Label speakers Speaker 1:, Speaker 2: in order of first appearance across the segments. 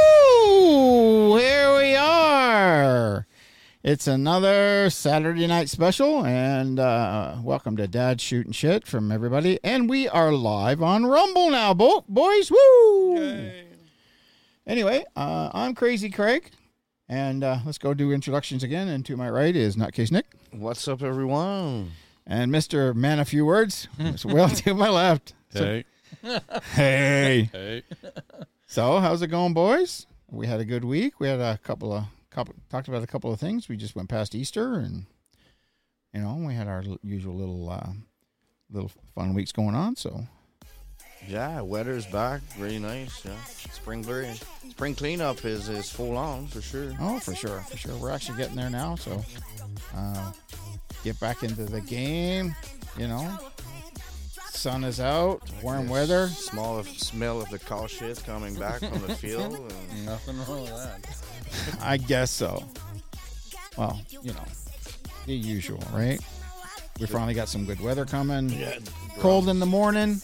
Speaker 1: Woo! Here we are. It's another Saturday night special, and uh, welcome to Dad Shooting Shit from everybody. And we are live on Rumble now, bo- boys. Woo! Anyway, uh, I'm Crazy Craig, and uh, let's go do introductions again. And to my right is Nutcase Nick,
Speaker 2: What's up, everyone?
Speaker 1: and Mister Man a Few Words is well to my left. So-
Speaker 2: Hey,
Speaker 1: hey.
Speaker 2: hey.
Speaker 1: So, how's it going, boys? We had a good week. We had a couple of couple, talked about a couple of things. We just went past Easter, and you know, we had our l- usual little uh, little fun weeks going on. So,
Speaker 2: Yeah, weather's back. Really nice. Yeah. Spring break. Spring cleanup is, is full on for sure.
Speaker 1: oh, for sure, for sure, we're actually getting there now. So, uh, get back into the game. You know, sun is out, warm
Speaker 2: The
Speaker 1: weather.
Speaker 2: Small of, smell of the cow shit coming back from the field. and-
Speaker 3: Nothing wrong with that.
Speaker 1: I guess so. Well, you know, the usual, right? We finally got some good weather coming. Cold in the morning,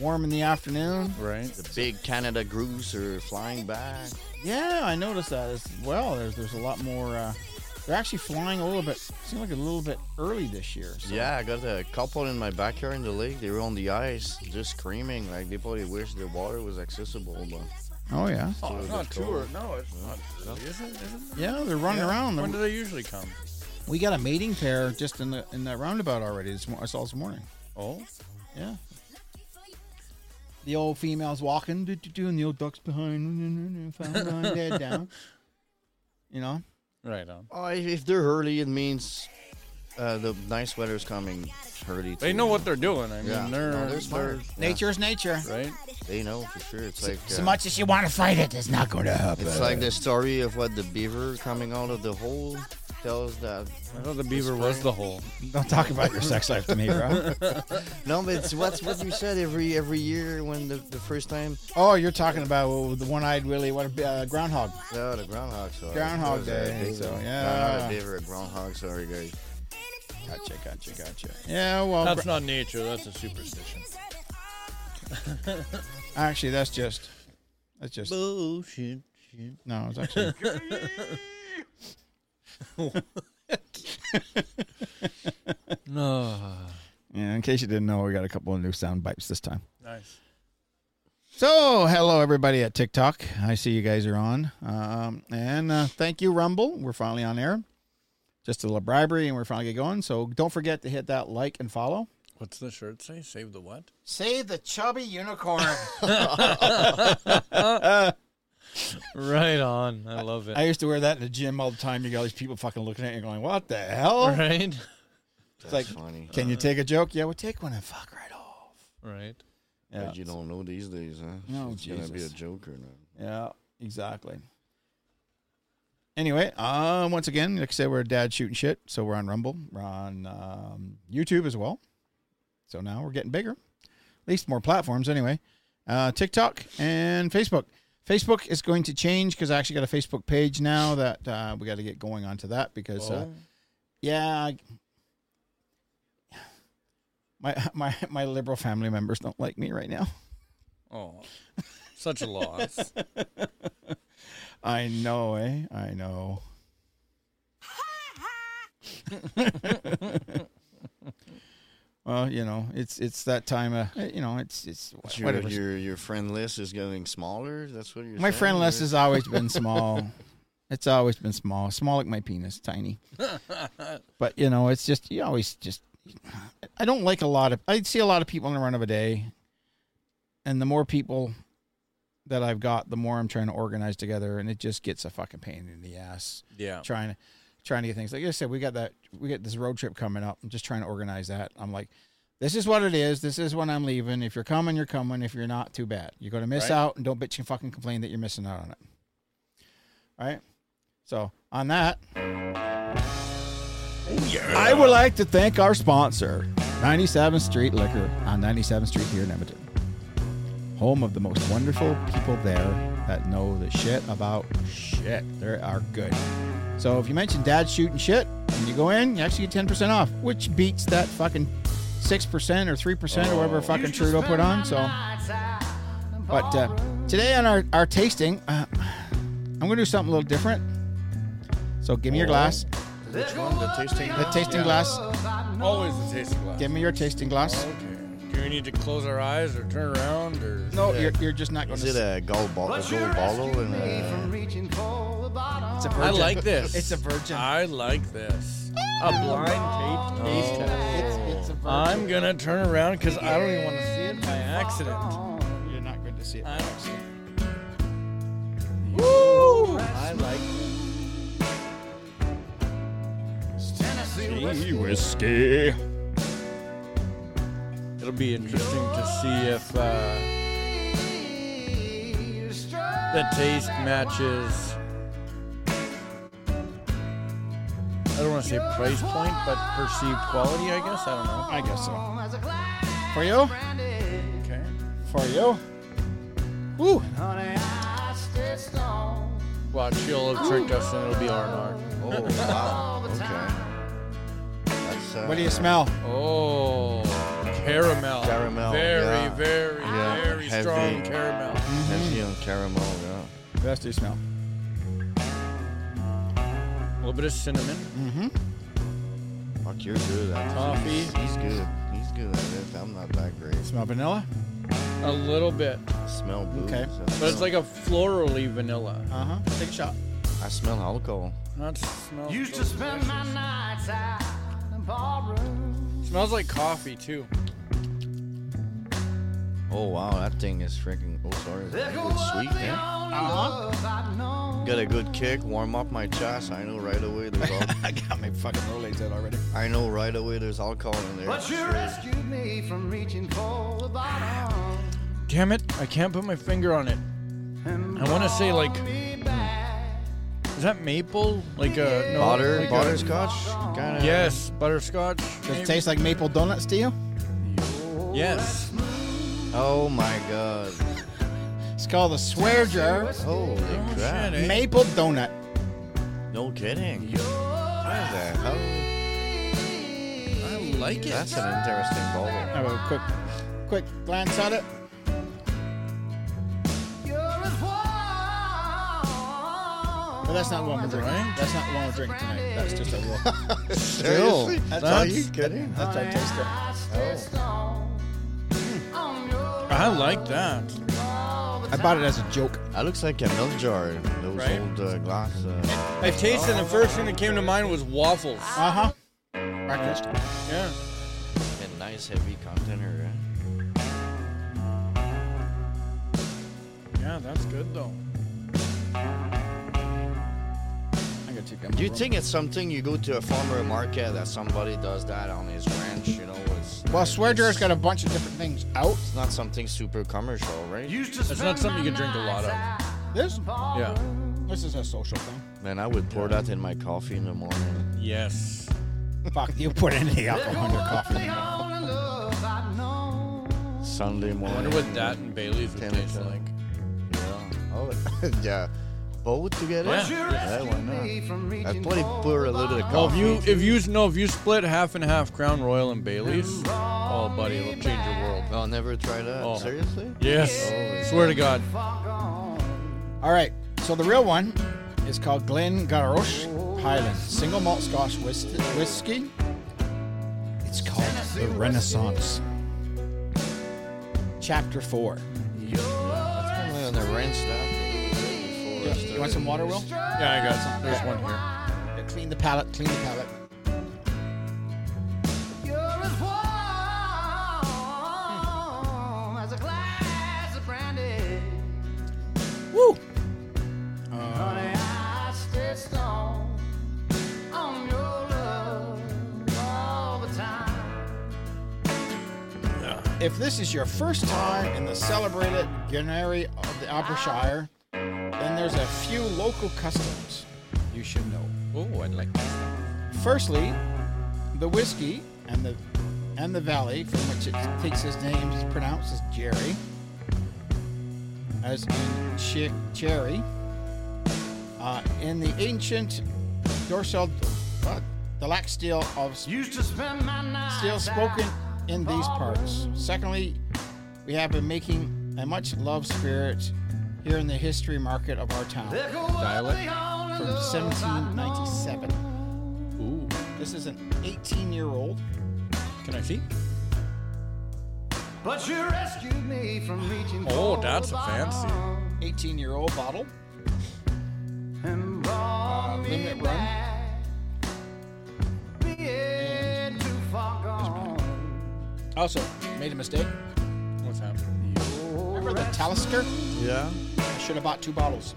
Speaker 1: warm in the afternoon.
Speaker 3: Right?
Speaker 2: The big Canada grouse are flying back.
Speaker 1: Yeah, I noticed that as well. There's there's a lot more. Uh, they're actually flying a little bit. Seem like a little bit early this year. So.
Speaker 2: Yeah, I got a couple in my backyard in the lake. They were on the ice, just screaming. Like they probably wish the water was accessible, but
Speaker 1: Oh yeah.
Speaker 3: Oh, it's not
Speaker 2: That's
Speaker 3: too
Speaker 2: cool.
Speaker 3: early. No, it's not early, is it? Is it?
Speaker 1: Yeah, they're running
Speaker 3: Yeah.
Speaker 1: around.
Speaker 3: When do
Speaker 1: They're-
Speaker 3: they usually come?
Speaker 1: we got a mating pair just in the in the roundabout already. This, mo- I saw this morning.
Speaker 3: Oh,
Speaker 1: Yeah. The old females walking, do, do, do, and the old ducks behind, found on dead down. You know.
Speaker 3: right on.
Speaker 2: oh, if if they're early, it means uh, the nice weather's coming early.
Speaker 3: They
Speaker 2: too.
Speaker 3: know what they're doing. I mean,
Speaker 2: Yeah,
Speaker 3: they're,
Speaker 2: no,
Speaker 3: they're
Speaker 2: they're smart.
Speaker 1: Nature's nature.
Speaker 3: right.
Speaker 2: They know for sure. It's like uh,
Speaker 1: as you want to fight it, it's not going to happen.
Speaker 2: It's like the story of what the beaver coming out of the hole tells that.
Speaker 3: I thought the beaver was the hole.
Speaker 1: Don't talk about your sex life to me, bro.
Speaker 2: No, but it's what's what you said every every year when the, the first time
Speaker 1: oh, you're talking about the one-eyed Willie, what a uh, groundhog.
Speaker 2: uh, the groundhog. Sorry,
Speaker 1: Groundhog
Speaker 2: It was, uh,
Speaker 1: Day,
Speaker 2: beaver.
Speaker 1: so,
Speaker 2: No,
Speaker 1: yeah.
Speaker 2: not a beaver, a groundhog. Sorry, guys.
Speaker 1: Gotcha, gotcha, gotcha. Yeah, well,
Speaker 3: That's
Speaker 1: gr-
Speaker 3: not nature. That's a superstition.
Speaker 1: actually, that's just, that's just.
Speaker 3: Bullshit.
Speaker 1: No, it's actually.
Speaker 3: No.
Speaker 1: yeah, in case you didn't know, we got a couple of new sound bites this time.
Speaker 3: Nice.
Speaker 1: So, hello everybody at TikTok. I see you guys are on, um, and uh, thank you, Rumble. We're finally on air. Just a little bribery, and we're finally get going. So, don't forget to hit that like and follow.
Speaker 3: What's the shirt say? Save the what?
Speaker 1: Save the chubby unicorn.
Speaker 3: Right on. I love it.
Speaker 1: I used to wear that in the gym all the time. You got all these people fucking looking at you, going, "What the hell?"
Speaker 3: right.
Speaker 2: That's
Speaker 1: like-
Speaker 2: funny.
Speaker 1: Can you take a joke? Yeah, we'll take one and fuck right off.
Speaker 3: Right.
Speaker 1: Yeah,
Speaker 2: But you don't know these days, huh?
Speaker 1: No,
Speaker 2: it's gonna be a
Speaker 1: Jesus.
Speaker 2: joke or not.
Speaker 1: yeah, exactly. Anyway, um, once again, like I said, we're dad shooting shit, so we're on Rumble, we're on um, YouTube as well. So now we're getting bigger, at least more platforms. Anyway, uh, TikTok and Facebook. Facebook is going to change because I actually got a Facebook page now that uh, we got to get going onto that because uh,
Speaker 3: Oh.
Speaker 1: Yeah. I- My my my liberal family members don't like me right now.
Speaker 3: oh. Such a loss.
Speaker 1: I know, eh? I know. well, you know, it's it's that time of you know, it's it's
Speaker 2: But Your,
Speaker 1: whatever.
Speaker 2: your your friend list is getting smaller. That's what you're.
Speaker 1: My
Speaker 2: saying,
Speaker 1: friend list
Speaker 2: or-
Speaker 1: has always been small. it's always been small, small like my penis, tiny. but you know, it's just you always just. I don't like a lot of. I see a lot of people in the run of a day, and the more people that I've got, the more I'm trying to organize together, and it just gets a fucking pain in the ass
Speaker 3: yeah.
Speaker 1: trying to trying to get things like I said, we got that we got this road trip coming up. I'm just trying to organize that. I'm like, this is what it is. This is when I'm leaving. If you're coming, you're coming. If you're not, too bad. You're gonna miss
Speaker 3: Right.
Speaker 1: out, and don't bitch and fucking complain that you're missing out on it. All right. So on that, I would like to thank our sponsor, 97th Street Liquor on 97th Street here in Edmonton. Home of the most wonderful people there that know the shit about shit. They are good. So if you mention dad shooting shit and you go in, you actually get 10% off, which beats that fucking 6% or 3% or whatever fucking
Speaker 3: usually
Speaker 1: Trudeau put
Speaker 3: spend
Speaker 1: on. So, but uh, today on our, our tasting, uh, I'm going to do something a little different. So give me your
Speaker 2: Oh.
Speaker 1: glass,
Speaker 2: Which one? The tasting.
Speaker 3: Oh,
Speaker 1: the tasting glass.
Speaker 3: Always the tasting glass.
Speaker 1: Give me your tasting glass.
Speaker 3: Okay. Do we need to close our eyes or turn around or?
Speaker 1: No,
Speaker 2: Yeah.
Speaker 1: you're, you're just not going
Speaker 2: Is
Speaker 1: to.
Speaker 2: it a gold, bo- a gold bottle and a
Speaker 1: it's a
Speaker 3: I
Speaker 1: virgin.
Speaker 3: like this.
Speaker 1: It's a virgin.
Speaker 3: I like this. A blind tape taste test.
Speaker 1: It's, it's a virgin.
Speaker 3: I'm gonna turn around because I don't even want to see it by accident.
Speaker 1: You're not going to see it.
Speaker 3: I don't.
Speaker 1: Woo!
Speaker 3: I like.
Speaker 1: whiskey.
Speaker 3: It'll be interesting to see if uh, the taste matches. I don't want to say price point, but perceived quality, I guess. I
Speaker 1: I guess so. For you?
Speaker 3: don't know. Okay.
Speaker 1: For you? Woo!
Speaker 3: Watch, she'll have tricked us and it'll be R&R.
Speaker 2: Oh wow. Okay. That's, uh,
Speaker 1: What do you smell?
Speaker 3: Oh, caramel.
Speaker 2: Caramel,
Speaker 3: Very,
Speaker 2: yeah.
Speaker 3: very,
Speaker 2: Yeah,
Speaker 3: very
Speaker 2: heavy.
Speaker 3: strong caramel.
Speaker 2: Heavy on caramel. Yeah.
Speaker 1: What else do you smell?
Speaker 3: A little bit of cinnamon.
Speaker 2: Fuck, you're good. at this.
Speaker 3: Coffee.
Speaker 2: He's, he's good. He's good at it. I'm not that great.
Speaker 1: Smell vanilla?
Speaker 3: A little bit.
Speaker 2: smell booze.
Speaker 1: Okay.
Speaker 2: I
Speaker 3: But it's
Speaker 2: smell-
Speaker 3: like a florally vanilla.
Speaker 1: Uh huh. Take a shot.
Speaker 2: I smell alcohol.
Speaker 3: Not smell.
Speaker 4: Used to spend my nights out in barroom.
Speaker 3: Smells like coffee too.
Speaker 2: Oh wow, that thing is freaking. Oh sorry. It's
Speaker 4: There
Speaker 2: good
Speaker 4: goes
Speaker 2: sweet,
Speaker 4: the
Speaker 2: man.
Speaker 4: only
Speaker 1: Uh-huh.
Speaker 4: love I've known.
Speaker 2: Got a good kick. Warm up my chest. I know right away. There's al-
Speaker 1: I got my fucking Rolades out already.
Speaker 2: I know right away. There's alcohol in there.
Speaker 4: But you rescued me from reaching for the bottom.
Speaker 3: Damn it! I can't put my finger on it.
Speaker 4: And
Speaker 3: I want to say like,
Speaker 4: me back.
Speaker 3: is that maple? Like a no,
Speaker 2: Butter,
Speaker 3: like a-
Speaker 2: butterscotch, kind of.
Speaker 3: yes, butterscotch.
Speaker 1: Does
Speaker 3: maybe?
Speaker 1: it taste like maple donuts to you?
Speaker 3: Yes.
Speaker 2: Oh my god.
Speaker 1: It's called the swear jar
Speaker 2: Holy
Speaker 3: Oh,
Speaker 2: crap.
Speaker 3: shit, eh?
Speaker 1: maple donut.
Speaker 2: No kidding. What the hell?
Speaker 3: I like it.
Speaker 2: That's an interesting bottle.
Speaker 1: Have a quick, quick glance at it.
Speaker 4: You're as warm
Speaker 1: But that's not one we're drinking.
Speaker 3: Right?
Speaker 1: That's not one we're drinking tonight. That's just a little.
Speaker 2: Seriously? That's, are you
Speaker 3: That's-
Speaker 2: kidding?
Speaker 1: That's our taster.
Speaker 4: as the stone on your
Speaker 3: I like that.
Speaker 1: I bought it as a joke.
Speaker 2: That looks like a milk jar. Those
Speaker 3: Right?
Speaker 2: old uh, glass. Uh,
Speaker 3: I've tasted, and the first thing that came to mind was waffles.
Speaker 1: Uh huh. Breakfast.
Speaker 3: Yeah.
Speaker 2: and nice heavy container. uh,
Speaker 3: Yeah, that's good though.
Speaker 1: I gotta take
Speaker 2: Do you think it's something you go to a farmer market that somebody does that on his ranch? You know, it's
Speaker 1: Well, Swearjar's got a bunch of different things out.
Speaker 2: it's not something super commercial, right?
Speaker 4: Used to
Speaker 3: It's not something you can drink a lot of.
Speaker 1: This,
Speaker 3: Yeah.
Speaker 1: this is a social thing.
Speaker 2: Man, I would pour that in my coffee in the morning.
Speaker 3: Yes.
Speaker 1: Fuck, you put any alcohol in your coffee.
Speaker 4: only love I've known.
Speaker 2: Sunday
Speaker 3: I
Speaker 2: morning.
Speaker 3: wonder what that and Bailey's would
Speaker 2: Ten
Speaker 3: taste
Speaker 2: o'clock.
Speaker 3: like.
Speaker 2: Yeah. Oh, yeah. Both together.
Speaker 3: Yeah.
Speaker 4: You
Speaker 2: Yeah,
Speaker 4: rescued
Speaker 2: why
Speaker 4: me from
Speaker 2: not? I
Speaker 4: reaching
Speaker 2: probably
Speaker 4: for
Speaker 2: pour a
Speaker 4: the
Speaker 2: little bit of
Speaker 4: bottom.
Speaker 3: Well, if
Speaker 2: coffee.
Speaker 3: Oh, you if you know if you split half and half Crown Royal and Bailey's, oh buddy, it'll change your world.
Speaker 2: Oh, never try that.
Speaker 3: Oh.
Speaker 2: Seriously?
Speaker 3: Yes,
Speaker 2: Oh,
Speaker 3: swear to God.
Speaker 4: Far gone.
Speaker 1: All right, so the real one is called Glen Garoche Highland Single Malt Scotch Whis- Whiskey. It's called The Renaissance. Chapter 4.
Speaker 2: Probably on the ranch stuff. before I
Speaker 1: You want some water, Will?
Speaker 3: Yeah, I got some. There's one here.
Speaker 1: Clean the palate, clean the palate.
Speaker 4: You're as warm as a glass of brandy.
Speaker 1: Woo!
Speaker 4: Honey, I stay strong on your love all the time.
Speaker 1: If this is your first time in the celebrated Glenary of the Upper Shire, then there's a few local customs you should know.
Speaker 3: Oh, I'd like.
Speaker 1: Firstly, the whiskey and the and the valley from which it takes its name is pronounced as Jerry, as in chi- cherry. Uh, in the ancient Dorsal uh, the lack steel of
Speaker 4: Used to spend my nights
Speaker 1: still spoken
Speaker 4: out
Speaker 1: in these parts.
Speaker 4: barroom.
Speaker 1: Secondly, we have been making a much loved spirit here in the history market of our town
Speaker 4: Liquor was the
Speaker 3: Dialect
Speaker 4: only
Speaker 1: from
Speaker 4: love I
Speaker 1: 1797.
Speaker 3: Ooh.
Speaker 1: This is an 18 year old.
Speaker 3: Can I see?
Speaker 4: know. But you rescued me from reaching
Speaker 3: Oh,
Speaker 4: for
Speaker 3: that's
Speaker 4: the
Speaker 3: a fancy.
Speaker 4: bottom
Speaker 1: 18 year old bottle.
Speaker 4: And brought me
Speaker 1: limit run.
Speaker 4: back. Being too far gone.
Speaker 1: Also, made a mistake.
Speaker 3: What's happening?
Speaker 1: Remember the Talisker?
Speaker 2: Yeah.
Speaker 1: I should have bought two bottles.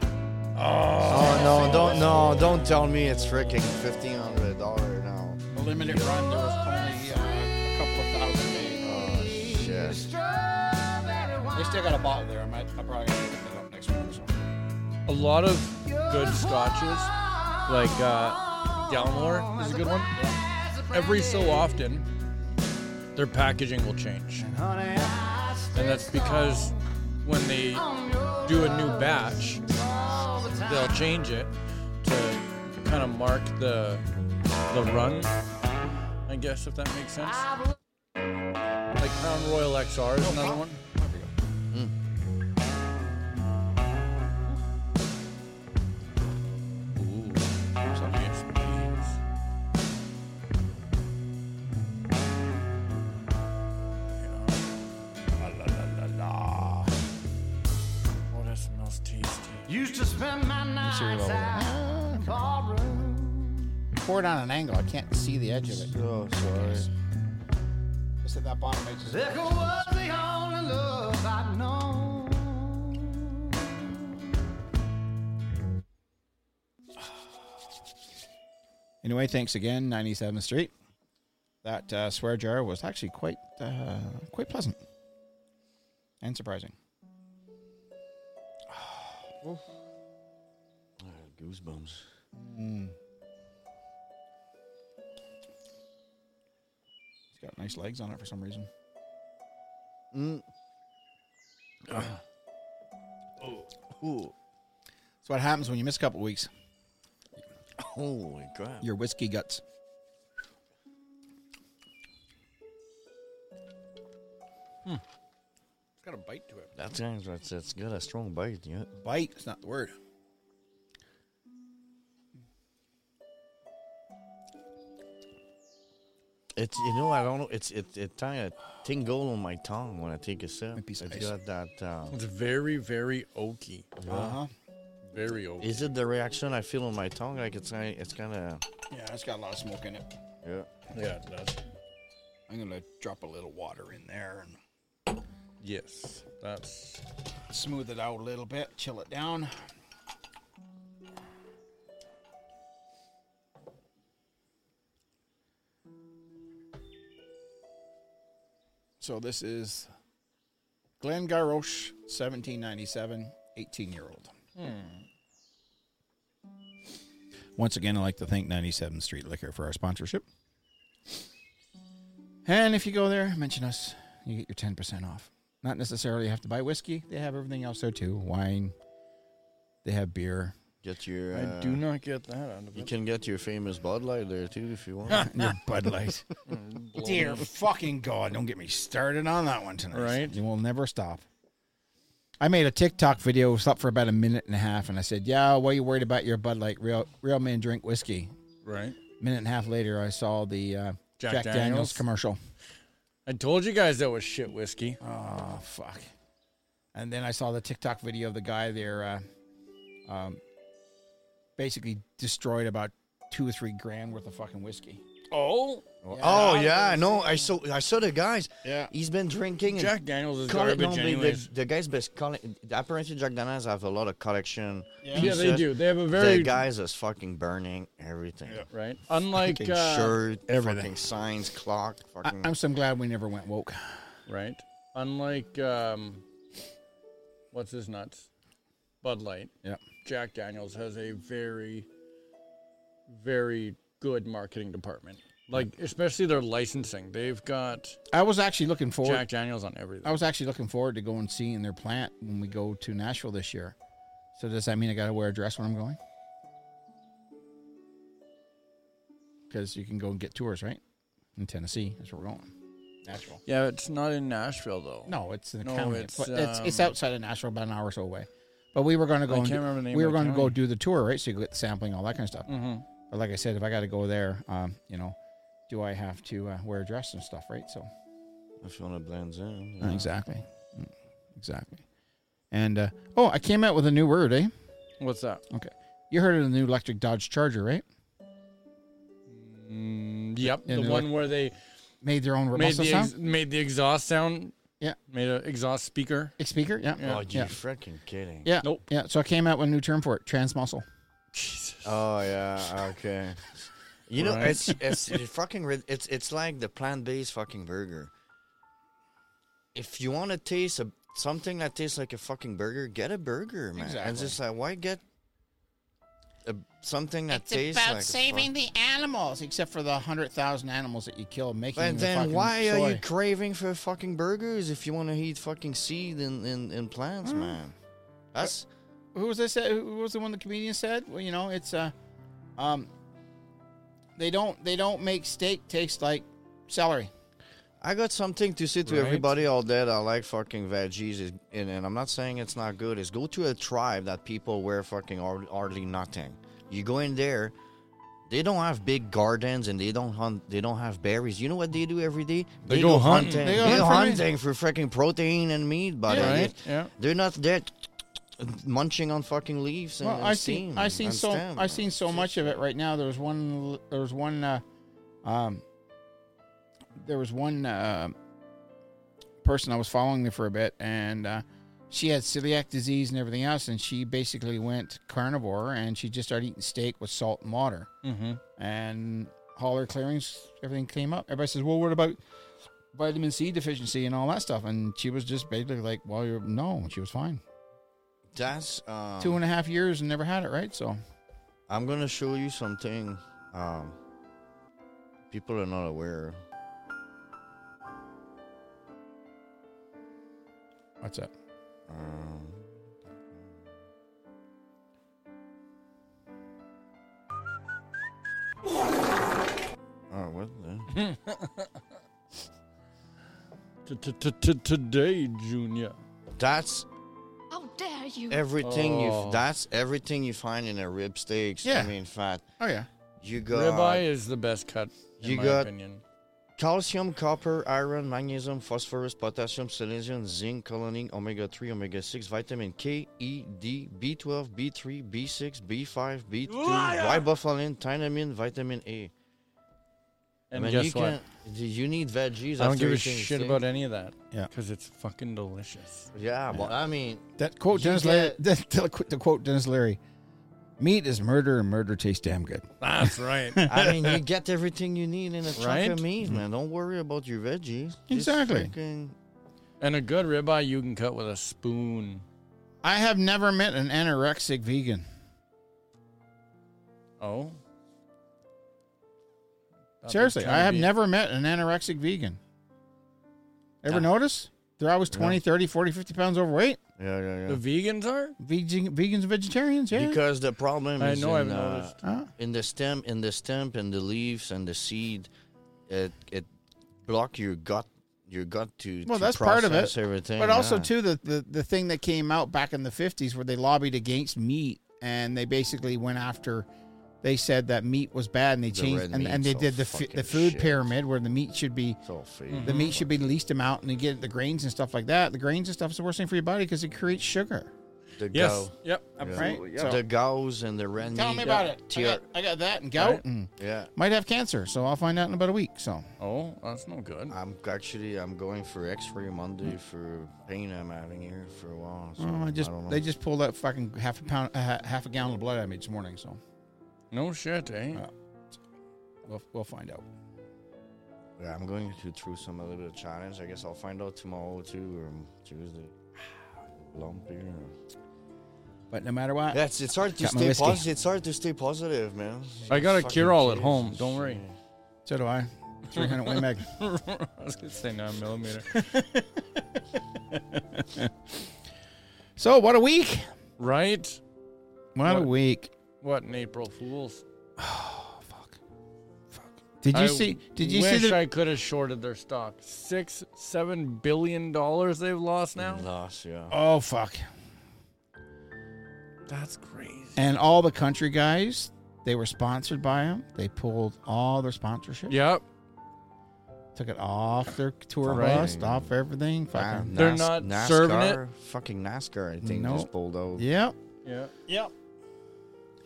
Speaker 2: Oh no! Don't no! Don't tell me it's freaking fifteen hundred dollar now.
Speaker 1: A limited run, there was only uh, a couple of thousand made.
Speaker 2: Oh shit!
Speaker 4: Strawberry wine.
Speaker 1: They still got a bottle there. I might, I'm probably gonna pick that up next week or something.
Speaker 3: A lot of good scotches, like uh, Dalmore is a good one. Every so often, their packaging will change.
Speaker 4: Honey, I
Speaker 3: And that's because when they do a new batch, they'll change it to kind of mark the the run. I guess if that makes sense. Like Crown Royal XR is another one. Ooh, something is- La, la, la, la, la. Oh, that smells tasty.
Speaker 4: used to spend my nights out in the barroom.
Speaker 1: Pour it on an angle. I can't see the edge of it.
Speaker 2: So Oh, sorry.
Speaker 1: Just at that bottom edge. is-
Speaker 4: Liquor was the only love I'd known.
Speaker 1: Anyway, thanks again, 97th Street. That uh, swear jar was actually quite uh, quite pleasant and surprising.
Speaker 2: Goosebumps.
Speaker 1: Hmm. It's got nice legs on it for some reason.
Speaker 2: Ooh.
Speaker 1: That's what happens when you miss a couple weeks.
Speaker 2: Holy crap!
Speaker 1: Your whiskey guts. Hmm. It's got a bite to it.
Speaker 2: That sounds that's it's got a strong bite. Yeah.
Speaker 1: Bite is not the word.
Speaker 2: It's you know I don't know. It's it it kind of tingle on my tongue when I take a sip.
Speaker 1: Might be
Speaker 2: It's
Speaker 1: spicy.
Speaker 2: got that. Um,
Speaker 3: It's very, very oaky.
Speaker 1: Uh huh.
Speaker 3: Very oaky.
Speaker 2: is it the reaction I feel on my tongue? Like it's kind it's kind of.
Speaker 1: Yeah, it's got a lot of smoke in it.
Speaker 2: Yeah.
Speaker 3: yeah, it does.
Speaker 1: I'm gonna drop a little water in there and
Speaker 3: Yes, that's.
Speaker 1: smooth it out a little bit, chill it down. So this is Glenn Garrosh, 1797, 18 year old. Hmm. Once again, I'd like to thank 97th Street Liquor for our sponsorship. And if you go there, mention us, you get your 10% off. Not necessarily have to buy whiskey, they have everything else there too wine, they have beer,
Speaker 2: Get your. Uh,
Speaker 3: I do not get that out of
Speaker 2: You
Speaker 3: it.
Speaker 2: can get your famous Bud Light there too if you want.
Speaker 1: and your Bud Light. Dear fucking God, don't get me started on that one tonight.
Speaker 3: Right.
Speaker 1: You will never stop. I made a TikTok video, slept for about a minute and a half, and I said, Yeah, why you worried about your Bud Light? Real, real men drink whiskey.
Speaker 3: Right.
Speaker 1: Minute and a half later, I saw the uh, Jack,
Speaker 3: Jack
Speaker 1: Daniels.
Speaker 3: Daniels.
Speaker 1: commercial.
Speaker 3: I told you guys that was shit whiskey.
Speaker 1: Oh, fuck. And then I saw the TikTok video of the guy there uh, um, basically destroyed about two or three grand worth of fucking whiskey.
Speaker 3: Oh,
Speaker 2: Oh yeah, I know. I saw I saw the guys.
Speaker 1: Yeah.
Speaker 2: He's been drinking. and
Speaker 3: Jack Daniels is
Speaker 2: collect-
Speaker 3: garbage,
Speaker 2: no, they-
Speaker 3: anyways.
Speaker 2: the, the guys best collect- apparently Jack Daniels have a lot of collection.
Speaker 1: Yeah.
Speaker 3: yeah, they
Speaker 2: pieces.
Speaker 3: do. They have a
Speaker 2: the
Speaker 3: very
Speaker 2: guys is fucking burning everything.
Speaker 3: right. Unlike
Speaker 2: Fucking
Speaker 3: uh,
Speaker 2: shirt,
Speaker 1: everything.
Speaker 2: fucking signs, clock,
Speaker 1: I-
Speaker 2: fucking.
Speaker 1: I'm so glad we never went woke.
Speaker 3: right. Unlike um, what's his nuts? Bud Light.
Speaker 1: Yeah.
Speaker 3: Jack Daniels has a very, very good marketing department. Like especially their licensing, they've got
Speaker 1: I was actually looking forward.
Speaker 3: Jack Daniels on everything.
Speaker 1: I was actually looking forward to going and seeing their plant when we go to Nashville this year. So does that mean I got to wear a dress when I'm going? Because you can go and get tours, right? In Tennessee, that's where we're going. Nashville.
Speaker 3: Yeah, it's not in Nashville though.
Speaker 1: No, it's in the
Speaker 3: No,
Speaker 1: county.
Speaker 3: it's,
Speaker 1: It's, it's it's
Speaker 3: um,
Speaker 1: outside of Nashville, about an hour or so away. But we were going to go.
Speaker 3: I
Speaker 1: and
Speaker 3: can't
Speaker 1: do-
Speaker 3: remember the name
Speaker 1: We
Speaker 3: of
Speaker 1: were
Speaker 3: the
Speaker 1: going to go
Speaker 3: county.
Speaker 1: do the tour, right? So you get the sampling, all that kind of stuff.
Speaker 3: Mm-hmm.
Speaker 1: But like I said, if I got to go there, um, you know, do I have to uh, wear a dress and stuff, right? So
Speaker 2: If you want to blend in.
Speaker 1: Uh, Exactly. Mm, Exactly. And uh, oh, I came out with a new word, eh?
Speaker 3: What's that?
Speaker 1: Okay. You heard of the new electric Dodge Charger, right?
Speaker 3: Mm, yep,
Speaker 1: Yeah,
Speaker 3: the
Speaker 1: they're
Speaker 3: one
Speaker 1: like-
Speaker 3: where they
Speaker 1: Made their own
Speaker 3: made
Speaker 1: muffler
Speaker 3: the
Speaker 1: sound,
Speaker 3: ex- made the exhaust sound.
Speaker 1: Yeah.
Speaker 3: made an exhaust speaker.
Speaker 1: Ex- speaker. Yeah.
Speaker 3: Yeah.
Speaker 2: Oh, you
Speaker 1: Yeah.
Speaker 2: freaking kidding.
Speaker 1: Yeah.
Speaker 3: Nope.
Speaker 1: Yeah. So I came out with a new term for it: transmuscle.
Speaker 3: Jesus.
Speaker 2: Oh yeah, okay. You know,
Speaker 3: Right.
Speaker 2: it's it's it fucking rid- it's it's like the plant-based fucking burger. If you want to taste a, something that tastes like a fucking burger, get a burger, man.
Speaker 1: Exactly.
Speaker 2: It's just like why get a, something that tastes like a fuck-
Speaker 1: the animals, except for the hundred thousand animals that you kill making.
Speaker 2: But then why are you craving for fucking burgers if you want to eat fucking seed and in, in, plants,
Speaker 1: Hmm.
Speaker 2: man? That's
Speaker 1: Who was this? that- Who was the one the comedian said? Well, you know, it's uh, um, they don't they don't make steak taste like celery.
Speaker 2: I got something to say to
Speaker 3: Right.
Speaker 2: everybody out there that like fucking veggies, is- and, and I'm not saying it's not good. Is go to a tribe that people wear fucking hard- hardly nothing. You go in there, they don't have big gardens and they don't hunt. They don't have berries. You know what they do every day?
Speaker 3: They go hunting.
Speaker 2: They
Speaker 1: They
Speaker 2: go
Speaker 1: go hunting.
Speaker 2: hunting for freaking protein and meat, buddy.
Speaker 1: Yeah.
Speaker 3: right? Yeah.
Speaker 2: They're not there munching on fucking leaves.
Speaker 1: Well,
Speaker 2: and
Speaker 1: I seen
Speaker 2: steam
Speaker 1: I seen
Speaker 2: and
Speaker 1: so
Speaker 2: stem.
Speaker 1: I seen so much of it right now. There was one l- there was one uh, um there was one uh, person I was following there for a bit, and uh, she had celiac disease and everything else, and she basically went carnivore and she just started eating steak with salt and water,
Speaker 3: Mm-hmm.
Speaker 1: and all her clearings everything came up. Everybody says, "Well, what about?" Vitamin C deficiency and all that stuff, and she was just basically like, "Well, you're no." She was fine.
Speaker 2: That's um,
Speaker 1: Two and a half years and never had it, right? So
Speaker 2: I'm gonna show you something um, people are not aware. of.
Speaker 1: what's up?
Speaker 2: Um, oh, what the?
Speaker 3: Today, Junior.
Speaker 2: That's
Speaker 5: How dare you?
Speaker 2: everything
Speaker 3: Oh.
Speaker 2: you. That's everything you find in a rib steaks.
Speaker 1: Yeah.
Speaker 2: I mean, fat.
Speaker 1: Oh yeah.
Speaker 2: You got
Speaker 3: Ribeye is the best cut. In
Speaker 2: You
Speaker 3: my
Speaker 2: got-
Speaker 3: opinion.
Speaker 2: calcium, copper, iron, magnesium, phosphorus, potassium, selenium, zinc, colony, omega 3, omega 6, vitamin K, E, D, B12, B3, B6, B5, B2, riboflavin, thiamine, vitamin A.
Speaker 3: And
Speaker 2: Man,
Speaker 3: guess
Speaker 2: you
Speaker 3: what?
Speaker 2: can't- you need veggies.
Speaker 3: I don't
Speaker 2: after
Speaker 3: give a
Speaker 2: eating
Speaker 3: shit
Speaker 2: steak.
Speaker 3: about any of that.
Speaker 1: Yeah.
Speaker 3: Because it's fucking delicious.
Speaker 2: Yeah, but I mean,
Speaker 1: That quote,
Speaker 2: You
Speaker 1: Dennis Leary. That,
Speaker 2: get-
Speaker 1: to qu- to quote Dennis Leary, "Meat is murder, and murder tastes damn good."
Speaker 3: That's right.
Speaker 2: I mean, you get everything you need in a chunk
Speaker 3: Right?
Speaker 2: of meat, man. Don't worry about your veggies. Just
Speaker 1: Exactly.
Speaker 2: fucking-
Speaker 3: and a good ribeye you can cut with a spoon.
Speaker 1: I have never met an anorexic vegan.
Speaker 3: Oh. That'd be
Speaker 1: Seriously,
Speaker 3: kinda
Speaker 1: I have
Speaker 3: be-
Speaker 1: never met an anorexic vegan. Ever
Speaker 3: Yeah.
Speaker 1: notice? They're always 20, 30, 40, 50 pounds overweight.
Speaker 2: Yeah, yeah, yeah.
Speaker 3: The vegans are?
Speaker 1: Vegan, vegans and vegetarians, yeah.
Speaker 2: Because the problem
Speaker 3: I
Speaker 2: is
Speaker 3: know
Speaker 2: in,
Speaker 3: I've
Speaker 2: uh,
Speaker 3: noticed.
Speaker 1: Huh?
Speaker 2: in the stem in the stem and the leaves and the seed it it block your gut your gut to
Speaker 1: Well,
Speaker 2: to
Speaker 1: that's part of
Speaker 2: process
Speaker 1: it.
Speaker 2: everything
Speaker 1: But also,
Speaker 2: yeah.
Speaker 1: too, the, the, the thing that came out back in the 50s where they lobbied against meat and they basically went after, they said that meat was bad and they
Speaker 2: The
Speaker 1: changed,
Speaker 2: red
Speaker 1: and, and they
Speaker 2: meat's
Speaker 1: did
Speaker 2: all
Speaker 1: the, f- the
Speaker 2: fucking
Speaker 1: food
Speaker 2: shit.
Speaker 1: pyramid where the meat should be
Speaker 2: it's all fake
Speaker 1: The meat should be the least amount, and you get the grains and stuff like that. The grains and stuff is the worst thing for your body because it creates sugar,
Speaker 2: the
Speaker 3: Yes.
Speaker 2: gau-
Speaker 3: Yep.
Speaker 1: right? So,
Speaker 2: the gauze and the red
Speaker 1: tell
Speaker 2: meat,
Speaker 1: me about it. I
Speaker 2: tear-
Speaker 1: got, I got that and gout,
Speaker 3: Right.
Speaker 1: and
Speaker 2: yeah
Speaker 1: might have cancer, so I'll find out in about a week. So
Speaker 3: Oh, that's no good.
Speaker 2: i'm actually i'm going for x-ray monday for pain i'm having here for a while so
Speaker 1: Oh, I just
Speaker 2: don't know.
Speaker 1: they just pulled that fucking half a pound, uh, half a gallon of blood out of me this morning. So
Speaker 3: No shit, eh?
Speaker 1: Uh, we'll, we'll find out.
Speaker 2: yeah, i'm going to through some a little bit of challenge i guess i'll find out tomorrow too or tuesday lumpy or-
Speaker 1: But no matter what,
Speaker 2: That's it's hard to
Speaker 1: Got my
Speaker 2: stay
Speaker 1: whiskey.
Speaker 2: positive. It's hard to stay positive, man.
Speaker 3: I got a
Speaker 2: Fucking
Speaker 3: Cure-All at
Speaker 2: Jesus.
Speaker 3: home, don't worry.
Speaker 1: So do I. 300 Wing Meg.
Speaker 3: I was gonna say nine millimeter.
Speaker 1: So what a week.
Speaker 3: right?
Speaker 1: What, a
Speaker 3: What-
Speaker 1: week.
Speaker 3: What in April Fools?
Speaker 1: Did you
Speaker 3: I
Speaker 1: see? Did you see
Speaker 3: wish
Speaker 1: the?
Speaker 3: I could have shorted their stock. Six, seven billion dollars they've lost now.
Speaker 2: Loss, yeah.
Speaker 1: oh fuck!
Speaker 3: That's crazy.
Speaker 1: And all the country guys, they were sponsored by them. They pulled all their sponsorship.
Speaker 3: Yep.
Speaker 1: Took it off their tour
Speaker 2: Right.
Speaker 1: bus, off everything. Fucking.
Speaker 3: They're not serving it.
Speaker 2: Fucking NASCAR, I think,
Speaker 1: Nope.
Speaker 2: just pulled out.
Speaker 1: Yep.
Speaker 3: Yeah.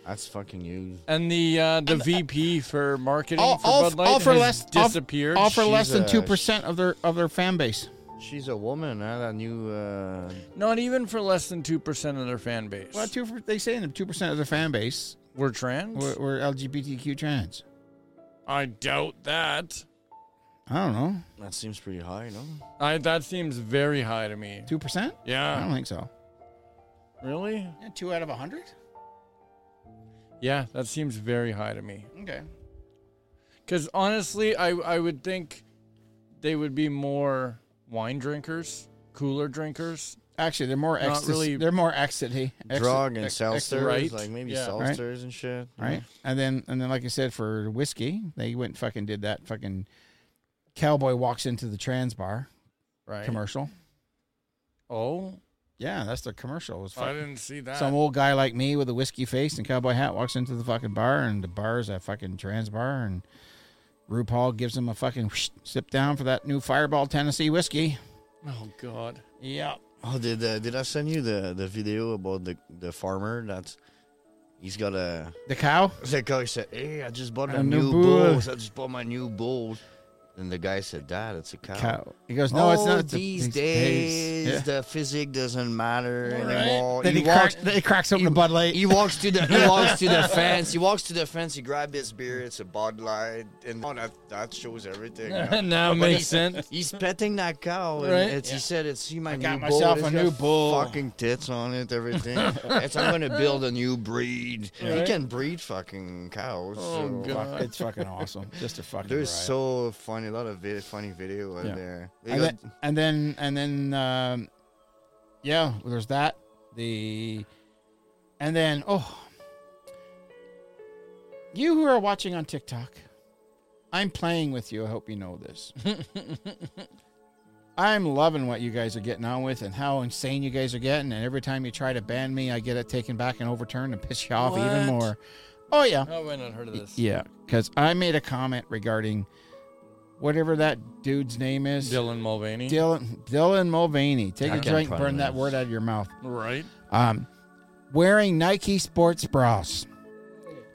Speaker 2: That's fucking huge.
Speaker 3: And the uh, the VP for marketing
Speaker 1: All,
Speaker 3: for
Speaker 1: all,
Speaker 3: Bud
Speaker 1: f-
Speaker 3: Light
Speaker 1: all for
Speaker 3: has
Speaker 1: less. all f-
Speaker 3: disappeared.
Speaker 1: All, for
Speaker 2: She's
Speaker 1: less than
Speaker 2: a-
Speaker 1: two percent of their of their fan base.
Speaker 2: She's a woman, huh? That new. Uh,
Speaker 3: Not even for less than two percent of their fan base.
Speaker 1: Well, two. They say that two percent of their fan base
Speaker 3: We're trans.
Speaker 1: were, were LGBTQ trans.
Speaker 3: I doubt that.
Speaker 1: I don't know.
Speaker 2: that seems pretty high, no?
Speaker 3: I that seems very high to me.
Speaker 1: Two percent? I don't
Speaker 3: Yeah.
Speaker 1: think so.
Speaker 3: Really?
Speaker 1: Uh. Yeah, two out of a hundred.
Speaker 3: Yeah, that seems very high to me.
Speaker 1: Okay.
Speaker 3: Because honestly, I I would think they would be more wine drinkers, cooler drinkers.
Speaker 1: Actually, they're more
Speaker 3: Not
Speaker 1: ecstasy.
Speaker 3: really-
Speaker 1: They're more ecstasy. ecstasy-
Speaker 2: Drug and Mm-hmm.
Speaker 1: ex-
Speaker 2: seltzers,
Speaker 3: right.
Speaker 2: like maybe
Speaker 3: Yeah.
Speaker 1: Right.
Speaker 2: seltzers and shit.
Speaker 1: right? And then and then like I said for whiskey, they went and fucking did that fucking cowboy walks into the trans bar
Speaker 3: Right.
Speaker 1: commercial.
Speaker 3: Oh,
Speaker 1: Yeah, that's their commercial. It was
Speaker 3: I
Speaker 1: fucking-
Speaker 3: didn't see that.
Speaker 1: some old guy like me with a whiskey face and cowboy hat walks into the fucking bar and the bar is a fucking trans bar and RuPaul gives him a fucking sip down for that new Fireball Tennessee whiskey.
Speaker 3: oh God.
Speaker 1: Yep.
Speaker 2: Oh, did uh, did I send you the, the video about the, the farmer that's. He's got a.
Speaker 1: The cow?
Speaker 2: The guy said, Hey, I just bought a,
Speaker 1: A new
Speaker 2: new,
Speaker 1: bull."
Speaker 2: bull. I just bought my new bull. And the guy said, Dad, it's a cow.
Speaker 1: Cow. He goes, no, it's
Speaker 2: Oh,
Speaker 1: not. It's a-
Speaker 2: These
Speaker 1: it's-
Speaker 2: days,
Speaker 1: Yeah.
Speaker 2: the physics doesn't matter
Speaker 1: Right.
Speaker 2: anymore.
Speaker 1: Then he, cracks, then he cracks open the Bud Light.
Speaker 2: He walks to the he walks to the fence. He walks to the fence. He grabbed his beer. It's a Bud Light, and oh, that that shows everything. yeah.
Speaker 3: now it
Speaker 2: But
Speaker 3: makes
Speaker 2: he-
Speaker 3: sense.
Speaker 2: He's petting that cow, and
Speaker 3: Right.
Speaker 2: it's, he said, "It's see my
Speaker 1: I
Speaker 2: new
Speaker 1: got
Speaker 2: bull.
Speaker 1: myself
Speaker 2: It's
Speaker 1: a
Speaker 2: got
Speaker 1: new bull."
Speaker 2: Fucking tits on it, everything. it's, I'm gonna build a new breed. He
Speaker 3: Right.
Speaker 2: can breed fucking cows.
Speaker 3: Oh,
Speaker 2: so- uh,
Speaker 3: God.
Speaker 1: Fuck, it's fucking awesome. Just a fucking.
Speaker 2: There's
Speaker 1: riot.
Speaker 2: so funny, a lot of vid- funny video out
Speaker 1: Yeah.
Speaker 2: there. They
Speaker 1: and,
Speaker 2: got-
Speaker 1: then, and then and then um, yeah, there's that. The and then oh, you who are watching on TikTok, I'm playing with you. I hope you know this. I'm loving what you guys are getting on with and how insane you guys are getting. And every time you try to ban me, I get it taken back and overturned and piss you off even
Speaker 3: What?
Speaker 1: more. Oh yeah.
Speaker 3: Oh, I not heard of this.
Speaker 1: Yeah, because I made a comment regarding whatever that dude's name is.
Speaker 3: Dylan Mulvaney.
Speaker 1: Dylan, Dylan Mulvaney. Take
Speaker 2: I
Speaker 1: a
Speaker 2: can't
Speaker 1: drink,
Speaker 2: find
Speaker 1: burn that
Speaker 2: this.
Speaker 1: word out of your mouth.
Speaker 3: Right.
Speaker 1: Um, wearing Nike sports bras.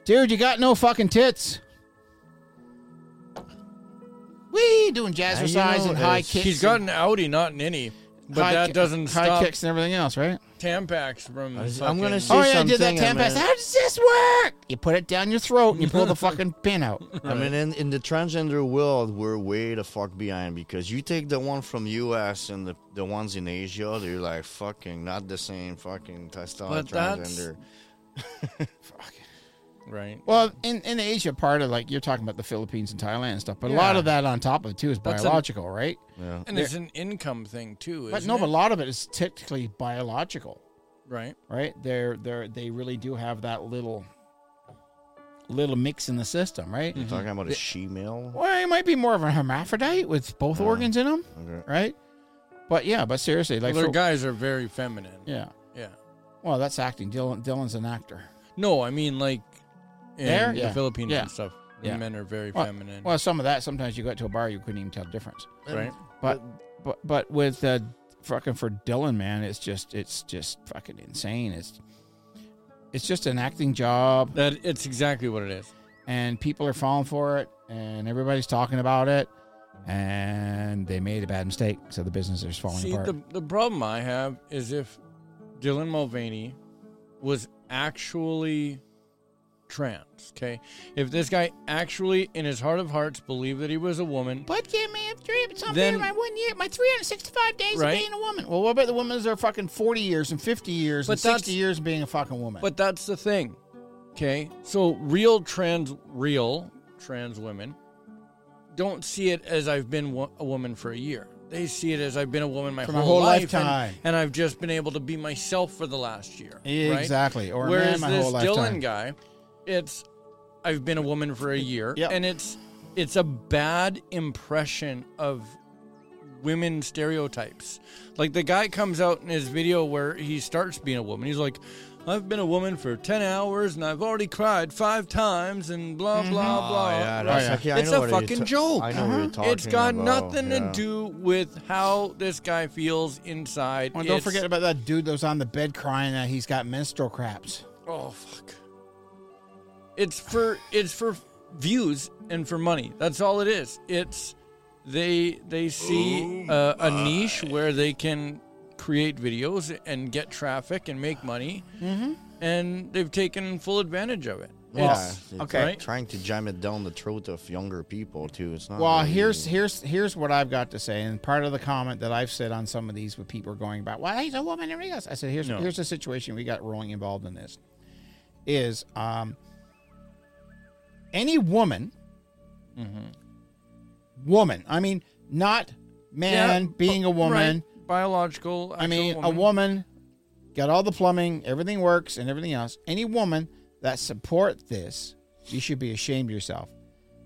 Speaker 1: Dude, you got no fucking tits. Wee, doing jazzercise
Speaker 2: know,
Speaker 1: and high
Speaker 2: uh,
Speaker 1: kicks.
Speaker 3: He's got an Audi, not an innie. But
Speaker 1: high
Speaker 3: that
Speaker 1: ki-
Speaker 3: doesn't
Speaker 1: high
Speaker 3: stop
Speaker 1: kicks and everything else, right?
Speaker 3: Tampax from.
Speaker 2: I was- I'm gonna
Speaker 3: fucking-
Speaker 2: say-
Speaker 1: Oh yeah, I did that
Speaker 2: something,
Speaker 1: ten
Speaker 2: I'm
Speaker 1: pass.
Speaker 2: in.
Speaker 1: How does this work? You put it down your throat and you pull the fucking pin out.
Speaker 2: I mean, in, in the transgender world, we're way the fuck behind because you take the one from U.S. and the, the ones in Asia, they're like fucking not the same fucking testosterone
Speaker 3: But that's-
Speaker 2: transgender.
Speaker 3: Right.
Speaker 1: Well, in, in the Asia part of like you're talking about the Philippines and Thailand and stuff, but a lot
Speaker 3: Yeah.
Speaker 1: of that on top of it too is
Speaker 3: That's an-
Speaker 1: biological, right?
Speaker 2: Yeah.
Speaker 3: And it's an income thing too.
Speaker 1: But
Speaker 3: isn't
Speaker 1: no,
Speaker 3: it?
Speaker 1: but a lot of it is technically biological,
Speaker 3: right.
Speaker 1: right? They're they're they really do have that little little mix in the system, right?
Speaker 3: Mm. Mm-hmm.
Speaker 2: You're talking about a she male?
Speaker 1: Well, it might be more of a hermaphrodite with both organs in them,
Speaker 2: Okay.
Speaker 1: right? But yeah, but seriously, like
Speaker 3: Well, their
Speaker 1: for-
Speaker 3: guys are very feminine.
Speaker 1: yeah.
Speaker 3: Yeah.
Speaker 1: Well, that's acting. Dylan Dylan's an actor.
Speaker 3: No, I mean like in
Speaker 1: There?
Speaker 3: the
Speaker 1: Yeah.
Speaker 3: Philippines
Speaker 1: Yeah.
Speaker 3: and stuff.
Speaker 1: Yeah.
Speaker 3: The men are very
Speaker 1: Well-
Speaker 3: feminine.
Speaker 1: Well, some of that sometimes you go to a bar you couldn't even tell the difference.
Speaker 3: right.
Speaker 1: But but but with uh, fucking for Dylan, man, it's just it's just fucking insane. It's it's just an acting job,
Speaker 3: That it's exactly what it is.
Speaker 1: and people are falling for it, and everybody's talking about it, and they made a bad mistake, so the business is falling
Speaker 3: See,
Speaker 1: apart.
Speaker 3: the the problem I have is if Dylan Mulvaney was actually trans, okay? If this guy actually in his heart of hearts believed that he was a woman,
Speaker 1: but give me a dream, something
Speaker 3: Then-
Speaker 1: in my one year, my 365 days
Speaker 3: Right.
Speaker 1: of being a woman. Well, what about the women that are fucking 40 years and 50 years
Speaker 3: But
Speaker 1: and 60
Speaker 3: that's-
Speaker 1: years of being a fucking woman?
Speaker 3: But that's the thing. Okay. So real trans real trans women don't see it as I've been wo- a woman for a year. They see it as I've been a woman my
Speaker 1: For my
Speaker 3: whole,
Speaker 1: whole
Speaker 3: life, and-
Speaker 1: lifetime.
Speaker 3: And, I've just been able to be myself for the last year. right?
Speaker 1: Exactly. Or a man
Speaker 3: Whereas
Speaker 1: my
Speaker 3: this
Speaker 1: whole
Speaker 3: Dylan
Speaker 1: lifetime.
Speaker 3: guy, it's I've been a woman for a year,
Speaker 1: Yep.
Speaker 3: and it's it's a bad impression of women stereotypes. Like the guy comes out in his video where he starts being a woman. He's like, "I've been a woman for ten hours, and I've already cried five times, and blah
Speaker 1: Mm-hmm.
Speaker 3: blah
Speaker 1: Oh,
Speaker 3: blah."
Speaker 2: yeah,
Speaker 3: Right?
Speaker 2: that's like, yeah, I
Speaker 3: oh, it's
Speaker 2: know
Speaker 3: a
Speaker 2: what you're
Speaker 3: fucking
Speaker 2: ta-
Speaker 3: joke. Uh-huh.
Speaker 2: I know what you're talking
Speaker 3: It's got
Speaker 2: about,
Speaker 3: nothing
Speaker 2: yeah.
Speaker 3: to do with how this guy feels inside.
Speaker 1: Well, don't
Speaker 3: It's-
Speaker 1: forget about that dude that was on the bed crying that he's got menstrual craps.
Speaker 3: Oh fuck. It's for it's for views and for money. That's all it is. It's they they see uh, a niche where they can create videos and get traffic and make money,
Speaker 1: Mm-hmm.
Speaker 3: and they've taken full advantage of it. It's-
Speaker 2: Yeah,
Speaker 1: okay.
Speaker 2: It's trying to jam it down the throat of younger people too. It's not.
Speaker 3: Oh,
Speaker 1: Well,
Speaker 2: really-
Speaker 1: here's here's here's what I've got to say, and part of the comment that I've said on some of these, with people are going about, "Why he's a woman and everything else." I said, "Here's
Speaker 3: No.
Speaker 1: here's the situation we got rolling involved in this, is um, any woman, woman. I mean, not man
Speaker 3: Mm-hmm. Yeah,
Speaker 1: being a
Speaker 3: right.
Speaker 1: woman.
Speaker 3: biological.
Speaker 1: I
Speaker 3: actual
Speaker 1: mean, a woman got all the plumbing, everything works, and everything else. Any woman that support this, you should be ashamed of yourself,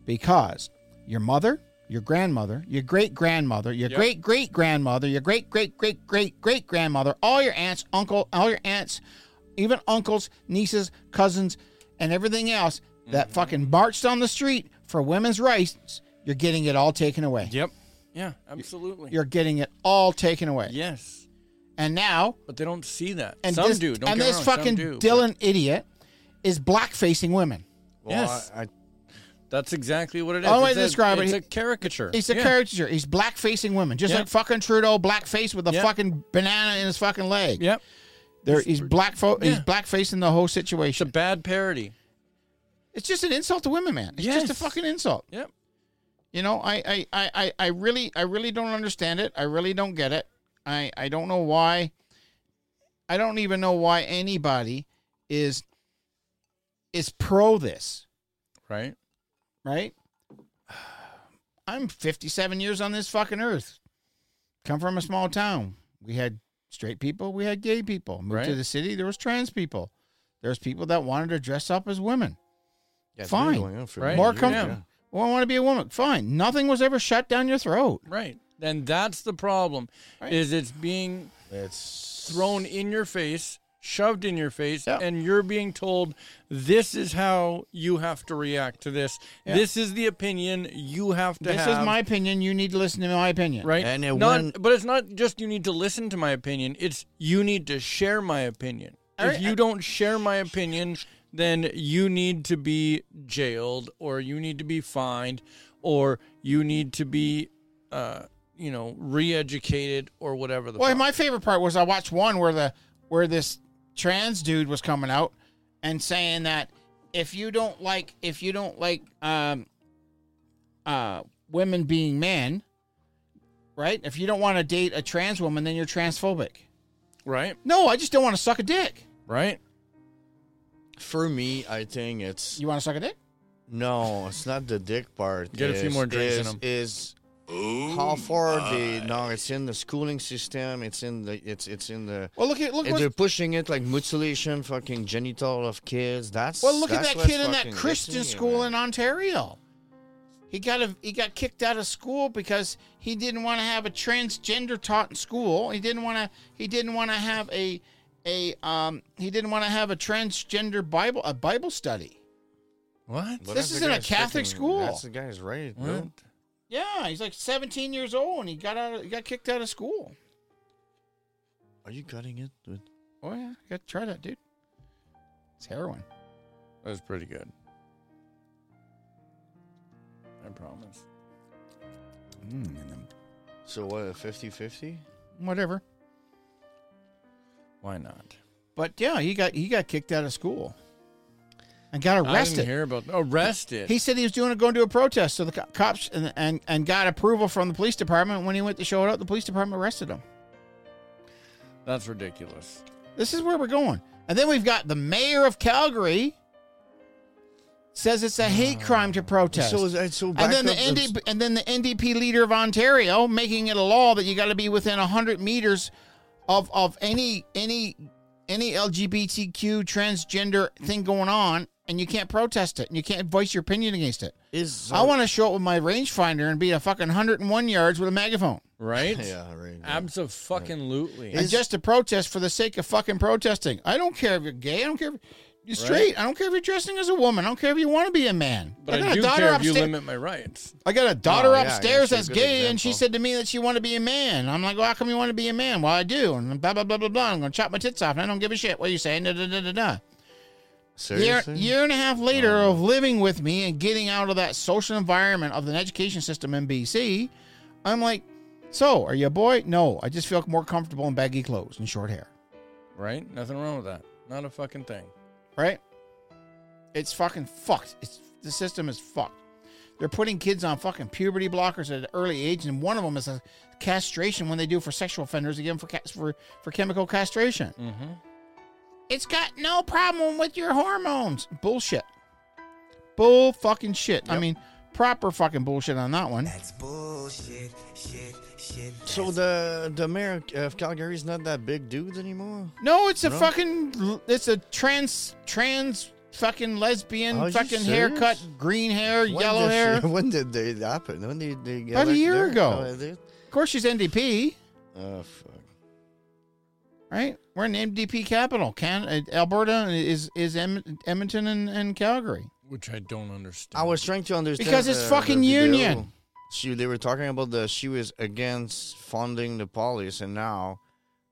Speaker 1: because your mother, your grandmother, your great grandmother, your
Speaker 3: Yep.
Speaker 1: great great grandmother, your great great great great great grandmother, all your aunts, uncle, all your aunts, even uncles, nieces, cousins, and everything else that fucking marched on the street for women's rights. You're getting it all taken away.
Speaker 3: Yep. Yeah. Absolutely.
Speaker 1: You're getting it all taken away.
Speaker 3: yes.
Speaker 1: And now
Speaker 3: But they don't see that.
Speaker 1: and
Speaker 3: some
Speaker 1: this,
Speaker 3: do. Don't
Speaker 1: and
Speaker 3: get me
Speaker 1: this
Speaker 3: wrong, some
Speaker 1: fucking
Speaker 3: do, but
Speaker 1: Dylan idiot is blackfacing women.
Speaker 2: Well,
Speaker 3: yes.
Speaker 2: I, I,
Speaker 3: That's exactly what it is.
Speaker 1: Only way
Speaker 3: It's
Speaker 1: to
Speaker 3: a-
Speaker 1: describe it,
Speaker 3: It's
Speaker 1: he-
Speaker 3: a caricature.
Speaker 1: He's a
Speaker 3: Yeah.
Speaker 1: caricature. He's blackfacing women, just
Speaker 3: Yeah.
Speaker 1: like fucking Trudeau blackface with a
Speaker 3: Yeah.
Speaker 1: fucking banana in his fucking leg.
Speaker 3: Yep.
Speaker 1: there, he's black. He's
Speaker 3: Yeah.
Speaker 1: blackfacing the whole
Speaker 3: It's a
Speaker 1: situation.
Speaker 3: bad parody.
Speaker 1: It's just an insult to women, man. It's just a
Speaker 3: Yes.
Speaker 1: fucking insult.
Speaker 3: Yep.
Speaker 1: You know, I, I, I, I, I really, I really don't understand it. I really don't get it. I, I don't know why. I don't even know why anybody is is pro this.
Speaker 3: Right.
Speaker 1: right? I'm 57 years on this fucking earth. Come from a small town. We had straight people, we had gay people. Moved to
Speaker 3: Right.
Speaker 1: the city, there was trans people. There's people that wanted to dress up as women.
Speaker 2: yeah, it's been
Speaker 1: Fine.
Speaker 2: going on for
Speaker 3: Right.
Speaker 2: many
Speaker 1: More
Speaker 2: years,
Speaker 1: comfortable.
Speaker 2: yeah.
Speaker 1: Well, I want to be a woman. Fine. Nothing was ever shut down your throat.
Speaker 3: Right. And that's the problem
Speaker 1: Right.
Speaker 3: is it's being
Speaker 2: It's
Speaker 3: thrown in your face, shoved in your face,
Speaker 1: Yeah.
Speaker 3: and you're being told this is how you have to react to this.
Speaker 1: Yeah.
Speaker 3: This is the opinion you have to
Speaker 1: This
Speaker 3: have.
Speaker 1: is my opinion. You need to listen to my opinion.
Speaker 3: right.
Speaker 2: And it
Speaker 3: Not-
Speaker 2: went-
Speaker 3: but it's not just you need to listen to my opinion, it's you need to share my opinion.
Speaker 1: Alright,
Speaker 3: If you
Speaker 1: I-
Speaker 3: don't share my opinion, then you need to be jailed or you need to be fined or you need to be uh you know, re-educated or whatever the.
Speaker 1: Well,
Speaker 3: fuck.
Speaker 1: my favorite part was I watched one where the where this trans dude was coming out and saying that if you don't like if you don't like um uh women being men, right? If you don't want to date a trans woman, then you're transphobic.
Speaker 3: right,
Speaker 1: No, I just don't want to suck a dick.
Speaker 3: right.
Speaker 2: for me. I think it's
Speaker 1: You want to suck a dick?
Speaker 2: No, it's not the dick part.
Speaker 3: Get a few
Speaker 2: It's-
Speaker 3: more drinks in
Speaker 2: is- Is
Speaker 3: him.
Speaker 2: how far they? No, it's in the schooling system. It's in the. It's it's in the.
Speaker 1: Well, look at look
Speaker 2: And
Speaker 1: what
Speaker 2: they're pushing it like mutilation, fucking genital of kids. That's
Speaker 1: Well, look
Speaker 2: that's
Speaker 1: at that
Speaker 2: what
Speaker 1: kid in
Speaker 2: fucking
Speaker 1: that
Speaker 2: gets
Speaker 1: Christian
Speaker 2: me,
Speaker 1: school
Speaker 2: man.
Speaker 1: in Ontario. He got a, he got kicked out of school because he didn't want to have a transgender taught in school. He didn't want to he didn't want to have a a um he didn't want to have a transgender Bible a Bible study.
Speaker 3: What?
Speaker 2: But
Speaker 1: this
Speaker 2: that's
Speaker 1: is
Speaker 2: the
Speaker 1: in a
Speaker 2: guy's
Speaker 1: Catholic
Speaker 2: fucking-
Speaker 1: school.
Speaker 2: That's the guy's right, bro.
Speaker 3: What?
Speaker 1: Yeah, he's like 17 years old and he got out of, he got kicked out of school.
Speaker 2: Are you cutting it? Dude?
Speaker 1: Oh yeah, you got to try that, dude. It's heroin.
Speaker 3: That was pretty good. I promise.
Speaker 2: So what? a 50-50?
Speaker 1: Whatever.
Speaker 3: Why not?
Speaker 1: But yeah, he got he got kicked out of school and got
Speaker 3: I
Speaker 1: arrested.
Speaker 3: didn't hear about arrested.
Speaker 1: He said he was doing a, going to a protest, so the co- cops and, and and got approval from the police department. When he went to show it up, the police department arrested him.
Speaker 3: That's ridiculous.
Speaker 1: This is where we're going. And then we've got the mayor of Calgary says it's a hate crime to protest.
Speaker 2: So, is- so back
Speaker 1: and then the
Speaker 2: up the-
Speaker 1: NDP, and then the NDP leader of Ontario making it a law that you got to be within hundred meters of of any any any LGBTQ transgender thing going on, and you can't protest it, and you can't voice your opinion against it.
Speaker 2: is
Speaker 3: Oh.
Speaker 1: I want to show up with my rangefinder and be a fucking hundred and one yards with a megaphone,
Speaker 3: right?
Speaker 2: Yeah, right.
Speaker 3: Absolutely.
Speaker 1: and just to protest for the sake of fucking protesting. I don't care if you're gay. I don't care if you're straight. I don't care if you're dressing as a woman. I don't care if you want to be a man.
Speaker 3: But
Speaker 1: got
Speaker 3: I
Speaker 1: a
Speaker 3: do
Speaker 1: daughter
Speaker 3: care if you
Speaker 1: upsta-
Speaker 3: limit Oh, my rights.
Speaker 1: I got a daughter
Speaker 2: yeah,
Speaker 1: upstairs
Speaker 2: yeah, she's
Speaker 1: that's
Speaker 2: a good
Speaker 1: gay, and she
Speaker 2: example.
Speaker 1: said to me that she wanted to be a man. I'm like, well, how come you want to be a man? Well, I do, and blah blah blah blah blah. I'm gonna chop my tits off, and I don't give a shit what you say. Da da da da da. Year,
Speaker 2: Seriously?
Speaker 1: year and a half later of living with me and getting out of that social environment of an education system in BC, I'm like, so are you a boy? No, I just feel more comfortable in baggy clothes and short hair.
Speaker 3: Right? Nothing wrong with that. Not a fucking thing.
Speaker 1: right? It's fucking fucked. It's the system is fucked. They're putting kids on fucking puberty blockers at an early age, and one of them is a castration when they do for sexual offenders again for cas- for for chemical castration. It's got no problem with your hormones. Bullshit. Bull fucking shit. I mean, proper fucking bullshit on that one.
Speaker 6: That's bullshit, shit, shit.
Speaker 2: So the the mayor of Calgary is not that big dude anymore.
Speaker 1: No, it's a
Speaker 2: No.
Speaker 1: fucking it's a trans trans fucking lesbian
Speaker 2: Are you
Speaker 1: fucking
Speaker 2: serious?
Speaker 1: haircut, green hair,
Speaker 2: When
Speaker 1: yellow
Speaker 2: did-
Speaker 1: hair.
Speaker 2: When did they happen? When did they
Speaker 1: About a year ago.
Speaker 2: Oh, they-
Speaker 1: Of course, she's NDP,
Speaker 2: oh, fuck.
Speaker 1: right? We're in NDP capital. Can uh, Alberta is is Em- Edmonton and, and Calgary.
Speaker 3: Which I don't understand.
Speaker 2: I was trying to understand
Speaker 1: Because it's
Speaker 2: the-
Speaker 1: fucking
Speaker 2: the video.
Speaker 1: union.
Speaker 2: She they were talking about the she was against funding the police, and now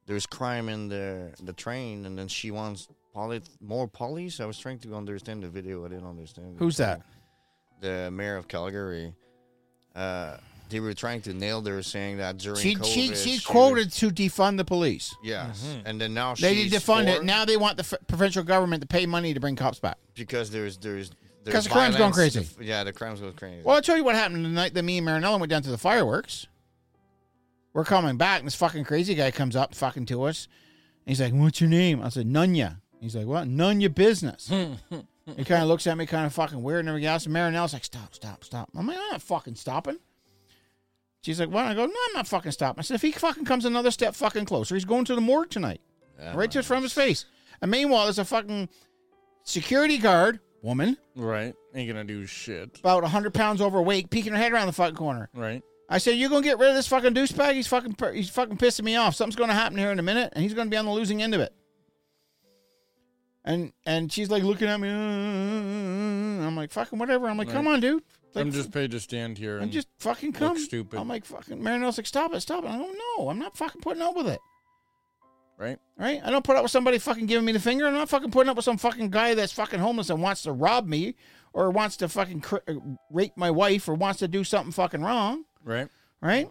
Speaker 2: there's crime in the the train, and then she wants poli- more police. I was trying to understand the video. I didn't understand. it.
Speaker 1: Who's that?
Speaker 2: The mayor of Calgary. Uh, they were trying to nail. They were saying that during
Speaker 1: She
Speaker 2: COVID,
Speaker 1: she she
Speaker 2: was-
Speaker 1: quoted to defund the police.
Speaker 2: Yes, and then now
Speaker 1: They
Speaker 2: she's
Speaker 1: need to fund
Speaker 2: for-
Speaker 1: it. Now they want the f- provincial government to pay money to bring cops back.
Speaker 2: because there's there's
Speaker 1: Because
Speaker 2: there's
Speaker 1: the crime's going
Speaker 2: violence.
Speaker 1: crazy.
Speaker 2: The- yeah, the crime's going crazy.
Speaker 1: Well, I'll tell you what happened the night that me and Marinella went down to the fireworks. We're coming back, and this fucking crazy guy comes up fucking to us. And he's like, What's your name? I said, Nunya. He's like, What? None your business. he kind of looks at me kind of fucking weird and everything else. And Marinella's like, Stop, stop, stop. I'm like, I'm not fucking stopping. She's like, What? I go, No, I'm not fucking stopping. I said, If he fucking comes another step fucking closer, he's going to the morgue tonight. right to from his face. And meanwhile, there's a fucking security guard, woman,
Speaker 3: right. Ain't gonna do shit.
Speaker 1: about 100 pounds overweight, peeking her head around the fucking corner.
Speaker 3: Right.
Speaker 1: I said, "You're gonna get rid of this fucking douchebag. He's fucking per- he's fucking pissing me off. Something's gonna happen here in a minute, and he's gonna be on the losing end of it." And and she's like looking at me. "Uh, uh, uh, uh." I'm like, "Fucking whatever." I'm like, "Come
Speaker 3: Right.
Speaker 1: on, dude." Like,
Speaker 3: I'm just paid to stand here
Speaker 1: I'm
Speaker 3: and
Speaker 1: just fucking come.
Speaker 3: stupid.
Speaker 1: I'm like, "Fucking Marinelle's like, stop it, stop it." I don't know. I'm not fucking putting up with it.
Speaker 3: right.
Speaker 1: Right? I don't put up with somebody fucking giving me the finger. I'm not fucking putting up with some fucking guy that's fucking homeless and wants to rob me, or wants to fucking cr- uh, rape my wife, or wants to do something fucking wrong.
Speaker 3: Right.
Speaker 1: right?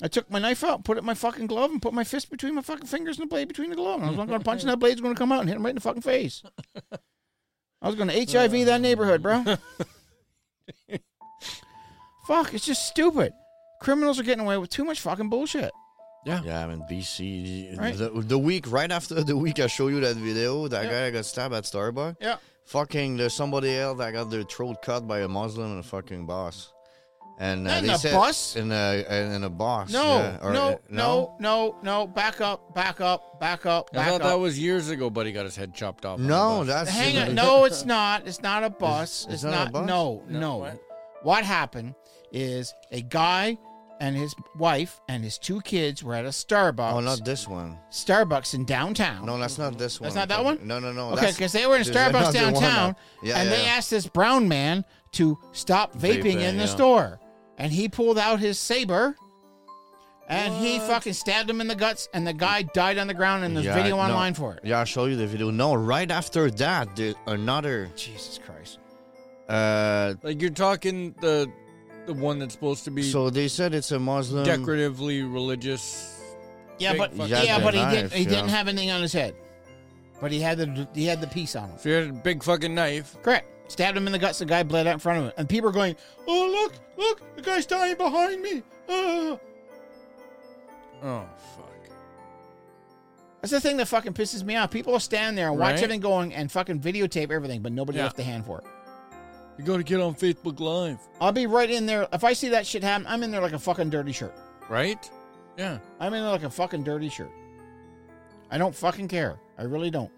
Speaker 1: I took my knife out, put it in my fucking glove, and put my fist between my fucking fingers and the blade between the glove. And I was going to punch, and that blade's going to come out and hit him right in the fucking face. I was going to HIV that neighborhood, bro. Fuck, it's just stupid. Criminals are getting away with too much fucking bullshit.
Speaker 2: Yeah, I'm in BC.
Speaker 1: Right.
Speaker 2: The, the week right after the week I show you that video, that guy got stabbed at Starbucks.
Speaker 1: Yeah.
Speaker 2: Fucking, there's somebody else that got their throat cut by a Muslim and a fucking boss. And uh,
Speaker 1: Not in
Speaker 2: they
Speaker 1: a
Speaker 2: said,
Speaker 1: bus?
Speaker 2: In a in in a boss.
Speaker 1: No,
Speaker 2: yeah, or, uh,
Speaker 1: no, no, no, no. Back up, back up, back up,
Speaker 3: I
Speaker 1: back
Speaker 3: thought
Speaker 1: up.
Speaker 3: that was years ago, but he got his head chopped off. on the
Speaker 2: no,
Speaker 3: bus.
Speaker 2: that's
Speaker 1: Hang on. No, it's not. It's not a bus. It's,
Speaker 2: it's
Speaker 1: not.
Speaker 2: not a bus?
Speaker 1: No, no.
Speaker 3: No, what?
Speaker 1: What happened is a guy and his wife and his two kids were at a Starbucks.
Speaker 2: Oh, not this one.
Speaker 1: Starbucks in downtown.
Speaker 2: No, that's not this one.
Speaker 1: That's not that one?
Speaker 2: No, no, no.
Speaker 1: okay,
Speaker 2: that's-
Speaker 1: because they were in
Speaker 2: there's
Speaker 1: Starbucks
Speaker 2: another one
Speaker 1: downtown,
Speaker 2: up. Yeah,
Speaker 1: and
Speaker 2: yeah,
Speaker 1: they
Speaker 2: yeah.
Speaker 1: asked this brown man to stop vaping,
Speaker 2: Vaping,
Speaker 1: in the
Speaker 2: yeah.
Speaker 1: store, and he pulled out his saber. And he fucking stabbed him in the guts, and the guy died on the ground, and there's
Speaker 2: Yeah,
Speaker 1: video
Speaker 2: no.
Speaker 1: online for it.
Speaker 2: Yeah, I'll show you the video. No, right after that, there's another.
Speaker 1: Jesus Christ.
Speaker 2: Uh,
Speaker 3: Like you're talking the the one that's supposed to be
Speaker 2: so um, they said it's a Muslim.
Speaker 3: decoratively religious.
Speaker 1: Yeah,
Speaker 3: Big
Speaker 1: but
Speaker 3: fucking
Speaker 1: yeah,
Speaker 2: Yeah,
Speaker 1: but he
Speaker 2: knife,
Speaker 1: didn't. He
Speaker 2: yeah.
Speaker 1: didn't have anything on his head. But he had the he had the piece on him.
Speaker 3: If you had a big fucking knife,
Speaker 1: Correct. Stabbed him in the guts. The guy bled out in front of him, and people are going, "Oh look, look! The guy's dying behind me." Ah.
Speaker 3: oh fuck.
Speaker 1: That's the thing that fucking pisses me off. People stand there and watch
Speaker 3: Right.
Speaker 1: everything going and fucking videotape everything, but nobody
Speaker 3: Yeah.
Speaker 1: left a hand for it.
Speaker 3: You got to get on Facebook Live,
Speaker 1: I'll be right in there. If I see that shit happen, I'm in there like a fucking dirty shirt.
Speaker 3: right? Yeah.
Speaker 1: I'm in there like a fucking dirty shirt. I don't fucking care. I really don't.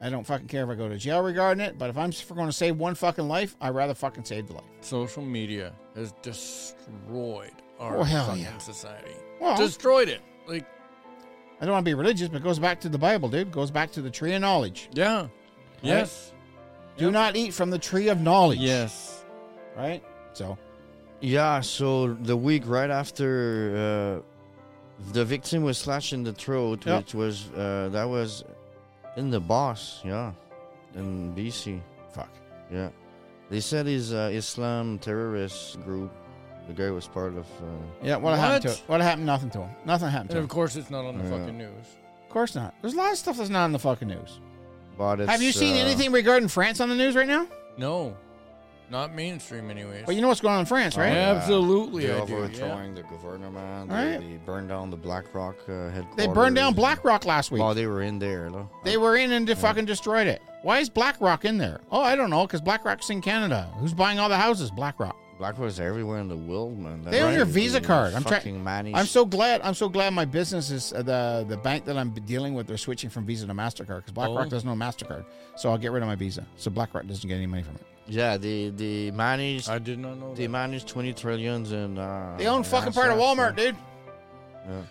Speaker 1: I don't fucking care if I go to jail regarding it, but if I'm going to save one fucking life, I'd rather fucking save the life.
Speaker 3: Social media has destroyed our
Speaker 1: Oh, hell
Speaker 3: fucking
Speaker 1: yeah.
Speaker 3: society.
Speaker 1: Well-
Speaker 3: destroyed it. Like,
Speaker 1: I don't want to be religious, but it goes back to the Bible, dude. It goes back to the tree of knowledge.
Speaker 3: yeah. Yes.
Speaker 1: Do not eat from the tree of knowledge.
Speaker 3: Yes.
Speaker 1: Right? So,
Speaker 2: Yeah, so the week right after uh, the victim was slashed in the throat,
Speaker 1: Yeah.
Speaker 2: which was uh, that was in the boss, yeah, in BC,
Speaker 1: fuck.
Speaker 2: yeah. They said his uh, Islam terrorist group. The guy was part of. Uh,
Speaker 1: Yeah, what, happened to
Speaker 3: What?
Speaker 1: it? What happened? Nothing to him. Nothing happened
Speaker 3: And
Speaker 1: to
Speaker 3: of
Speaker 1: him.
Speaker 3: course, it's not on the
Speaker 2: Yeah.
Speaker 3: fucking news.
Speaker 1: Of course not. There's a lot of stuff that's not on the fucking news.
Speaker 2: but it's,
Speaker 1: Have you seen
Speaker 2: uh,
Speaker 1: anything regarding France on the news right now?
Speaker 3: No, not mainstream, anyways.
Speaker 1: Well, you know what's going on in France,
Speaker 2: oh,
Speaker 1: right?
Speaker 3: yeah. Absolutely,
Speaker 2: They're
Speaker 3: I do, yeah.
Speaker 2: overthrowing the government. They,
Speaker 1: Right.
Speaker 2: they burned down the BlackRock uh, headquarters.
Speaker 1: They burned down BlackRock last week.
Speaker 2: Oh, they were in there. No?
Speaker 1: They were in and de- fucking destroyed it. Why is BlackRock in there? Oh, I don't know, because BlackRock's in Canada. Who's buying all the houses? BlackRock.
Speaker 2: BlackRock's everywhere in the world, man.
Speaker 1: They own your Visa card. I'm
Speaker 2: trying.
Speaker 1: trying. I'm so glad. I'm so glad my business is uh, the the bank that I'm dealing with. They're switching from Visa to Mastercard because BlackRock
Speaker 3: Oh.
Speaker 1: doesn't own Mastercard. So I'll get rid of my Visa. So BlackRock doesn't get any money from it.
Speaker 2: Yeah, they they managed
Speaker 3: I did not know
Speaker 2: they
Speaker 3: that.
Speaker 2: managed twenty trillions and uh,
Speaker 1: They own
Speaker 2: in
Speaker 1: fucking part of
Speaker 2: assets,
Speaker 1: Walmart,
Speaker 2: yeah.
Speaker 1: dude.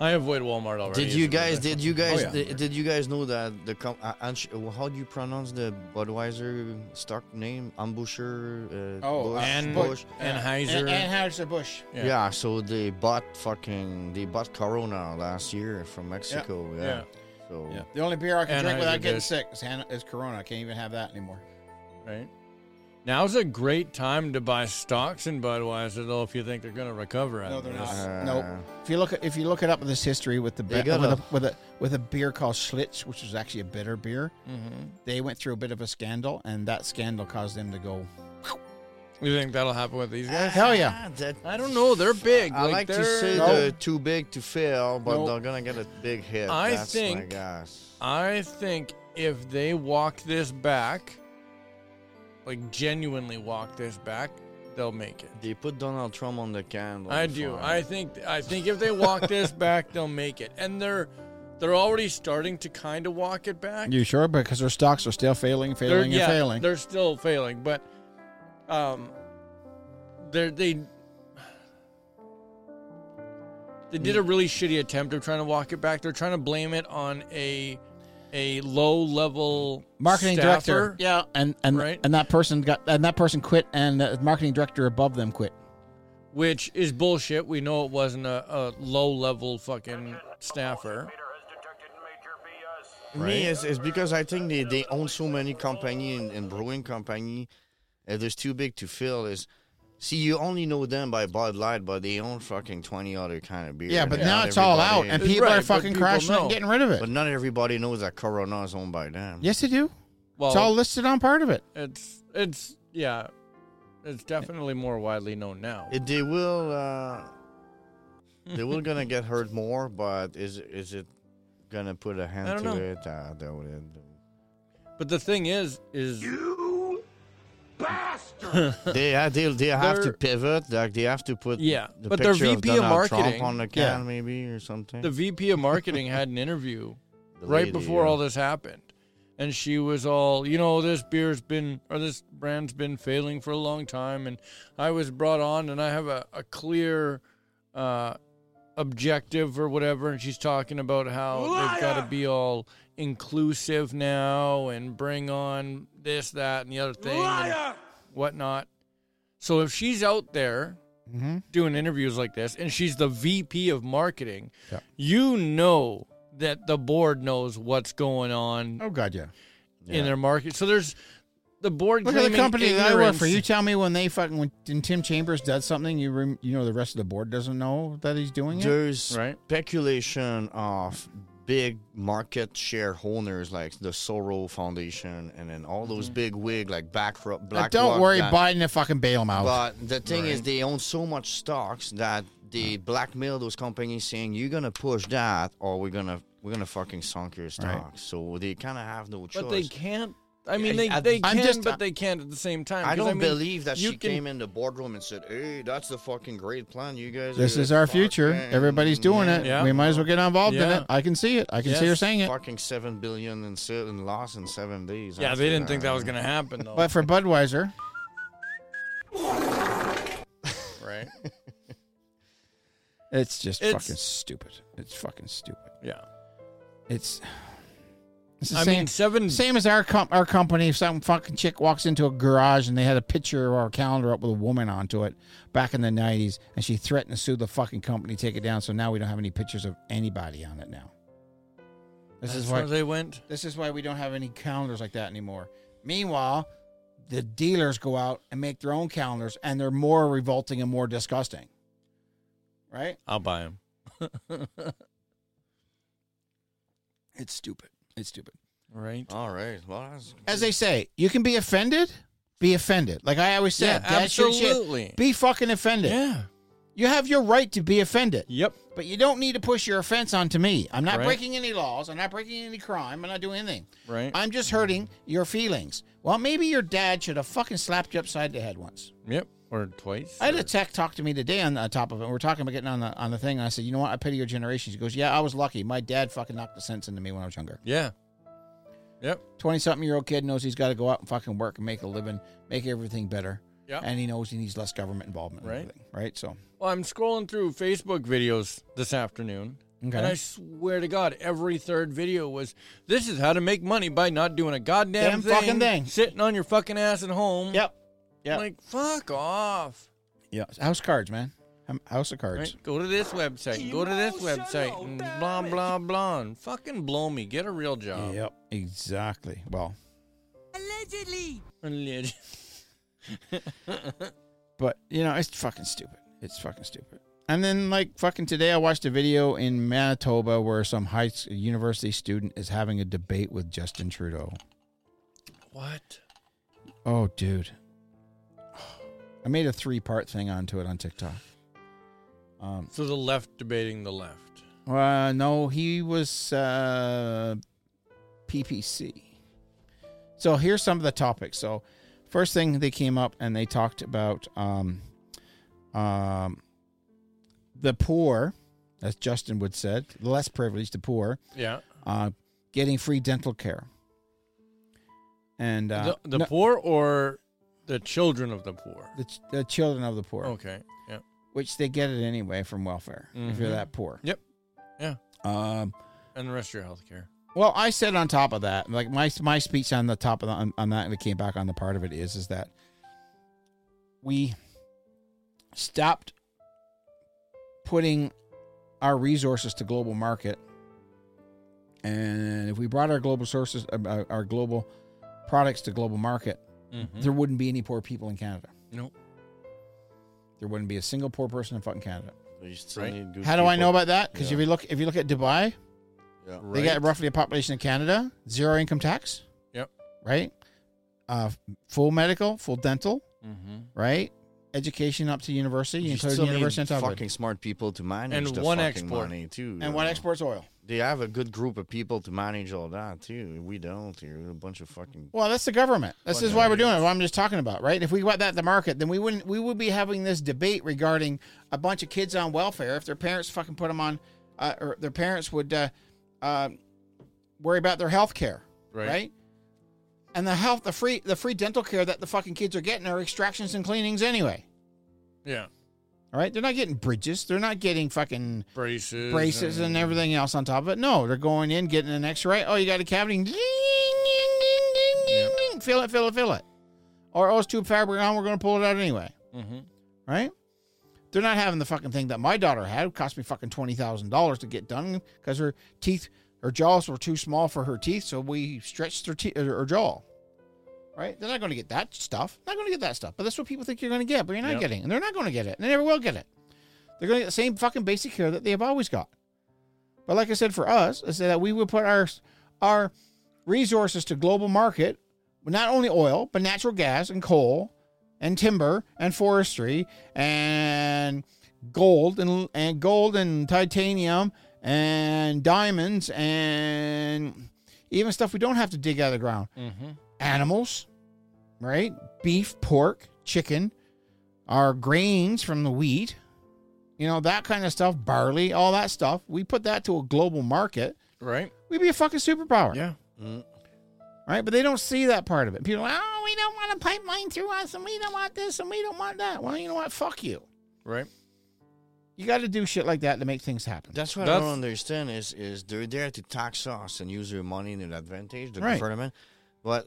Speaker 3: I avoid Walmart already.
Speaker 2: Did
Speaker 3: as
Speaker 2: you
Speaker 3: it
Speaker 2: guys?
Speaker 3: is.
Speaker 2: Did you
Speaker 1: Oh,
Speaker 2: guys?
Speaker 3: yeah.
Speaker 2: Did, did you guys know that the com- uh, Ansch- uh, how do you pronounce the Budweiser stock name? Ambusher. Uh,
Speaker 1: Oh,
Speaker 2: Bush,
Speaker 3: And
Speaker 2: Bush.
Speaker 3: Anheuser.
Speaker 1: And, and Harris Bush.
Speaker 2: Yeah. so they bought fucking they bought Corona last year from Mexico. Yeah.
Speaker 3: Yeah.
Speaker 2: So
Speaker 3: Yeah.
Speaker 1: The only beer I can drink without getting
Speaker 3: Anheuser-Busch.
Speaker 1: sick is, Han- is Corona. I can't even have that anymore.
Speaker 3: Right. Now's a great time to buy stocks in Budweiser, though, if you think they're going to recover. out
Speaker 1: No,
Speaker 3: of
Speaker 1: they're
Speaker 3: this.
Speaker 1: not.
Speaker 2: Uh,
Speaker 1: nope. If you look, at, if you look it up in this history with the be-
Speaker 2: They got
Speaker 1: with,
Speaker 2: a-
Speaker 1: a, with a with a beer called Schlitz, which is actually a bitter beer, they went through a bit of a scandal, and that scandal caused them to go.
Speaker 3: You think that'll happen with these guys?
Speaker 1: Hell yeah!
Speaker 2: Ah, that-
Speaker 3: I don't know. They're big.
Speaker 2: I like to
Speaker 3: they're-
Speaker 2: say
Speaker 1: No.
Speaker 2: they're too big to fail, but
Speaker 1: No.
Speaker 2: they're gonna get a big hit.
Speaker 3: I
Speaker 2: That's my
Speaker 3: think-
Speaker 2: guess.
Speaker 3: I think if they walk this back, like genuinely walk this back, they'll make it.
Speaker 2: They put Donald Trump on the candle.
Speaker 3: I do.
Speaker 2: for-
Speaker 3: I think. I think if they walk this back, they'll make it. And they're they're already starting to kind of walk it back.
Speaker 1: You sure? Because their stocks are still failing,
Speaker 3: they're,
Speaker 1: failing,
Speaker 3: yeah,
Speaker 1: and failing.
Speaker 3: They're still failing, but um, they're they they did a
Speaker 1: Mm.
Speaker 3: really shitty attempt of trying to walk it back. They're trying to blame it on a a low level
Speaker 1: marketing director,
Speaker 3: staffer.
Speaker 1: yeah, and and
Speaker 3: right?
Speaker 1: and that person got and that person quit, and the marketing director above them quit.
Speaker 3: which is bullshit. We know it wasn't a, a low level fucking staffer.
Speaker 2: Me, it's, it's because I think they, they own so many company and, and brewing company, and there's too big to fail. Is see, you only know them by Bud Light, but they own fucking twenty other kind of beer.
Speaker 1: Yeah, but
Speaker 2: and
Speaker 1: now
Speaker 2: not
Speaker 1: it's all out,
Speaker 2: everybody-
Speaker 1: and
Speaker 3: It's
Speaker 1: people
Speaker 3: right,
Speaker 1: are
Speaker 3: but
Speaker 1: fucking
Speaker 3: people
Speaker 1: crashing it
Speaker 3: know.
Speaker 1: and getting rid of it.
Speaker 2: but not everybody knows that Corona is owned by them.
Speaker 1: yes, they do.
Speaker 3: Well,
Speaker 1: it's all listed on part of it.
Speaker 3: it's it's yeah, it's definitely more widely known now.
Speaker 2: It- they will. Uh, they will gonna get hurt more, but is is it gonna put a
Speaker 3: I
Speaker 2: hand
Speaker 3: don't
Speaker 2: to
Speaker 3: know.
Speaker 2: it? Ah, I doubt it.
Speaker 3: but the thing is, is
Speaker 2: They uh, they they have to
Speaker 3: They're-
Speaker 2: pivot. Like they have to put
Speaker 3: Yeah,
Speaker 2: the
Speaker 3: but their
Speaker 2: picture of
Speaker 3: VP of
Speaker 2: Donald Trump
Speaker 3: marketing-
Speaker 2: on the
Speaker 1: Yeah.
Speaker 2: can maybe or something.
Speaker 3: the VP of marketing had an interview
Speaker 2: The
Speaker 3: right
Speaker 2: lady,
Speaker 3: before
Speaker 2: yeah.
Speaker 3: all this happened. And she was all, you know, this beer's been, or this brand's been failing for a long time. And I was brought on and I have a, a clear uh, objective or whatever. And she's talking about how they've got to be all inclusive now and bring on this, that, and the other thing and whatnot. So if she's out there
Speaker 1: Mm-hmm.
Speaker 3: doing interviews like this and she's the VP of marketing,
Speaker 1: Yeah.
Speaker 3: you know that the board knows what's going on
Speaker 1: Oh God, yeah.
Speaker 2: Yeah.
Speaker 3: in their market. So there's the board.
Speaker 1: Look at the
Speaker 3: claiming
Speaker 1: company that I work for.
Speaker 3: ignorance.
Speaker 1: You tell me when they fucking when, when Tim Chambers does something, you rem, you know the rest of the board doesn't know that he's doing it.
Speaker 2: uh, There's
Speaker 3: Right.
Speaker 2: speculation of big market shareholders like the Soros Foundation and then all
Speaker 3: Mm-hmm.
Speaker 2: those big wig like
Speaker 3: Uh,
Speaker 2: BlackRock.
Speaker 1: But
Speaker 2: BlackRock
Speaker 1: don't worry,
Speaker 2: that-
Speaker 1: Biden to fucking bail him out.
Speaker 2: But the thing is, they own so much stocks that they blackmail those companies saying you're gonna push that, or we're gonna we're gonna fucking sunk your stocks. So they kind of have no choice.
Speaker 3: but they can't I mean, they,
Speaker 2: I-
Speaker 3: they
Speaker 2: I'm
Speaker 3: can,
Speaker 2: just-
Speaker 3: but they can't at the same time.
Speaker 2: I
Speaker 3: 'cause,
Speaker 2: don't
Speaker 3: mean,
Speaker 2: believe that
Speaker 3: you
Speaker 2: she
Speaker 3: can-
Speaker 2: came in the boardroom and said, "Hey, that's the fucking great plan, you guys."
Speaker 1: This
Speaker 2: are
Speaker 1: is our
Speaker 2: fucking-
Speaker 1: future. Everybody's doing it.
Speaker 3: Yeah.
Speaker 1: We might as well get involved in
Speaker 3: Yeah.
Speaker 1: it. I can see it. I can see her
Speaker 3: Yes.
Speaker 1: saying it.
Speaker 2: Fucking seven billion in, se- in loss in seven days.
Speaker 3: Yeah,
Speaker 2: after
Speaker 3: they didn't think that was gonna happen though,
Speaker 1: But for Budweiser,
Speaker 3: right?
Speaker 1: it's just
Speaker 3: It's-
Speaker 1: fucking stupid. It's fucking stupid.
Speaker 3: Yeah.
Speaker 1: It's. It's the
Speaker 3: I
Speaker 1: same,
Speaker 3: mean, seven.
Speaker 1: same as our com- our company. If some fucking chick walks into a garage and they had a picture or a calendar up with a woman onto it back in the '90s, and she threatened to sue the fucking company, take it down. So now we don't have any pictures of anybody on it now. This
Speaker 3: That's
Speaker 1: is why
Speaker 3: where they went.
Speaker 1: This is why we don't have any calendars like that anymore. Meanwhile, the dealers go out and make their own calendars, and they're more revolting and more disgusting. Right?
Speaker 3: I'll buy them.
Speaker 1: It's stupid. It's stupid.
Speaker 3: Right.
Speaker 2: All right. Well, that's-
Speaker 1: As they say, you can be offended, be offended. Like I always said,
Speaker 3: Yeah,
Speaker 1: that's your
Speaker 3: absolutely.
Speaker 1: Shit. Be fucking offended.
Speaker 3: Yeah.
Speaker 1: You have your right to be offended,
Speaker 3: Yep.
Speaker 1: but you don't need to push your offense onto me. I'm not
Speaker 3: Right.
Speaker 1: breaking any laws. I'm not breaking any crime. I'm not doing anything.
Speaker 3: Right.
Speaker 1: I'm just hurting your feelings. Well, maybe your dad should have fucking slapped you upside the head once.
Speaker 3: yep. Or twice.
Speaker 1: I had a tech talk to me today on the uh, top of it. We are talking about getting on the on the thing, and I said, "You know what? I pity your generation." She goes, "Yeah, I was lucky. My dad fucking knocked the sense into me when I was younger.
Speaker 3: yeah. Yep.
Speaker 1: Twenty-something-year-old kid knows he's got to go out and fucking work and make a living, make everything better,
Speaker 3: Yeah.
Speaker 1: and he knows he needs less government involvement, and
Speaker 3: Right.
Speaker 1: everything, Right? So,
Speaker 3: Well, I'm scrolling through Facebook videos this afternoon.
Speaker 1: Okay.
Speaker 3: And I swear to God, every third video was this is how to make money by not doing a
Speaker 1: Damn
Speaker 3: goddamn
Speaker 1: fucking thing."
Speaker 3: Sitting on your fucking ass at home.
Speaker 1: yep, yep,
Speaker 3: Like, fuck off.
Speaker 1: yeah. House cards, man. Hum- House of cards.
Speaker 3: Right? Go to this website. Go to this website. And blah, blah, blah. And fucking blow me. Get a real job.
Speaker 1: Yep, exactly. Well,
Speaker 3: Alleg-
Speaker 1: But you know, it's fucking stupid. It's fucking stupid. And then like fucking today, I watched a video in Manitoba where some high s- university student is having a debate with Justin Trudeau.
Speaker 3: What?
Speaker 1: Oh, dude. I made a three part thing onto it on TikTok. Um,
Speaker 3: So the left debating the left.
Speaker 1: uh, no, he was uh, PPC. So here's some of the topics. So first thing they came up and they talked about um, um, the poor, as Justin would said, the less privileged, the poor,
Speaker 3: Yeah.
Speaker 1: uh, getting free dental care. And uh,
Speaker 3: the the
Speaker 1: no,
Speaker 3: poor or the children of the poor?
Speaker 1: the, ch- the children of the poor.
Speaker 3: Okay. Yeah.
Speaker 1: which they get it anyway from welfare if you're
Speaker 3: Mhm.
Speaker 1: that poor.
Speaker 3: Yep. Yeah.
Speaker 1: Um,
Speaker 3: And the rest of your health care.
Speaker 1: well, I said on top of that, like my my speech on the top of the, on, on that that came back on the part of it is is that we stopped putting our resources to global market, and if we brought our global sources uh, uh, our global products to global market,
Speaker 2: Hmm.
Speaker 3: Mm-hmm.
Speaker 1: there wouldn't be any poor people in Canada.
Speaker 3: Nope.
Speaker 1: There wouldn't be a single poor person in fucking Canada.
Speaker 2: you still
Speaker 3: Right.
Speaker 2: need good
Speaker 1: How do I
Speaker 2: people.
Speaker 1: know about that? Because
Speaker 2: Yeah.
Speaker 1: if you look, if you look at Dubai,
Speaker 2: Yeah.
Speaker 1: they got roughly a population in Canada, zero income tax.
Speaker 3: Yep.
Speaker 1: Right. Uh, full medical, full dental. Right. Education up to university,
Speaker 2: Mm-hmm. You
Speaker 1: including
Speaker 2: still need
Speaker 1: university on top of it.
Speaker 2: fucking smart people to manage
Speaker 3: And
Speaker 2: the
Speaker 3: one
Speaker 2: fucking
Speaker 3: export.
Speaker 2: money too. you
Speaker 1: And what
Speaker 2: know.
Speaker 1: exports oil?
Speaker 2: They have a good group of people to manage all that too. We don't here. We're A bunch of fucking.
Speaker 1: Well, that's the government. This
Speaker 2: Well,
Speaker 1: is
Speaker 2: no,
Speaker 1: why
Speaker 2: it
Speaker 1: we're doing it. What I'm just talking about, right? If we got that to market, then we wouldn't. We would be having this debate regarding a bunch of kids on welfare if their parents fucking put them on, uh, or their parents would uh, uh, worry about their health care, right.
Speaker 3: Right.
Speaker 1: And the health, the free, the free dental care that the fucking kids are getting are extractions and cleanings anyway.
Speaker 3: Yeah.
Speaker 1: All right, they're not getting bridges. They're not getting fucking
Speaker 3: Braces.
Speaker 1: braces and everything else on top of it. No, they're going in, getting an X-ray. Oh, you got a cavity. Ding, ding, ding, ding, ding,
Speaker 3: Yep.
Speaker 1: ding. Fill it, fill it, fill it. Or oh, it's too fabric on. We're going to pull it out anyway,
Speaker 3: Mhm.
Speaker 1: right? They're not having the fucking thing that my daughter had. It cost me fucking twenty thousand dollars to get done because her teeth, her jaws were too small for her teeth, so we stretched her teeth, her jaw. Right? They're not going to get that stuff. Not going to get that stuff. But that's what people think you're going to get, but you're not
Speaker 3: Yep.
Speaker 1: getting, and they're not going to get it, and they never will get it. They're going to get the same fucking basic care that they have always got. But like I said, for us, is that we would put our our resources to global market, not only oil, but natural gas and coal and timber and forestry and gold and and gold and titanium and diamonds and even stuff we don't have to dig out of the ground.
Speaker 3: Mm-hmm.
Speaker 1: animals, right? Beef, pork, chicken, our grains from the wheat, you know, that kind of stuff, barley, all that stuff. We put that to a global market,
Speaker 3: right?
Speaker 1: we'd be a fucking superpower.
Speaker 3: Yeah.
Speaker 2: Mm.
Speaker 1: Right? But they don't see that part of it. People are like, oh, we don't want a pipeline through us and we don't want this and we don't want that. Well, you know what? Fuck you.
Speaker 3: Right.
Speaker 1: You got to do shit like that to make things happen.
Speaker 2: That's what I
Speaker 3: That's-
Speaker 2: don't understand is is they're there to tax us and use their money in an advantage, the
Speaker 1: Right.
Speaker 2: government. But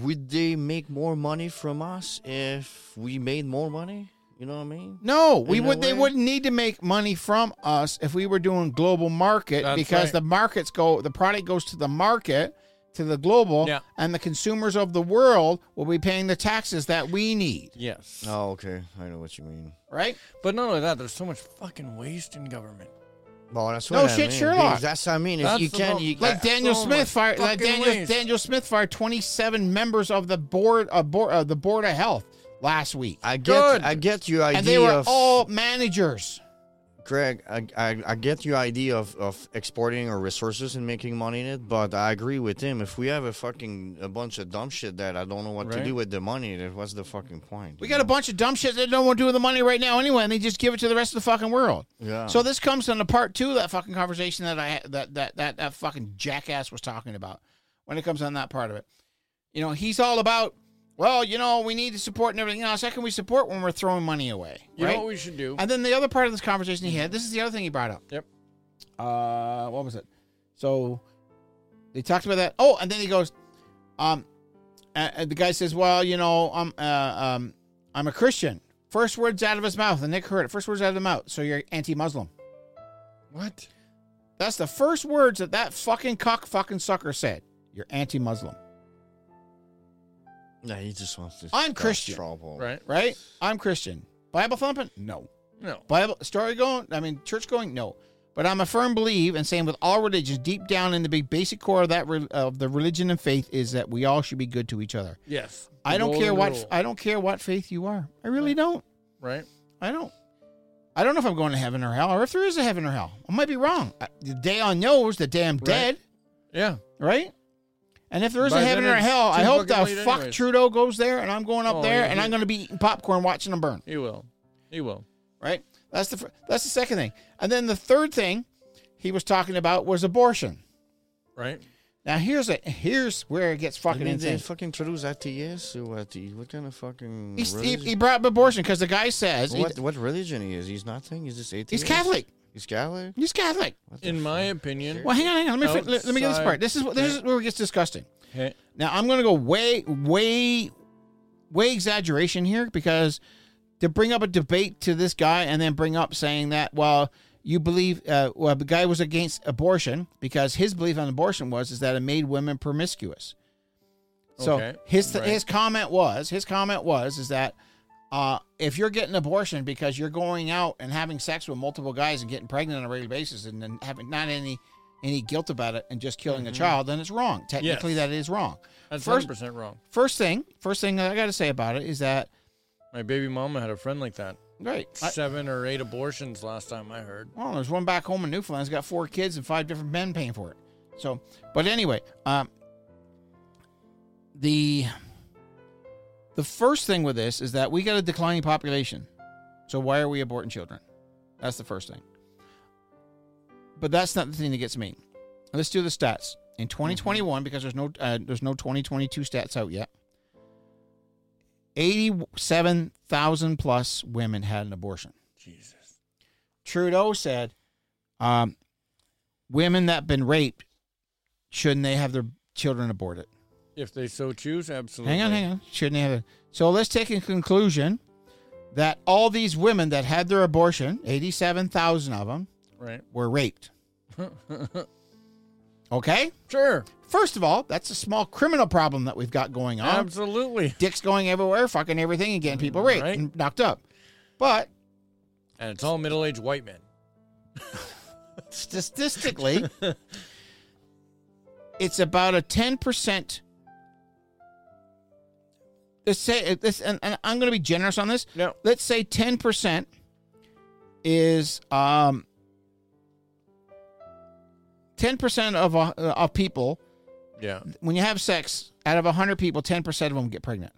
Speaker 2: would they make more money from us if we made more money? You know what I mean?
Speaker 1: No, we
Speaker 2: In a
Speaker 1: would. They
Speaker 2: way.
Speaker 1: wouldn't need to make money from us if we were doing global market
Speaker 3: That's
Speaker 1: because
Speaker 3: right.
Speaker 1: the markets go. The product goes to the market, to the global,
Speaker 3: Yeah.
Speaker 1: and the consumers of the world will be paying the taxes that we need.
Speaker 3: Yes.
Speaker 2: Oh, okay. I know what you mean.
Speaker 1: Right?
Speaker 3: Uh, But not only that, there's so much fucking waste in government.
Speaker 2: Well, that's
Speaker 1: No
Speaker 2: what I
Speaker 1: shit,
Speaker 2: mean.
Speaker 1: Sherlock.
Speaker 2: That's what I mean. If
Speaker 3: That's
Speaker 2: you
Speaker 3: the
Speaker 2: can,
Speaker 3: whole-
Speaker 2: you
Speaker 1: Like
Speaker 2: I-
Speaker 1: Daniel
Speaker 3: so
Speaker 1: Smith
Speaker 3: much
Speaker 1: fired. Like
Speaker 3: fucking
Speaker 1: Daniel,
Speaker 3: waste.
Speaker 1: Daniel Smith fired twenty-seven members of the board, uh, board uh, the board of health last week,
Speaker 2: I get,
Speaker 3: Good.
Speaker 2: I get your idea
Speaker 1: and they were
Speaker 2: of
Speaker 1: all managers.
Speaker 2: Greg, I, I, I get your idea of, of exporting our resources and making money in it, but I agree with him. If we have a fucking a bunch of dumb shit that I don't know what to
Speaker 3: Right.
Speaker 2: do with the money, then what's the fucking point?
Speaker 1: We got a bunch of dumb shit that no one do with the money right now anyway, and they just give it to the rest of the fucking world.
Speaker 2: Yeah.
Speaker 1: So this comes into part two of that fucking conversation that I that that that that fucking jackass was talking about. When it comes on that part of it, you know, he's all about. Well, you know, we need to support and everything else. How can we support when we're throwing money away?
Speaker 3: You
Speaker 1: right?
Speaker 3: know what we should do?
Speaker 1: And then the other part of this conversation he had, this is the other thing he brought up.
Speaker 3: Yep.
Speaker 1: Mm-hmm. Uh, what was it? So they talked about that. Oh, and then he goes, um, and, and the guy says, "Well, you know, I'm, uh, um, I'm a Christian." First words out of his mouth, and Nick heard it. First words out of the mouth. So you're anti-Muslim.
Speaker 3: what?
Speaker 1: That's the first words that that fucking cock fucking sucker said. You're anti-Muslim,
Speaker 2: No, he just wants to.
Speaker 1: I'm
Speaker 2: cause
Speaker 1: Christian.
Speaker 2: Trouble.
Speaker 3: Right.
Speaker 1: right? I'm Christian. Bible thumping? No.
Speaker 3: No.
Speaker 1: Bible story going, I mean church going, no. But I'm a firm believe and same with all religions, deep down in the big basic core of that re- of the religion and faith is that we all should be good to each other.
Speaker 3: Yes.
Speaker 1: I
Speaker 3: The
Speaker 1: don't
Speaker 3: golden
Speaker 1: care what
Speaker 3: rule,
Speaker 1: I don't care what faith you are. I really don't.
Speaker 3: right.
Speaker 1: I don't. I don't know if I'm going to heaven or hell, or if there is a heaven or hell. I might be wrong. I, the day I know is the day I'm dead,
Speaker 3: Yeah.
Speaker 1: right? And if there is
Speaker 3: By
Speaker 1: a
Speaker 3: then
Speaker 1: heaven or
Speaker 3: it's
Speaker 1: hell, I
Speaker 3: too
Speaker 1: hope
Speaker 3: fucking
Speaker 1: the
Speaker 3: late
Speaker 1: fuck
Speaker 3: anyways.
Speaker 1: Trudeau goes there, and I'm going up
Speaker 3: Oh,
Speaker 1: there,
Speaker 3: yeah,
Speaker 1: and
Speaker 3: he-
Speaker 1: I'm going to be eating popcorn watching them burn.
Speaker 3: He will. He will.
Speaker 1: right? That's the fir- that's the second thing. And then the third thing he was talking about was abortion.
Speaker 3: Right.
Speaker 1: Now here's a here's where it gets
Speaker 2: I
Speaker 1: fucking
Speaker 2: mean, they
Speaker 1: insane.
Speaker 2: fucking introduce atheists or what? the- What kind of fucking
Speaker 1: He's, he,
Speaker 2: religion?
Speaker 1: he brought up abortion because the guy says he-
Speaker 2: what, what religion he is? He's nothing. He's just atheist.
Speaker 1: he's Catholic.
Speaker 2: He's Catholic.
Speaker 1: He's Catholic.
Speaker 2: What the
Speaker 3: In my
Speaker 2: fuck?
Speaker 3: opinion.
Speaker 1: Well, hang on, hang on. Let me fin- let, let me get this
Speaker 3: Outside-
Speaker 1: part. This is what this is where it gets disgusting.
Speaker 3: Hey,
Speaker 1: Now I'm gonna go way way way exaggeration here because to bring up a debate to this guy and then bring up saying that well you believe uh, well the guy was against abortion because his belief on abortion was is that it made women promiscuous. So
Speaker 3: Okay,
Speaker 1: his th-
Speaker 3: right.
Speaker 1: his comment was his comment was is that uh, if you're getting abortion because you're going out and having sex with multiple guys and getting pregnant on a regular basis and then having not any any guilt about it and just killing
Speaker 3: Mm-hmm.
Speaker 1: a child, then it's wrong. Technically, that is wrong.
Speaker 3: that's
Speaker 1: First-
Speaker 3: 100% wrong.
Speaker 1: First thing, first thing that I got to say about it is that
Speaker 3: My baby mama had a friend like that.
Speaker 1: right. I,
Speaker 3: Seven or eight abortions last time I heard.
Speaker 1: well, there's one back home in Newfoundland. He's got four kids and five different men paying for it. So, but anyway, um, the the first thing with this is that we got a declining population. So why are we aborting children? That's the first thing. But that's not the thing that gets me. Let's do the stats in 2021 because there's no uh, there's no 2022 stats out yet. 87,000 plus women had an abortion.
Speaker 3: Jesus.
Speaker 1: Trudeau said, um, "Women that been raped, shouldn't they have their children aborted?"
Speaker 3: If they so choose, absolutely.
Speaker 1: Hang on, hang on. Shouldn't they have it? So let's take in conclusion that all these women that had their abortion, eighty-seven thousand of them,
Speaker 3: Right.
Speaker 1: were raped. okay.
Speaker 3: Sure.
Speaker 1: First of all, that's a small criminal problem that we've got going on.
Speaker 3: Absolutely.
Speaker 1: Dicks going everywhere, fucking everything, and getting people raped
Speaker 3: Mm, Right.
Speaker 1: and knocked up. But
Speaker 3: And it's all middle aged white men.
Speaker 1: statistically, it's about a ten percent. Let's say this, and, and I'm going to be generous on this.
Speaker 3: No.
Speaker 1: Let's say ten percent is um ten percent of uh, of people
Speaker 3: Yeah.
Speaker 1: when you have sex out of 100 people, 10% of them get pregnant.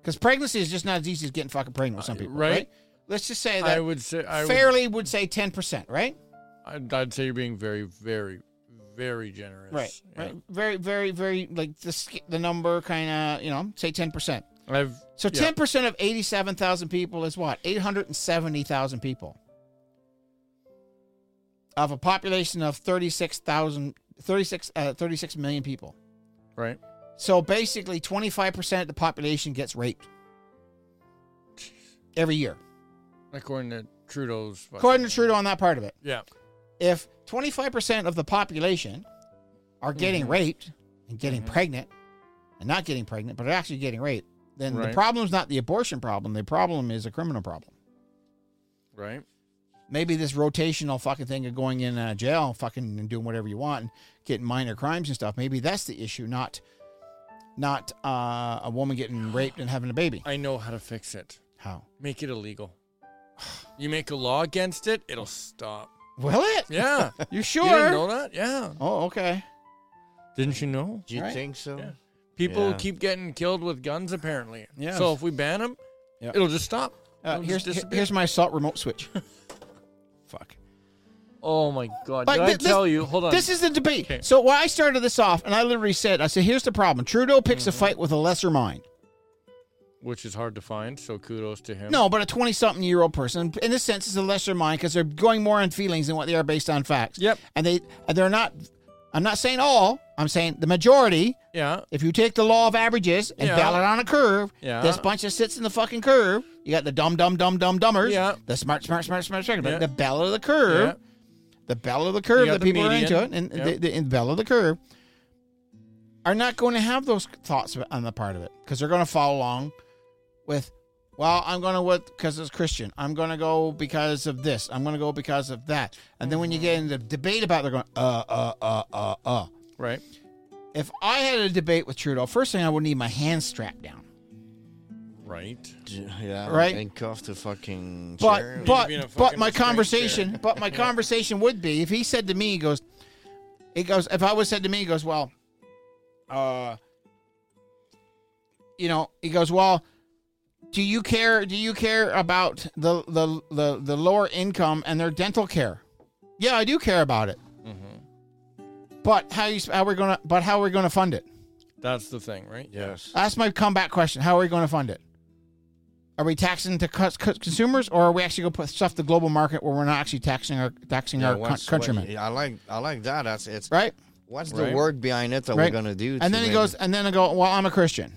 Speaker 1: Because pregnancy is just not as easy as getting fucking pregnant with some people, right?
Speaker 3: Uh, right.
Speaker 1: Let's just say
Speaker 3: I
Speaker 1: that
Speaker 3: would say I would,
Speaker 1: fairly would, say 10%, right?
Speaker 3: I'd, I'd say you're being very, very, very generous.
Speaker 1: Right.
Speaker 3: Yeah.
Speaker 1: Right. Very, very, very, like the, sk- the number kind of, you know, say 10%.
Speaker 3: I've
Speaker 1: So
Speaker 3: yeah.
Speaker 1: 10% of 87,000 people is what? 870,000 people. Of a population of 36,000, 36, uh, 36 million people.
Speaker 3: Right.
Speaker 1: So basically, 25% of the population gets raped every year.
Speaker 3: According to Trudeau's. fucking-
Speaker 1: According to Trudeau on that part of it,
Speaker 3: Yeah.
Speaker 1: if 25% of the population are
Speaker 3: Mm-hmm.
Speaker 1: getting raped and getting pregnant, and not getting pregnant, but are actually getting raped, then the
Speaker 3: Right.
Speaker 1: problem's not the abortion problem. The problem is a criminal problem.
Speaker 3: Right.
Speaker 1: Maybe this rotational fucking thing of going in uh, jail, fucking and doing whatever you want, and getting minor crimes and stuff. Maybe that's the issue, not not uh, a woman getting raped and having a baby.
Speaker 3: I know how to fix it.
Speaker 1: How?
Speaker 3: Make it illegal. You make a law against it, it'll stop.
Speaker 1: Will it?
Speaker 3: Yeah.
Speaker 1: You
Speaker 3: You didn't
Speaker 1: sure?
Speaker 3: know that? Yeah.
Speaker 1: Oh, okay.
Speaker 3: Didn't you know?
Speaker 2: Do you
Speaker 1: Right.
Speaker 2: think so?
Speaker 3: Yeah. People
Speaker 2: Yeah.
Speaker 3: keep getting killed with guns, apparently.
Speaker 1: Yeah.
Speaker 3: So if we ban them,
Speaker 1: Yeah.
Speaker 3: it'll just stop.
Speaker 1: Uh,
Speaker 3: It'll
Speaker 1: here's
Speaker 3: just disappear.
Speaker 1: here's my assault remote switch. Fuck.
Speaker 3: Oh my God!
Speaker 1: Like,
Speaker 3: Did I
Speaker 1: thi- this-
Speaker 3: tell you? Hold on.
Speaker 1: This is the debate.
Speaker 3: Okay.
Speaker 1: So when I started this off, and I literally said, I said, here's the problem. Trudeau picks
Speaker 3: Mm-hmm.
Speaker 1: a fight with a lesser mind.
Speaker 3: which is hard to find. So kudos to him.
Speaker 1: No, but a 20 something year old person, in a sense, is a lesser mind because they're going more on feelings than what they are based on facts.
Speaker 3: Yep.
Speaker 1: And they and they're not, I'm not saying all, I'm saying the majority.
Speaker 3: Yeah.
Speaker 1: If you take the law of averages and
Speaker 3: Yeah.
Speaker 1: dial it on a curve,
Speaker 3: Yeah.
Speaker 1: this bunch that sits in the fucking curve, you got the dumb, dumb, dumb, dumb, dumbers,
Speaker 3: Yeah.
Speaker 1: the smart, smart, smart, smart, smart,
Speaker 3: Yeah.
Speaker 1: the bell of the
Speaker 3: Yeah.
Speaker 1: curve, the bell of the curve
Speaker 3: got
Speaker 1: that
Speaker 3: the
Speaker 1: people
Speaker 3: median.
Speaker 1: are into it, and
Speaker 3: Yep.
Speaker 1: the, the and bell of the curve are not going to have those thoughts on the part of it because they're going to follow along with, well, I'm going to what because it's Christian. I'm going to go because of this. I'm going to go because of that. And then when you get
Speaker 3: Mm-hmm.
Speaker 1: into debate about, it, they're going uh uh uh uh uh.
Speaker 3: Right.
Speaker 1: If I had a debate with Trudeau, first thing I would need my hands strapped down.
Speaker 3: Right.
Speaker 2: D- Yeah.
Speaker 1: Right.
Speaker 2: Handcuffed to fucking
Speaker 1: But
Speaker 2: chair.
Speaker 1: but
Speaker 3: be in a
Speaker 1: but
Speaker 3: fucking
Speaker 1: my
Speaker 3: restraint chair.
Speaker 1: conversation, but my conversation would be if he said to me, he goes, it goes. If I was said to me, he goes, well, uh, you know, he goes, well, do you care? Do you care about the the the, the lower income and their dental care? Yeah, I do care about it.
Speaker 2: Mm-hmm.
Speaker 1: But how you how we're gonna but how we're gonna fund it?
Speaker 3: That's the thing, right?
Speaker 2: yes.
Speaker 1: That's my comeback question. How are we going to fund it? Are we taxing to cus- cus- consumers, or are we actually going to put stuff to the global market where we're not actually taxing our taxing
Speaker 2: Yeah,
Speaker 1: our
Speaker 2: what's-
Speaker 1: coun-
Speaker 2: what-
Speaker 1: countrymen,
Speaker 2: yeah, I like I like that. That's it's
Speaker 1: right?
Speaker 2: what's
Speaker 3: Right.
Speaker 2: the word behind it that
Speaker 1: right.
Speaker 2: we're gonna do? to
Speaker 1: and then he
Speaker 2: make-
Speaker 1: goes, and then I go, well, I'm a Christian,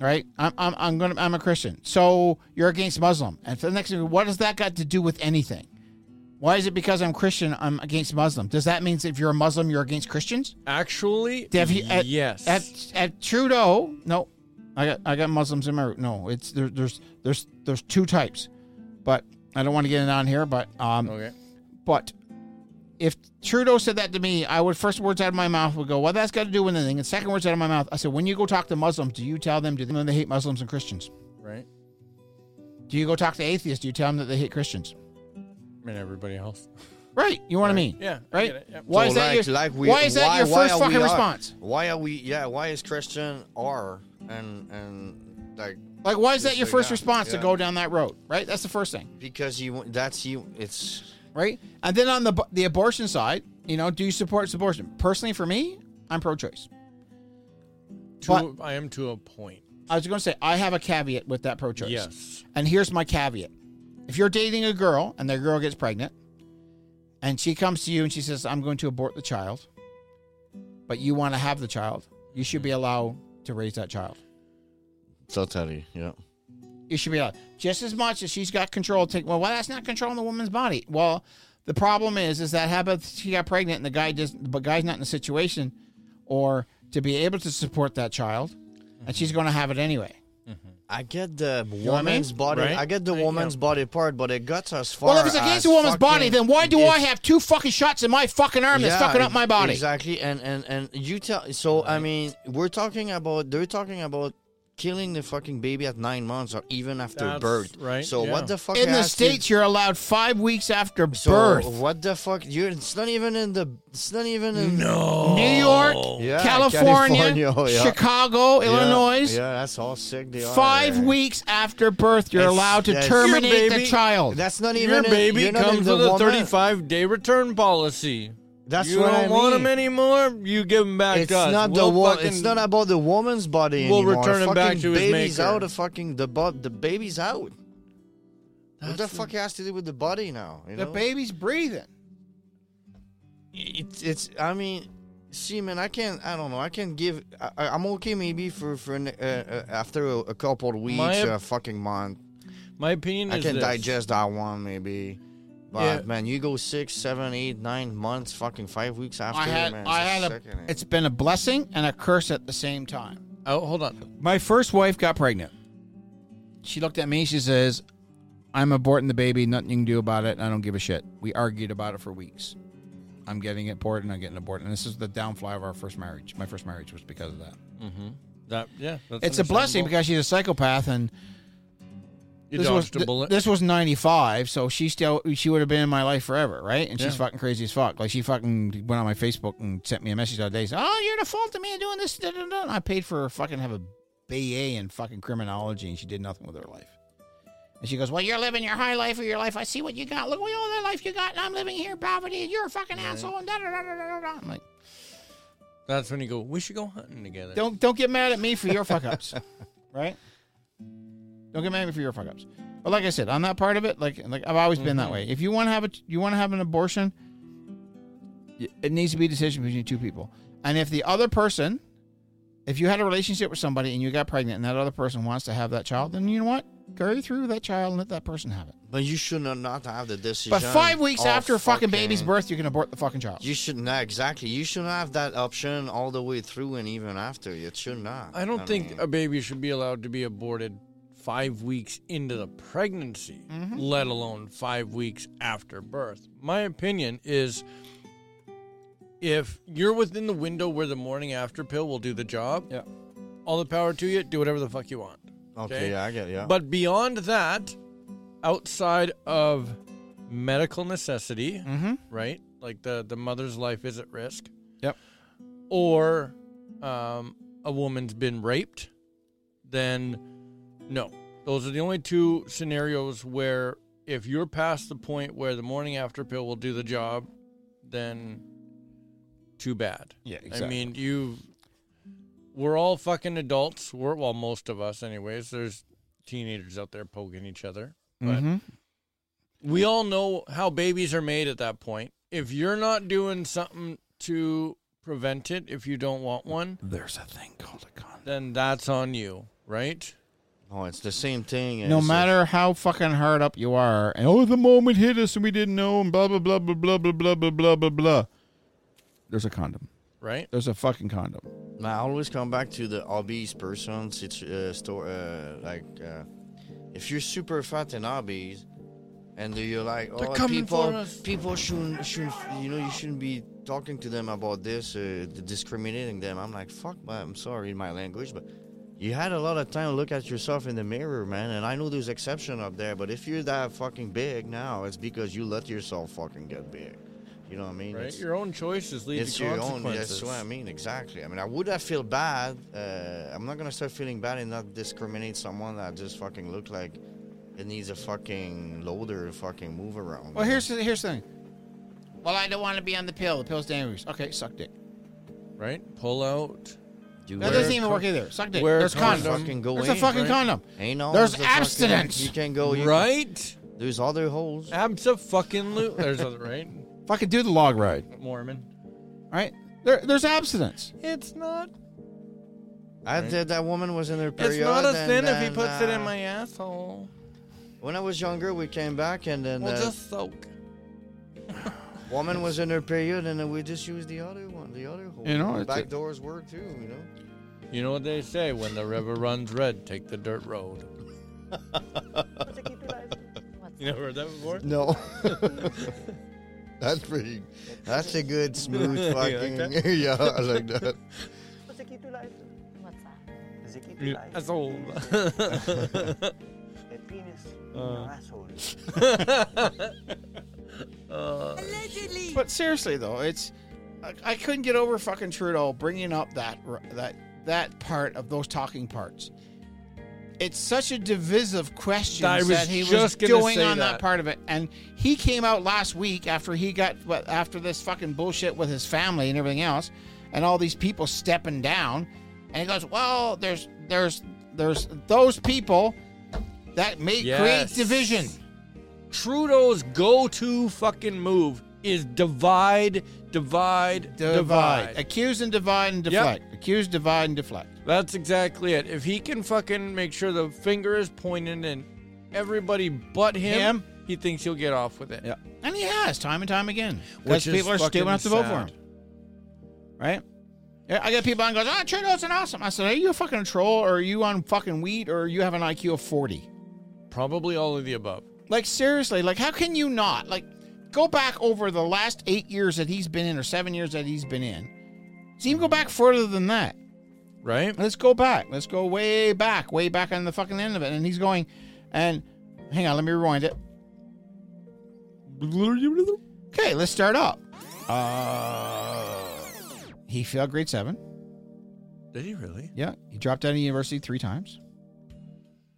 Speaker 1: right? I'm I'm I'm gonna I'm a Christian, so you're against Muslim. And for the next, thing, what does that got to do with anything? Why is it because I'm Christian I'm against Muslim? Does that mean if you're a Muslim you're against Christians?
Speaker 3: Actually,
Speaker 1: Dev, he- at,
Speaker 3: yes.
Speaker 1: At, at Trudeau, no, I got I got Muslims in my root. No, it's there, there's there's there's two types, but I don't want to get it on here. But um,
Speaker 3: okay.
Speaker 1: but if Trudeau said that to me, I would first words out of my mouth would go, "Well, that's got to do with anything." And second words out of my mouth, I said, "When you go talk to Muslims, do you tell them do they, they hate Muslims and Christians?
Speaker 3: Right.
Speaker 1: Do you go talk to atheists? Do you tell them that they hate Christians?"
Speaker 3: And everybody else.
Speaker 1: Right? You know what I mean?
Speaker 3: Yeah, I
Speaker 1: Right?
Speaker 3: get it, yep.
Speaker 1: Why
Speaker 2: So
Speaker 1: is that
Speaker 2: like,
Speaker 1: your
Speaker 2: like we,
Speaker 1: Why is that your
Speaker 2: why
Speaker 1: first
Speaker 2: are we
Speaker 1: fucking
Speaker 2: are-
Speaker 1: response?
Speaker 2: Why are we? Yeah. Why is Christian R and and like
Speaker 1: Like, why is that
Speaker 2: Just
Speaker 1: your
Speaker 2: like
Speaker 1: first
Speaker 2: that,
Speaker 1: response to
Speaker 2: yeah.
Speaker 1: go down that road? Right? That's the first thing.
Speaker 2: because you that's you it's
Speaker 1: right? And then on the the abortion side, you know, do you support abortion? Personally, for me, I'm pro-choice.
Speaker 3: To, I am to a point.
Speaker 1: I was going to say I have a caveat with that pro-choice.
Speaker 3: Yes.
Speaker 1: And here's my caveat: if you're dating a girl and that girl gets pregnant, and she comes to you and she says, "I'm going to abort the child," but you want to have the child, you should be allowed to raise that child.
Speaker 2: totally yeah.
Speaker 1: You should be allowed just as much as she's got control. Take well, well, that's not controlling the woman's body. Well, the problem is, is that how about she got pregnant and the guy doesn't, but guy's not in a situation, or to be able to support that child, and she's going to have it anyway.
Speaker 2: I get the
Speaker 1: know what I mean?
Speaker 2: woman's body.
Speaker 3: Right.
Speaker 2: I get the
Speaker 3: Right,
Speaker 2: woman's
Speaker 3: yeah.
Speaker 2: body part, but it got as far.
Speaker 1: Well, if it's against
Speaker 2: as
Speaker 1: a woman's body,
Speaker 2: fucking-
Speaker 1: then why do I
Speaker 2: it's-
Speaker 1: have two fucking shots in my fucking arm that's
Speaker 2: Yeah,
Speaker 1: fucking up my body?
Speaker 2: Exactly, and and and you tell. So I mean, we're talking about. They're talking about killing the fucking baby at nine months or even after
Speaker 3: That's
Speaker 2: birth.
Speaker 3: right,
Speaker 2: So
Speaker 3: yeah.
Speaker 2: what the fuck
Speaker 1: In the
Speaker 2: has to-
Speaker 1: states, you're allowed five weeks after
Speaker 2: so
Speaker 1: birth.
Speaker 2: What the fuck? You it's not even in the it's not even in
Speaker 3: No.
Speaker 1: New York,
Speaker 2: Oh. Yeah,
Speaker 1: California,
Speaker 2: California, oh, yeah.
Speaker 1: Chicago,
Speaker 2: Yeah,
Speaker 1: Illinois.
Speaker 2: Yeah, that's all sick. They are
Speaker 1: Five
Speaker 2: there.
Speaker 1: weeks after birth, you're
Speaker 2: It's-
Speaker 1: allowed to
Speaker 2: that's-
Speaker 1: terminate the
Speaker 3: baby-
Speaker 1: child.
Speaker 2: That's not even
Speaker 3: Your
Speaker 2: in-
Speaker 3: baby
Speaker 2: you're not
Speaker 3: comes
Speaker 2: even
Speaker 3: with a
Speaker 2: woman.
Speaker 3: 35 day return policy.
Speaker 2: That's
Speaker 3: you
Speaker 2: what
Speaker 3: don't
Speaker 2: I
Speaker 3: want
Speaker 2: mean.
Speaker 3: them anymore. You give them back
Speaker 2: It's
Speaker 3: to us.
Speaker 2: not
Speaker 3: We'll
Speaker 2: the wo-
Speaker 3: fucking-
Speaker 2: It's not about the woman's body
Speaker 3: We'll
Speaker 2: anymore.
Speaker 3: return him
Speaker 2: fucking
Speaker 3: back to his
Speaker 2: baby's
Speaker 3: maker.
Speaker 2: out of fucking the bo- the baby's out. what the fuck has to do with the body now? You
Speaker 1: the
Speaker 2: know?
Speaker 1: baby's breathing.
Speaker 2: it's it's i mean see man i can't i don't know i can give I, I- i'm okay maybe for for an, uh, uh, after a, a couple of weeks
Speaker 3: My-
Speaker 2: or a fucking month
Speaker 3: My opinion
Speaker 2: i
Speaker 3: is
Speaker 2: can
Speaker 3: this.
Speaker 2: digest that one maybe but
Speaker 3: Yeah.
Speaker 2: man you go six seven eight nine months fucking five weeks after
Speaker 1: I had,
Speaker 2: man, it's
Speaker 1: I
Speaker 2: a
Speaker 1: had a.
Speaker 2: second, eh?
Speaker 1: It's been a blessing and a curse at the same time.
Speaker 3: Oh, hold on.
Speaker 1: My first wife got pregnant. She looked at me. She says, I'm aborting the baby. Nothing you can do about it. I don't give a shit. We argued about it for weeks. I'm getting it aborted and I'm getting aborted. And this is the downfly of our first marriage. My first marriage was because of that.
Speaker 3: That yeah. that's
Speaker 1: it's a blessing
Speaker 3: understandable.
Speaker 1: because she's a psychopath and
Speaker 3: you
Speaker 1: this was,
Speaker 3: dodged a bullet.
Speaker 1: this was 95, so she still she would have been in my life forever, right? And she's
Speaker 3: Yeah.
Speaker 1: fucking crazy as fuck. Like she fucking went on my Facebook and sent me a message the other day. Said, "Oh, you're the fault of me doing this." Da, da, da. And I paid for her fucking have a BA in fucking criminology, and she did nothing with her life. And she goes, "Well, you're living your high life of your life. I see what you got. Look at all that life you got, and I'm living here in poverty, and you're a fucking asshole." And da, da, da, da, da, da. I'm like,
Speaker 3: That's when you go. We should go hunting together.
Speaker 1: don't don't get mad at me for your fuck ups, right? Don't get mad at me for your fuck ups. But like I said, I'm not part of it. Like like I've always been that way. If you want to have a you want to have an abortion, y- it needs to be a decision between two people. And if the other person, if you had a relationship with somebody and you got pregnant and that other person wants to have that child, then you know what? Carry through with that child and let that person have it.
Speaker 2: but you should not- not have the decision
Speaker 1: But five weeks
Speaker 2: of
Speaker 1: after fucking, baby's
Speaker 2: fucking-
Speaker 1: birth, you can abort the fucking child.
Speaker 2: you should not exactly you should have that option all the way through and even after it should not
Speaker 3: I don't think
Speaker 2: mean-
Speaker 3: a baby should be allowed to be aborted five weeks into the pregnancy, let alone five weeks after birth. My opinion is if you're within the window where the morning after pill will do the job,
Speaker 1: Yeah.
Speaker 3: all the power to you, do whatever the fuck you want.
Speaker 2: okay,
Speaker 3: okay.
Speaker 2: yeah i get yeah
Speaker 3: But beyond that, outside of medical necessity,
Speaker 1: mm-hmm.
Speaker 3: right? Like the the mother's life is at risk.
Speaker 1: Yep.
Speaker 3: Or um, a woman's been raped, then no. Those are the only two scenarios where if you're past the point where the morning after pill will do the job, then too bad.
Speaker 1: Yeah,
Speaker 3: I mean, you we're all fucking adults. We're well, most of us anyways. There's teenagers out there poking each other. But
Speaker 1: hmm
Speaker 2: Mm-hmm.
Speaker 3: we all know how babies are made at that point. If you're not doing something to prevent it, if you don't want one,
Speaker 1: There's a thing called a condom.
Speaker 3: then that's on you, right?
Speaker 2: oh it's the same thing
Speaker 1: no
Speaker 2: it's just-
Speaker 1: matter how fucking hard up you are, and oh, the moment hit us and we didn't know, and blah blah blah blah blah blah blah blah blah blah blah. There's a condom.
Speaker 3: Right?
Speaker 1: There's a fucking condom.
Speaker 2: I always come back to the obese person situ- uh, store. Uh, like, uh, if you're super fat and obese, and you're like,
Speaker 3: They're
Speaker 2: oh,
Speaker 3: coming for
Speaker 2: people,
Speaker 3: us."
Speaker 2: people shouldn't, shouldn't, you know, you shouldn't be talking to them about this, uh, d- discriminating them. I'm like, fuck, man, I'm sorry in my language, but you had a lot of time to look at yourself in the mirror, man. And I know there's exception up there, but if you're that fucking big now, it's because you let yourself fucking get big. You know what I mean?
Speaker 3: Right?
Speaker 2: It's-
Speaker 3: Your own choices lead
Speaker 2: it's
Speaker 3: to
Speaker 2: your own. That's
Speaker 3: consequences.
Speaker 2: what I mean. Exactly. I mean, I would have feel bad. Uh, I'm not gonna start feeling bad and not discriminate someone that just fucking look like it needs a fucking loader to fucking move around.
Speaker 1: Well, here's the, here's the thing. Well, I don't want to be on the pill. The pill's dangerous. Okay, suck dick.
Speaker 3: right? Pull out.
Speaker 2: Do
Speaker 1: That
Speaker 2: it.
Speaker 1: doesn't even work either. Suck dick.
Speaker 3: wear a
Speaker 1: There's condom.
Speaker 2: Fucking go
Speaker 1: There's
Speaker 2: in,
Speaker 1: a fucking
Speaker 2: right?
Speaker 1: condom.
Speaker 2: Ain't all
Speaker 1: There's
Speaker 2: the fucking-
Speaker 1: abstinence.
Speaker 2: You can go. You right.
Speaker 3: Right?
Speaker 2: there's other holes.
Speaker 3: Absa fucking loot. There's other right?
Speaker 1: Fucking do the log ride.
Speaker 3: Mormon.
Speaker 1: All right. There, there's abstinence.
Speaker 3: It's not
Speaker 2: I did. That woman was in her period.
Speaker 3: it's not a
Speaker 2: and
Speaker 3: sin if he
Speaker 2: then,
Speaker 3: puts it in
Speaker 2: uh,
Speaker 3: my asshole.
Speaker 2: When I was younger, we came back and then
Speaker 3: Well
Speaker 2: uh,
Speaker 3: just soak.
Speaker 2: woman was in her period and then we just used the other one, the other hole.
Speaker 1: You know, it's
Speaker 2: back
Speaker 1: a-
Speaker 2: doors work too. You know.
Speaker 3: You know what they say, when the river runs red, take the dirt road. You never heard that before?
Speaker 2: No. that's pretty. That's a good smooth fucking. yeah, I like that.
Speaker 7: What's that?
Speaker 3: you asshole. Uh.
Speaker 7: Allegedly.
Speaker 1: But seriously though, it's I, I couldn't get over fucking Trudeau bringing up that r- that that part of those talking parts. It's such a divisive question
Speaker 3: I was
Speaker 1: that he was
Speaker 3: just gonna
Speaker 1: doing
Speaker 3: say
Speaker 1: on that.
Speaker 3: that.
Speaker 1: part of it, and he came out last week after he got what- after this fucking bullshit with his family and everything else, and all these people stepping down, and he goes, "Well, there's there's there's those people that may
Speaker 3: Yes.
Speaker 1: create division."
Speaker 3: Trudeau's go-to fucking move is divide, divide,
Speaker 1: divide.
Speaker 3: divide.
Speaker 1: Accuse and divide and deflect. Accuse, divide, and deflect.
Speaker 3: That's exactly it. If he can fucking make sure the finger is pointed and everybody but him,
Speaker 1: Him?
Speaker 3: he thinks he'll get off with it.
Speaker 1: Yeah. And he has time and time again.
Speaker 3: Which
Speaker 1: Because
Speaker 3: is
Speaker 1: people are stupid
Speaker 3: fucking
Speaker 1: enough to vote for him.
Speaker 3: sad.
Speaker 1: Right? Yeah, I get people on goes, ah, Trudeau's an awesome. I said, are you a fucking troll or are you on fucking weed or you have an IQ of 40?
Speaker 3: Probably all of the above.
Speaker 1: Like, seriously, like, how can you not? Like, go back over the last eight years that he's been in or seven years that he's been in. So even go back further than that.
Speaker 3: Right?
Speaker 1: Let's go back. Let's go way back, way back on the fucking end of it. And he's going, and hang on, let me rewind it. Okay, let's start up. Uh, he failed grade seven.
Speaker 3: Did he really?
Speaker 1: Yeah, he dropped out of university three times.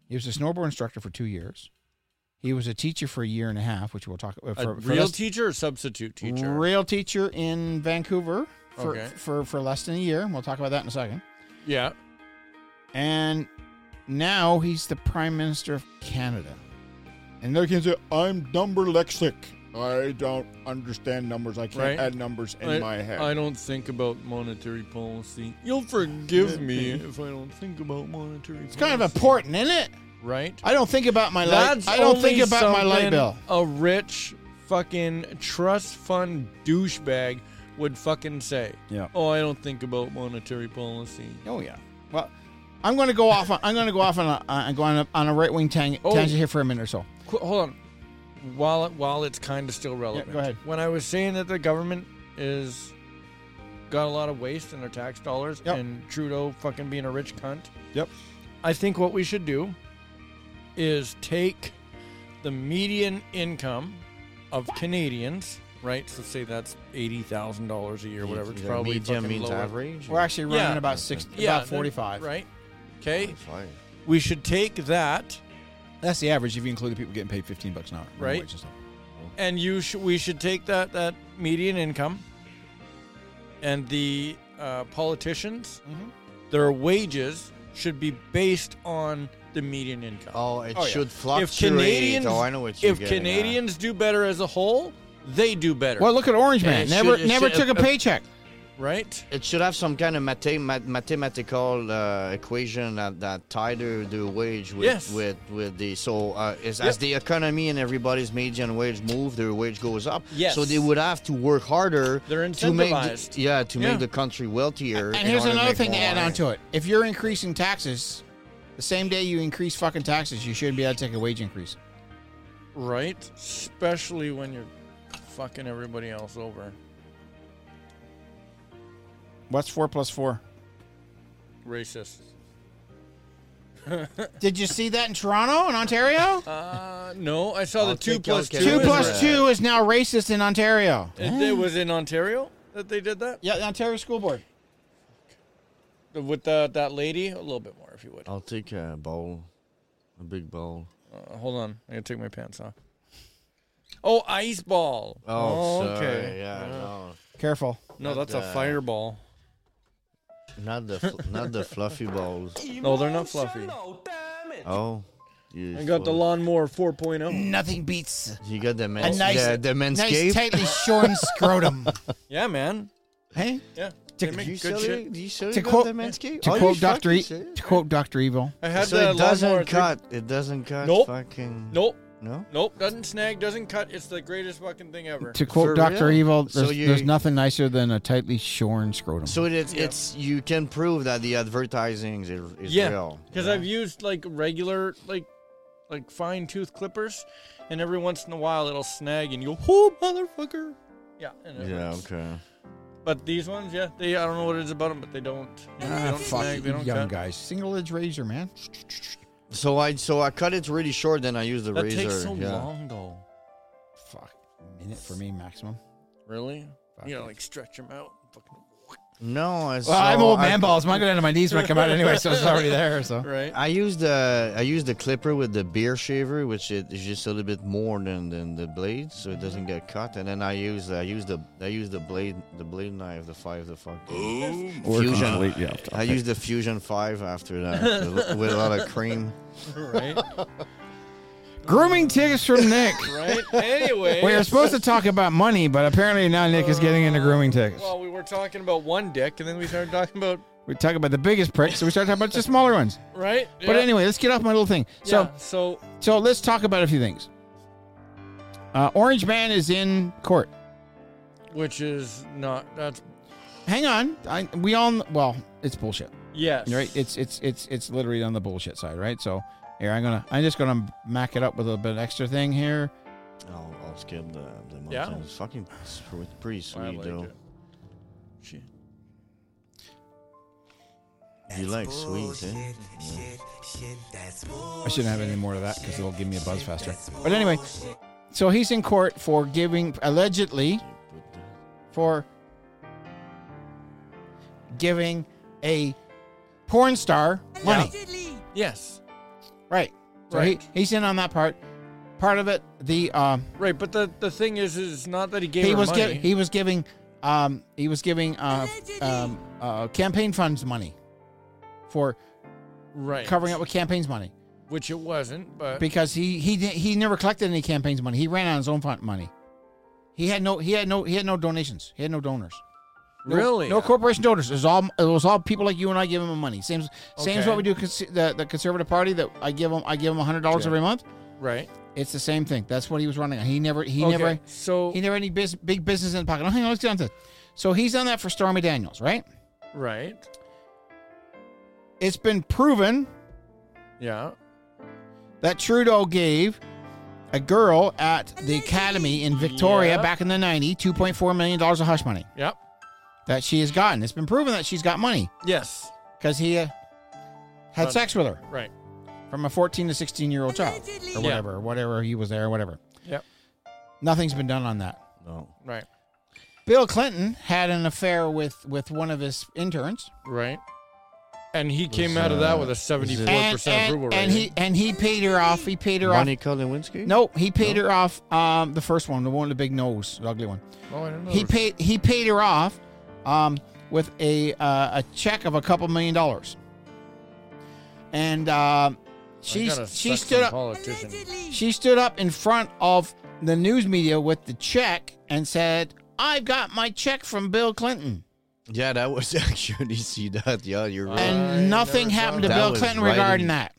Speaker 1: He was a snowboard instructor for two years. He was a teacher for a year and a half, which we'll talk uh, about.
Speaker 3: A real teacher or substitute teacher?
Speaker 1: real teacher in Vancouver for,
Speaker 3: Okay.
Speaker 1: for for less than a year. We'll talk about that in a second.
Speaker 3: yeah.
Speaker 1: and now he's the prime minister of Canada. And they can say, "I'm number lexic. I don't understand numbers. I can't
Speaker 3: Right.
Speaker 1: add numbers in
Speaker 3: I,
Speaker 1: my head."
Speaker 3: I don't think about monetary policy. You'll forgive me if I don't think about monetary policy.
Speaker 1: it's kind of important, isn't it?
Speaker 3: Right?
Speaker 1: I don't think about my light. I don't think
Speaker 3: only
Speaker 1: about my light
Speaker 3: something
Speaker 1: bill.
Speaker 3: A rich fucking trust fund douchebag would fucking say.
Speaker 1: Yeah.
Speaker 3: Oh, I don't think about monetary policy.
Speaker 1: Oh yeah. Well, I'm going to go off. On, I'm going to go off on a uh, go on a, on a right wing tang-
Speaker 3: Oh.
Speaker 1: tangent here for a minute or so.
Speaker 3: Qu- hold on. While it, while it's kind of still relevant.
Speaker 1: ahead.
Speaker 3: When I was saying that the government is got a lot of waste in their tax dollars
Speaker 1: Yep.
Speaker 3: and Trudeau fucking being a rich cunt.
Speaker 1: Yep.
Speaker 3: I think what we should do is take the median income of Canadians, right? So say that's eighty thousand dollars a year, whatever. It's probably
Speaker 2: medium
Speaker 3: fucking
Speaker 2: means
Speaker 3: lower.
Speaker 2: average.
Speaker 1: We're actually running
Speaker 3: Yeah.
Speaker 1: about six,
Speaker 3: Yeah,
Speaker 1: about
Speaker 3: then-
Speaker 1: forty five.
Speaker 3: Right. Okay.
Speaker 2: Fine.
Speaker 3: We should take that
Speaker 1: That's the average if you include the people getting paid fifteen bucks an hour.
Speaker 3: Right.
Speaker 1: Wages and stuff.
Speaker 3: and you sh- we should take that that median income and the uh, politicians
Speaker 2: Mm-hmm.
Speaker 3: their wages should be based on the median income
Speaker 2: Oh, it
Speaker 1: Oh, yeah.
Speaker 2: should fluctuate.
Speaker 3: if canadians
Speaker 2: oh, I know what you're
Speaker 3: if
Speaker 2: getting at.
Speaker 3: canadians do better as a whole they do better
Speaker 1: Well, look at Orange Man.
Speaker 2: it
Speaker 1: never,
Speaker 2: should- it
Speaker 1: never
Speaker 2: should-
Speaker 1: took a paycheck.
Speaker 3: right
Speaker 2: It should have some kind of mathe- math- mathematical uh, equation that, that tie their, their wage with,
Speaker 3: Yes.
Speaker 2: with, with the so uh, is, as the economy and everybody's median wage move, their wage goes up.
Speaker 3: Yes.
Speaker 2: So they would have to work harder.
Speaker 3: They're
Speaker 2: to make the,
Speaker 3: incentivized.
Speaker 2: yeah to
Speaker 3: Yeah.
Speaker 2: make the country wealthier. in
Speaker 1: And here's
Speaker 2: order to
Speaker 1: another
Speaker 2: make
Speaker 1: thing to
Speaker 2: more
Speaker 1: add
Speaker 2: money.
Speaker 1: on to it. If you're increasing taxes, the same day you increase fucking taxes, you shouldn't be able to take a wage increase.
Speaker 3: right especially when you're fucking everybody else over
Speaker 1: What's four plus four?
Speaker 3: racist
Speaker 1: Did you see that in Toronto and Ontario?
Speaker 3: uh no i saw
Speaker 2: I'll
Speaker 3: the two
Speaker 2: take- I'll
Speaker 3: plus two
Speaker 2: get
Speaker 1: two
Speaker 3: is
Speaker 2: it.
Speaker 1: plus
Speaker 3: ra-
Speaker 1: two is now racist in Ontario.
Speaker 3: it, it was in ontario that they did that
Speaker 1: Yeah, the Ontario School Board.
Speaker 3: with the, that lady a little bit more if you would
Speaker 2: I'll take a bowl, a big bowl.
Speaker 3: Uh, hold on i gotta take my pants off oh ice ball
Speaker 2: Oh,
Speaker 3: okay
Speaker 2: sorry. Yeah, no.
Speaker 1: Careful.
Speaker 3: no that's a
Speaker 2: uh,
Speaker 3: fireball
Speaker 2: Not the fl- not the fluffy balls.
Speaker 3: no they're not fluffy
Speaker 2: Oh, you
Speaker 3: i got the lawnmower oh. 4.0
Speaker 1: Nothing beats
Speaker 2: You got the
Speaker 1: a
Speaker 2: mens-
Speaker 1: nice,
Speaker 2: the, the
Speaker 1: nice
Speaker 2: manscaped.
Speaker 1: tightly shorn scrotum.
Speaker 3: yeah man
Speaker 1: Hey,
Speaker 3: yeah
Speaker 1: To-
Speaker 3: they make
Speaker 2: You
Speaker 3: good
Speaker 2: silly-
Speaker 3: shit.
Speaker 2: you silly
Speaker 1: to
Speaker 2: got
Speaker 1: quote
Speaker 2: the manscaped?
Speaker 1: to
Speaker 2: Are you
Speaker 1: quote Doctor
Speaker 2: fucking
Speaker 1: E-
Speaker 2: serious?
Speaker 1: to quote Doctor Evil.
Speaker 3: i had
Speaker 2: So
Speaker 3: the
Speaker 2: it doesn't
Speaker 3: lawnmower three-
Speaker 2: cut. It doesn't cut.
Speaker 3: Nope.
Speaker 2: Fucking.
Speaker 3: nope
Speaker 2: No.
Speaker 3: nope doesn't snag doesn't cut it's the greatest fucking thing ever
Speaker 1: To quote
Speaker 2: For
Speaker 1: Doctor
Speaker 2: real?
Speaker 1: Evil,
Speaker 2: So
Speaker 1: there's,
Speaker 2: you-
Speaker 1: there's nothing nicer than a tightly shorn scrotum.
Speaker 2: So it's
Speaker 3: Yeah.
Speaker 2: it's you can prove that the advertising is, is
Speaker 3: yeah
Speaker 2: real.
Speaker 3: because i've used like regular like like fine tooth clippers and every once in a while it'll snag and you go oh motherfucker yeah and it
Speaker 2: Yeah.
Speaker 3: hurts.
Speaker 2: Okay.
Speaker 3: But these ones, yeah, they I don't know what it is about them, but they don't. You know, they
Speaker 1: Ah,
Speaker 3: don't
Speaker 1: fuck
Speaker 3: snag, they
Speaker 1: you
Speaker 3: don't
Speaker 1: young
Speaker 3: cut.
Speaker 1: guys. Single edge razor, man.
Speaker 2: So I so I cut it really short, then I use the
Speaker 3: That
Speaker 2: razor.
Speaker 3: takes so
Speaker 2: yeah.
Speaker 3: long though.
Speaker 1: Fuck. Minute for me maximum.
Speaker 3: Really?
Speaker 1: Fuck
Speaker 3: You gotta
Speaker 1: it.
Speaker 3: like stretch them out. Fucking,
Speaker 2: No, I- so
Speaker 1: Well, I'm old
Speaker 2: I-
Speaker 1: man balls. My go down to my knees when I come out anyway, so it's already there. So
Speaker 3: right?
Speaker 2: I use the I use the clipper with the beer shaver, which it is just a little bit more than, than the blade, so it doesn't get cut. And then I use I use the I use the blade the blade knife, the five, the fuck.
Speaker 1: Oh.
Speaker 7: We're
Speaker 2: Fusion.
Speaker 7: complete- yeah,
Speaker 2: I use the Fusion Five after that with- with a lot of cream.
Speaker 3: right?
Speaker 1: grooming tips from Nick.
Speaker 3: Right? Anyway.
Speaker 1: We were supposed to talk about money, but apparently now Nick is getting into grooming tips.
Speaker 3: Well, we were talking about one dick, and then we started talking about
Speaker 1: We talk about the biggest pricks, so we start talking about the smaller ones.
Speaker 3: right.
Speaker 1: But anyway, let's get off my little thing. So
Speaker 3: yeah, so
Speaker 1: So let's talk about a few things. Uh, Orange Man is in court.
Speaker 3: which is not that's
Speaker 1: Hang on, I, we all well, it's bullshit,
Speaker 3: yes,
Speaker 1: right? It's it's it's it's literally on the bullshit side, right? So here I'm gonna I'm just gonna mac it up with a bit of extra thing here.
Speaker 2: I'll, I'll skip the the mountain.
Speaker 3: Yeah.
Speaker 2: It's fucking it's pre- pretty
Speaker 3: I
Speaker 2: sweet
Speaker 3: like
Speaker 2: though.
Speaker 3: it. Shit.
Speaker 2: You like
Speaker 6: That's
Speaker 2: sweet, eh?
Speaker 6: bullshit, shit, shit, that's
Speaker 1: I shouldn't have any more of that because it'll give me a buzz faster. But anyway, so he's in court for giving allegedly for giving a porn star money.
Speaker 3: Yes,
Speaker 1: Right. So
Speaker 3: Right.
Speaker 1: He, he's in on that part. Part of it, the um,
Speaker 3: right. But the the thing is, is not that he gave
Speaker 1: he
Speaker 3: her
Speaker 1: was
Speaker 3: money.
Speaker 1: giving he was giving um, he was giving uh, um, uh, campaign funds money for
Speaker 3: right
Speaker 1: covering up with campaigns money
Speaker 3: which it wasn't, but
Speaker 1: because he he di- he never collected any campaigns money. He ran on his own fund money. He had no he had no he had no donations. He had no donors. No-
Speaker 3: really
Speaker 1: no corporation donors. It was all it was all people like you and I giving him money. Same same as
Speaker 3: Okay.
Speaker 1: what we do cons- the the conservative party that I give him I give him hundred dollars
Speaker 2: Yeah.
Speaker 1: every month.
Speaker 3: right.
Speaker 1: It's the same thing. That's what he was running on. He never, he
Speaker 3: okay.
Speaker 1: never,
Speaker 3: so
Speaker 1: he never had any bus- big business in the pocket. Oh, hang on, let's get on to this. So he's done that for Stormy Daniels, right?
Speaker 3: right,
Speaker 1: It's been proven
Speaker 3: yeah,
Speaker 1: that Trudeau gave a girl at the academy in Victoria
Speaker 3: Yeah.
Speaker 1: back in the 90s $2.4 million of hush money
Speaker 3: yep,
Speaker 1: that she has gotten. It's been proven that she's got money
Speaker 3: yes,
Speaker 1: because he uh, had
Speaker 3: Done.
Speaker 1: sex with her
Speaker 3: right,
Speaker 1: from a 14 to 16 year old child or
Speaker 3: Yeah.
Speaker 1: whatever, whatever he was there, whatever.
Speaker 3: Yep.
Speaker 1: Nothing's been done on that.
Speaker 2: No.
Speaker 3: right,
Speaker 1: Bill Clinton had an affair with with one of his interns,
Speaker 3: right. And he came
Speaker 2: Was,
Speaker 3: out of that
Speaker 2: uh,
Speaker 3: with a seventy-four
Speaker 1: and,
Speaker 3: percent
Speaker 1: and,
Speaker 3: approval
Speaker 1: and he
Speaker 3: rating.
Speaker 1: and he paid her off. He paid her
Speaker 2: Bonnie Kolinwinski?
Speaker 1: off. No, he paid her off. Um, the first one, the one with the big nose, the ugly one.
Speaker 3: oh, I don't know.
Speaker 1: He paid he paid her off, um, with a uh, a check of a couple million dollars. And um, she
Speaker 3: I gotta
Speaker 1: she
Speaker 3: suck
Speaker 1: stood
Speaker 3: some
Speaker 1: up
Speaker 3: Politician.
Speaker 1: she stood up in front of the news media with the check and said, "I've got my check from Bill Clinton."
Speaker 2: Yeah, that was actually see that. Yeah, you're right.
Speaker 1: and
Speaker 3: I
Speaker 1: nothing
Speaker 3: never
Speaker 1: happened to
Speaker 3: saw
Speaker 2: that. That
Speaker 1: Bill
Speaker 2: was
Speaker 1: Clinton
Speaker 2: right
Speaker 1: regarding
Speaker 2: in-
Speaker 1: that.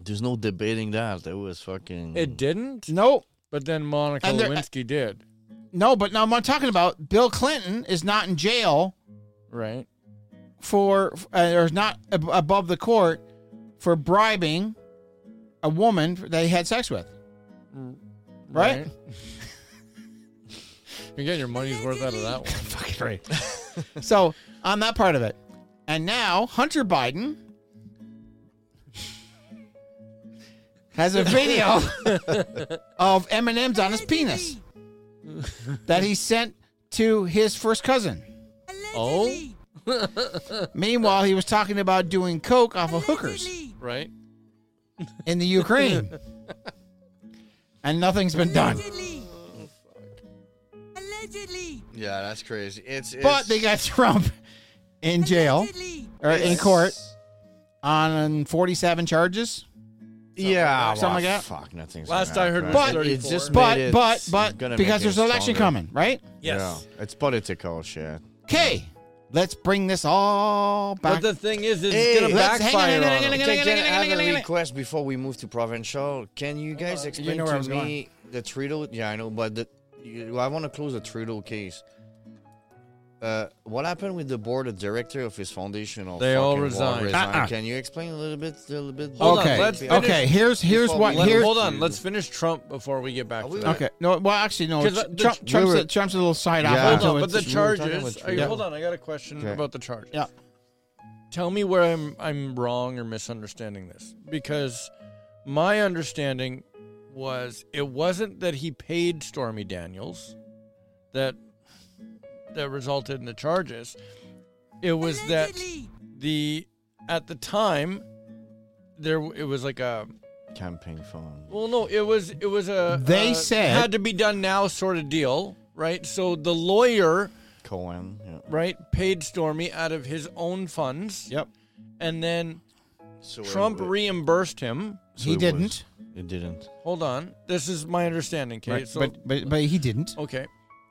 Speaker 2: There's no debating that. That was fucking.
Speaker 3: It didn't,
Speaker 1: No,
Speaker 3: but then Monica
Speaker 1: And there-
Speaker 3: Lewinsky did,
Speaker 1: no, but now I'm not talking about Bill Clinton is not in jail
Speaker 3: right?
Speaker 1: for uh, or is not ab- above the court for bribing a woman that he had sex with. Mm. Right?
Speaker 3: you get your money's worth out of that one.
Speaker 1: Fucking right. so on that part of it, and now Hunter Biden has a video of M and M's on his penis that he sent to his first cousin.
Speaker 3: Oh,
Speaker 1: Meanwhile, he was talking about doing coke off of hookers
Speaker 3: right.
Speaker 1: in the Ukraine. And nothing's been done.
Speaker 2: yeah, that's crazy. It's, it's
Speaker 1: But they got Trump in jail or in court on 47 charges.
Speaker 2: yeah,
Speaker 1: something like
Speaker 2: well,
Speaker 1: that.
Speaker 2: Fuck, nothing's.
Speaker 3: Last
Speaker 2: gonna
Speaker 3: I heard
Speaker 2: happen.
Speaker 1: was
Speaker 2: It- it's
Speaker 3: 34.
Speaker 2: just
Speaker 1: But
Speaker 2: made it-
Speaker 1: but
Speaker 2: it's
Speaker 1: but
Speaker 2: gonna
Speaker 1: because
Speaker 2: make
Speaker 1: there's
Speaker 2: it
Speaker 1: an election
Speaker 2: stronger.
Speaker 1: coming, right?
Speaker 3: Yes.
Speaker 2: Yeah, it's political shit.
Speaker 1: Okay. Let's bring this all back.
Speaker 3: But the thing is, is
Speaker 2: Hey,
Speaker 3: it's gonna
Speaker 1: let's- hang on,
Speaker 3: backfire
Speaker 1: hang on,
Speaker 3: on
Speaker 1: hang on,
Speaker 3: him.
Speaker 1: hang
Speaker 2: Okay, can I have
Speaker 1: gonna-
Speaker 2: a request before we move to provincial? Can you guys explain
Speaker 1: know where I was
Speaker 2: to me the Trudeau? Yeah, I know, but the, you, I want to close the Trudeau case. Uh, what happened with the board of director of his foundational?
Speaker 3: They all
Speaker 2: fucking
Speaker 3: resigned.
Speaker 2: board
Speaker 1: Uh-uh.
Speaker 2: Can you explain a little bit? A little bit.
Speaker 3: Hold on,
Speaker 1: okay.
Speaker 3: let's finish-
Speaker 1: okay. Here's here's
Speaker 2: before
Speaker 1: what
Speaker 2: we-
Speaker 3: Let-
Speaker 1: here's.
Speaker 3: hold on, let's finish Trump before we get back
Speaker 2: Are
Speaker 3: to
Speaker 2: we-
Speaker 3: that.
Speaker 1: Okay. No. Well, actually, no.
Speaker 3: 'Cause
Speaker 1: Trump,
Speaker 3: the-
Speaker 1: Trump's,
Speaker 3: we
Speaker 1: a,
Speaker 2: were-
Speaker 1: Trump's a little side
Speaker 2: Yeah.
Speaker 1: off.
Speaker 2: Hold
Speaker 1: until
Speaker 3: No, but the
Speaker 1: it's-
Speaker 2: we were talking
Speaker 3: charges.
Speaker 2: about
Speaker 3: I-
Speaker 2: Trump.
Speaker 3: Hold on, I got a question
Speaker 2: Okay.
Speaker 3: about the charges.
Speaker 1: yeah.
Speaker 3: Tell me where I'm I'm wrong or misunderstanding this because my understanding was it wasn't that he paid Stormy Daniels that that resulted in the charges. It was that the at the time there it was like a
Speaker 2: Camping phone.
Speaker 3: well, no, it was it was a
Speaker 1: They
Speaker 3: a
Speaker 1: said-
Speaker 3: had to be done now sort of deal, right? So the lawyer,
Speaker 2: Cohen. Yeah.
Speaker 3: right, paid Stormy out of his own funds,
Speaker 1: Yep.
Speaker 3: and then
Speaker 2: So
Speaker 3: Trump reimbursed him.
Speaker 2: so
Speaker 1: He
Speaker 2: it was-
Speaker 1: didn't.
Speaker 2: It didn't.
Speaker 3: Hold on, this is my understanding, okay?
Speaker 1: Right,
Speaker 3: so Oh.
Speaker 1: but but but he didn't.
Speaker 3: okay,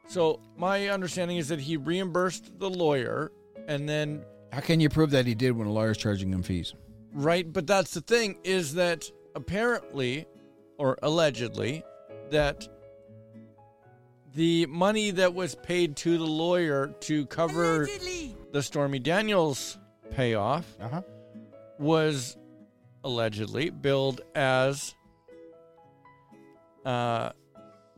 Speaker 3: so my understanding is that he reimbursed the lawyer, and then
Speaker 1: How can you prove that he did when a lawyer's charging him fees?
Speaker 3: Right, but that's the thing is that apparently or allegedly that the money that was paid to the lawyer to cover the Stormy Daniels payoff
Speaker 1: Uh huh.
Speaker 3: was allegedly billed as uh,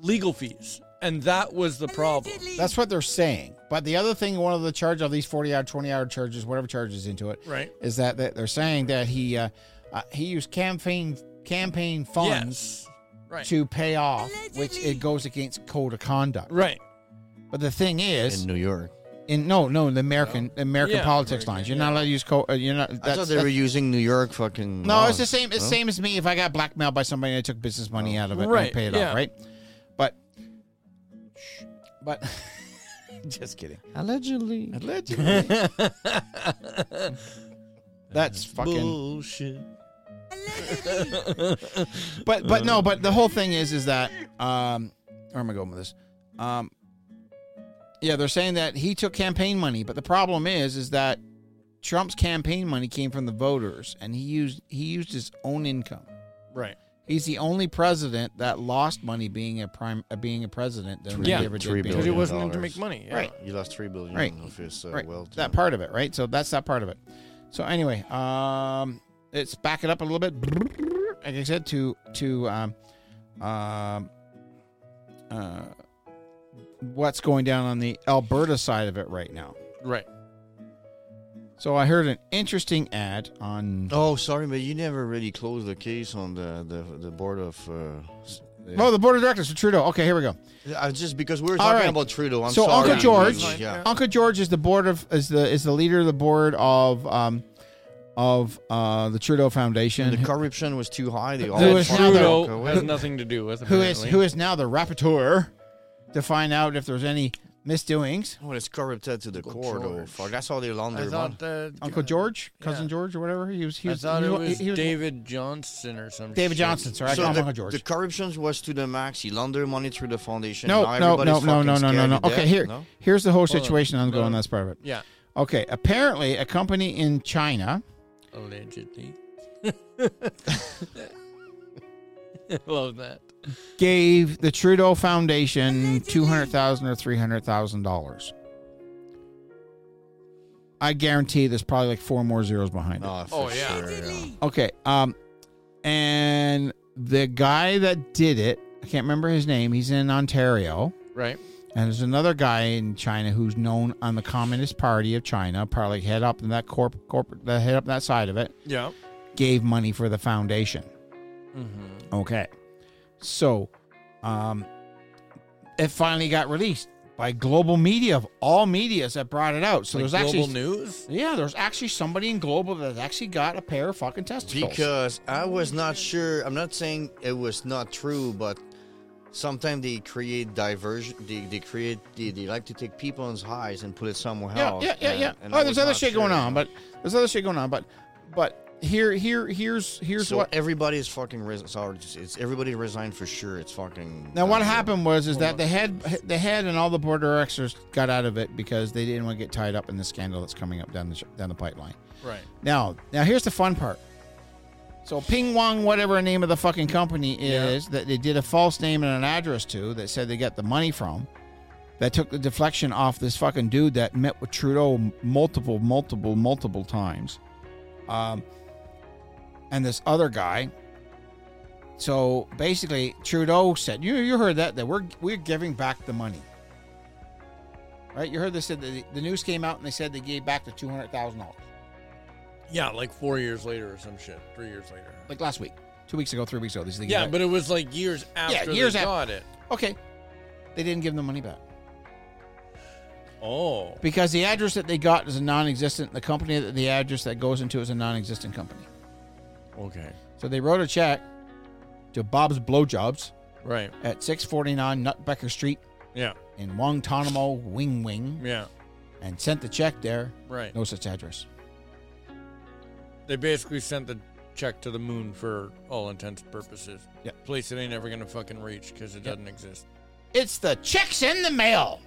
Speaker 3: legal fees. And that was the problem.
Speaker 1: That's what they're saying. But the other thing, one of the charge of these forty-hour, twenty-hour charges, whatever charges into it,
Speaker 3: Right.
Speaker 1: is that that they're saying that he uh, uh, he used campaign campaign funds
Speaker 3: Yes. Right.
Speaker 1: to pay off, which it goes against code of conduct.
Speaker 3: right.
Speaker 1: But the thing is,
Speaker 2: In
Speaker 1: in,
Speaker 2: New York.
Speaker 1: no, no, the American American
Speaker 3: Yeah,
Speaker 1: politics
Speaker 3: American,
Speaker 1: lines, you're not allowed to use code. Uh, you're not. That's,
Speaker 2: I thought they were
Speaker 1: that's-
Speaker 2: using New York fucking.
Speaker 1: no, it's the
Speaker 2: laws. Oh.
Speaker 1: same. It's
Speaker 2: No?
Speaker 1: same as me. If I got blackmailed by somebody and I took business money out of it, and I
Speaker 3: Right,
Speaker 1: paid it
Speaker 3: yeah.
Speaker 1: off, right? But, but, just kidding.
Speaker 2: Allegedly.
Speaker 1: That's fucking.
Speaker 3: Bullshit.
Speaker 1: But but no. But the whole thing is is that um, where am I going with this? Um, yeah, they're saying that he took campaign money, but the problem is is that Trump's campaign money came from the voters, and he used he used his own income.
Speaker 3: Right.
Speaker 1: He's the only president that lost money being a prime uh, being a president than
Speaker 3: Yeah.
Speaker 1: he ever did
Speaker 2: Three
Speaker 1: being
Speaker 3: Because it
Speaker 2: Billion
Speaker 3: wasn't in to
Speaker 2: dollars.
Speaker 3: make money. yeah.
Speaker 1: Right.
Speaker 2: You lost three billion
Speaker 1: Right.
Speaker 2: of his uh,
Speaker 1: right.
Speaker 2: wealth.
Speaker 1: that part of it, right? So that's that part of it. So anyway, um, let's back it up a little bit. Like I said, to to um, um, uh, what's going down on the Alberta side of it right now.
Speaker 3: Right.
Speaker 1: So I heard an interesting ad on.
Speaker 2: Oh, sorry, but you never really closed the case on the the, the board of. Uh, s-
Speaker 1: Oh, the board of directors for Trudeau. Okay, here we go.
Speaker 2: I just because we were
Speaker 1: All
Speaker 2: talking
Speaker 1: right.
Speaker 2: about Trudeau. I'm
Speaker 1: so
Speaker 2: sorry.
Speaker 1: Uncle George,
Speaker 3: Fine,
Speaker 2: Yeah.
Speaker 1: Uncle George is the board of is the is the leader of the board of um, of uh, the Trudeau Foundation.
Speaker 2: The corruption was too high. They all
Speaker 1: There was
Speaker 2: fucking
Speaker 1: Trudeau-
Speaker 2: walk
Speaker 3: Trudeau
Speaker 2: away.
Speaker 3: has nothing to do with
Speaker 1: who is
Speaker 3: apparently.
Speaker 1: who is now the rapporteur to find out if there's any misdoings.
Speaker 2: Well, it's corrupted to the
Speaker 3: Uncle
Speaker 2: core, though.
Speaker 3: George.
Speaker 2: Fuck, that's how they launder
Speaker 3: I
Speaker 2: money.
Speaker 3: thought that
Speaker 1: Uncle George, cousin
Speaker 3: Yeah.
Speaker 1: George, or whatever he was. He
Speaker 3: I
Speaker 1: was,
Speaker 3: thought
Speaker 1: he
Speaker 3: it
Speaker 1: was-
Speaker 3: was
Speaker 1: he was-
Speaker 3: David Johnson or some.
Speaker 1: David
Speaker 3: shit.
Speaker 1: Johnson. Sorry, I
Speaker 2: So
Speaker 1: call him
Speaker 2: the,
Speaker 1: Uncle George.
Speaker 2: the corruption was to the max. He laundered money through the foundation.
Speaker 1: no,
Speaker 2: Now
Speaker 1: no, no,
Speaker 2: everybody's
Speaker 1: no, no,
Speaker 2: fucking
Speaker 1: no, no,
Speaker 2: scared
Speaker 1: no.
Speaker 2: to death.
Speaker 1: Okay, here,
Speaker 2: No?
Speaker 1: here's the whole
Speaker 3: Hold on.
Speaker 1: situation. I'm going.
Speaker 3: No.
Speaker 1: That's part of it.
Speaker 3: Yeah,
Speaker 1: Okay. Apparently, a company in China.
Speaker 3: allegedly. Love that.
Speaker 1: gave the Trudeau Foundation two hundred thousand or three hundred thousand dollars. I guarantee there's probably like four more zeros behind
Speaker 2: No, for
Speaker 3: Oh, yeah.
Speaker 2: sure, yeah.
Speaker 1: it. Okay, um, and the guy that did it, I can't remember his name. He's in Ontario,
Speaker 3: Right.
Speaker 1: and there's another guy in China who's known on the Communist Party of China, probably head up in that corp, corporate, the head up that side of it
Speaker 3: Yeah.
Speaker 1: gave money for the foundation.
Speaker 3: Mhm.
Speaker 1: Okay. So, um, it finally got released by global media of all medias that brought it out. So
Speaker 3: like
Speaker 1: there's actually,
Speaker 3: global news.
Speaker 1: yeah, there's actually somebody in global that actually got a pair of fucking testicles.
Speaker 2: Because I was not sure. I'm not saying it was not true, but sometimes they create diversion. They, they create. They, they like to take people's highs and put it somewhere
Speaker 1: yeah,
Speaker 2: else.
Speaker 1: yeah, yeah,
Speaker 2: and-
Speaker 1: yeah.
Speaker 2: and I
Speaker 1: Oh, there's
Speaker 2: was
Speaker 1: other
Speaker 2: not
Speaker 1: shit
Speaker 2: sure.
Speaker 1: going on, but there's other shit going on, but, but here, here, here's, here's
Speaker 2: so
Speaker 1: what.
Speaker 2: everybody is fucking res- sorry. It's, it's everybody resigned for sure. It's fucking.
Speaker 1: Now, what
Speaker 2: uh,
Speaker 1: happened was is that the head, the head, and all the board directors got out of it because they didn't want to get tied up in the scandal that's coming up down the sh- down the pipeline.
Speaker 3: Right.
Speaker 1: Now, now here's the fun part. So Ping Wong, whatever the name of the fucking company is that they did a false name and an address to that said they got the money from, that took the deflection off this fucking dude that met with Trudeau m- multiple, multiple, multiple times. Um, and this other guy. So basically, Trudeau said, "You you heard that that we're we're giving back the money, right? You heard they said that the, the news came out and they said they gave back the two hundred thousand dollars,
Speaker 3: Yeah, like four years later or some shit. Three years later.
Speaker 1: like last week, two weeks ago, three weeks ago. They said they gave
Speaker 3: yeah,
Speaker 1: back-
Speaker 3: but it was like years after
Speaker 1: years
Speaker 3: they
Speaker 1: af-
Speaker 3: got it.
Speaker 1: okay, they didn't give them the money back."
Speaker 3: Oh.
Speaker 1: Because the address that they got is a non-existent. The company that the address that goes into is a non-existent company.
Speaker 3: Okay.
Speaker 1: So they wrote a check to Bob's Blowjobs
Speaker 3: Right.
Speaker 1: at 649 Nutbecker Street
Speaker 3: Yeah.
Speaker 1: in Guantanamo, Wing Wing,
Speaker 3: Yeah.
Speaker 1: and sent the check there.
Speaker 3: Right.
Speaker 1: No such address.
Speaker 3: They basically sent the check to the moon for all intents and purposes.
Speaker 1: Yeah.
Speaker 3: Place it ain't ever gonna fucking reach because it doesn't exist.
Speaker 1: It's the checks in the mail.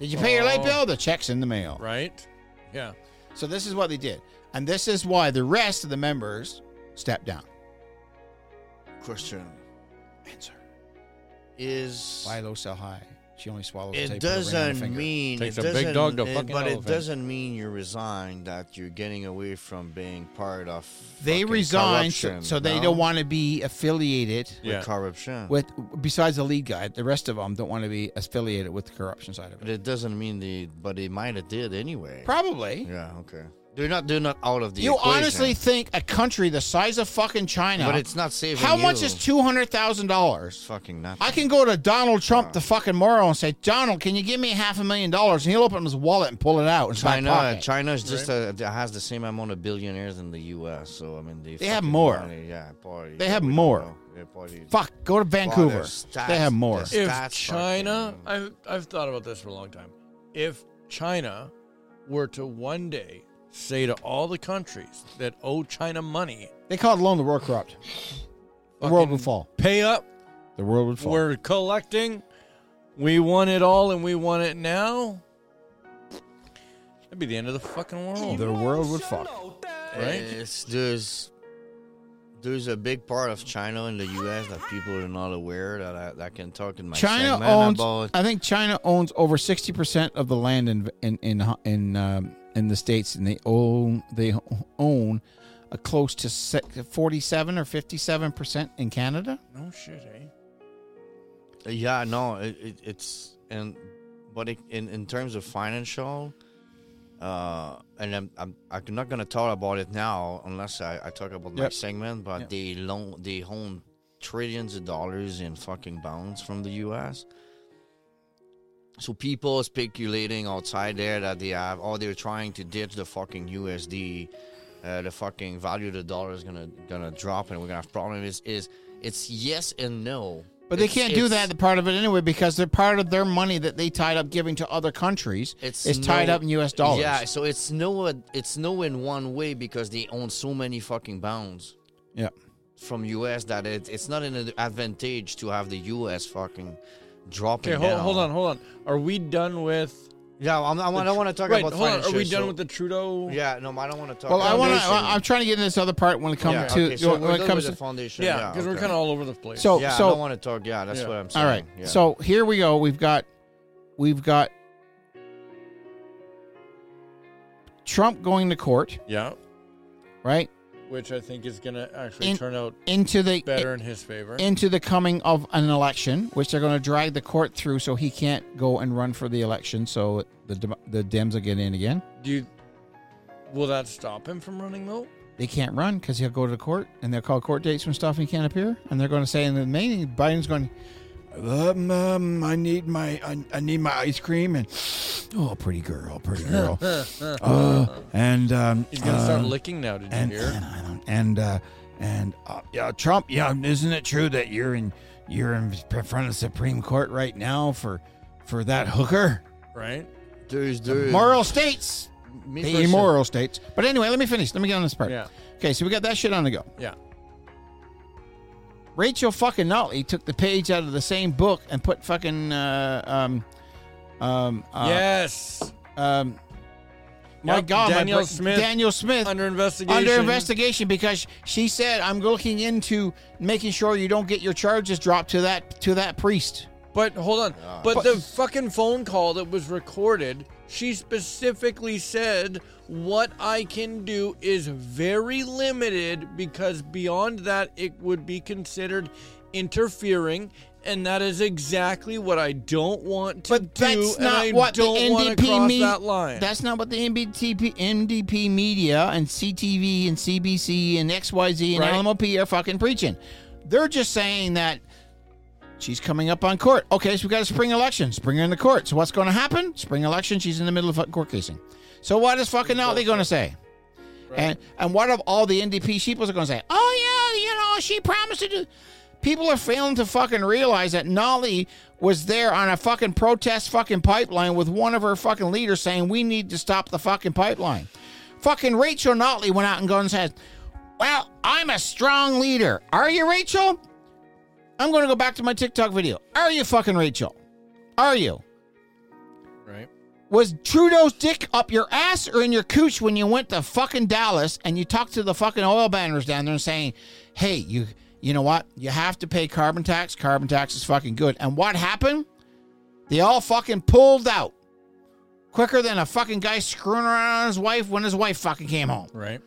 Speaker 1: Did you pay your light
Speaker 3: Oh.
Speaker 1: bill? The checks in the mail.
Speaker 3: Right? Yeah.
Speaker 1: So this is what they did, and this is why the rest of the members stepped down.
Speaker 2: Question
Speaker 1: Answer.
Speaker 2: is
Speaker 1: Why low sell high? She only swallows.
Speaker 2: it
Speaker 1: tape with her ring and a
Speaker 2: doesn't
Speaker 1: finger.
Speaker 2: mean
Speaker 3: Takes
Speaker 2: it
Speaker 3: a big
Speaker 2: doesn't-
Speaker 3: dog to
Speaker 2: it-
Speaker 3: fucking
Speaker 2: but it
Speaker 3: elephant.
Speaker 2: doesn't mean you resign that you're getting away from being part of
Speaker 1: They
Speaker 2: fucking
Speaker 1: resigned, so,
Speaker 2: corruption,
Speaker 1: so they
Speaker 2: no?
Speaker 1: don't want to be affiliated
Speaker 3: Yeah.
Speaker 2: with corruption
Speaker 1: with. Besides the lead guy, the rest of them don't want to be affiliated with the corruption side of
Speaker 2: but
Speaker 1: it.
Speaker 2: it doesn't mean they but they might have did anyway
Speaker 1: Probably.
Speaker 2: yeah okay they're not they're not out of the
Speaker 1: You
Speaker 2: equation.
Speaker 1: honestly think a country the size of fucking China?
Speaker 2: but it's not saving
Speaker 1: how much
Speaker 2: you.
Speaker 1: is two hundred thousand dollars?
Speaker 2: fucking nothing
Speaker 1: I can go to Donald Trump the fucking moral and say, Donald, can you give me half a million dollars? And he'll open his wallet and pull it out. And
Speaker 2: China, China's just uh has the same amount of billionaires in the U.S. So I mean, they,
Speaker 1: They have
Speaker 2: fucking
Speaker 1: more.
Speaker 2: Money, yeah, probably,
Speaker 1: They have
Speaker 2: we don't
Speaker 1: more.
Speaker 2: know. They probably-
Speaker 1: Fuck, go to Vancouver.
Speaker 2: stats-
Speaker 1: they have more.
Speaker 2: there's-
Speaker 3: If
Speaker 2: That's
Speaker 3: China,
Speaker 2: fucking-
Speaker 3: I've, I've thought about this for a long time. If China were to one day say to all the countries that owe China money,
Speaker 1: They call it loan the world corrupt. The world would
Speaker 3: fucking
Speaker 1: fall.
Speaker 3: Pay up.
Speaker 1: The world would fall.
Speaker 3: We're collecting. We want it all and we want it now. That'd be the end of the fucking world.
Speaker 1: the world would fall.
Speaker 3: right?
Speaker 2: It's, there's there's a big part of China in the U.S. that people are not aware that I, that can talk in my
Speaker 1: China
Speaker 2: segment
Speaker 1: owns.
Speaker 2: about.
Speaker 1: I think China owns over sixty percent of the land in in in in, um, in the states, and they own they own a close to forty seven or fifty seven percent in Canada.
Speaker 3: No shit, eh?
Speaker 2: Yeah, no, it, it, it's and but it, in in terms of financial, uh, and I'm, I'm I'm not gonna talk about it now unless I, I talk about my
Speaker 1: Yep.
Speaker 2: segment. But they loan they own trillions of dollars in fucking bonds from the U.S. So people speculating outside there that they have, oh, they're trying to ditch the fucking USD. Uh, the fucking value of the dollar is gonna gonna drop, and we're gonna have problems. Is is it's yes and no.
Speaker 1: But they
Speaker 2: It's-
Speaker 1: can't do
Speaker 2: it's-
Speaker 1: that part of it anyway because they're part of their money that they tied up giving to other countries. It's, tied
Speaker 2: no-
Speaker 1: up in U.S. dollars.
Speaker 2: Yeah, so it's no it's no in one way because they own so many fucking pounds
Speaker 1: yeah.
Speaker 2: from U.S. that it, it's not an advantage to have the U.S. fucking dropping.
Speaker 3: Okay, hold,
Speaker 2: down.
Speaker 3: hold on, hold on. Are we done with.
Speaker 2: Yeah, I'm, I'm, I don't want to talk
Speaker 3: Right,
Speaker 2: about.
Speaker 3: hold on. Are
Speaker 2: financial,
Speaker 3: we done
Speaker 2: so-
Speaker 3: with the Trudeau?
Speaker 2: Yeah, no, I don't want to talk.
Speaker 1: Well, I
Speaker 2: about
Speaker 1: want to.
Speaker 2: foundation.
Speaker 1: I'm trying to get into this other part when it comes
Speaker 2: yeah,
Speaker 1: to
Speaker 2: okay, so we're
Speaker 1: when it
Speaker 2: done
Speaker 1: comes
Speaker 2: with the
Speaker 1: to.
Speaker 2: foundation.
Speaker 3: Yeah, because we're
Speaker 2: okay.
Speaker 3: kind of all over the place.
Speaker 1: So
Speaker 2: Yeah, I
Speaker 1: so
Speaker 2: don't want to talk. Yeah, that's
Speaker 3: Yeah.
Speaker 2: what I'm saying.
Speaker 1: all right.
Speaker 2: Yeah.
Speaker 1: So here we go. We've got we've got Trump going to court,
Speaker 3: yeah.
Speaker 1: right?
Speaker 3: Which I think is going to actually
Speaker 1: In-
Speaker 3: turn out
Speaker 1: Into the
Speaker 3: better in his favor.
Speaker 1: into the coming of an election, which they're going to drag the court through, so he can't go and run for the election. So the Dem- the Dems will get in again.
Speaker 3: Do you, will that stop him from running though?
Speaker 1: They can't run because he'll go to the court, and they'll call court dates and stuff, and he can't appear. And they're going to say in the meeting, Biden's going, um, um, I need my I, I need my ice cream and oh, pretty girl, pretty girl, uh, and um,
Speaker 3: He's gonna
Speaker 1: uh,
Speaker 3: start licking now. Did
Speaker 1: and
Speaker 3: you hear?
Speaker 1: and and uh, and uh, yeah, Trump. Yeah, isn't it true that you're in you're in front of the Supreme Court right now for for that hooker?
Speaker 3: right?
Speaker 2: there's there's
Speaker 1: Moral states,
Speaker 2: me
Speaker 1: the
Speaker 2: person-
Speaker 1: immoral states. But anyway, let me finish. Let me get on this part.
Speaker 3: Yeah.
Speaker 1: Okay, so we got that shit on the go.
Speaker 3: Yeah.
Speaker 1: Rachel fucking Notley took the page out of the same book and put fucking uh, um um uh,
Speaker 3: yes.
Speaker 1: um. My
Speaker 3: Yep,
Speaker 1: God, my
Speaker 3: Danielle
Speaker 1: bra-
Speaker 3: Smith
Speaker 1: Daniel Smith
Speaker 3: Under investigation.
Speaker 1: under investigation because she said I'm looking into making sure you don't get your charges dropped to that to that priest.
Speaker 3: But hold on. But the fucking phone call that was recorded, she specifically said, What I can do is very limited because beyond that, it would be considered interfering. And that is exactly what I don't want to
Speaker 1: But
Speaker 3: do.
Speaker 1: that's
Speaker 3: and
Speaker 1: not
Speaker 3: I
Speaker 1: what the
Speaker 3: don't want to
Speaker 1: NDP
Speaker 3: cross
Speaker 1: me-
Speaker 3: that line.
Speaker 1: That's not what the NBTP, NDP media and CTV and CBC and XYZ and
Speaker 3: Right.
Speaker 1: LMOP are fucking preaching. They're just saying that she's coming up on court. Okay, so we got a spring election. Spring in the court. So what's going to happen? Spring election. She's in the middle of fucking court casing. So what is fucking now they going to say? And and what of all the NDP sheeples are going to say? Oh yeah, you know she promised to do. People are failing to fucking realize that Nolly was there on a fucking protest fucking pipeline with one of her fucking leaders saying we need to stop the fucking pipeline. Fucking Rachel Notley went out and goes and said, "Well, I'm a strong leader. Are you Rachel? I'm going to go back to my TikTok video. Are you fucking Rachel? Are you?"
Speaker 3: right.
Speaker 1: Was Trudeau's dick up your ass or in your cooch when you went to fucking Dallas and you talked to the fucking oil banners down there and saying, "Hey, you, you know what? You have to pay carbon tax. Carbon tax is fucking good." And what happened? They all fucking pulled out quicker than a fucking guy screwing around on his wife when his wife fucking came home.
Speaker 3: Right.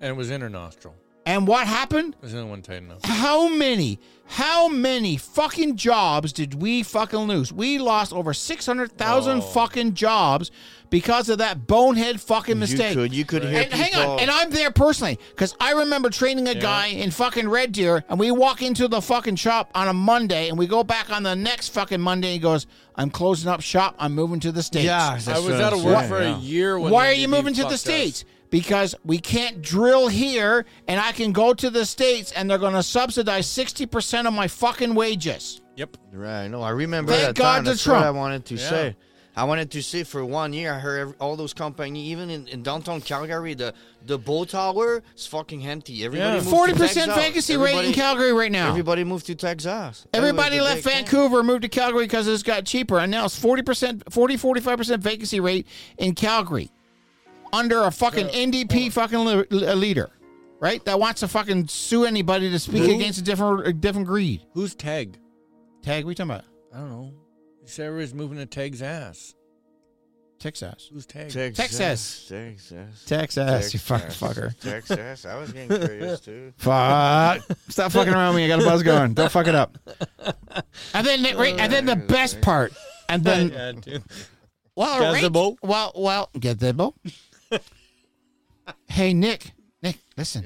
Speaker 3: And it was in her nostril.
Speaker 1: And what happened?
Speaker 3: It was the only one tight enough.
Speaker 1: how many how many fucking jobs did we fucking lose we lost over 600000
Speaker 3: Oh.
Speaker 1: fucking jobs because of that bonehead fucking mistake
Speaker 2: You could, you could hear
Speaker 1: and hang
Speaker 2: people.
Speaker 1: on and i'm there personally because i remember training a guy in fucking red deer and we walk into the fucking shop on a monday and we go back on the next fucking monday and he goes i'm closing up shop i'm moving to the states
Speaker 3: I was out of work for a year. When
Speaker 1: why
Speaker 3: the
Speaker 1: are you
Speaker 3: NDP
Speaker 1: moving to
Speaker 3: fucked
Speaker 1: the
Speaker 3: us.
Speaker 1: states? Because we can't drill here, and I can go to the states, and they're going to subsidize sixty percent of my fucking wages.
Speaker 3: Yep.
Speaker 2: Right. No, I remember
Speaker 1: Thank
Speaker 2: that
Speaker 1: God
Speaker 2: time.
Speaker 1: to
Speaker 2: That's
Speaker 1: Trump.
Speaker 2: what I wanted to
Speaker 3: Yeah.
Speaker 2: say. I wanted to say for one year, I heard every, all those company, even in, in downtown Calgary, the the bow tower is fucking empty. Everybody
Speaker 3: Yeah.
Speaker 2: moved to
Speaker 1: Forty percent
Speaker 2: Texas.
Speaker 1: vacancy rate
Speaker 2: Everybody-
Speaker 1: in Calgary right now. Everybody,
Speaker 2: Everybody moved to Texas. That was the
Speaker 1: left
Speaker 2: big thing.
Speaker 1: Vancouver, moved to Calgary because it's got cheaper, and now it's forty percent, 40 45 percent vacancy rate in Calgary, under a fucking NDP fucking li- li- leader, right? That wants to fucking sue anybody to speak
Speaker 3: Who?
Speaker 1: against a different a different greed.
Speaker 3: Who's Tag?
Speaker 1: Tag, we talking about
Speaker 3: I don't know. Sarah is moving to Tag's ass.
Speaker 1: Texas.
Speaker 3: Who's Tag?
Speaker 1: Texas.
Speaker 2: Texas.
Speaker 1: Texas, you fucking
Speaker 2: Texas.
Speaker 1: fucker.
Speaker 2: Texas. I was getting curious too.
Speaker 1: Fuck! Stop fucking around with me. I got a buzz going. Don't fuck it up. And then, the- right, and then the best part, and then
Speaker 3: Yeah, dude.
Speaker 1: well, right-
Speaker 3: Gazebo.
Speaker 1: well, well, gazebo. hey, Nick, Nick, listen.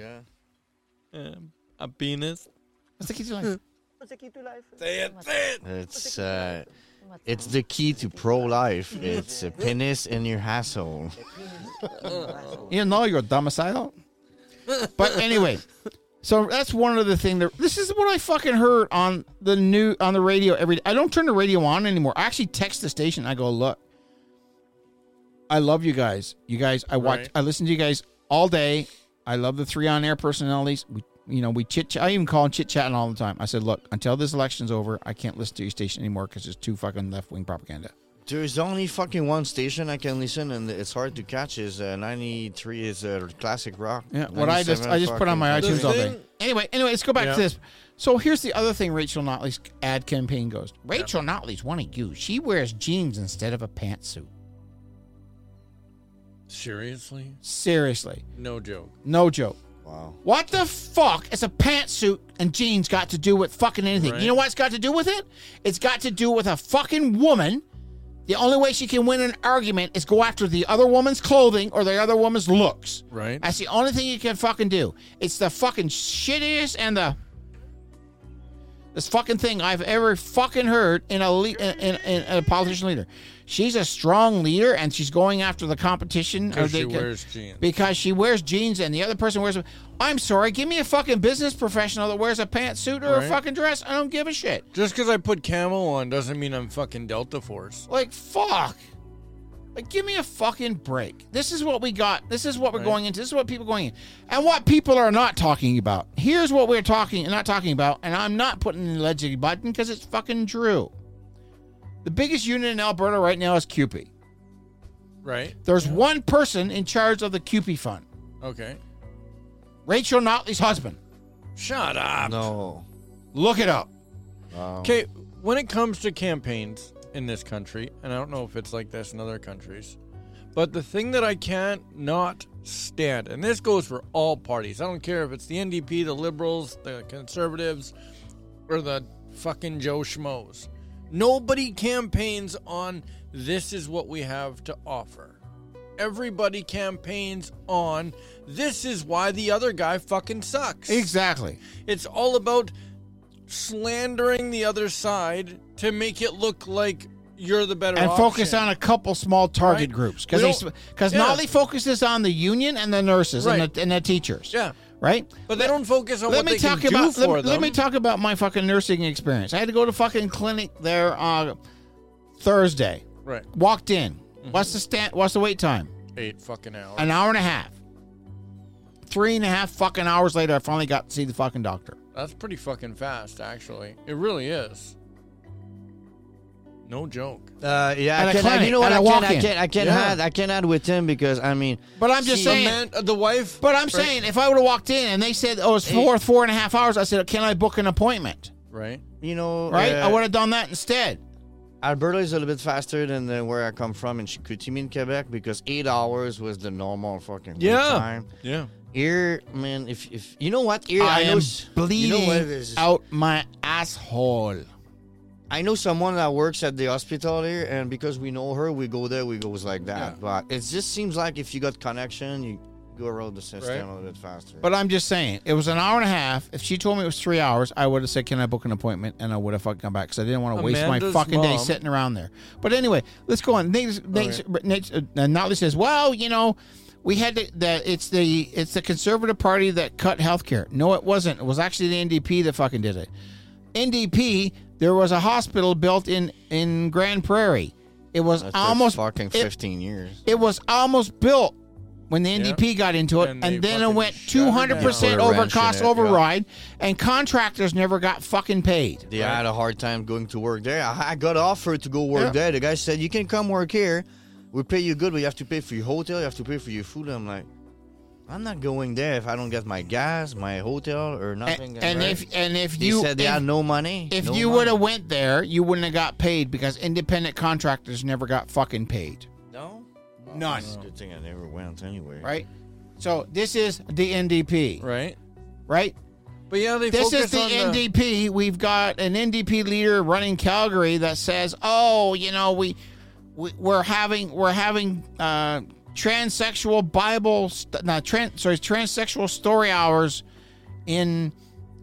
Speaker 2: Yeah.
Speaker 3: a penis.
Speaker 1: What's the key to life?
Speaker 2: It's uh, it's the key to pro life. It's a penis in your asshole.
Speaker 1: You know you're domicile. But anyway, so that's one other thing. That, this is what I fucking heard on the new on the radio every day. I don't turn the radio on anymore. I actually text the station. I go, look, I love you guys. You guys, I watch,
Speaker 3: Right.
Speaker 1: I listen to you guys all day. I love the three on air personalities. We, you know, we chit. chat. I even call and chit chatting all the time. I said, look, until this election's over, I can't listen to your station anymore because it's too fucking left wing propaganda.
Speaker 2: There's only fucking one station I can listen, and it's hard to catch. Is uh, '93 is uh, classic rock.
Speaker 1: Yeah, what I just
Speaker 2: 97
Speaker 1: I just put on my
Speaker 2: fucking
Speaker 1: iTunes all day.
Speaker 3: thing-
Speaker 1: Anyway, anyway, let's go back
Speaker 3: Yeah.
Speaker 1: to this. So here's the other thing Rachel Notley's ad campaign goes. Rachel Notley's one of you. She wears jeans instead of a pantsuit.
Speaker 3: Seriously?
Speaker 1: Seriously.
Speaker 3: No joke.
Speaker 1: No joke.
Speaker 2: Wow.
Speaker 1: What the fuck is a pantsuit and jeans got to do with fucking anything?
Speaker 3: Right.
Speaker 1: You know what it's got to do with it? It's got to do with a fucking woman. The only way she can win an argument is go after the other woman's clothing or the other woman's looks.
Speaker 3: Right?
Speaker 1: That's the only thing you can fucking do. It's the fucking shittiest and the this fucking thing I've ever fucking heard in a le- in, in, in a politician leader. She's a strong leader and she's going after the competition or
Speaker 3: Because
Speaker 1: they
Speaker 3: she
Speaker 1: ca-
Speaker 3: wears jeans.
Speaker 1: because she wears jeans and the other person wears. I'm sorry, give me a fucking business professional that wears a pantsuit or a
Speaker 3: Right.
Speaker 1: fucking dress. I don't give a shit.
Speaker 3: Just because I put camo on doesn't mean I'm fucking Delta Force.
Speaker 1: Like fuck. Like give me a fucking break. This is what we got. This is what we're
Speaker 3: Right.
Speaker 1: going into. This is what people are going in. And what people are not talking about. Here's what we're talking not talking about, and I'm not putting an alleged button because it's fucking true. The biggest unit in Alberta right now is CUPE.
Speaker 3: Right?
Speaker 1: There's one person in charge of the CUPE fund.
Speaker 3: Okay.
Speaker 1: Rachel Notley's husband.
Speaker 3: Shut up.
Speaker 2: No.
Speaker 1: Look it up.
Speaker 2: Wow.
Speaker 3: Okay, when it comes to campaigns in this country, and I don't know if it's like this in other countries, but the thing that I can't not stand, and this goes for all parties, I don't care if it's the NDP, the Liberals, the Conservatives, or the fucking Joe Schmoes. Nobody campaigns on this is what we have to offer. Everybody campaigns on this is why the other guy fucking sucks.
Speaker 1: Exactly.
Speaker 3: It's all about slandering the other side to make it look like you're the better
Speaker 1: and focus on a
Speaker 3: option.
Speaker 1: couple small target
Speaker 3: Right.
Speaker 1: groups
Speaker 3: We
Speaker 1: because
Speaker 3: don't-
Speaker 1: because
Speaker 3: yeah.
Speaker 1: Nolly focuses on the union and the nurses
Speaker 3: Right.
Speaker 1: and, the, and the teachers.
Speaker 3: Yeah.
Speaker 1: Right.
Speaker 3: But they don't focus on
Speaker 1: Let
Speaker 3: what
Speaker 1: me
Speaker 3: they
Speaker 1: talk
Speaker 3: can do
Speaker 1: about
Speaker 3: for
Speaker 1: let,
Speaker 3: them.
Speaker 1: let me talk about my fucking nursing experience. I had to go to fucking clinic there on Thursday.
Speaker 3: Right.
Speaker 1: Walked in.
Speaker 3: Mm-hmm.
Speaker 1: What's the stand? What's the wait time?
Speaker 3: Eight fucking hours.
Speaker 1: An hour and a half. Three and a half fucking hours later, I finally got to see the fucking doctor.
Speaker 3: That's pretty fucking fast, actually. It really is. No joke.
Speaker 2: Uh, yeah,
Speaker 1: At a
Speaker 2: I can,
Speaker 1: clinic,
Speaker 2: you know what?
Speaker 1: at a
Speaker 2: I
Speaker 1: walk-in.
Speaker 2: can, I can, I can
Speaker 3: Yeah.
Speaker 2: add, I can add with him because I mean,
Speaker 1: But I'm just
Speaker 2: See,
Speaker 3: The
Speaker 1: saying.
Speaker 3: man, uh, the wife.
Speaker 1: But I'm
Speaker 3: right?
Speaker 1: saying, if I would have walked in and they said, "Oh, it's four, four and a half hours," I said, "Can I book an appointment?"
Speaker 3: Right.
Speaker 2: you know,
Speaker 1: Right? I
Speaker 2: uh,
Speaker 1: would have done that instead.
Speaker 2: Alberta is a little bit faster than uh, where I come from in Chicoutimi in Quebec because eight hours was the normal fucking wait time.
Speaker 3: Yeah.
Speaker 2: Here, man, if if you know what, here
Speaker 1: I
Speaker 2: I, know,
Speaker 1: am
Speaker 2: s-
Speaker 1: bleeding
Speaker 2: You know what it is?
Speaker 1: out my asshole.
Speaker 2: I know someone that works at the hospital here, and because we know her, we go there, we goes like that.
Speaker 3: Yeah.
Speaker 2: But it just seems like if you got connection, you go around the system a little bit faster.
Speaker 1: But I'm just saying, it was an hour and a half. If she told me it was three hours, I would have said, "Can I book an appointment?" And I would have fucking come back because I didn't want to waste my
Speaker 3: Amanda's
Speaker 1: fucking day
Speaker 3: mom-
Speaker 1: sitting around there. But anyway, let's go on. Nate, Nate, Nate uh, Notley says, "Well, you know." We had to, that it's the it's the conservative party that cut health care. No, it wasn't. It was actually the NDP that fucking did it. NDP, there was a hospital built in in Grand Prairie. It was
Speaker 2: That took
Speaker 1: almost
Speaker 2: fucking
Speaker 1: it-
Speaker 2: fifteen years.
Speaker 1: it was almost built when the NDP got into it, and,
Speaker 3: And they
Speaker 1: then it
Speaker 3: fucking
Speaker 1: went
Speaker 3: shut
Speaker 1: two
Speaker 3: her down.
Speaker 1: hundred percent
Speaker 2: Put a
Speaker 1: over
Speaker 2: wrench
Speaker 1: cost
Speaker 2: in it, yeah.
Speaker 1: override, and contractors never got fucking paid.
Speaker 2: They had a hard time going to work there. I, I got offered to go work
Speaker 1: Yeah.
Speaker 2: there. The guy said, "You can come work here. We pay you good, but you have to pay for your hotel. You have to pay for your food." I'm like, "I'm not going there if I don't get my gas, my hotel, or nothing."
Speaker 1: And, and
Speaker 2: right?
Speaker 1: if and if
Speaker 2: They
Speaker 1: you
Speaker 2: said they
Speaker 1: if,
Speaker 2: had no money,
Speaker 1: if
Speaker 2: no
Speaker 1: you would have
Speaker 2: money.
Speaker 1: went there, you wouldn't have got paid because independent contractors never got fucking paid.
Speaker 2: no,
Speaker 1: None.
Speaker 2: It's a good thing I never went anyway.
Speaker 1: Right. So this is the NDP,
Speaker 3: Right.
Speaker 1: right?
Speaker 3: But yeah, they
Speaker 1: This
Speaker 3: focus
Speaker 1: is the
Speaker 3: on the
Speaker 1: NDP. We've got an NDP leader running Calgary that says, "Oh, you know, we, we we're having we're having uh, transsexual Bible, st- not trans, sorry, transsexual story hours in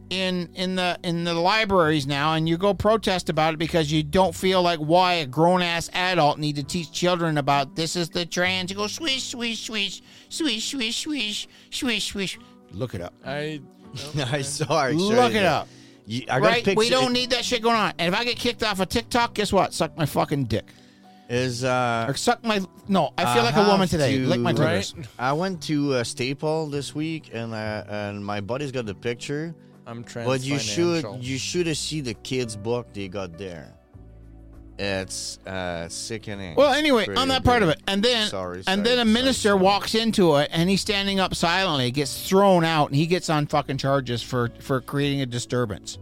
Speaker 1: in in the in the libraries now, and you go protest about it because you don't feel like why a grown ass adult need to teach children about this is the trans. You go swish swish swish swish swish swish swish swish. Look it up.
Speaker 3: I.
Speaker 2: I saw. it, sure
Speaker 1: Look
Speaker 2: they
Speaker 1: it
Speaker 2: did.
Speaker 1: up.
Speaker 2: You- I got
Speaker 1: Right? We
Speaker 2: picture-
Speaker 1: don't need that shit going on. And if I get kicked off of TikTok, guess what? Suck my fucking dick.
Speaker 2: Is uh,
Speaker 1: Or suck my. No, I feel
Speaker 2: I
Speaker 1: like a woman
Speaker 2: have
Speaker 1: today.
Speaker 2: to-
Speaker 1: Lick my clitoris.
Speaker 3: Right.
Speaker 2: I went to uh, Staple this week, and uh, and my buddy's got the picture.
Speaker 3: I'm trans.
Speaker 2: But you should
Speaker 3: financial.
Speaker 2: you should have seen the kids' book they got there. It's uh, sickening.
Speaker 1: Well, anyway,
Speaker 2: Pretty
Speaker 1: on that part of
Speaker 2: big.
Speaker 1: it, and then
Speaker 2: Sorry, sorry,
Speaker 1: and then a
Speaker 2: sorry,
Speaker 1: minister
Speaker 2: sorry.
Speaker 1: walks into it, and he's standing up silently, gets thrown out, and he gets on fucking charges for for creating a disturbance.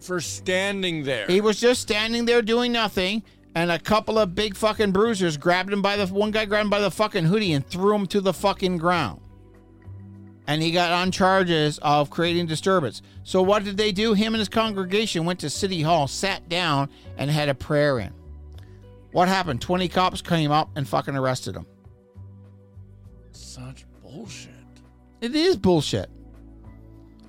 Speaker 3: for standing there.
Speaker 1: He was just standing there doing nothing, and a couple of big fucking bruisers grabbed him by the one guy grabbed him by the fucking hoodie and threw him to the fucking ground. And he got on charges of creating disturbance. So what did they do? Him and his congregation went to city hall, sat down, and had a prayer in. What happened? Twenty cops came up and fucking arrested him.
Speaker 3: Such bullshit.
Speaker 1: It is bullshit.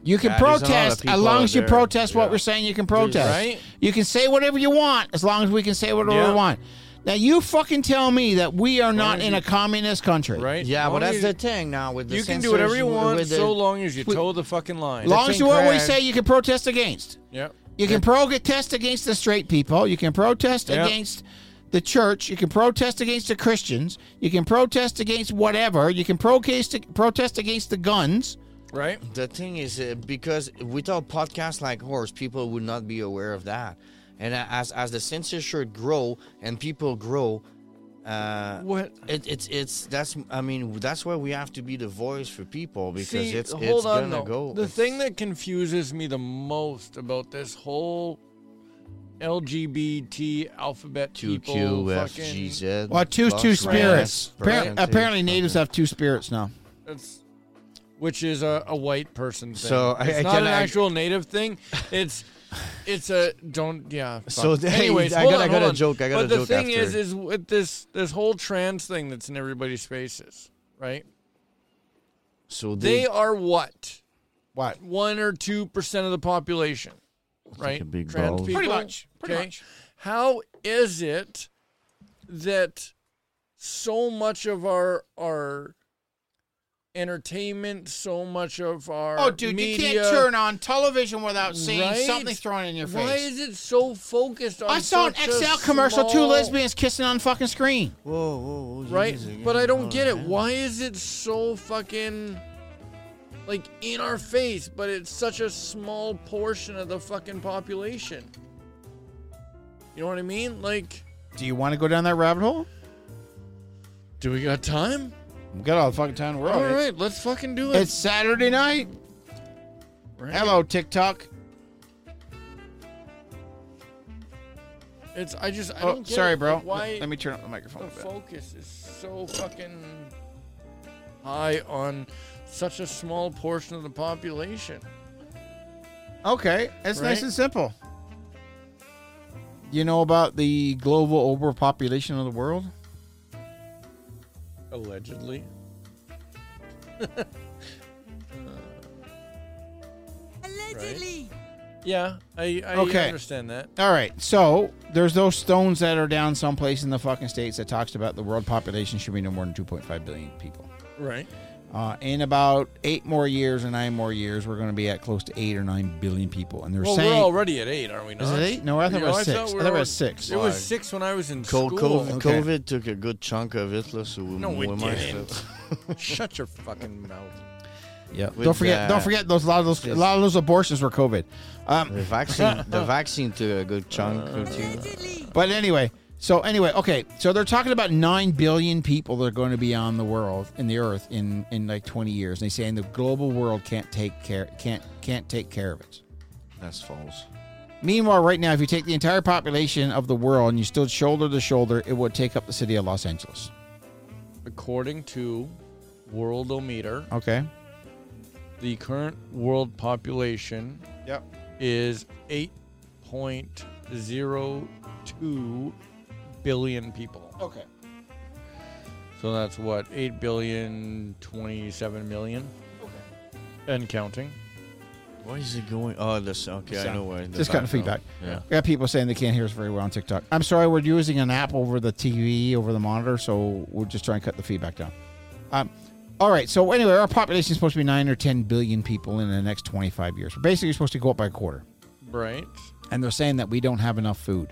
Speaker 1: You can
Speaker 2: Yeah, there's a lot of
Speaker 1: protest
Speaker 2: people
Speaker 1: as long
Speaker 2: out
Speaker 1: as you
Speaker 2: there.
Speaker 1: protest what
Speaker 2: Yeah.
Speaker 1: we're saying. You can protest.
Speaker 3: Right.
Speaker 1: You can say whatever you want as long as we can say whatever
Speaker 3: Yeah.
Speaker 1: we want. Now you fucking tell me that we are not
Speaker 3: as
Speaker 1: in
Speaker 3: you-
Speaker 1: a communist country.
Speaker 3: Right.
Speaker 2: Yeah,
Speaker 3: Long
Speaker 2: but that's
Speaker 3: as-
Speaker 2: the thing now with the
Speaker 3: You can do
Speaker 2: censors,
Speaker 3: whatever you
Speaker 2: with
Speaker 3: want,
Speaker 2: the-
Speaker 3: so long as you toe the fucking line.
Speaker 1: As long as
Speaker 2: It's
Speaker 1: you always
Speaker 2: incorrect.
Speaker 1: say you can protest against.
Speaker 3: yeah.
Speaker 1: You can protest against the straight people. You can protest
Speaker 3: Yeah.
Speaker 1: against the church. You can protest against the Christians. You can protest against whatever. You can protest protest against the guns.
Speaker 3: Right.
Speaker 2: The thing is, uh, because without podcasts like ours, people would not be aware of that. And uh, as as the censorship grow and people grow, uh,
Speaker 3: What?
Speaker 2: it, it's it's that's I mean that's why we have to be the voice for people because
Speaker 3: See,
Speaker 2: it's
Speaker 3: hold
Speaker 2: it's
Speaker 3: on
Speaker 2: gonna
Speaker 3: though.
Speaker 2: go.
Speaker 3: The
Speaker 2: it's-
Speaker 3: thing that confuses me the most about this whole LGBT alphabet
Speaker 2: Two
Speaker 3: people.
Speaker 2: Q F
Speaker 3: fucking-
Speaker 2: G Z.
Speaker 1: Well, two
Speaker 2: Bucks,
Speaker 1: two
Speaker 2: Rams,
Speaker 1: spirits. Appar-
Speaker 2: Percentage,
Speaker 1: apparently,
Speaker 2: fucking-
Speaker 1: natives have two spirits now.
Speaker 3: It's, which is a, a white person thing.
Speaker 2: So, I-
Speaker 3: it's
Speaker 2: I
Speaker 3: not
Speaker 2: can-
Speaker 3: an
Speaker 2: I-
Speaker 3: actual native thing. It's it's a don't yeah. fuck.
Speaker 2: So, they-
Speaker 3: anyways,
Speaker 2: I
Speaker 3: hold
Speaker 2: got- I
Speaker 3: on,
Speaker 2: got
Speaker 3: hold
Speaker 2: a
Speaker 3: on.
Speaker 2: joke, I got
Speaker 3: but
Speaker 2: a
Speaker 3: the
Speaker 2: joke
Speaker 3: thing is,
Speaker 2: after.
Speaker 3: is with this this whole trans thing that's in everybody's faces, right?
Speaker 2: So
Speaker 3: They
Speaker 2: they
Speaker 3: are what
Speaker 1: What?
Speaker 3: one or two percent of the population, right?
Speaker 2: a big
Speaker 3: trans
Speaker 2: balls.
Speaker 3: people.
Speaker 1: Pretty much. Pretty
Speaker 3: okay?
Speaker 1: much.
Speaker 3: How is it that so much of our our entertainment, so much of our
Speaker 1: Oh, dude,
Speaker 3: media,
Speaker 1: you can't turn on television without seeing
Speaker 3: Right?
Speaker 1: something thrown in your face.
Speaker 3: Why is it so focused on?
Speaker 1: I saw an
Speaker 3: such a
Speaker 1: XL commercial, two
Speaker 3: small-
Speaker 1: lesbians kissing on fucking screen.
Speaker 2: whoa, whoa, whoa,
Speaker 3: Right,
Speaker 2: Jesus, yeah,
Speaker 3: but I don't
Speaker 2: oh,
Speaker 3: get it.
Speaker 2: man.
Speaker 3: Why is it so fucking like in our face? But it's such a small portion of the fucking population. You know what I mean? Like,
Speaker 1: Do you want to go down that rabbit hole?
Speaker 3: do we got time?
Speaker 1: We got all the fucking time in the world.
Speaker 3: All right, let's fucking do it.
Speaker 1: It's Saturday night.
Speaker 3: Right.
Speaker 1: Hello, TikTok.
Speaker 3: It's I just I
Speaker 1: Oh,
Speaker 3: don't get
Speaker 1: sorry,
Speaker 3: it.
Speaker 1: bro.
Speaker 3: Like, Why
Speaker 1: Let me turn up the microphone.
Speaker 3: the
Speaker 1: a bit.
Speaker 3: focus is so fucking high on such a small portion of the population.
Speaker 1: Okay, it's nice
Speaker 3: Right?
Speaker 1: and simple. You know about the global overpopulation of the world?
Speaker 3: Allegedly. Allegedly. Yeah, I, I
Speaker 1: Okay.
Speaker 3: understand that.
Speaker 1: All right, so there's those stones that are down someplace in the fucking states that talks about the world population should be no more than 2.5 billion people.
Speaker 3: Right.
Speaker 1: Uh, in about eight more years or nine more years, we're going to be at close to eight or nine billion people, and they're
Speaker 3: Well,
Speaker 1: saying
Speaker 3: we're already at eight, aren't we? Not?
Speaker 1: Is it eight? No, I thought it
Speaker 3: You know,
Speaker 1: was six.
Speaker 3: thought
Speaker 1: I
Speaker 3: we
Speaker 1: thought it
Speaker 3: were-
Speaker 1: was six.
Speaker 3: It was
Speaker 2: Why?
Speaker 3: six when I was in
Speaker 2: Co-
Speaker 3: school.
Speaker 2: COVID,
Speaker 1: Okay.
Speaker 2: COVID took a good chunk of it, less so we,
Speaker 3: No, we
Speaker 2: might
Speaker 3: didn't.
Speaker 2: have-
Speaker 3: Shut your fucking mouth.
Speaker 1: yeah. Don't
Speaker 2: With
Speaker 1: forget,
Speaker 2: that-
Speaker 1: don't forget those a lot of those a lot of those abortions were COVID. Um,
Speaker 2: The vaccine, the vaccine took a good chunk. or two.
Speaker 1: But anyway, so anyway, okay, so they're talking about nine billion people that are going to be on the world in the earth in in like twenty years. And they saying the global world can't take care can't can't take care of it.
Speaker 2: That's false.
Speaker 1: Meanwhile, right now, if you take the entire population of the world and you stood shoulder to shoulder, it would take up the city of Los Angeles.
Speaker 3: According to Worldometer,
Speaker 1: Okay.
Speaker 3: the current world population
Speaker 1: Yep.
Speaker 3: is 8.02 billion people.
Speaker 1: Okay.
Speaker 3: So that's what, 8 billion 27 million? And counting.
Speaker 2: Why is it going? Oh, this. Okay, I know why. the
Speaker 1: Just gotten feedback.
Speaker 2: background. Yeah.
Speaker 1: We got people saying they can't hear us very well on TikTok. I'm sorry, we're using an app over the TV, over the monitor, so we'll just try and cut the feedback down. Um, all right, so anyway, our population is supposed to be 9 or 10 billion people in the next 25 years. We're basically supposed to go up by a quarter.
Speaker 3: Right?
Speaker 1: And they're saying that we don't have enough food.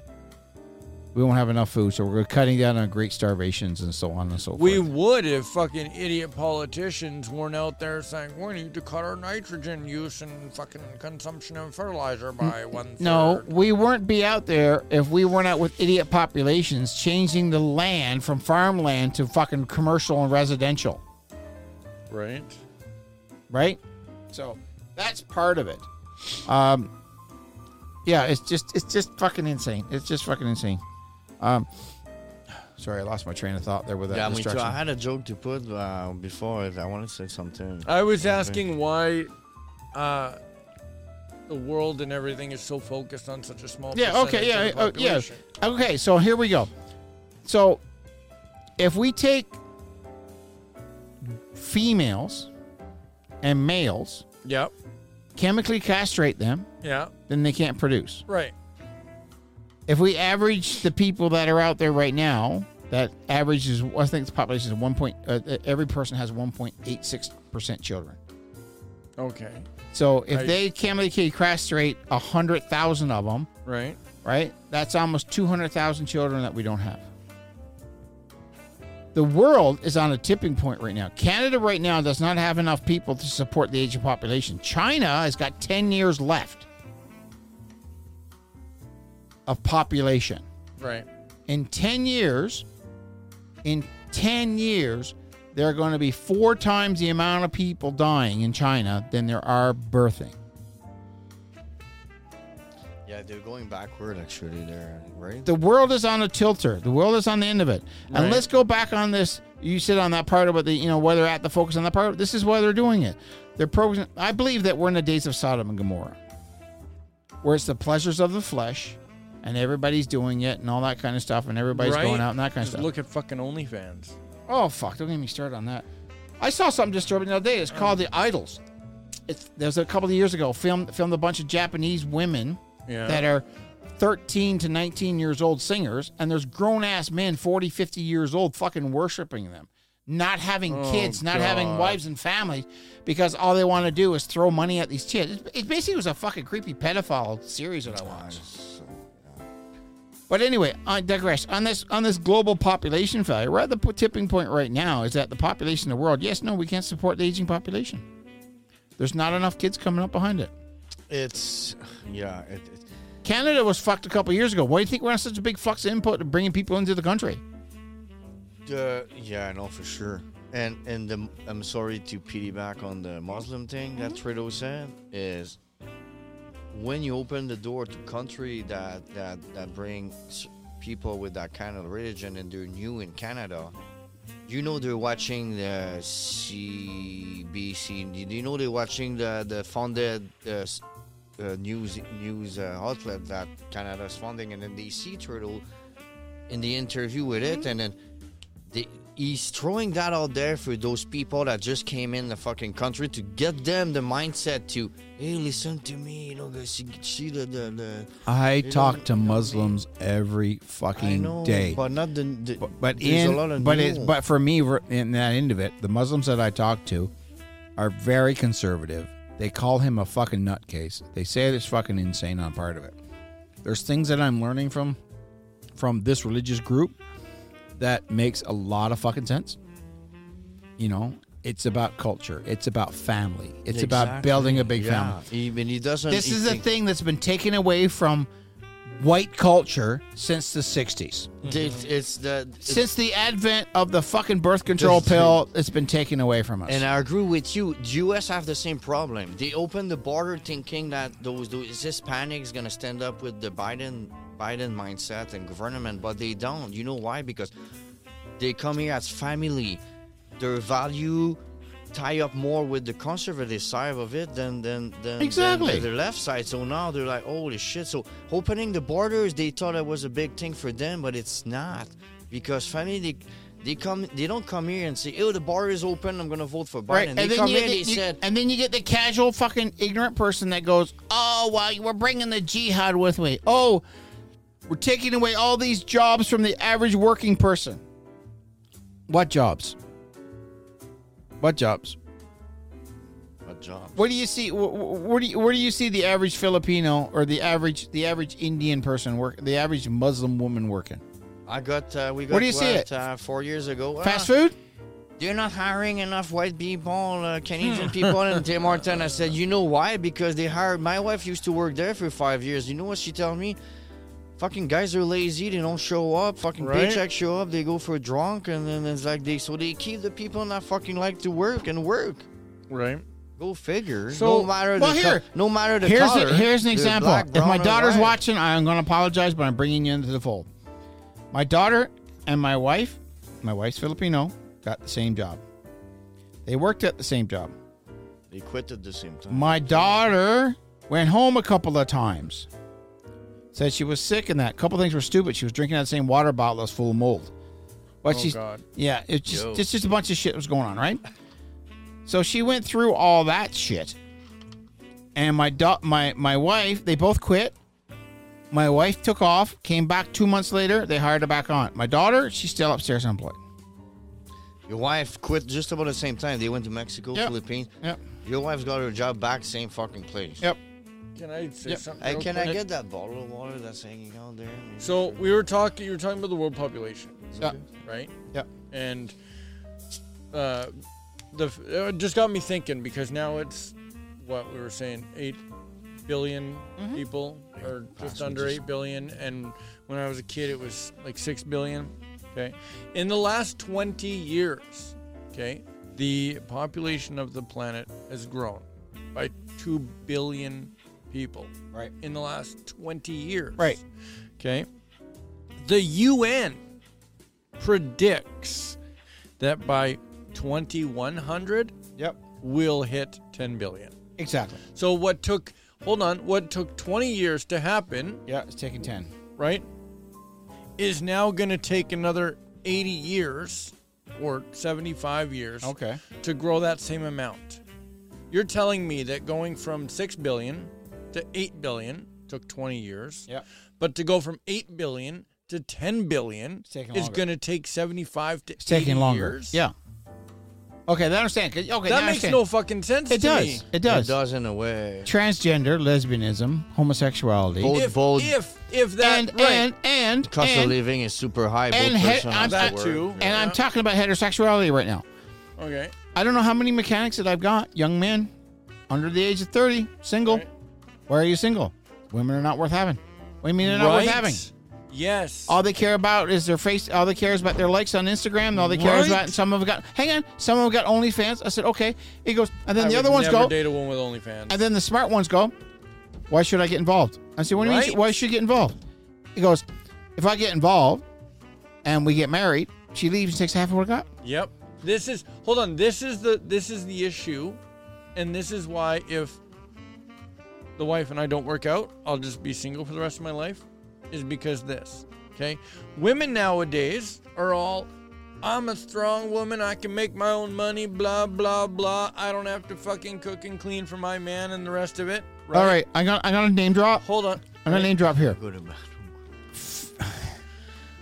Speaker 1: We won't have enough food, so we're cutting down on great starvations and so on and so forth.
Speaker 3: We would if fucking idiot politicians weren't out there saying we need to cut our nitrogen use and fucking consumption of fertilizer by one third.
Speaker 1: No, we wouldn't be out there if we weren't out with idiot populations changing the land from farmland to fucking commercial and residential,
Speaker 3: Right?
Speaker 1: right? So that's part of it. Um, yeah, it's just it's just fucking insane. It's just fucking insane. Um, sorry, I lost my train of thought there with that
Speaker 2: Yeah, me too.
Speaker 1: distraction.
Speaker 2: I had a joke to put uh, before. it. I want to say something.
Speaker 3: I was asking why uh, the world and everything is so focused on such a small
Speaker 1: Yeah. Okay.
Speaker 3: percentage
Speaker 1: Yeah.
Speaker 3: of the
Speaker 1: Oh, yeah.
Speaker 3: population.
Speaker 1: Okay. So here we go. So if we take females and males,
Speaker 3: Yep.
Speaker 1: chemically castrate them,
Speaker 3: Yeah.
Speaker 1: then they can't produce.
Speaker 3: Right.
Speaker 1: If we average the people that are out there right now, that average is I think the population is one point. Uh, uh, every person has one point eight six percent children.
Speaker 3: Okay.
Speaker 1: So if
Speaker 3: Right.
Speaker 1: they chemically castrate a hundred thousand of them,
Speaker 3: Right.
Speaker 1: right? That's almost 200,000 children that we don't have. The world is on a tipping point right now. Canada right now does not have enough people to support the aging population. China has got 10 years left of population.
Speaker 3: Right.
Speaker 1: In 10 years, in 10 years, there are going to be four times the amount of people dying in China than there are birthing.
Speaker 2: Yeah, they're going backward actually there, right?
Speaker 1: The world is on a tilter. The world is on the end of it. And
Speaker 3: Right.
Speaker 1: let's go back on this. You said on that part about the, you know, where they're at, the focus on that part. This is why they're doing it. They're programming. I believe that we're in the days of Sodom and Gomorrah, where it's the pleasures of the flesh, and everybody's doing it and all that kind of stuff, and everybody's
Speaker 3: right?
Speaker 1: going out and that kind of
Speaker 3: Just
Speaker 1: stuff.
Speaker 3: Look at fucking OnlyFans.
Speaker 1: Oh fuck! Don't get me started on that. I saw something disturbing the other day. It's called the Idols. It's there's a couple of years ago filmed filmed a bunch of Japanese women
Speaker 3: Yeah.
Speaker 1: that are 13 to 19 years old singers, and there's grown ass men 40, 50 years old fucking worshiping them, not having
Speaker 3: Oh,
Speaker 1: kids, not having
Speaker 3: God.
Speaker 1: wives and families, because all they want to do is throw money at these kids. It, it basically was a fucking creepy pedophile series that I watched. But anyway, I digress. On this on this global population failure, we're at the p- tipping point right now. Is that the population of the world? Yes, no, we can't support the aging population. There's not enough kids coming up behind it.
Speaker 2: It's yeah, it, it,
Speaker 1: Canada was fucked a couple years ago. Why do you think we're on such a big flux of input of bringing people into the country?
Speaker 2: Uh, yeah, I know for sure. And and the, I'm sorry to piggyback on the Muslim thing that
Speaker 1: Mm-hmm.
Speaker 2: Trudeau said is when you open the door to country that that that bring s- people with that kind of religion and they're new in Canada, you know they're watching the CBC. You- You know they're watching the the funded uh, s- uh, news news uh, outlet that Canada's funding, and then they see Trudeau in the interview with it, and then the, he's throwing that out there for those people that just came in the fucking country to get them the mindset to hey listen to me you know guys see, see the, the, the
Speaker 1: I
Speaker 2: You talk know- to you know me. Muslims
Speaker 1: every fucking
Speaker 2: I know but not the, the
Speaker 1: But, but
Speaker 2: there's
Speaker 1: in
Speaker 2: a lot of
Speaker 1: but
Speaker 2: no.
Speaker 1: it's but for me we're- in that end of it, the Muslims that I talk to are very conservative. They call him a fucking nutcase. They say it's fucking insane on part of it. There's things that I'm learning from from this religious group that makes a lot of fucking sense. You know, it's about culture. It's about family. It's about
Speaker 2: Exactly.
Speaker 1: building a big
Speaker 2: yeah.
Speaker 1: family
Speaker 2: even he doesn't
Speaker 1: this
Speaker 2: he
Speaker 1: is the
Speaker 2: think-
Speaker 1: thing that's been taken away from white culture since the 60s.
Speaker 2: it's, it's the it's-
Speaker 1: Since the advent of the fucking birth control
Speaker 2: Just-
Speaker 1: pill, it's been taken away from us.
Speaker 2: and I agree with you. The U.S. have the same problem. They open the border, thinking that those those Hispanics gonna stand up with the Biden Biden mindset and government, but they don't. You know why? Because they come here as family. Their value tie up more with the conservative side of it than than than
Speaker 1: Exactly.
Speaker 2: than the left side. So now they're like, holy shit! So opening the borders, they thought it was a big thing for them, but it's not because family they. They come. They don't come here and say, "Oh, the border is open. I'm gonna vote for Biden."
Speaker 1: right?
Speaker 2: They come
Speaker 1: you,
Speaker 2: in. They
Speaker 1: you-
Speaker 2: said,
Speaker 1: and then you get the casual fucking ignorant person that goes, "Oh, well, you were bringing the jihad with me. Oh, we're taking away all these jobs from the average working person." What jobs? What jobs?
Speaker 2: "What job?"
Speaker 1: What do you see? wh- wh- Where do you, where do you see the average Filipino or the average the average Indian person work? The average Muslim woman working?
Speaker 2: I got. Uh, we got.
Speaker 1: do you see
Speaker 2: what,
Speaker 1: it?
Speaker 2: Uh, four years ago.
Speaker 1: Fast
Speaker 2: Ah,
Speaker 1: food?
Speaker 2: They're not hiring enough white people, uh,
Speaker 1: Hmm.
Speaker 2: Canadian people in Tim Horton. I said, you know why? Because they hired. My wife used to work there for five years. You know what she told me? Fucking guys are lazy. They don't show up. Fucking
Speaker 3: Right.
Speaker 2: paycheck show up. They go for drunk, and then it's like they. So they keep the people not fucking like to work and work.
Speaker 3: Right.
Speaker 2: Go figure.
Speaker 3: So-
Speaker 2: no matter
Speaker 1: Well,
Speaker 2: the
Speaker 1: here-
Speaker 2: co- no matter the
Speaker 1: Here's
Speaker 2: color.
Speaker 1: a, here's an
Speaker 2: they're
Speaker 1: example.
Speaker 2: black,
Speaker 1: if
Speaker 2: brown,
Speaker 1: my
Speaker 2: or
Speaker 1: daughter's
Speaker 2: white.
Speaker 1: watching, I'm going to apologize, but I'm bringing you into the fold. My daughter and my wife, my wife's Filipino, got the same job. They worked at the same job.
Speaker 2: they quit at the same time.
Speaker 1: My daughter went home a couple of times. Said she was sick and that. A couple things were stupid. She was drinking that same water bottle that's full of mold. But
Speaker 3: Oh,
Speaker 1: she's
Speaker 3: God.
Speaker 1: yeah, it's just
Speaker 2: Yo.
Speaker 1: it's just a bunch of shit was going on, right? So she went through all that shit. And my da- my my wife, they both quit. My wife took off, came back two months later, they hired her back on. My daughter, she's still upstairs unemployed.
Speaker 2: Your wife quit just about the same time. They went to Mexico,
Speaker 1: Yep.
Speaker 2: Philippines.
Speaker 1: Yep.
Speaker 2: Your wife's got her job back, same fucking place.
Speaker 1: Yep.
Speaker 3: Can I say
Speaker 1: Yep.
Speaker 3: something?
Speaker 2: Hey,
Speaker 3: real
Speaker 2: can I
Speaker 3: quick?
Speaker 2: get that bottle of water that's hanging out there? Maybe?
Speaker 3: So we were talking. You were talking about the world population,
Speaker 1: Yeah.
Speaker 3: right?
Speaker 1: Yeah.
Speaker 3: And uh, the f- it just got me thinking because now it's what we were saying eight billion people or just under eight billion, and when I was a kid it was like six billion. Okay, in the last twenty years, okay, the population of the planet has grown by two billion people
Speaker 1: Right.
Speaker 3: in the last 20 years.
Speaker 1: Right.
Speaker 3: Okay. The UN predicts that by 2100,
Speaker 1: Yep.
Speaker 3: we'll hit 10 billion.
Speaker 1: Exactly.
Speaker 3: So, what took, hold on, what took 20 years to happen,
Speaker 1: Yeah, it's taking 10.
Speaker 3: right, is now going to take another 80 years or 75 years
Speaker 1: Okay.
Speaker 3: to grow that same amount. You're telling me that going from 6 billion to 8 billion took 20 years,
Speaker 1: Yeah.
Speaker 3: but to go from 8 billion to 10 billion
Speaker 1: taking
Speaker 3: is
Speaker 1: longer.
Speaker 3: going to take 75 to
Speaker 1: It's taking
Speaker 3: 80
Speaker 1: longer.
Speaker 3: years.
Speaker 1: Yeah. Okay, that understand. 'Cause- Okay,
Speaker 3: That
Speaker 1: now I
Speaker 3: makes
Speaker 1: understand.
Speaker 3: no fucking sense
Speaker 1: It
Speaker 3: to me.
Speaker 1: does. It does.
Speaker 2: It does in a way.
Speaker 1: Transgender, lesbianism, homosexuality,
Speaker 2: Bold-
Speaker 3: If,
Speaker 2: bold.
Speaker 3: if if that
Speaker 1: and,
Speaker 3: right,
Speaker 1: and and
Speaker 2: Cost of
Speaker 1: and
Speaker 2: living is super high.
Speaker 1: and
Speaker 2: both
Speaker 1: he-
Speaker 2: person
Speaker 1: I'm-
Speaker 2: has to
Speaker 3: that
Speaker 2: work.
Speaker 3: too,
Speaker 1: and I'm talking about heterosexuality right now.
Speaker 3: okay,
Speaker 1: I don't know how many mechanics that I've got, young men, under the age of 30, single.
Speaker 3: Right.
Speaker 1: Why are you single? Women are not worth having. What do you mean they're not
Speaker 3: right?
Speaker 1: worth having?
Speaker 3: Yes,
Speaker 1: All they care about is their face. All they care is about their likes on Instagram. All they care is
Speaker 3: Right.
Speaker 1: about. And some of them got. Hang on. Some of them got OnlyFans. I said okay. He goes, and then
Speaker 3: I
Speaker 1: the
Speaker 3: would
Speaker 1: other ones
Speaker 3: never
Speaker 1: go,
Speaker 3: Date a woman with OnlyFans.
Speaker 1: and then the smart ones go. Why should I get involved? I said, what do you mean?
Speaker 3: Right.
Speaker 1: Why should you get involved? He goes, if I get involved, and we get married, she leaves and takes half of what I got.
Speaker 3: Yep. This is hold on. This is the this is the issue, and this is why if the wife and I don't work out, I'll just be single for the rest of my life. Is because this. Okay. Women nowadays are all. I'm a strong woman. I can make my own money. Blah blah blah. I don't have to fucking cook and clean for my man and the rest of it. Right.
Speaker 1: All right, I got. I got a name drop.
Speaker 3: Hold on.
Speaker 1: I'm gonna name drop here.
Speaker 2: Go to bathroom.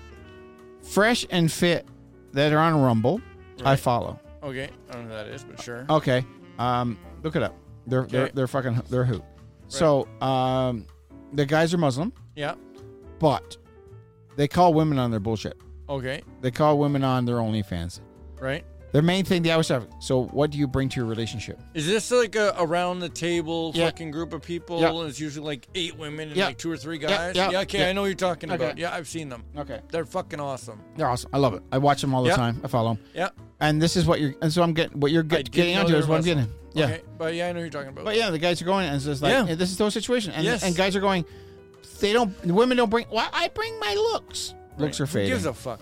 Speaker 1: Fresh and fit that are on Rumble, I
Speaker 3: Right.
Speaker 1: follow.
Speaker 3: Okay. I don't know who that is, but sure.
Speaker 1: Okay. Um, look it up. They're they're
Speaker 3: Okay.
Speaker 1: they're fucking they're hoot. So um, the guys are Muslim,
Speaker 3: Yeah.
Speaker 1: but they call women on their bullshit.
Speaker 3: Okay.
Speaker 1: They call women on their OnlyFans.
Speaker 3: Right.
Speaker 1: Their main thing they always have. So what do you bring to your relationship?
Speaker 3: Is this like a around the table
Speaker 1: Yeah.
Speaker 3: fucking group of people?
Speaker 1: Yeah.
Speaker 3: And it's usually like eight women and
Speaker 1: Yeah.
Speaker 3: like two or three
Speaker 1: Yeah,
Speaker 3: guys.
Speaker 1: yeah,
Speaker 3: okay,
Speaker 1: yeah.
Speaker 3: I know what you're talking
Speaker 1: Okay.
Speaker 3: about. Yeah, I've seen them.
Speaker 1: Okay.
Speaker 3: They're fucking awesome.
Speaker 1: They're awesome. I love it. I watch them all the
Speaker 3: Yeah.
Speaker 1: time. I follow them.
Speaker 3: Yeah.
Speaker 1: And this is what you're. And so I'm getting what you're
Speaker 3: I
Speaker 1: get,
Speaker 3: did
Speaker 1: getting
Speaker 3: know
Speaker 1: onto
Speaker 3: they
Speaker 1: is
Speaker 3: were
Speaker 1: what I'm getting.
Speaker 3: Muslim.
Speaker 1: Yeah.
Speaker 3: Okay. But yeah, I know who you're talking about.
Speaker 1: But yeah, the guys are going and it's just like
Speaker 3: Yeah.
Speaker 1: "Hey, this is the whole situation. And,
Speaker 3: Yes.
Speaker 1: and guys are going. They don't. The women don't bring. Well, I bring my looks. Looks are
Speaker 3: Who
Speaker 1: fading.
Speaker 3: gives a fuck?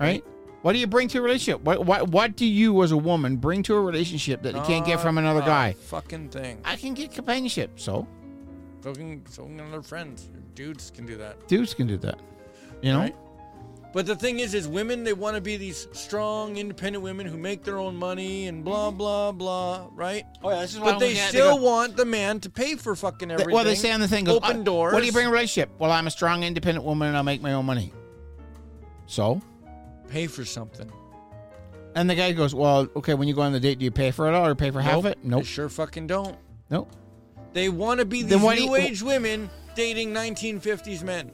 Speaker 1: right? What do you bring to a relationship? What what what do you as a woman bring to a relationship that you can't get from
Speaker 3: Not
Speaker 1: another
Speaker 3: a
Speaker 1: guy?
Speaker 3: Ah, Fucking thing.
Speaker 1: I can get companionship, so
Speaker 3: So can, so can other friends. Dudes can do that.
Speaker 1: dudes can do that. You know?
Speaker 3: Right. But the thing is, is women they want to be these strong, independent women who make their own money and blah blah blah, right?
Speaker 1: Mm-hmm. Oh yeah, this is
Speaker 3: But they still want the man to pay for fucking everything.
Speaker 1: well, they say on the thing, goes,
Speaker 3: open
Speaker 1: "Uh,
Speaker 3: doors.
Speaker 1: What do you bring to a relationship? Well, I'm a strong, independent woman, and I make my own money. So,
Speaker 3: Pay for something.
Speaker 1: and the guy goes, "Well, okay, when you go on the date, do you pay for it all, or pay for half of it?
Speaker 3: They
Speaker 1: Nope,
Speaker 3: sure fucking don't.
Speaker 1: nope.
Speaker 3: They want to be these
Speaker 1: Then why do
Speaker 3: new
Speaker 1: you-
Speaker 3: age women dating 1950s men.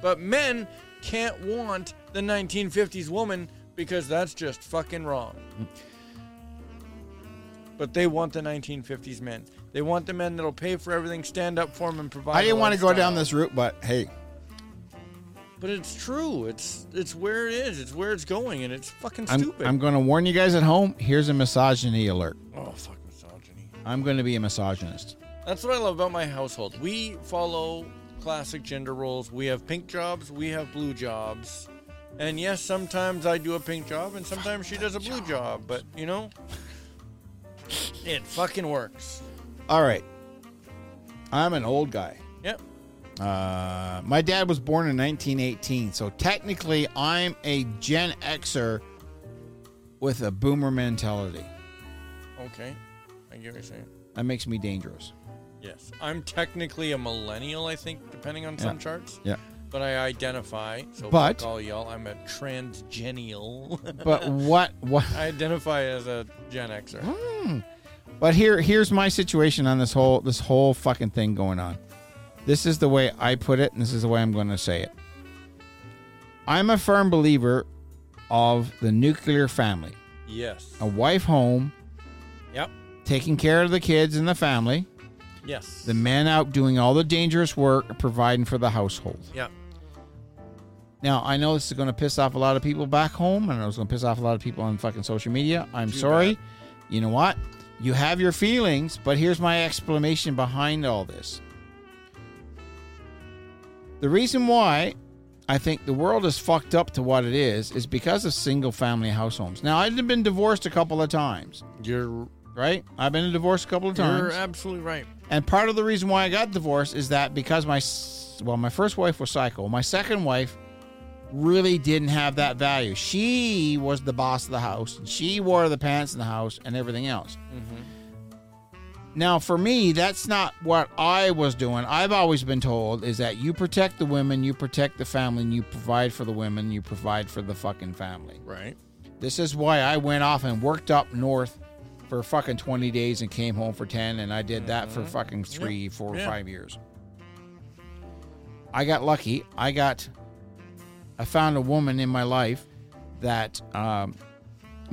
Speaker 3: But men can't want the 1950s woman because that's just fucking wrong. But they want the 1950s men. They want the men that'll pay for everything, stand up for them, and provide.
Speaker 1: I didn't
Speaker 3: the
Speaker 1: want to go
Speaker 3: lifestyle.
Speaker 1: down this route, but hey,
Speaker 3: But it's true. It's it's where it is. It's where it's going, and it's fucking
Speaker 1: I'm,
Speaker 3: stupid.
Speaker 1: I'm going to warn you guys at home. Here's a misogyny alert.
Speaker 3: oh fuck misogyny.
Speaker 1: I'm going to be a misogynist.
Speaker 3: That's what I love about my household. We follow classic gender roles. We have pink jobs, we have blue jobs. And yes, sometimes I do a pink job and sometimes she does a blue job, but you know, it fucking works.
Speaker 1: All right. I'm an old guy.
Speaker 3: Yep.
Speaker 1: Uh, my dad was born in 1918, so technically I'm a Gen Xer with a boomer mentality.
Speaker 3: Okay. I get what you're saying.
Speaker 1: That makes me dangerous.
Speaker 3: Yes. I'm technically a millennial, I think, depending on some
Speaker 1: Yeah.
Speaker 3: charts.
Speaker 1: Yeah.
Speaker 3: But I identify, so
Speaker 1: But-
Speaker 3: fuck all y'all, I'm a transgenial.
Speaker 1: But what what
Speaker 3: I identify as a Gen Xer.
Speaker 1: But here here's my situation on this whole this whole fucking thing going on. This is the way I put it and this is the way I'm going to say it. I'm a firm believer of the nuclear family.
Speaker 3: Yes.
Speaker 1: A wife home
Speaker 3: Yep.
Speaker 1: taking care of the kids and the family.
Speaker 3: Yes.
Speaker 1: The men out doing all the dangerous work, providing for the household.
Speaker 3: Yep.
Speaker 1: Now, I know this is going to piss off a lot of people back home, and I was going to piss off a lot of people on fucking social media. I'm
Speaker 3: Too
Speaker 1: sorry. You know what? You have your feelings, but here's my explanation behind all this. The reason why I think the world is fucked up to what it is is because of single family households. Now, I've been divorced a couple of times,
Speaker 3: You're
Speaker 1: right? I've been divorced a couple of times.
Speaker 3: you're absolutely right.
Speaker 1: And part of the reason why I got divorced is that because my s- well, my first wife was psycho. My second wife really didn't have that value. She was the boss of the house. And she wore the pants in the house and everything else. Now, for me, that's not what I was doing. I've always been told is that you protect the women, you protect the family, and you provide for the women, you provide for the fucking family.
Speaker 3: Right.
Speaker 1: This is why I went off and worked up north for fucking 20 days and came home for 10, and I did that for fucking three, four,
Speaker 3: Mm-hmm. Yeah.
Speaker 1: five years. I got lucky. I got, I found a woman in my life that um,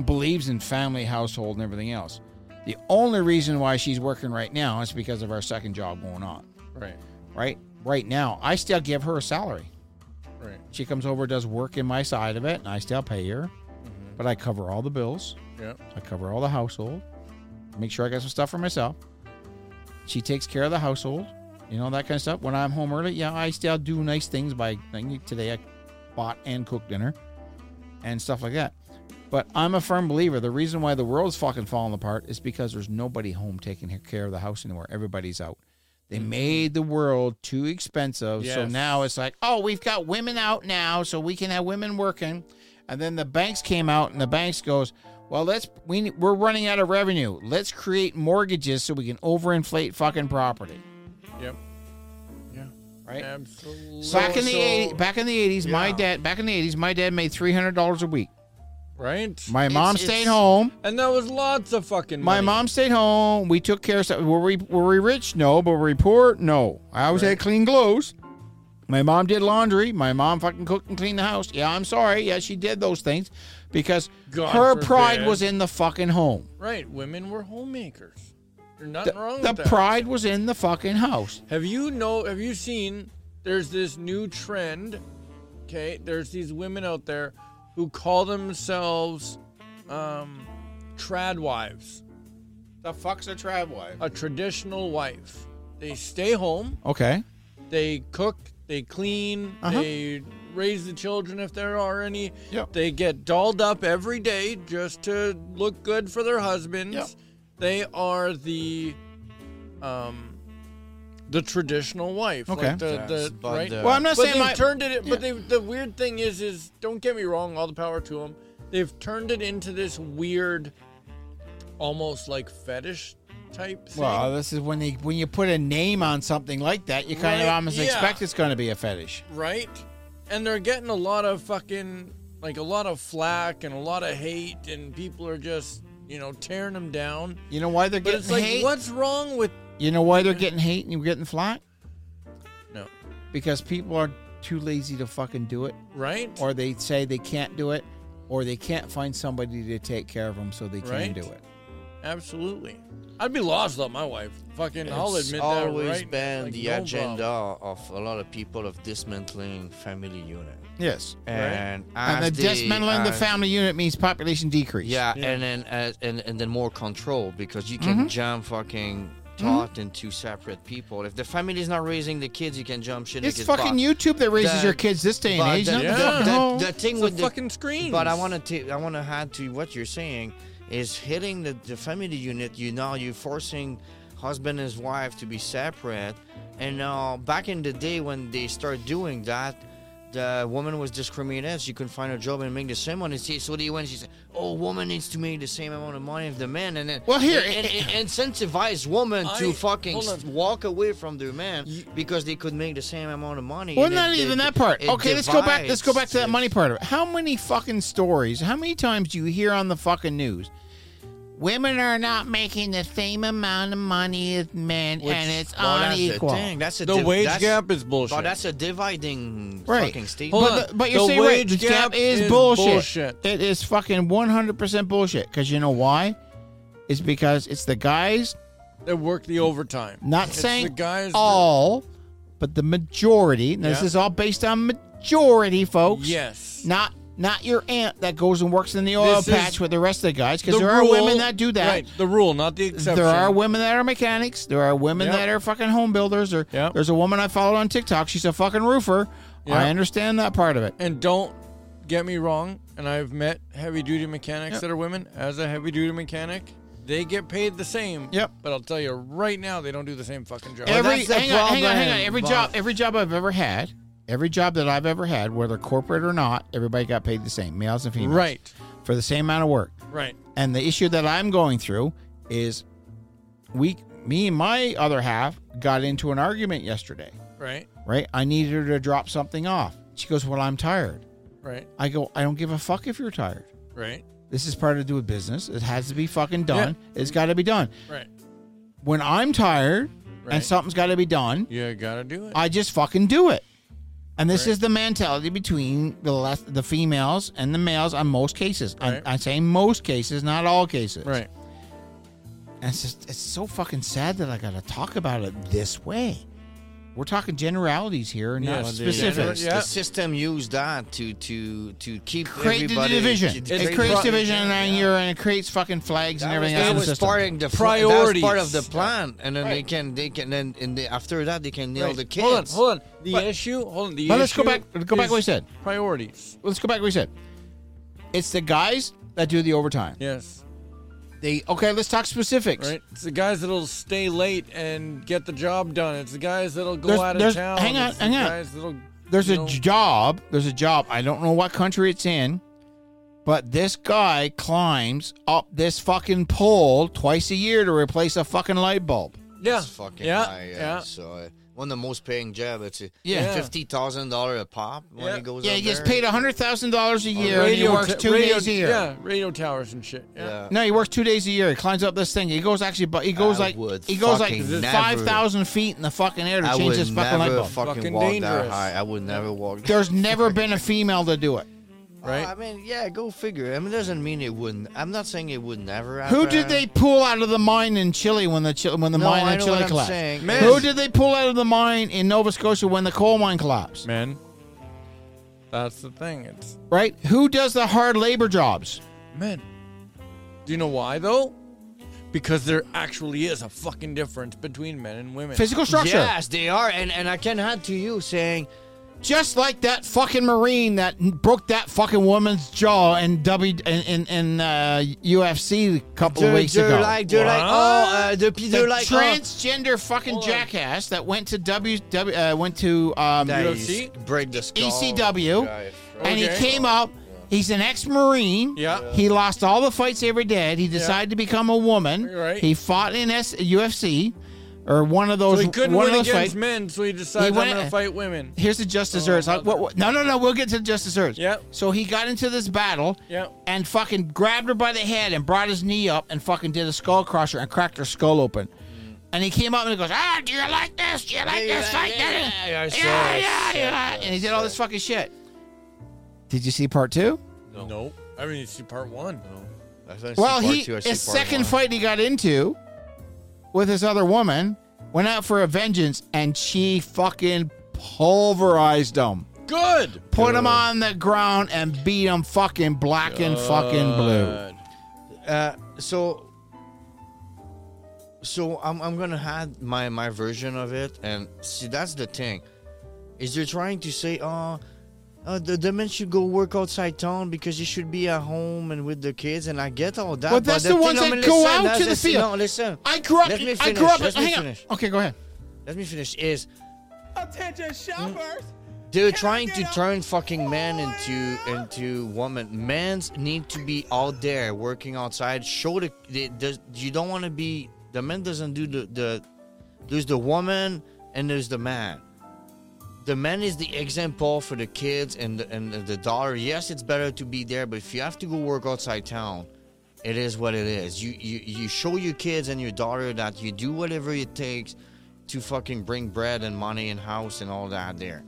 Speaker 1: believes in family, household, and everything else. The only reason why she's working right now is because of our second job going on,
Speaker 3: Right.
Speaker 1: right? Right now, I still give her a salary.
Speaker 3: Right.
Speaker 1: She comes over, does work in my side of it, and I still pay her,
Speaker 3: Mm-hmm.
Speaker 1: but I cover all the bills.
Speaker 3: Yeah.
Speaker 1: I cover all the household, make sure I got some stuff for myself. She takes care of the household, you know, that kind of stuff. When I'm home early, yeah, I still do nice things by thing. Today I bought and cooked dinner and stuff like that. But I'm a firm believer the reason why the world's fucking falling apart is because there's nobody home taking care of the house anymore. Everybody's out. They made the world too expensive. So
Speaker 3: Yes.
Speaker 1: now it's like, oh, we've got women out now, so we can have women working. And then the banks came out and the banks goes, well, let's we ne- we're running out of revenue. Let's create mortgages so we can overinflate fucking property,
Speaker 3: Yep. Yeah.
Speaker 1: right?
Speaker 3: Absolutely.
Speaker 1: back in the 80, back in the 80s, my
Speaker 2: Yeah.
Speaker 1: dad back in the 80s, my dad made $300 a week.
Speaker 3: Right.
Speaker 1: My mom
Speaker 2: it's-
Speaker 1: stayed home.
Speaker 3: and that was lots of fucking
Speaker 1: My
Speaker 3: money.
Speaker 1: mom stayed home. We took care of stuff. Were we were we rich? No. But were we poor? No. I always had clean clothes. My mom did laundry. My mom fucking cooked and cleaned the house. Yeah, I'm sorry. Yeah, she did those things because
Speaker 3: God
Speaker 1: her pride
Speaker 3: forbid.
Speaker 1: was in the fucking home.
Speaker 3: Right. Women were homemakers. There's
Speaker 1: The,
Speaker 3: nothing wrong
Speaker 1: the
Speaker 3: with that.
Speaker 1: pride was in the fucking house.
Speaker 3: Have you know? Have you seen? There's this new trend. Okay, there's these women out there who call themselves um, trad wives,
Speaker 1: The fuck's a trad wife?
Speaker 3: a traditional wife. They stay home,
Speaker 1: Okay.
Speaker 3: they cook, they clean,
Speaker 1: Uh-huh.
Speaker 3: they raise the children if there are any.
Speaker 1: Yep.
Speaker 3: They get dolled up every day just to look good for their husbands.
Speaker 1: Yep.
Speaker 3: They are the um the traditional wife.
Speaker 1: Okay.
Speaker 3: Like the,
Speaker 2: Yes,
Speaker 3: the,
Speaker 2: but,
Speaker 3: right?
Speaker 2: uh,
Speaker 1: Well, I'm not
Speaker 3: but
Speaker 1: saying
Speaker 3: they've
Speaker 1: my.
Speaker 3: turned it. But
Speaker 1: yeah.
Speaker 3: they, the weird thing is, is don't get me wrong. All the power to them. They've turned it into this weird, almost like fetish type thing.
Speaker 1: well, this is when they when you put a name on something like that, you kind of
Speaker 3: Right,
Speaker 1: almost
Speaker 3: yeah.
Speaker 1: expect it's going to be a fetish.
Speaker 3: right? And they're getting a lot of fucking like a lot of flack and a lot of hate, and people are just you know tearing them down.
Speaker 1: You know why they're
Speaker 3: But
Speaker 1: getting
Speaker 3: it's like,
Speaker 1: hate?
Speaker 3: what's wrong with
Speaker 1: You know why they're getting hate and you're getting flack?
Speaker 3: no?
Speaker 1: Because people are too lazy to fucking do it,
Speaker 3: Right?
Speaker 1: or they say they can't do it, or they can't find somebody to take care of them so they can
Speaker 3: Right.
Speaker 1: do it.
Speaker 3: Absolutely. I'd be lost without my wife. Fucking, I'll
Speaker 2: It's
Speaker 3: admit that
Speaker 2: always
Speaker 3: right.
Speaker 2: been
Speaker 3: like,
Speaker 2: the
Speaker 3: no
Speaker 2: agenda
Speaker 3: problem.
Speaker 2: of a lot of people of dismantling family unit.
Speaker 1: Yes.
Speaker 2: And
Speaker 1: And the
Speaker 2: as they-
Speaker 1: dismantling the
Speaker 2: as-
Speaker 1: family unit means population decrease.
Speaker 2: Uh, Yeah,
Speaker 3: Yeah.
Speaker 2: and then as, and and then more control because you can
Speaker 1: Mm-hmm.
Speaker 2: jump fucking taught into separate people. If the family is not raising the kids, you can jump shit.
Speaker 1: It's
Speaker 2: and get
Speaker 1: fucking
Speaker 2: bought.
Speaker 1: YouTube that raises
Speaker 2: That-
Speaker 1: your kids this day and
Speaker 2: but
Speaker 1: age.
Speaker 2: that-
Speaker 1: not the
Speaker 3: Yeah.
Speaker 1: fucking
Speaker 2: that-
Speaker 1: home.
Speaker 2: the thing
Speaker 3: It's
Speaker 2: with
Speaker 3: a
Speaker 2: the
Speaker 3: fucking screen.
Speaker 2: But I want to I want to add to what you're saying is hitting the, the family unit. You now you're forcing husband and wife to be separate, and now back in the day when they start doing that. The woman was discriminated. She couldn't find a job and make the same money. See, So they went. She said, "Oh, woman needs to make the same amount of money as the man." And then,
Speaker 1: Well, here- eh,
Speaker 2: and, and- and incentivize woman
Speaker 3: I-
Speaker 2: to fucking
Speaker 3: hold on.
Speaker 2: s- walk away from their man because they could make the same amount of money.
Speaker 1: Well,
Speaker 2: and it-
Speaker 1: not
Speaker 2: it-
Speaker 1: even that part.
Speaker 2: it
Speaker 1: Okay, let's go back. Let's go back to that
Speaker 2: divides.
Speaker 1: money part of it. How many fucking stories? How many times do you hear on the fucking news? Women are not making the same amount of money as men,
Speaker 2: Which-
Speaker 1: and it's
Speaker 2: well, that's the
Speaker 1: unequal.
Speaker 2: thing. That's a
Speaker 3: the
Speaker 2: div-
Speaker 3: wage
Speaker 2: that's-
Speaker 3: gap is bullshit.
Speaker 2: Well, that's a dividing
Speaker 1: Right.
Speaker 2: fucking statement.
Speaker 3: Hold
Speaker 1: but,
Speaker 3: on.
Speaker 1: the- but you're
Speaker 3: The
Speaker 1: saying right,
Speaker 3: wage
Speaker 1: the
Speaker 3: gap
Speaker 1: is,
Speaker 3: is
Speaker 1: bullshit.
Speaker 3: bullshit.
Speaker 1: It is fucking 100% bullshit. Because you know why? It's because it's the guys
Speaker 3: they work the overtime.
Speaker 1: Not
Speaker 3: It's
Speaker 1: saying
Speaker 3: the guys.
Speaker 1: all, but the majority. and This
Speaker 3: Yeah.
Speaker 1: is all based on majority, folks.
Speaker 3: Yes.
Speaker 1: Not Not your aunt that goes and works in the oil
Speaker 3: This is
Speaker 1: patch with the rest of the guys, because
Speaker 3: The
Speaker 1: there are
Speaker 3: rule-
Speaker 1: women that do that.
Speaker 3: Right, the rule, not the exception.
Speaker 1: There are women that are mechanics. There are women
Speaker 3: Yep.
Speaker 1: that are fucking home builders. Or
Speaker 3: Yep.
Speaker 1: there's a woman I followed on TikTok. She's a fucking roofer.
Speaker 3: Yep.
Speaker 1: I understand that part of it.
Speaker 3: And don't get me wrong, and I've met heavy duty mechanics
Speaker 1: Yep.
Speaker 3: that are women. As a heavy duty mechanic, they get paid the same.
Speaker 1: Yep.
Speaker 3: But I'll tell you right now, they don't do the same fucking job.
Speaker 1: every
Speaker 2: that's the
Speaker 1: hang on, hang on, hang on.
Speaker 2: problem,
Speaker 1: Every
Speaker 2: Bob.
Speaker 1: job, every job I've ever had, every job that I've ever had, whether corporate or not, everybody got paid the same, males and females,
Speaker 3: right,
Speaker 1: for the same amount of work.
Speaker 3: right.
Speaker 1: And the issue that I'm going through is, we, me and my other half got into an argument yesterday.
Speaker 3: Right,
Speaker 1: Right, I needed her to drop something off. She goes, "Well, I'm tired."
Speaker 3: right,
Speaker 1: I go, "I don't give a fuck if you're tired."
Speaker 3: right,
Speaker 1: This is part of do with business. It has to be fucking done. It's got to be done.
Speaker 3: right.
Speaker 1: When I'm tired and
Speaker 3: Right.
Speaker 1: something's got to be done,
Speaker 3: You gotta do it.
Speaker 1: I just fucking do it. And this
Speaker 3: Right.
Speaker 1: is the mentality between the less, the females and the males on most cases.
Speaker 3: Right.
Speaker 1: I, I say most cases, not all cases.
Speaker 3: right.
Speaker 1: And it's just it's so fucking sad that I got to talk about it this way. We're talking generalities here, and not
Speaker 3: Yes, the
Speaker 1: specifics.
Speaker 3: gener-
Speaker 2: The
Speaker 3: Yeah.
Speaker 2: system used that to to to keep
Speaker 1: Create the
Speaker 2: everybody
Speaker 1: division.
Speaker 2: to- to
Speaker 1: It
Speaker 2: create
Speaker 1: creates
Speaker 2: pro-
Speaker 1: division, and then
Speaker 2: Yeah.
Speaker 1: you're and it creates fucking flags and
Speaker 2: That was,
Speaker 1: everything
Speaker 2: that
Speaker 1: else. in the
Speaker 2: was
Speaker 1: system.
Speaker 2: part of the priority.
Speaker 3: Priorities.
Speaker 2: part of the plan, and then they
Speaker 3: Right.
Speaker 2: can they can then and they, after that they can nail
Speaker 3: Right.
Speaker 2: the kids.
Speaker 3: Hold on, hold on. The
Speaker 1: But-
Speaker 3: issue, hold on. The
Speaker 1: But let's go
Speaker 3: issue
Speaker 1: back- go back
Speaker 3: is
Speaker 1: what we said.
Speaker 3: Priorities.
Speaker 1: let's go back to what we said. It's the guys that do the overtime.
Speaker 3: Yes,
Speaker 1: They okay, let's talk specifics.
Speaker 3: right. It's the guys that'll stay late and get the job done. It's the guys that'll go
Speaker 1: There's-
Speaker 3: out of
Speaker 1: there's-
Speaker 3: town.
Speaker 1: hang on,
Speaker 3: It's the
Speaker 1: hang on.
Speaker 3: Guys that'll,
Speaker 1: There's
Speaker 3: you
Speaker 1: a
Speaker 3: know,
Speaker 1: job, there's a job. I don't know what country it's in, but this guy climbs up this fucking pole twice a year to replace a fucking light bulb.
Speaker 3: yeah,
Speaker 2: It's fucking
Speaker 3: yeah,
Speaker 2: high, yeah.
Speaker 3: yeah.
Speaker 2: So uh, one of the most paying job. It's uh,
Speaker 1: Yeah.
Speaker 2: fifty thousand dollar a pop when
Speaker 3: Yeah.
Speaker 2: it goes.
Speaker 1: Yeah,
Speaker 2: up
Speaker 1: he gets
Speaker 2: there.
Speaker 1: paid hundred thousand dollars a year and he
Speaker 3: Radio
Speaker 1: works
Speaker 3: ta-
Speaker 1: two
Speaker 3: radio-
Speaker 1: days a year.
Speaker 3: Yeah, radio towers and shit. Yeah.
Speaker 2: Yeah.
Speaker 1: No, he works two days a year. He climbs up this thing. He goes actually, but he goes
Speaker 2: I
Speaker 1: like
Speaker 2: would
Speaker 1: he goes like
Speaker 2: fucking never-
Speaker 1: five thousand feet in the fucking air to
Speaker 2: I
Speaker 1: change
Speaker 2: would
Speaker 1: this fucking light
Speaker 2: never
Speaker 1: bulb.
Speaker 2: fucking,
Speaker 3: Fucking
Speaker 2: walk that
Speaker 3: dangerous.
Speaker 2: high. I would never walk.
Speaker 1: There's never been a female to do it.
Speaker 3: Right.
Speaker 2: I mean, yeah, go figure. I mean, doesn't mean it wouldn't. I'm not saying it would never happen.
Speaker 1: Who did they pull out of the mine in Chile when the Chile, when the
Speaker 2: No,
Speaker 1: mine
Speaker 2: I
Speaker 1: in
Speaker 2: know
Speaker 1: Chile
Speaker 2: what I'm
Speaker 1: collapsed?
Speaker 2: saying.
Speaker 3: Man.
Speaker 1: Who did they pull out of the mine in Nova Scotia when the coal mine collapsed?
Speaker 3: man. That's the thing. It's
Speaker 1: Right? Who does the hard labor jobs?
Speaker 3: men. Do you know why though? Because there actually is a fucking difference between men and women.
Speaker 1: Physical structure.
Speaker 2: Yes, they are, and and I can add to you saying
Speaker 1: Just like that fucking marine that n- broke that fucking woman's jaw in W in in, in uh, UFC a couple of
Speaker 2: they're,
Speaker 1: weeks
Speaker 2: they're
Speaker 1: ago.
Speaker 2: like they're like
Speaker 3: What?
Speaker 2: oh uh, depuis
Speaker 1: the
Speaker 2: they're like oh,
Speaker 1: transgender fucking jackass that went to W, w uh, went to um,
Speaker 2: that
Speaker 3: UFC?
Speaker 2: is- break the
Speaker 1: E
Speaker 2: skull.
Speaker 1: ECW,
Speaker 2: Right.
Speaker 1: and he
Speaker 3: Okay.
Speaker 1: came up. He's an ex-marine.
Speaker 3: Yeah.
Speaker 1: He lost all the fights he ever did. He decided to become a woman.
Speaker 3: You're right.
Speaker 1: He fought in S- UFC or one of
Speaker 3: So
Speaker 1: those.
Speaker 3: he couldn't
Speaker 1: one
Speaker 3: win
Speaker 1: of those
Speaker 3: against
Speaker 1: fights.
Speaker 3: men, so he decided
Speaker 1: went-
Speaker 3: I'm gonna fight women.
Speaker 1: Here's the just
Speaker 2: Oh,
Speaker 1: desserts. Like, what- what- no, no, no. We'll get to the just desserts.
Speaker 3: Yep.
Speaker 1: So he got into this battle.
Speaker 3: Yep.
Speaker 1: And fucking grabbed her by the head and brought his knee up and fucking did a skull crusher and cracked her skull open. And he came up and he goes, ah, do you like this? Do you like
Speaker 2: Yeah,
Speaker 1: this
Speaker 2: yeah,
Speaker 1: fight?
Speaker 2: yeah,
Speaker 1: Yeah,
Speaker 2: yeah,
Speaker 1: yeah,
Speaker 2: I saw
Speaker 1: yeah, yeah,
Speaker 2: it, yeah,
Speaker 1: yeah."
Speaker 2: yeah,
Speaker 1: And he
Speaker 2: I
Speaker 1: did all
Speaker 2: saw
Speaker 1: this
Speaker 2: it.
Speaker 1: fucking shit. Did you see part two?
Speaker 3: No. I mean, it's part one.
Speaker 2: I think it's
Speaker 1: Well,
Speaker 2: part
Speaker 1: he
Speaker 2: two, I see
Speaker 1: his
Speaker 2: part
Speaker 1: second
Speaker 2: one.
Speaker 1: fight he got into with this other woman went out for a vengeance, and she fucking pulverized him,
Speaker 3: Good.
Speaker 1: put him on the ground, and beat him fucking black and fucking blue.
Speaker 3: Good.
Speaker 2: Uh, so so I'm, I'm gonna have my my version of it and see that's the thing is they're trying to say oh uh, the, the men should go work outside town because you should be at home and with the kids and I get all that
Speaker 1: But that's the
Speaker 2: thing-
Speaker 1: ones
Speaker 2: I
Speaker 1: that
Speaker 2: mean,
Speaker 1: go
Speaker 2: listen,
Speaker 1: out to
Speaker 2: that's-
Speaker 1: the
Speaker 2: listen,
Speaker 1: field.
Speaker 2: no, listen
Speaker 1: I grew up.
Speaker 2: Let me
Speaker 1: I
Speaker 2: finish,
Speaker 1: grew up.
Speaker 2: let me
Speaker 1: hang
Speaker 2: finish.
Speaker 1: on. Okay, go ahead.
Speaker 2: let me finish is they're trying to turn fucking men into into women men's need to be out there working outside show the, the, the you don't want to be the man doesn't do the, the there's the woman and there's the man the man is the example for the kids and the, and the daughter yes it's better to be there but if you have to go work outside town it is what it is. You, you you show your kids and your daughter that you do whatever it takes to fucking bring bread and money and house and all that there.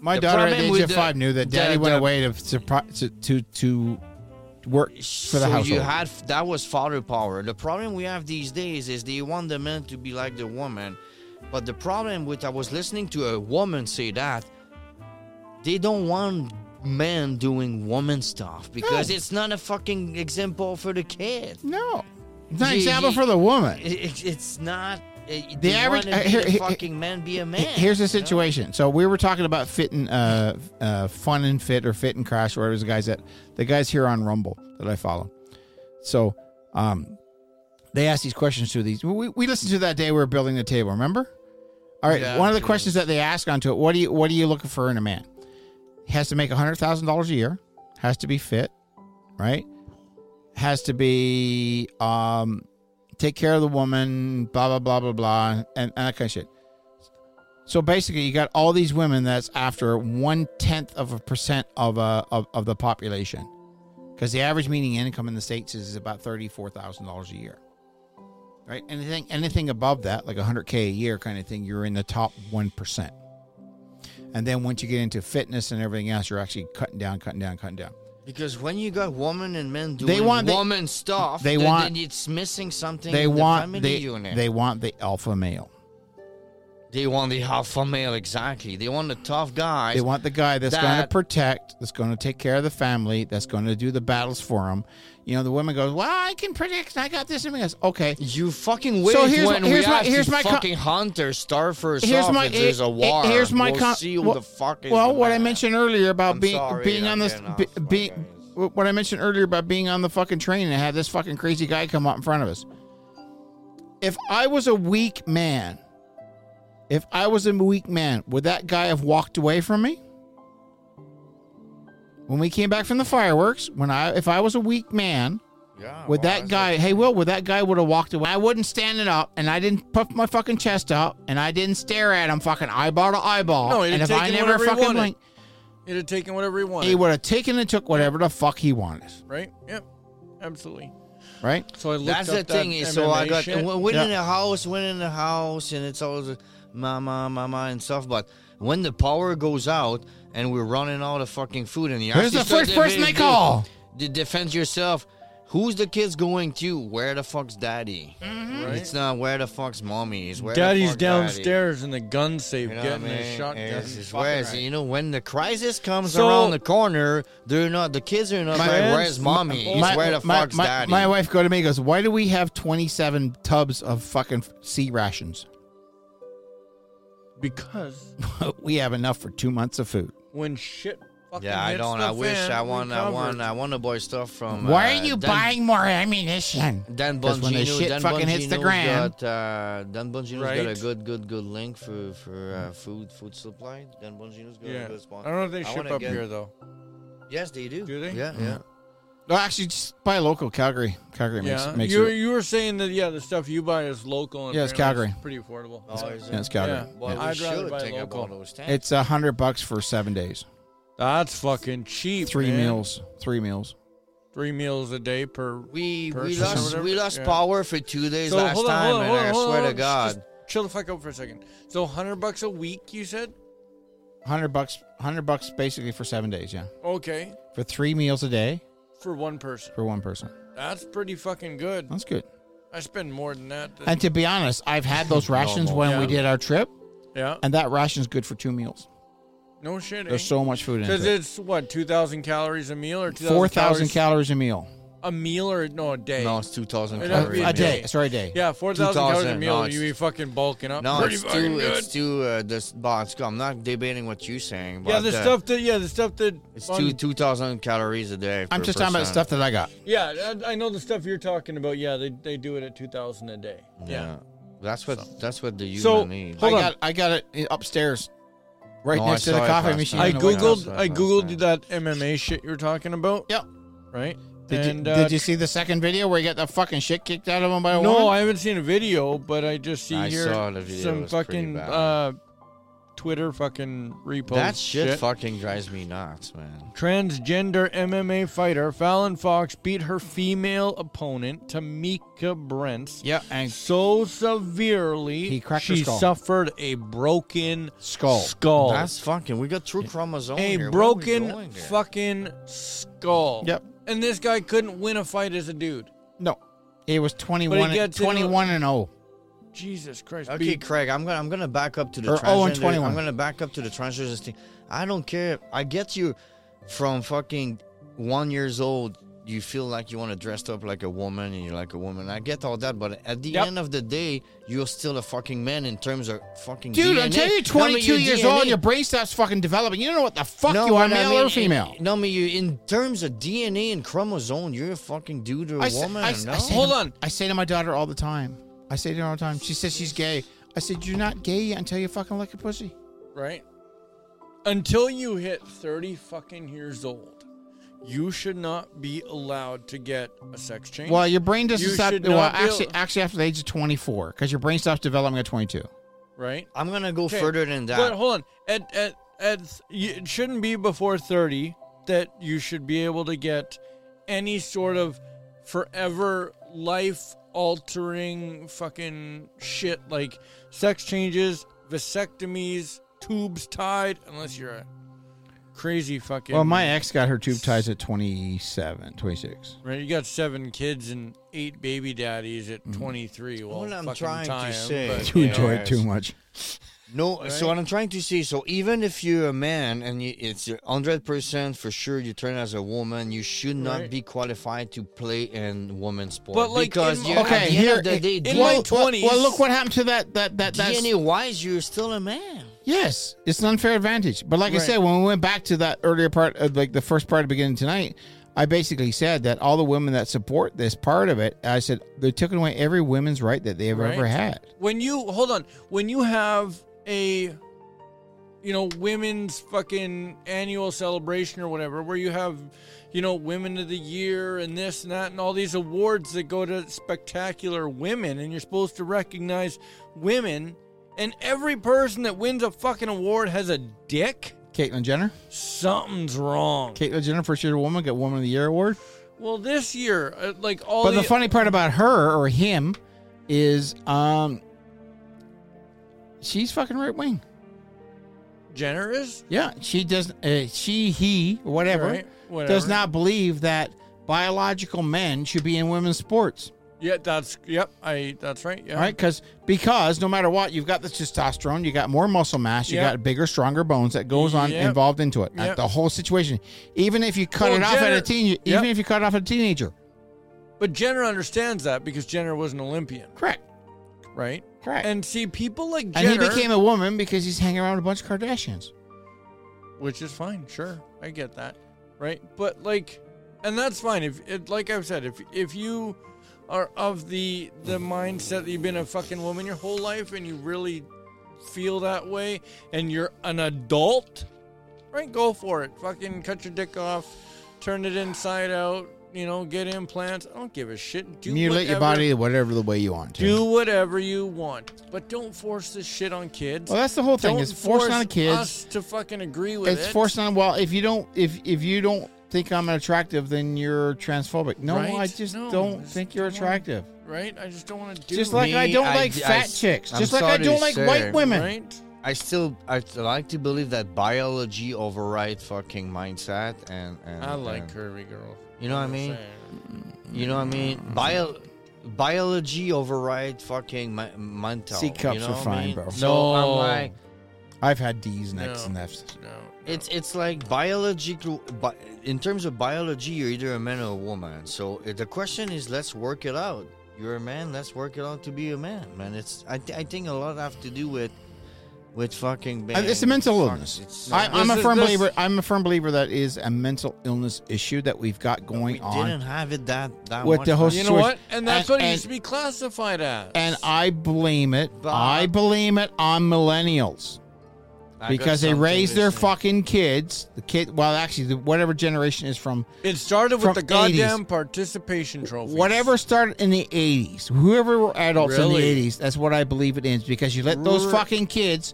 Speaker 1: My
Speaker 2: The
Speaker 1: daughter at
Speaker 2: problem
Speaker 1: the age
Speaker 2: with
Speaker 1: of
Speaker 2: the-
Speaker 1: five knew that
Speaker 2: the-
Speaker 1: daddy went
Speaker 2: the-
Speaker 1: away to surpri- to to, to work for the
Speaker 2: so
Speaker 1: household.
Speaker 2: you had that was father power. The problem we have these days is they want the man to be like the woman, but the problem with I was listening to a woman say that they don't want men doing woman stuff because it's not a fucking example for the kid.
Speaker 1: No. It's not an
Speaker 2: Ye-
Speaker 1: example
Speaker 2: ye-
Speaker 1: for the woman.
Speaker 2: It, it, it's not. It,
Speaker 1: The
Speaker 2: the
Speaker 1: average-
Speaker 2: average
Speaker 1: uh,
Speaker 2: be
Speaker 1: here-
Speaker 2: a
Speaker 1: here-
Speaker 2: fucking man be a man.
Speaker 1: Here's the
Speaker 2: you know?
Speaker 1: situation. So we were talking about fit and uh, uh, fun and fit or fit and crash or whatever the guys that the guys here on Rumble that I follow. So um, they ask these questions to these. We, we listened to that day we were building the table. Remember? All right.
Speaker 2: Yeah,
Speaker 1: one of the
Speaker 2: sure.
Speaker 1: questions that they ask onto it. What do you What are you looking for in a man? Has to make hundred thousand dollars a year. Has to be fit, right? Has to be um, take care of the woman. Blah blah blah blah blah, and, and that kind of shit. So basically, you got all these women that's after one tenth of a percent of uh of, of the population, because the average median income in the states is about thirty four thousand dollars a year, right? Anything anything above that, like hundred k a year kind of thing, you're in the top one percent. And then once you get into fitness and everything else, you're actually cutting down, cutting down, cutting down.
Speaker 2: Because when you got woman and men doing
Speaker 1: They want the-
Speaker 2: woman stuff,
Speaker 1: they
Speaker 2: then,
Speaker 1: want-
Speaker 2: then it's missing something.
Speaker 1: They
Speaker 2: in the
Speaker 1: want
Speaker 2: family
Speaker 1: they,
Speaker 2: unit.
Speaker 1: they want the alpha male.
Speaker 2: They want the alpha male exactly. They want the tough guys.
Speaker 1: They want the guy that's going to
Speaker 2: that-
Speaker 1: protect, that's going to take care of the family, that's going to do the battles for him. You know, the woman goes, "Well, I can predict. I got this." And he goes, "Okay."
Speaker 2: you fucking wait
Speaker 1: here's
Speaker 2: when
Speaker 1: my- here's
Speaker 2: we
Speaker 1: my-
Speaker 2: have
Speaker 1: here's
Speaker 2: to
Speaker 1: my co-
Speaker 2: fucking hunter start for herself.
Speaker 1: Here's my
Speaker 2: if there's a
Speaker 1: eh,
Speaker 2: war.
Speaker 1: eh, here's my
Speaker 2: we'll
Speaker 1: con-
Speaker 2: see who
Speaker 1: well,
Speaker 2: the fuck is
Speaker 1: well,
Speaker 2: the
Speaker 1: what I
Speaker 2: man.
Speaker 1: mentioned earlier about
Speaker 2: I'm
Speaker 1: being
Speaker 2: sorry,
Speaker 1: being
Speaker 2: I'm
Speaker 1: on this
Speaker 2: getting off
Speaker 1: be,
Speaker 2: my
Speaker 1: being
Speaker 2: guys.
Speaker 1: what I mentioned earlier about being on the fucking train and have this fucking crazy guy come up in front of us. If I was a weak man, if I was a weak man, would that guy have walked away from me? When we came back from the fireworks, when I if I was a weak man,
Speaker 2: Yeah,
Speaker 1: would
Speaker 3: Oh,
Speaker 2: well,
Speaker 1: that
Speaker 2: that's
Speaker 1: guy,
Speaker 2: it.
Speaker 1: hey Will, would that guy would have walked away? I wouldn't stand it up, and I didn't puff my fucking chest out, and I didn't stare at him fucking eyeball to eyeball.
Speaker 3: No, he'd
Speaker 1: and
Speaker 3: have
Speaker 1: if I
Speaker 3: taken
Speaker 1: never
Speaker 3: whatever he
Speaker 1: fucking
Speaker 3: wanted.
Speaker 1: blinked,
Speaker 3: He'd have taken whatever he wanted.
Speaker 1: he would have taken and took whatever the fuck he wanted,
Speaker 3: right? Yep. Absolutely.
Speaker 1: right?
Speaker 3: So I looked
Speaker 2: That's
Speaker 3: up
Speaker 2: the thing
Speaker 3: that
Speaker 2: is, so I
Speaker 3: MMA
Speaker 2: got
Speaker 3: shit.
Speaker 2: when, when
Speaker 1: Yeah.
Speaker 2: in the house, when in the house, and it's always mama, mama, and stuff. But when the power goes out and we're running out of fucking food, and you
Speaker 1: Who's
Speaker 2: actually
Speaker 1: the
Speaker 2: start
Speaker 1: first person they
Speaker 2: defending-
Speaker 1: call?
Speaker 2: de- defend yourself. Who's the kids going to? Where the fuck's daddy?
Speaker 3: Mm-hmm. Right.
Speaker 2: It's not where the fuck's mommy is. Where the
Speaker 3: Daddy's
Speaker 2: fuck
Speaker 3: downstairs in the gun safe
Speaker 2: Daddy. You know
Speaker 3: getting
Speaker 2: what I
Speaker 3: his
Speaker 2: mean?
Speaker 3: shotgun.
Speaker 2: It's just-
Speaker 3: Fucking
Speaker 2: where's-
Speaker 3: right.
Speaker 2: you know when the crisis comes
Speaker 3: So-
Speaker 2: around the corner, they're not the kids are not
Speaker 1: My-
Speaker 2: like, where's mommy? It's where the
Speaker 1: my-
Speaker 2: fuck's
Speaker 1: my-
Speaker 2: daddy?
Speaker 1: my wife go to me and goes, why do we have 27 tubs of fucking sea rations?
Speaker 3: Because
Speaker 1: we have enough for two months of food.
Speaker 3: when shit fucking
Speaker 2: yeah, I
Speaker 3: hits
Speaker 2: don't.
Speaker 3: the
Speaker 2: I wish
Speaker 3: fan,
Speaker 2: I
Speaker 3: we
Speaker 2: won. I
Speaker 3: cover.
Speaker 2: won. I won the boy stuff
Speaker 3: Oh,
Speaker 2: from.
Speaker 1: Why
Speaker 2: uh,
Speaker 1: are you
Speaker 2: Dan-
Speaker 1: buying more ammunition?
Speaker 2: Dan
Speaker 1: Because
Speaker 2: Bongino,
Speaker 1: when the shit
Speaker 2: Dan
Speaker 1: fucking hits the
Speaker 2: Bongino's
Speaker 1: ground-
Speaker 2: got, uh, Dan Bongino's got
Speaker 3: Right.
Speaker 2: a good, good, good link for for uh, food, food supply. Dan Bongino's got
Speaker 3: Yeah.
Speaker 2: a good spot.
Speaker 3: I don't know if they
Speaker 2: I
Speaker 3: ship
Speaker 2: wanna
Speaker 3: up
Speaker 2: get-
Speaker 3: here though.
Speaker 2: Yes, they do.
Speaker 3: Do they?
Speaker 2: Yeah,
Speaker 1: Mm-hmm.
Speaker 2: yeah.
Speaker 1: No, actually, just buy local. Calgary. Calgary
Speaker 3: Yeah,
Speaker 1: makes, makes
Speaker 3: you
Speaker 1: it.
Speaker 3: you were saying that yeah, the stuff you buy is local. And
Speaker 1: Yeah, it's
Speaker 3: apparently
Speaker 1: Calgary.
Speaker 3: pretty affordable.
Speaker 2: Oh, is it?
Speaker 1: Yeah, it's Calgary.
Speaker 3: Yeah.
Speaker 2: Well,
Speaker 3: I'd
Speaker 2: we
Speaker 3: rather
Speaker 2: should
Speaker 3: buy
Speaker 2: think
Speaker 3: local.
Speaker 2: about those things.
Speaker 1: It's a hundred bucks for seven days.
Speaker 3: That's fucking cheap.
Speaker 1: Three
Speaker 3: man.
Speaker 1: meals. Three meals.
Speaker 3: three meals a day per.
Speaker 2: we we
Speaker 3: person or
Speaker 2: lost
Speaker 3: whatever.
Speaker 2: we lost
Speaker 3: Yeah.
Speaker 2: power for two days last time, and I swear to God,
Speaker 3: Just chill the fuck out for a second. So, hundred bucks a week, you said?
Speaker 1: Hundred bucks. Hundred bucks basically for seven days. Yeah,
Speaker 3: Okay,
Speaker 1: for three meals a day
Speaker 3: for one person.
Speaker 1: for one person.
Speaker 3: That's pretty fucking good.
Speaker 1: That's good.
Speaker 3: I spend more than that.
Speaker 1: And to be honest, I've had those rations
Speaker 2: Normal.
Speaker 1: when we
Speaker 3: Yeah.
Speaker 1: did our trip,
Speaker 3: yeah,
Speaker 1: and that ration's good for two meals.
Speaker 3: no shit.
Speaker 1: There's so much food in
Speaker 3: because
Speaker 1: it.
Speaker 3: it's what two thousand calories a meal or two
Speaker 1: Four thousand calories a meal
Speaker 3: a meal or no a day.
Speaker 2: no, it's two thousand
Speaker 3: It'd
Speaker 1: a,
Speaker 3: have to be
Speaker 2: calories
Speaker 1: a day. Sorry, a day.
Speaker 3: yeah, four thousand calories a
Speaker 2: 2,000,
Speaker 3: meal.
Speaker 2: no, it's-
Speaker 3: you be fucking bulking up.
Speaker 2: No,
Speaker 3: pretty
Speaker 2: it's
Speaker 3: fucking
Speaker 2: too.
Speaker 3: good.
Speaker 2: It's too. Uh, this. Well, it's, I'm not debating what you're saying. But
Speaker 3: yeah, the
Speaker 2: uh,
Speaker 3: stuff that yeah, the stuff that
Speaker 2: It's
Speaker 3: on-
Speaker 2: two two thousand calories a day.
Speaker 1: I'm
Speaker 2: per
Speaker 1: just talking about
Speaker 2: person.
Speaker 1: stuff that I got.
Speaker 3: Yeah, I, I know the stuff you're talking about. Yeah, they, they do it at two thousand a day.
Speaker 2: Yeah. That's what that's what the human
Speaker 3: So-
Speaker 2: needs.
Speaker 3: Hold
Speaker 1: I
Speaker 3: on.
Speaker 1: got I got it upstairs, right
Speaker 2: No, I
Speaker 1: next to the
Speaker 2: saw it
Speaker 1: coffee
Speaker 2: last
Speaker 1: machine.
Speaker 2: time.
Speaker 3: I
Speaker 1: on the way down.
Speaker 3: googled
Speaker 2: down.
Speaker 3: I googled that MMA shit you're talking about.
Speaker 1: Yep.
Speaker 3: Right.
Speaker 1: Did,
Speaker 3: And,
Speaker 1: you,
Speaker 3: uh,
Speaker 1: did you see the second video where he got the fucking shit kicked out of him by a woman?
Speaker 3: No, I haven't seen a video, but I just see
Speaker 2: I
Speaker 3: here
Speaker 2: saw the video, it
Speaker 3: some
Speaker 2: was pretty
Speaker 3: fucking
Speaker 2: bad.
Speaker 3: uh, Twitter fucking repost.
Speaker 2: That shit, fucking drives me nuts, man.
Speaker 3: Transgender MMA fighter Fallon Fox beat her female opponent Tamika Brents
Speaker 1: Yeah, and
Speaker 3: so severely
Speaker 1: He cracked her
Speaker 3: she
Speaker 1: skull.
Speaker 3: suffered a broken
Speaker 1: skull.
Speaker 3: skull.
Speaker 2: That's fucking. We got true chromosome.
Speaker 3: a
Speaker 2: here. Where are we
Speaker 3: broken
Speaker 2: going here?
Speaker 3: fucking skull.
Speaker 1: Yep.
Speaker 3: And this guy couldn't win a fight as a dude.
Speaker 1: No, it was 21,
Speaker 3: gets in a-
Speaker 1: 21 and oh. zero.
Speaker 3: Jesus Christ.
Speaker 2: Okay,
Speaker 3: Be-
Speaker 2: Craig, I'm gonna I'm gonna back up to the
Speaker 1: Or oh, 0 and
Speaker 2: transgender-
Speaker 1: 21.
Speaker 2: I'm gonna back up to the transgender thing. I don't care. I get you. from fucking one years old, you feel like you want to dress up like a woman and you're like a woman. I get all that, but at the
Speaker 3: Yep.
Speaker 2: end of the day, you're still a fucking man in terms of fucking
Speaker 1: Dude,
Speaker 2: DNA.
Speaker 1: until you're
Speaker 2: No, but
Speaker 1: 22
Speaker 2: your
Speaker 1: years old,
Speaker 2: DNA
Speaker 1: your brain stops fucking developing. You don't know what the fuck you
Speaker 2: but
Speaker 1: are,
Speaker 2: I
Speaker 1: male
Speaker 2: mean,
Speaker 1: or female.
Speaker 2: In, no, I mean, you, in terms of DNA and chromosome, you're a fucking dude or a
Speaker 1: I say-
Speaker 2: woman.
Speaker 1: I s- I
Speaker 2: no?
Speaker 1: say to
Speaker 3: Hold
Speaker 1: my-
Speaker 3: on.
Speaker 1: I say to my daughter all the time. I say to her all the time. She says she's gay. I said you're not gay yet until you fucking lick a pussy.
Speaker 3: right? Until you hit 30 fucking years old, you should not be allowed to get a sex change.
Speaker 1: Well, your brain doesn't
Speaker 3: You
Speaker 1: stop.
Speaker 3: should
Speaker 1: Well,
Speaker 3: not be
Speaker 1: actually,
Speaker 3: able-
Speaker 1: actually after the age of 24, because your brain stops developing at 22.
Speaker 3: right?
Speaker 2: I'm gonna go
Speaker 3: Okay,
Speaker 2: further than that.
Speaker 3: But hold on. At, at, at, th- you- it shouldn't be before 30 that you should be able to get any sort of forever life altering fucking shit like sex changes, vasectomies, tubes tied, unless you're a crazy fucking.
Speaker 1: Well, my ex got her tube ties at 27, 26.
Speaker 3: Right, you got seven kids and eight baby daddies
Speaker 1: Mm-hmm.
Speaker 3: at 23. Well,
Speaker 2: What I'm
Speaker 3: fucking
Speaker 2: trying to
Speaker 3: time,
Speaker 2: say-
Speaker 3: but-
Speaker 1: You
Speaker 2: Yeah.
Speaker 1: enjoy it too much.
Speaker 2: No, so what I'm trying to say, so even if you're a man and you, it's hundred percent for sure you turn as a woman, you should not
Speaker 3: Right.
Speaker 2: be qualified to play in women's sport.
Speaker 3: But, like,
Speaker 2: because
Speaker 3: in-
Speaker 2: you,
Speaker 3: Okay,
Speaker 2: at the end of the day,
Speaker 3: in
Speaker 2: DNA,
Speaker 3: my
Speaker 1: well, well,
Speaker 3: 20s.
Speaker 1: well, look what happened to that. That that that's,
Speaker 2: DNA wise, you're still a man.
Speaker 1: Yes, it's an unfair advantage. But like I
Speaker 3: Right.
Speaker 1: said, when we went back to that earlier part, of like the first part of beginning tonight, I basically said that all the women that support this part of it, I said they're taking away every women's right that they've
Speaker 3: Right.
Speaker 1: ever had.
Speaker 3: when you hold on, when you have a you know women's fucking annual celebration or whatever, where you have you know women of the year and this and that and all these awards that go to spectacular women, and you're supposed to recognize women, and every person that wins a fucking award has a dick.
Speaker 1: Caitlyn Jenner,
Speaker 3: Something's wrong.
Speaker 1: Caitlyn Jenner, first year woman, got Woman of the Year award.
Speaker 3: Well, this year, uh, like all
Speaker 1: but the, funny part about her or him is, um, she's fucking right wing.
Speaker 3: Jenner is
Speaker 1: Yeah, she does. Uh, she, he, whatever,
Speaker 3: Right, whatever.
Speaker 1: does not believe that biological men should be in women's sports.
Speaker 3: Yeah, that's yep. I that's right. Yeah.
Speaker 1: All right, because because no matter what, you've got the testosterone, you got more muscle mass, you
Speaker 3: Yep.
Speaker 1: got bigger, stronger bones that goes on
Speaker 3: Yep.
Speaker 1: involved into it. Uh,
Speaker 3: Yep.
Speaker 1: The whole situation, even if you cut
Speaker 3: Well,
Speaker 1: it off at
Speaker 3: Jenner-
Speaker 1: a teen, even
Speaker 3: Yep.
Speaker 1: if you cut it off at a teenager,
Speaker 3: But Jenner understands that because Jenner was an Olympian,
Speaker 1: correct,
Speaker 3: right?
Speaker 1: correct. And,
Speaker 3: And see, people like
Speaker 1: and
Speaker 3: Jenner,
Speaker 1: he became a woman because he's hanging around with a bunch of Kardashians.
Speaker 3: which is fine. Sure, I get that, right? But like, and that's fine. If it, like I've said, if if you are of the the mindset that you've been a fucking woman your whole life and you really feel that way and you're an adult, right? Go for it. Fucking cut your dick off, turn it inside out. You know, get implants. I don't give a shit. Do
Speaker 1: Mutilate your
Speaker 3: whatever-
Speaker 1: body whatever the way you want to.
Speaker 3: Do whatever you want, but don't force this shit on kids.
Speaker 1: well, that's the whole thing.
Speaker 3: Don't
Speaker 1: Is forcing on
Speaker 3: force
Speaker 1: kids.
Speaker 3: us to fucking agree with
Speaker 1: it's
Speaker 3: it.
Speaker 1: forced on. Well, if you don't, if if you don't think I'm attractive, then you're transphobic. No,
Speaker 3: Right?
Speaker 1: I just
Speaker 3: No,
Speaker 1: don't
Speaker 3: it's-
Speaker 1: think you're
Speaker 3: come on.
Speaker 1: attractive.
Speaker 3: right? I just don't want to do
Speaker 1: Just
Speaker 3: it,
Speaker 1: like I
Speaker 2: Me,
Speaker 1: don't
Speaker 2: I-
Speaker 1: like
Speaker 2: I-
Speaker 1: fat chicks.
Speaker 2: I'm
Speaker 1: Just like I
Speaker 2: sorry to
Speaker 1: don't like
Speaker 2: say,
Speaker 1: white women.
Speaker 3: right?
Speaker 2: I still I like to believe that biology override fucking mindset and, and
Speaker 3: I like
Speaker 2: and-
Speaker 3: curvy girls.
Speaker 2: You know what I
Speaker 3: I'm
Speaker 2: mean?
Speaker 1: Mm.
Speaker 3: saying.
Speaker 2: You know what I mean? Bio, biology override fucking mi- mental.
Speaker 1: C cups
Speaker 2: you know
Speaker 1: are
Speaker 2: what I
Speaker 1: fine,
Speaker 2: mean?
Speaker 1: bro.
Speaker 2: So
Speaker 3: No.
Speaker 2: I'm like,
Speaker 1: I've had D's and X's
Speaker 3: No.
Speaker 1: and F's.
Speaker 3: No, no.
Speaker 2: it's it's like biological. Bi- in terms of biology, you're either a man or a woman. So uh, the question is, let's work it out. You're a man. Let's work it out to be a man, man. It's I, th- I think a lot have to do with with fucking.
Speaker 1: Uh,
Speaker 2: Being,
Speaker 1: It's a mental
Speaker 2: fuck,
Speaker 1: illness.
Speaker 2: it's-
Speaker 1: I, I'm
Speaker 3: This
Speaker 1: a
Speaker 3: is-
Speaker 1: firm
Speaker 3: this-
Speaker 1: believer. I'm a firm believer that is a mental illness issue that we've got
Speaker 2: we
Speaker 1: going
Speaker 2: didn't
Speaker 1: on.
Speaker 2: have it that that
Speaker 1: With
Speaker 2: much
Speaker 1: the whole
Speaker 2: back
Speaker 3: you know
Speaker 1: Source-
Speaker 3: what? And that's
Speaker 1: and-
Speaker 3: what it
Speaker 1: and-
Speaker 3: used to be classified as.
Speaker 1: And I blame it.
Speaker 2: But-
Speaker 1: I blame it on millennials
Speaker 2: I got
Speaker 1: because they
Speaker 2: something
Speaker 1: raise
Speaker 2: to
Speaker 1: their
Speaker 2: say.
Speaker 1: fucking kids. The kid, well, actually, the, whatever generation is from
Speaker 3: it started
Speaker 1: from
Speaker 3: with the
Speaker 1: 80s.
Speaker 3: goddamn participation trophy.
Speaker 1: Whatever started in the 80s, whoever were adults
Speaker 3: Really?
Speaker 1: in the 80s, that's what I believe it is because you let those
Speaker 3: Re-
Speaker 1: fucking kids.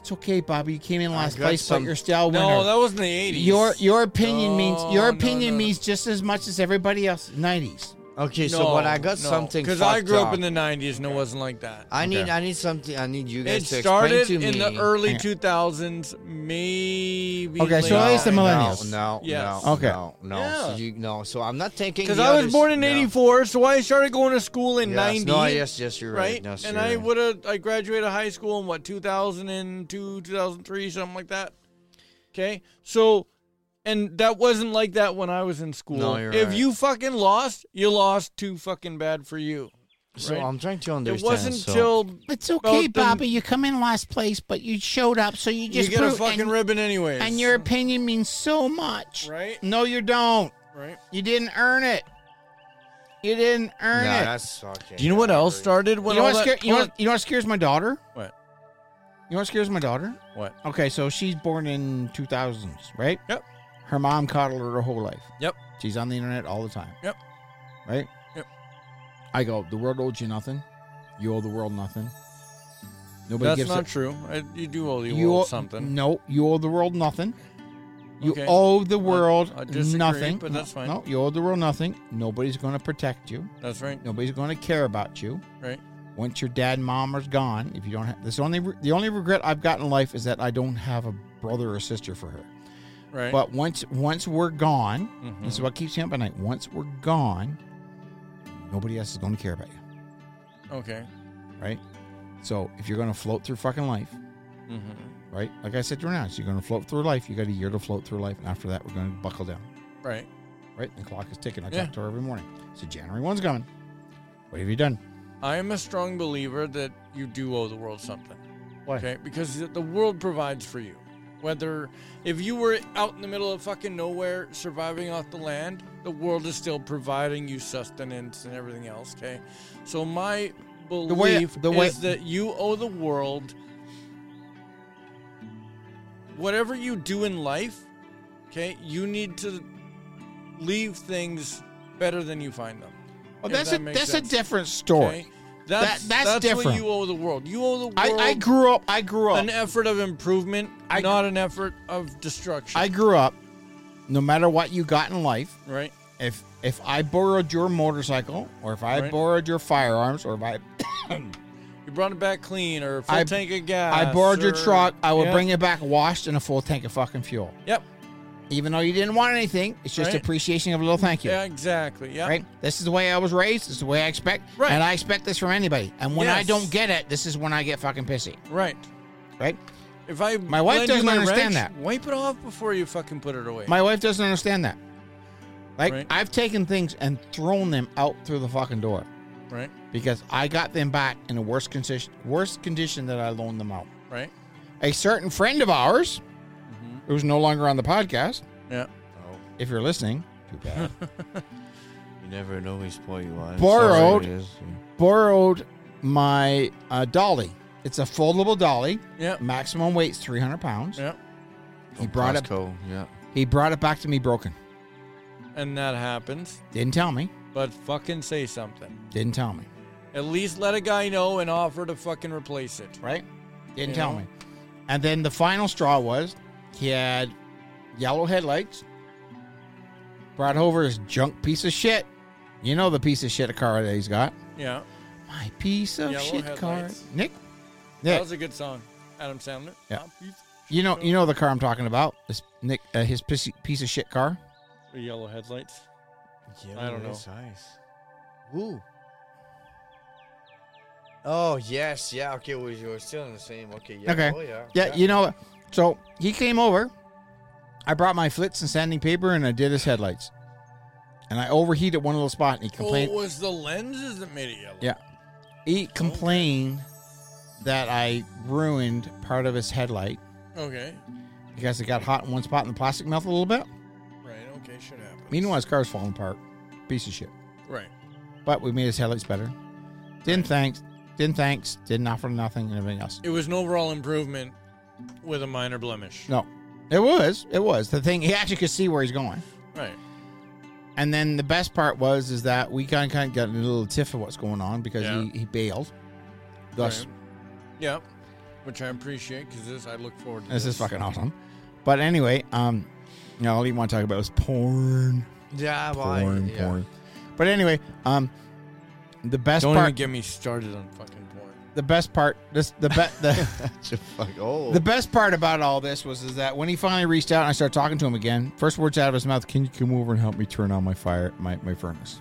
Speaker 1: It's okay, Bobby. You came in last
Speaker 2: got
Speaker 1: place,
Speaker 2: some-
Speaker 1: but you're still a winner.
Speaker 3: No, that was in the eighties.
Speaker 1: your your opinion means your
Speaker 3: No, no,
Speaker 1: opinion
Speaker 3: no, no.
Speaker 1: means just as much as everybody else's 90s.
Speaker 2: Okay, so but I got something
Speaker 3: because I
Speaker 2: fucked
Speaker 3: grew up
Speaker 2: up
Speaker 3: in the nineties and it wasn't like that.
Speaker 2: I need
Speaker 1: Okay.
Speaker 2: I need something I need you
Speaker 3: It
Speaker 2: guys to
Speaker 3: started
Speaker 2: explain to
Speaker 3: in
Speaker 2: me.
Speaker 3: the
Speaker 1: Hang
Speaker 3: early
Speaker 1: on.
Speaker 3: two thousands, maybe.
Speaker 1: Okay, so at least the
Speaker 3: late
Speaker 1: millennial-
Speaker 3: 90s.
Speaker 1: millennials.
Speaker 2: No, no,
Speaker 3: Yes.
Speaker 2: no,
Speaker 1: Okay.
Speaker 2: no, no.
Speaker 3: Yeah.
Speaker 2: So you, no, so I'm not thinking.
Speaker 3: Because
Speaker 2: the
Speaker 3: I was
Speaker 2: others-
Speaker 3: born in
Speaker 2: no.
Speaker 3: '84, so I started going to school in
Speaker 2: Yes,
Speaker 3: '90.
Speaker 2: No, yes, yes, you're right.
Speaker 3: right?
Speaker 2: Yes,
Speaker 3: and
Speaker 2: you're
Speaker 3: I
Speaker 2: right.
Speaker 3: would have I graduated high school in what 2002, 2003, something like that. Okay, so And that wasn't like that when I was in school.
Speaker 2: No, you're
Speaker 3: if
Speaker 2: right.
Speaker 3: you fucking lost, you lost too fucking bad for you.
Speaker 2: So
Speaker 3: Right.
Speaker 2: I'm trying to understand.
Speaker 3: It wasn't
Speaker 2: so-
Speaker 3: till
Speaker 1: It's okay,
Speaker 3: Well, then-
Speaker 1: Bobby. You come in last place, but you showed up, so you just
Speaker 3: you get a
Speaker 1: proved-
Speaker 3: fucking
Speaker 1: and,
Speaker 3: ribbon anyways.
Speaker 1: and your opinion means so much.
Speaker 3: Right?
Speaker 1: No, you don't.
Speaker 3: right.
Speaker 1: You didn't earn it. You didn't
Speaker 2: Nah,
Speaker 1: earn it.
Speaker 2: that's fucking.
Speaker 3: Do you know what else started
Speaker 1: You
Speaker 3: when
Speaker 1: know,
Speaker 3: all
Speaker 1: what
Speaker 3: that?
Speaker 1: sca- you, know
Speaker 3: hold
Speaker 1: what, you know what scares my daughter?
Speaker 3: on. what?
Speaker 1: You know what scares my daughter?
Speaker 3: What?
Speaker 1: Okay, so she's born in 2000s, right?
Speaker 3: Yep.
Speaker 1: Her mom coddled her her whole life.
Speaker 3: Yep.
Speaker 1: She's on the internet all the time.
Speaker 3: Yep.
Speaker 1: Right?
Speaker 3: Yep.
Speaker 1: I go, the world owes you nothing. You owe the world nothing. Nobody
Speaker 3: That's
Speaker 1: gives
Speaker 3: not
Speaker 1: a-
Speaker 3: true. I, you do owe the
Speaker 1: you
Speaker 3: world
Speaker 1: owe-
Speaker 3: something.
Speaker 1: No, you owe the world nothing. You
Speaker 3: Okay.
Speaker 1: owe the world
Speaker 3: I disagree,
Speaker 1: nothing.
Speaker 3: but
Speaker 1: No,
Speaker 3: that's fine.
Speaker 1: No, you owe the world nothing. Nobody's going to protect you.
Speaker 3: That's right.
Speaker 1: Nobody's going to care about you.
Speaker 3: Right.
Speaker 1: Once your dad and mom are gone, if you don't have this only re- the only regret I've got in life is that I don't have a brother or sister for her.
Speaker 3: Right. Mm-hmm.
Speaker 1: But once once we're gone, this is what keeps me up at night. Once we're gone, nobody else is going to care about you,
Speaker 3: okay.
Speaker 1: right? So if you're going to float through fucking life,
Speaker 3: Mm-hmm.
Speaker 1: right? Like I said to Renato, you're going to float through life. You got a year to float through life, and after that, we're going to buckle down,
Speaker 3: Right.
Speaker 1: right? The clock is ticking. I
Speaker 3: Yeah.
Speaker 1: talk to her every morning. So January one's coming. What have you done?
Speaker 3: I am a strong believer that you do owe the world something.
Speaker 1: Why?
Speaker 3: Okay, because the- the world provides for you. Whether if you were out in the middle of fucking nowhere surviving off the land, the world is still providing you sustenance and everything else. Okay, so my belief
Speaker 1: way- the way-
Speaker 3: is that you owe the world whatever you do in life. Okay, you need to leave things better than you find them.
Speaker 1: Well,
Speaker 3: if
Speaker 1: that's
Speaker 3: that
Speaker 1: a
Speaker 3: makes
Speaker 1: that's
Speaker 3: sense.
Speaker 1: a different story.
Speaker 3: Okay? That's,
Speaker 1: That- that's
Speaker 3: that's,
Speaker 1: different.
Speaker 3: what you owe the world. You owe the world
Speaker 1: I, I grew up. I grew up.
Speaker 3: an effort of improvement,
Speaker 1: Oh. I-
Speaker 3: not an effort of destruction.
Speaker 1: I grew up. No matter what you got in life,
Speaker 3: right?
Speaker 1: if if I borrowed your motorcycle, or if I
Speaker 3: Right.
Speaker 1: borrowed your firearms, or if I
Speaker 3: You brought it back clean or a full
Speaker 1: I-
Speaker 3: tank of gas.
Speaker 1: I borrowed your
Speaker 3: or-
Speaker 1: truck, I would
Speaker 3: Ah, Yeah.
Speaker 1: bring it back washed and a full tank of fucking fuel.
Speaker 3: Yep.
Speaker 1: Even though you didn't want anything, it's just
Speaker 3: Right.
Speaker 1: appreciation of a little thank you.
Speaker 3: Yeah, exactly. Yeah.
Speaker 1: Right. This is the way I was raised. This is the way I expect.
Speaker 3: Right.
Speaker 1: And I expect this from anybody. And when I
Speaker 3: Yes.
Speaker 1: don't get it, this is when I get fucking pissy.
Speaker 3: Right.
Speaker 1: Right.
Speaker 3: If I
Speaker 1: My wife
Speaker 3: lend you
Speaker 1: doesn't
Speaker 3: my
Speaker 1: understand
Speaker 3: wrench,
Speaker 1: that.
Speaker 3: Wipe it off before you fucking put it away.
Speaker 1: My wife doesn't understand that. Like
Speaker 3: Right.
Speaker 1: I've taken things and thrown them out through the fucking door
Speaker 3: right.
Speaker 1: because I got them back in a worse condition, worse condition that I loaned them out.
Speaker 3: Right.
Speaker 1: a certain friend of ours who's no longer on the podcast.
Speaker 3: Yeah.
Speaker 2: Oh,
Speaker 1: If you're listening, too bad.
Speaker 2: you never know his point. Why?
Speaker 1: Borrowed.
Speaker 2: Sorry, it is.
Speaker 1: borrowed my uh, dolly. It's a foldable dolly.
Speaker 3: Yeah.
Speaker 1: Maximum weight's 300 pounds.
Speaker 3: Yeah.
Speaker 1: He brought it.
Speaker 2: Costco, Yeah.
Speaker 1: He brought it back to me broken.
Speaker 3: And that happens.
Speaker 1: Didn't tell me.
Speaker 3: But fucking say something.
Speaker 1: Didn't tell me.
Speaker 3: At least let a guy know and offer to fucking replace it.
Speaker 1: Right? Didn't
Speaker 3: You
Speaker 1: tell
Speaker 3: know?
Speaker 1: me. And then the final straw was he had yellow headlights. Brought over his junk piece of shit. You know the piece of shit car that he's got.
Speaker 3: Yeah.
Speaker 1: My piece of
Speaker 3: Yellow
Speaker 1: shit car.
Speaker 3: headlights.
Speaker 1: Nick.
Speaker 3: That
Speaker 1: Nick.
Speaker 3: was a good song. Adam Sandler.
Speaker 1: Yeah.
Speaker 3: Ah, piece
Speaker 1: You know, you know the car I'm talking about. This Nick, uh, his piece, piece of shit car.
Speaker 3: of Yellow headlights.
Speaker 2: Yeah,
Speaker 3: I don't know.
Speaker 2: it's Ice. Woo. Oh yes, yeah. Okay, we you were still in the same. Okay, yeah.
Speaker 1: okay.
Speaker 2: Oh, yeah.
Speaker 1: yeah, you know. So he came over. I brought my flits and sanding paper, and I did his headlights. And I overheated one little spot, and he
Speaker 3: Oh, it
Speaker 1: complained.
Speaker 3: was the lenses that made it yellow.
Speaker 1: Yeah, he complained that I ruined part of his headlight
Speaker 3: Okay.
Speaker 1: because it got hot in one spot, and the plastic melted a little bit.
Speaker 3: Right. Okay. Should happen.
Speaker 1: Meanwhile, his car's falling apart. Piece of shit.
Speaker 3: Right.
Speaker 1: But we made his headlights better. Didn't thanks. Didn't thanks. Didn't offer nothing and everything else.
Speaker 3: It was an overall improvement with a minor blemish.
Speaker 1: No, it was. It was the thing. He actually could see where he's going.
Speaker 3: Right.
Speaker 1: And then the best part was is that we kind of, kind of got in a little tiff of what's going on because
Speaker 3: Yeah.
Speaker 1: he, he bailed. Thus,
Speaker 3: Right. Yeah. Which I appreciate because this I look forward to.
Speaker 1: this is fucking awesome. But anyway, um, you know, all you want to talk about is porn,
Speaker 2: Yeah. Why?
Speaker 1: porn,
Speaker 2: yeah.
Speaker 1: porn. But anyway, um, the best
Speaker 3: Don't
Speaker 1: part,
Speaker 3: even get me started on fucking porn.
Speaker 1: the best part, this the bet the.
Speaker 2: That's a fuck. Oh.
Speaker 1: The best part about all this was is that when he finally reached out and I started talking to him again, first words out of his mouth, "Can you come over and help me turn on my fire, my, my furnace?"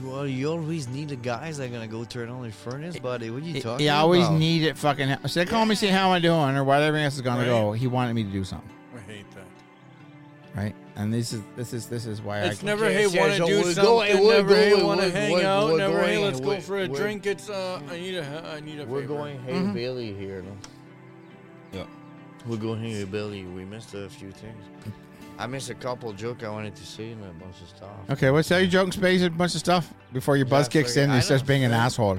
Speaker 2: you, al- you always need the guys that are gonna go turn on the furnace, buddy. What are you
Speaker 1: He-
Speaker 2: talking
Speaker 1: He always
Speaker 2: about?
Speaker 1: needed fucking help. So they call "Oh, me, see how I'm doing, or why everything else is gonna
Speaker 3: Right.
Speaker 1: go. He wanted me to do something.
Speaker 3: I hate that.
Speaker 1: right? And this is this is this is why
Speaker 3: It's
Speaker 1: I
Speaker 3: never, hey,
Speaker 8: yeah, yeah,
Speaker 3: want to
Speaker 8: so
Speaker 3: do
Speaker 8: we're
Speaker 3: something.
Speaker 8: going- we're
Speaker 3: never, hey,
Speaker 8: going-
Speaker 3: want to
Speaker 8: we're-
Speaker 3: hang
Speaker 8: we're-
Speaker 3: out.
Speaker 8: we're
Speaker 3: never, hey,
Speaker 8: going-
Speaker 3: let's go
Speaker 8: we're-
Speaker 3: for a
Speaker 8: we're-
Speaker 3: drink. It's, uh, I need a, I need a
Speaker 8: We're
Speaker 3: favor.
Speaker 8: going hey Billy here. No? Yeah. We're going hey Billy. We missed a few things. I missed a couple joke I wanted to say and a bunch of stuff.
Speaker 1: Okay, well, tell your joke in space and a bunch of stuff before your buzz
Speaker 8: Yeah,
Speaker 1: kicks
Speaker 8: fuck it.
Speaker 1: in and
Speaker 8: I
Speaker 1: starts
Speaker 8: don't
Speaker 1: being an
Speaker 8: think-
Speaker 1: asshole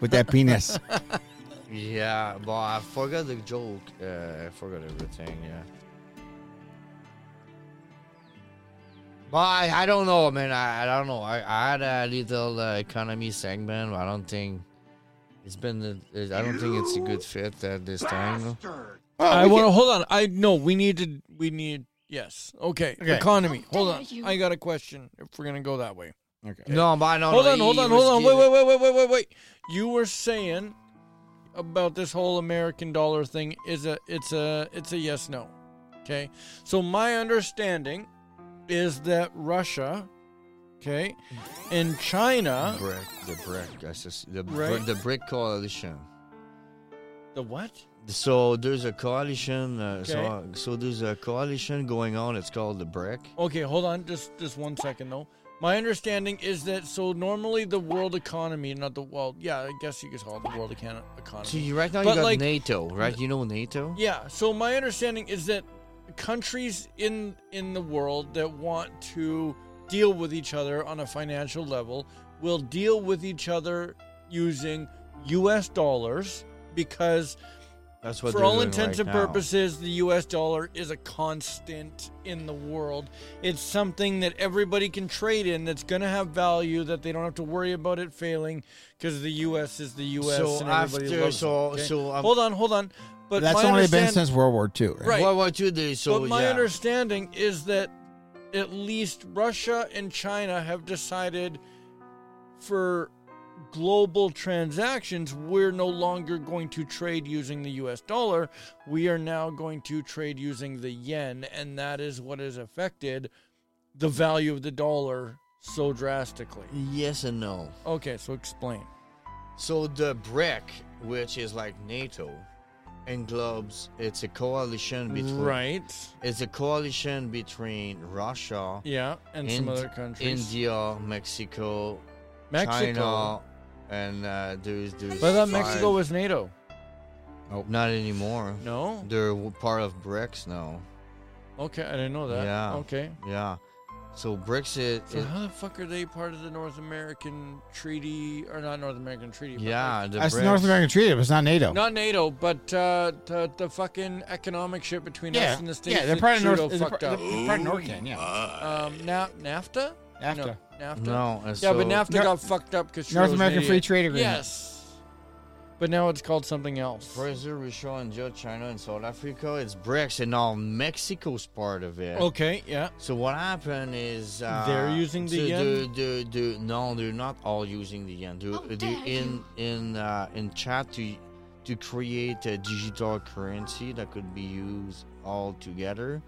Speaker 1: with that penis.
Speaker 8: Yeah, but I forgot the joke. Uh, I forgot everything. Yeah. But I, I don't know,
Speaker 2: Oh,
Speaker 8: man. I, I don't know. I, I had a little uh, economy segment. But I don't think it's been. I I don't think it's a good fit at this time. no.
Speaker 1: Oh,
Speaker 3: I want to hold on. I no, we need to. We need yes. Okay,
Speaker 1: Okay.
Speaker 3: economy. Hold
Speaker 9: dare
Speaker 3: on.
Speaker 9: you.
Speaker 3: I got a question. If we're gonna go that way,
Speaker 1: Okay.
Speaker 8: No, but I don't
Speaker 3: hold
Speaker 8: know.
Speaker 3: on, hold
Speaker 8: He
Speaker 3: on,
Speaker 8: was
Speaker 3: hold on. Wait,
Speaker 8: giving-
Speaker 3: wait, wait, wait, wait, wait, wait. You were saying about this whole American dollar thing is a it's a it's a yes no. Okay, so my understanding is that Russia, okay, and China.
Speaker 8: Brick, the brick, I sus- the, br-
Speaker 3: Right.
Speaker 8: the brick coalition.
Speaker 3: The what?
Speaker 8: So there's a coalition. Uh, so,
Speaker 3: Okay.
Speaker 8: so there's a coalition going on. It's called the brick.
Speaker 3: Okay, hold on, just just one second though. My understanding is that so normally the world economy, not the well, yeah, I guess you could call it the world econ- economy.
Speaker 8: So you, right now
Speaker 3: But
Speaker 8: you got
Speaker 3: like-
Speaker 8: NATO, right? You know NATO.
Speaker 3: yeah, so my understanding is that countries in in the world that want to deal with each other on a financial level will deal with each other using U.S. dollars because
Speaker 8: That's what
Speaker 3: for
Speaker 8: they're
Speaker 3: all
Speaker 8: doing
Speaker 3: intents
Speaker 8: right
Speaker 3: and
Speaker 8: now.
Speaker 3: purposes, the U.S. dollar is a constant in the world. It's something that everybody can trade in. That's going to have value. That they don't have to worry about it failing because the U.S. is the U.S.
Speaker 8: So
Speaker 3: and everybody
Speaker 8: after-
Speaker 3: loves
Speaker 8: so-
Speaker 3: it, okay?
Speaker 8: so, um,
Speaker 3: hold on, hold on. But
Speaker 1: That's
Speaker 3: my
Speaker 1: only been
Speaker 3: understand-
Speaker 1: since World War II, right?
Speaker 3: Right.
Speaker 8: World War II, they- so
Speaker 3: but my
Speaker 8: yeah.
Speaker 3: understanding is that at least Russia and China have decided for global transactions, we're no longer going to trade using the US dollar. We are now going to trade using the yen, and that is what has affected the value of the dollar so drastically.
Speaker 8: yes and no.
Speaker 3: Okay, so explain.
Speaker 8: So the BRIC, which is like NATO, englobes it's a coalition between
Speaker 3: Right.
Speaker 8: it's a coalition between Russia,
Speaker 3: Yeah, and some
Speaker 8: Ind-
Speaker 3: other countries.
Speaker 8: India, Mexico,
Speaker 3: Mexico.
Speaker 8: China, and uh, there's there's.
Speaker 3: But I thought
Speaker 8: five-
Speaker 3: Mexico was NATO.
Speaker 8: not anymore.
Speaker 3: No?
Speaker 8: They're w- part of BRICS now.
Speaker 3: Okay, I didn't know that.
Speaker 8: Yeah.
Speaker 3: Okay.
Speaker 8: Yeah. So Brexit.
Speaker 3: So how the fuck are they part of the North American Treaty or not North American Treaty? but
Speaker 8: yeah, the
Speaker 1: That's the
Speaker 8: BRICS.
Speaker 1: North American Treaty, but it's not NATO.
Speaker 3: like- not NATO, but uh, the the fucking economic shit between
Speaker 1: yeah.
Speaker 3: us and the states.
Speaker 1: yeah, they're
Speaker 3: that
Speaker 1: part of
Speaker 3: Trudeau
Speaker 1: North. They're,
Speaker 3: fucked
Speaker 1: part-
Speaker 3: up.
Speaker 1: they're part of NORCAN, yeah.
Speaker 3: Um, Na- NAFTA.
Speaker 1: NAFTA.
Speaker 3: No, NAFTA.
Speaker 8: No, and
Speaker 3: Yeah, but
Speaker 8: so-
Speaker 3: NAFTA
Speaker 1: Nor-
Speaker 3: got fucked up because
Speaker 1: North American Free Trade Agreement.
Speaker 3: Yes. But now it's called something else.
Speaker 8: Brazil, Russia, India, China, and South Africa. It's BRICS, and now Mexico's part of it.
Speaker 3: Okay. Yeah.
Speaker 8: So what happened is uh,
Speaker 3: They're using the
Speaker 8: so
Speaker 3: yen?
Speaker 8: they're- they're- they're- no, they're not all using the yen. They're,
Speaker 9: How
Speaker 8: they're
Speaker 9: dare
Speaker 8: in
Speaker 9: you.
Speaker 8: in uh, in chat to to create a digital currency that could be used all together.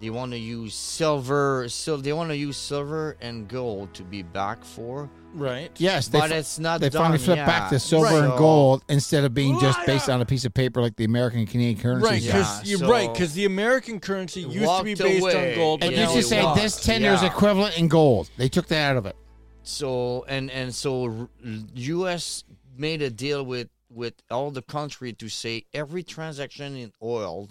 Speaker 8: They want to use silver. So they want to use silver and gold to be back for,
Speaker 3: Right.
Speaker 1: Yes, they,
Speaker 8: but
Speaker 1: fi-
Speaker 8: it's not.
Speaker 1: they finally
Speaker 8: done,
Speaker 1: flipped
Speaker 8: yeah.
Speaker 1: back to silver and
Speaker 8: So-
Speaker 1: gold instead of being just based on a piece of paper like the American Canadian currency.
Speaker 3: Right,
Speaker 8: Yeah,
Speaker 3: because you're right,
Speaker 8: so-
Speaker 3: 'cause the American currency used to be
Speaker 8: Walked
Speaker 3: based
Speaker 8: away.
Speaker 3: on gold.
Speaker 1: And
Speaker 3: but
Speaker 8: Yeah,
Speaker 3: now
Speaker 1: you just
Speaker 3: it
Speaker 1: say
Speaker 8: lost.
Speaker 1: this tender is
Speaker 8: Yeah.
Speaker 1: equivalent in gold. They took that out of it.
Speaker 8: So and and so r- U.S. made a deal with with all the country to say every transaction in oil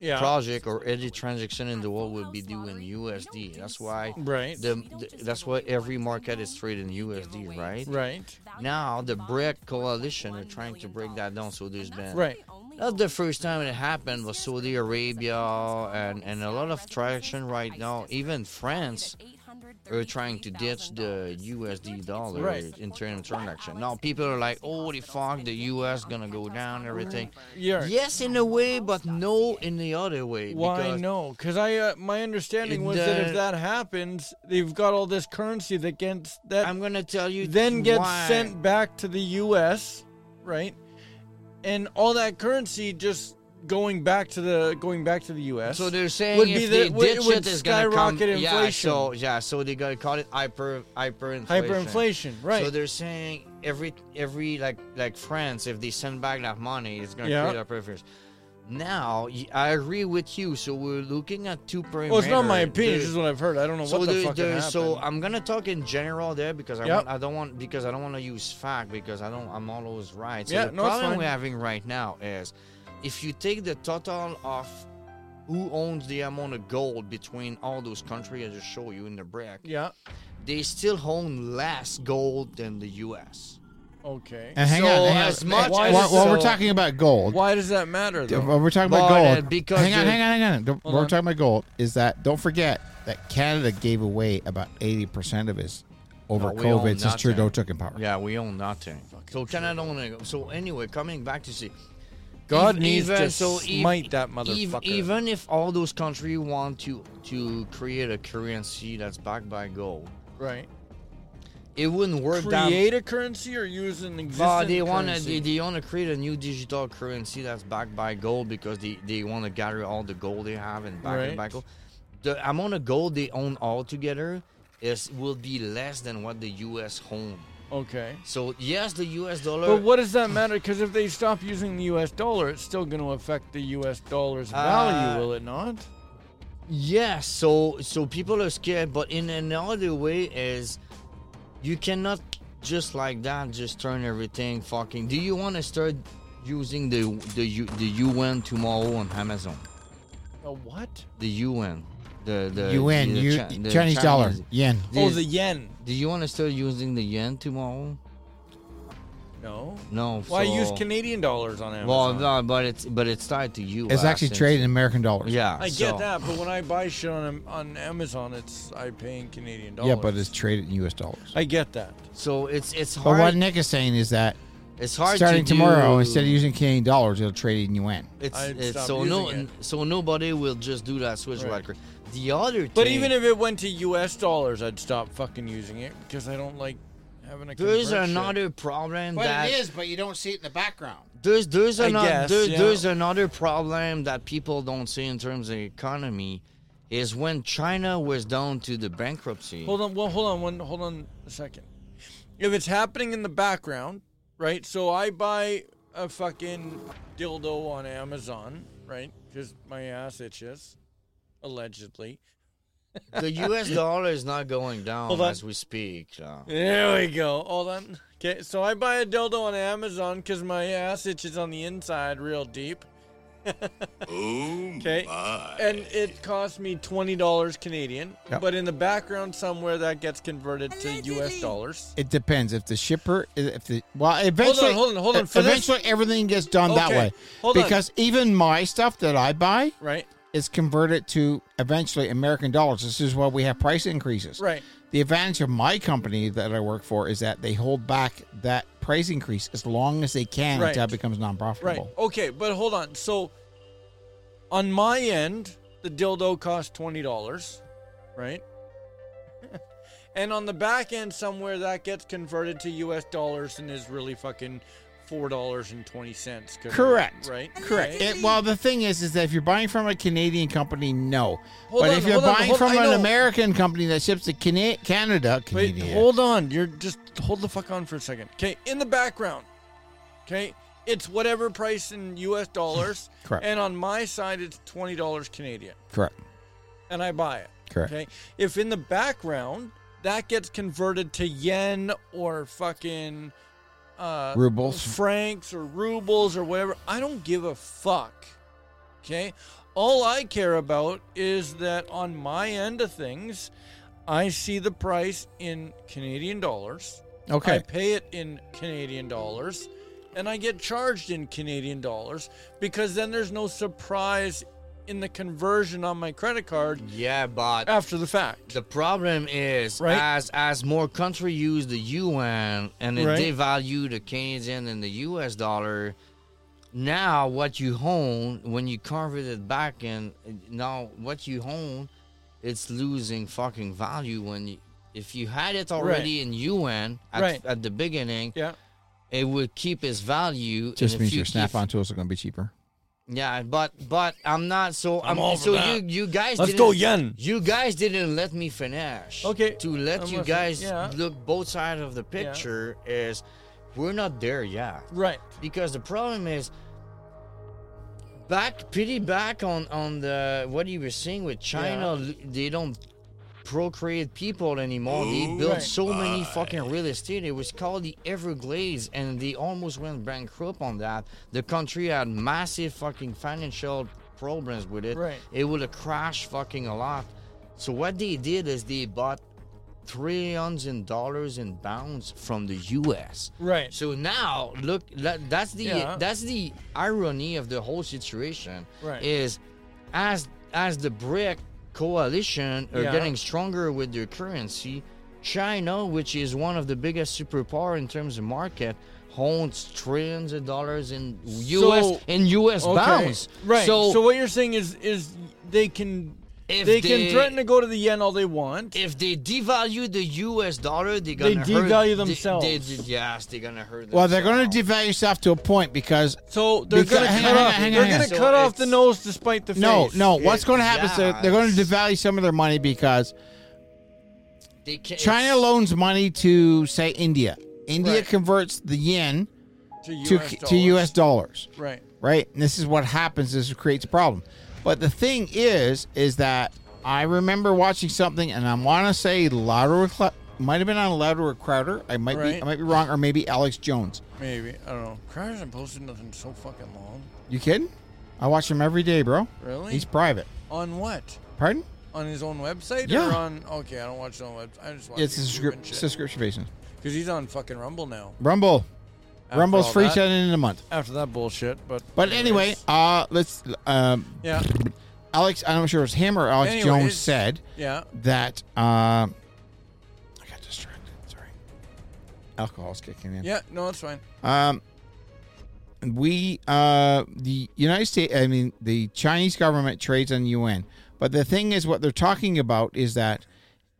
Speaker 3: yeah,
Speaker 8: project or any transaction in the world will be due in USD. That's why
Speaker 3: right,
Speaker 8: the, the- that's why every market is traded in USD, right?
Speaker 3: right.
Speaker 8: Now the BRIC coalition are trying to break that down. So there's been
Speaker 3: Right.
Speaker 8: Not the first time it happened was Saudi Arabia and, and a lot of traction right now. Even France are trying to ditch the USD dollar
Speaker 3: Right.
Speaker 8: in terms of transaction. Now people are like, oh, the fuck, the US gonna go down, everything.
Speaker 3: Yeah.
Speaker 8: Yes, in a way, but no, in the other way.
Speaker 3: Why
Speaker 8: because
Speaker 3: no? Because I uh, my understanding was that if
Speaker 8: The-
Speaker 3: that happens, they've got all this currency that gets that
Speaker 8: I'm gonna tell you.
Speaker 3: then gets
Speaker 8: why.
Speaker 3: sent back to the U.S. Right, and all that currency just going back to the going back to the U.S.
Speaker 8: So they're saying
Speaker 3: would
Speaker 8: if
Speaker 3: be
Speaker 8: they
Speaker 3: that- would- it
Speaker 8: ditch
Speaker 3: would
Speaker 8: it, it's gonna come-
Speaker 3: skyrocket
Speaker 8: Yeah,
Speaker 3: inflation.
Speaker 8: so yeah, so they gotta call it hyper hyperinflation.
Speaker 3: hyperinflation. Right.
Speaker 8: So they're saying every every like like France, if they send back that money, it's gonna
Speaker 3: Yeah.
Speaker 8: create a preference. Now y- I agree with you. So we're looking at two parameters.
Speaker 3: Well, it's not my opinion.
Speaker 8: There-
Speaker 3: It's just what I've heard. I don't know
Speaker 8: so
Speaker 3: what the
Speaker 8: there-
Speaker 3: fuck
Speaker 8: there-
Speaker 3: happened.
Speaker 8: so I'm gonna talk in general there because I
Speaker 3: Yep.
Speaker 8: want, I don't want because I don't want to use fact because I don't I'm always right. So
Speaker 3: Yeah,
Speaker 8: the
Speaker 3: no, it's
Speaker 8: problem
Speaker 3: fine.
Speaker 8: we're having right now is if you take the total of who owns the amount of gold between all those countries I just show you in the break,
Speaker 3: yeah.
Speaker 8: they still own less gold than the U.S.
Speaker 3: Okay.
Speaker 1: And hang
Speaker 8: So
Speaker 1: on, hang on.
Speaker 8: as much
Speaker 1: while,
Speaker 3: as-
Speaker 1: while we're
Speaker 3: so-
Speaker 1: talking about gold,
Speaker 3: Why does that matter though?
Speaker 1: while we're talking about
Speaker 8: Well,
Speaker 1: gold,
Speaker 8: uh, because
Speaker 1: hang on,
Speaker 8: the-
Speaker 1: hang on, hang on. Don't-
Speaker 3: Hold
Speaker 1: We're
Speaker 3: on.
Speaker 1: talking about gold. Is that don't forget that Canada gave away about eighty percent of his over
Speaker 8: No, we own
Speaker 1: COVID since
Speaker 8: nothing.
Speaker 1: Trudeau took in power.
Speaker 8: Yeah, we own nothing. So Canada own. So anyway, coming back to see.
Speaker 3: God
Speaker 8: Ev-
Speaker 3: needs
Speaker 8: even-
Speaker 3: to
Speaker 8: ev-
Speaker 3: smite that
Speaker 8: ev-
Speaker 3: motherfucker.
Speaker 8: even if all those countries want to to create a currency that's backed by gold,
Speaker 3: right.
Speaker 8: it wouldn't work. that-
Speaker 3: Create a currency or use an existing
Speaker 8: but they want to
Speaker 3: currency?
Speaker 8: they, they want to create a new digital currency that's backed by gold because they, they want to gather all the gold they have and back
Speaker 3: Right.
Speaker 8: it back up. The amount of gold they own altogether is will be less than what the U.S. own.
Speaker 3: okay.
Speaker 8: So yes, the U.S. dollar.
Speaker 3: But what does that matter? Because if they stop using the U.S. dollar, it's still going to affect the U.S. dollar's value,
Speaker 8: Uh,
Speaker 3: will it not?
Speaker 8: Yeah, so so people are scared, but in another way is you cannot just like that just turn everything fucking. Do you want to start using the the U- the UN tomorrow on Amazon?
Speaker 3: A what?
Speaker 8: The UN, the the
Speaker 1: UN,
Speaker 8: the
Speaker 1: you,
Speaker 8: Chi- the
Speaker 1: Chinese, dollar, yen.
Speaker 3: Oh,
Speaker 8: This-
Speaker 3: the yen.
Speaker 8: do you want to start using the yen tomorrow?
Speaker 3: No.
Speaker 8: No.
Speaker 3: Why
Speaker 8: so-
Speaker 3: use Canadian dollars on Amazon?
Speaker 8: Well, no, but it's but it's tied to you.
Speaker 1: It's actually traded in American dollars.
Speaker 8: Yeah,
Speaker 3: I get
Speaker 8: so-
Speaker 3: that, but when I buy shit on on Amazon, it's I pay in Canadian dollars.
Speaker 1: yeah, but it's traded in U.S. dollars.
Speaker 3: I get that.
Speaker 8: So it's it's
Speaker 1: But
Speaker 8: hard.
Speaker 1: what Nick is saying is that
Speaker 8: it's hard
Speaker 1: starting
Speaker 8: to
Speaker 1: tomorrow,
Speaker 8: do-
Speaker 1: instead of using Canadian dollars, it'll trade in yuan.
Speaker 8: It's,
Speaker 3: I'd
Speaker 8: it's
Speaker 3: stop
Speaker 8: so no,
Speaker 3: using
Speaker 8: so nobody will just do that switch
Speaker 3: Right.
Speaker 8: record. The other,
Speaker 3: But
Speaker 8: thing,
Speaker 3: even if it went to U.S. dollars, I'd stop fucking using it because I don't like having a.
Speaker 8: there's
Speaker 3: convert shit.
Speaker 8: another problem that
Speaker 1: but you don't see it in the background.
Speaker 8: there's there's
Speaker 3: I
Speaker 8: another
Speaker 3: guess,
Speaker 8: there's,
Speaker 3: yeah.
Speaker 8: there's another problem that people don't see in terms of economy is when China was down to the bankruptcy.
Speaker 3: Hold on. Well, hold on. One. Hold on a second. If it's happening in the background, right? So I buy a fucking dildo on Amazon, right? Because my ass itches, allegedly.
Speaker 8: The U.S. dollar is not going down
Speaker 3: Hold on.
Speaker 8: as we speak. uh,
Speaker 3: There we go. Hold on. Okay, so I buy a dildo on Amazon because my ass itches on the inside real deep. Okay. And it cost me twenty dollars Canadian,
Speaker 1: Yep.
Speaker 3: but in the background somewhere that gets converted to U.S. dollars.
Speaker 1: It depends if the shipper, if the well, eventually,
Speaker 3: hold on, hold on. For this-
Speaker 1: eventually, everything gets done that
Speaker 3: Okay,
Speaker 1: way.
Speaker 3: hold on.
Speaker 1: because even my stuff that I buy
Speaker 3: Right.
Speaker 1: is converted to eventually American dollars. This is why we have price increases.
Speaker 3: Right.
Speaker 1: The advantage of my company that I work for is that they hold back that price increase as long as they can
Speaker 3: Right.
Speaker 1: until it becomes
Speaker 3: Right.
Speaker 1: non-profitable.
Speaker 3: Okay, but hold on. So on my end, the dildo cost twenty dollars, right? and on the back end somewhere that gets converted to US dollars and is really fucking four dollars and twenty cents.
Speaker 1: Correct.
Speaker 3: Right?
Speaker 1: Correct.
Speaker 3: Okay.
Speaker 1: It, well, the thing is, is that if you're buying from a Canadian company, no.
Speaker 3: Hold
Speaker 1: but
Speaker 3: on,
Speaker 1: if you're
Speaker 3: hold on,
Speaker 1: buying
Speaker 3: hold-
Speaker 1: from
Speaker 3: I
Speaker 1: an
Speaker 3: know.
Speaker 1: American company that ships to Cana- Canada,
Speaker 3: Wait,
Speaker 1: Canada,
Speaker 3: hold on. You're just hold the fuck on for a second. Okay, in the background. Okay? It's whatever price in US dollars.
Speaker 1: Correct.
Speaker 3: And on my side it's twenty dollars Canadian.
Speaker 1: correct.
Speaker 3: and I buy it.
Speaker 1: Correct.
Speaker 3: Okay. If in the background that gets converted to yen or fucking uh,
Speaker 1: Rubles.
Speaker 3: francs or rubles or whatever, I don't give a fuck. Okay. All I care about is that on my end of things, I see the price in Canadian dollars. I
Speaker 1: Okay.
Speaker 3: pay it in Canadian dollars and I get charged in Canadian dollars because then there's no surprise in the conversion on my credit card
Speaker 8: yeah, but
Speaker 3: after the fact.
Speaker 8: The problem is
Speaker 3: Right.
Speaker 8: as as more country use the yuan and
Speaker 3: Right.
Speaker 8: they devalue the Canadian and the U.S. dollar, now what you own when you convert it back in now what you own, it's losing fucking value when you, if you had it already in yuan at,
Speaker 3: Right.
Speaker 8: at the beginning,
Speaker 3: yeah.
Speaker 8: it would keep its value. and
Speaker 1: Just
Speaker 8: if
Speaker 1: means
Speaker 8: you
Speaker 1: your
Speaker 8: keep-
Speaker 1: snap-on tools are going to be cheaper.
Speaker 8: Yeah, but but I'm not so I'm,
Speaker 3: all for
Speaker 8: so
Speaker 3: that.
Speaker 8: you you guys
Speaker 3: Let's
Speaker 8: didn't-
Speaker 3: go yen.
Speaker 8: you guys didn't let me finish.
Speaker 3: Okay.
Speaker 8: To let
Speaker 3: I'm
Speaker 8: you
Speaker 3: listening.
Speaker 8: guys
Speaker 3: Yeah.
Speaker 8: look both sides of the
Speaker 3: Yeah.
Speaker 8: picture is we're not there yet.
Speaker 3: Right.
Speaker 8: Because the problem is
Speaker 2: back pretty back on on the what you were saying with China. They don't procreate people anymore. they built so many fucking real estate. It was called the Everglades, and they almost went bankrupt on that. The country had massive fucking financial problems with it.
Speaker 7: Right.
Speaker 2: It would have crashed fucking a lot. So what they did is they bought trillions in dollars in bonds from the U.S.
Speaker 7: Right.
Speaker 2: So now, look, that, that's the
Speaker 7: Yeah.
Speaker 2: that's the irony of the whole situation.
Speaker 7: Right.
Speaker 2: Is as as the BRIC coalition are
Speaker 7: Yeah.
Speaker 2: getting stronger with their currency, China, which is one of the biggest superpower in terms of market, owns trillions of dollars in U.S.
Speaker 3: So-
Speaker 2: in U.S.
Speaker 3: Okay.
Speaker 2: bonds.
Speaker 7: Right.
Speaker 2: So,
Speaker 3: So what you're saying is is they can
Speaker 2: If
Speaker 3: they, can
Speaker 2: they-
Speaker 3: threaten to go to the yen all they want.
Speaker 2: if they devalue the U.S. dollar, they're gonna hurt-
Speaker 7: devalue
Speaker 2: they-
Speaker 7: themselves.
Speaker 2: They, yes, they're gonna hurt.
Speaker 1: Well, they're going
Speaker 2: themselves.
Speaker 1: to devalue stuff to a point because
Speaker 3: So they're
Speaker 1: Because-
Speaker 3: gonna
Speaker 1: hang
Speaker 3: cut
Speaker 1: on,
Speaker 3: off
Speaker 1: hang on,
Speaker 3: they're
Speaker 1: hang on.
Speaker 3: gonna
Speaker 2: So
Speaker 3: cut off the
Speaker 2: it's-
Speaker 3: nose despite the face.
Speaker 1: no, no. What's
Speaker 2: It-
Speaker 1: going to happen is they're,
Speaker 2: yeah,
Speaker 1: they're going to
Speaker 2: it's-
Speaker 1: devalue some of their money because
Speaker 2: They can't-
Speaker 1: China
Speaker 2: it's-
Speaker 1: loans money to say India. India
Speaker 3: Right.
Speaker 1: converts the yen
Speaker 3: To
Speaker 1: to
Speaker 3: US
Speaker 1: to U.S.
Speaker 3: dollars.
Speaker 1: dollars.
Speaker 3: Right.
Speaker 1: right? And this is what happens. This creates a problem. But the thing is, is that I remember watching something, and I want to say Louder Cl- might have been on Louder Crowder. I might be,
Speaker 3: Right.
Speaker 1: I might be wrong, or maybe Alex Jones.
Speaker 3: Maybe. I don't know. Crowder hasn't posted nothing so fucking long.
Speaker 1: You kidding? I watch him every day, bro.
Speaker 3: Really?
Speaker 1: He's private.
Speaker 3: on what?
Speaker 1: Pardon?
Speaker 3: On his own website or
Speaker 1: Yeah.
Speaker 3: on okay, I don't watch it on website. I just watch
Speaker 1: It's a
Speaker 3: YouTube and
Speaker 1: subscri-
Speaker 3: shit.
Speaker 1: subscription basis.
Speaker 3: Because he's on fucking Rumble now.
Speaker 1: Rumble.
Speaker 3: After
Speaker 1: Rumble's
Speaker 3: all
Speaker 1: free
Speaker 3: that-
Speaker 1: ten in a month.
Speaker 3: After that bullshit, but
Speaker 1: But anyway,
Speaker 3: anyways.
Speaker 1: uh, let's. Um,
Speaker 3: Yeah.
Speaker 1: Alex, I'm not sure it was him or Alex Jones
Speaker 3: Anyways.
Speaker 1: said
Speaker 3: Yeah.
Speaker 1: that um I got distracted. Sorry, alcohol's kicking in.
Speaker 3: Yeah, no, it's fine.
Speaker 1: Um, we uh the United States, I mean the Chinese government trades on UN, but the thing is, what they're talking about is that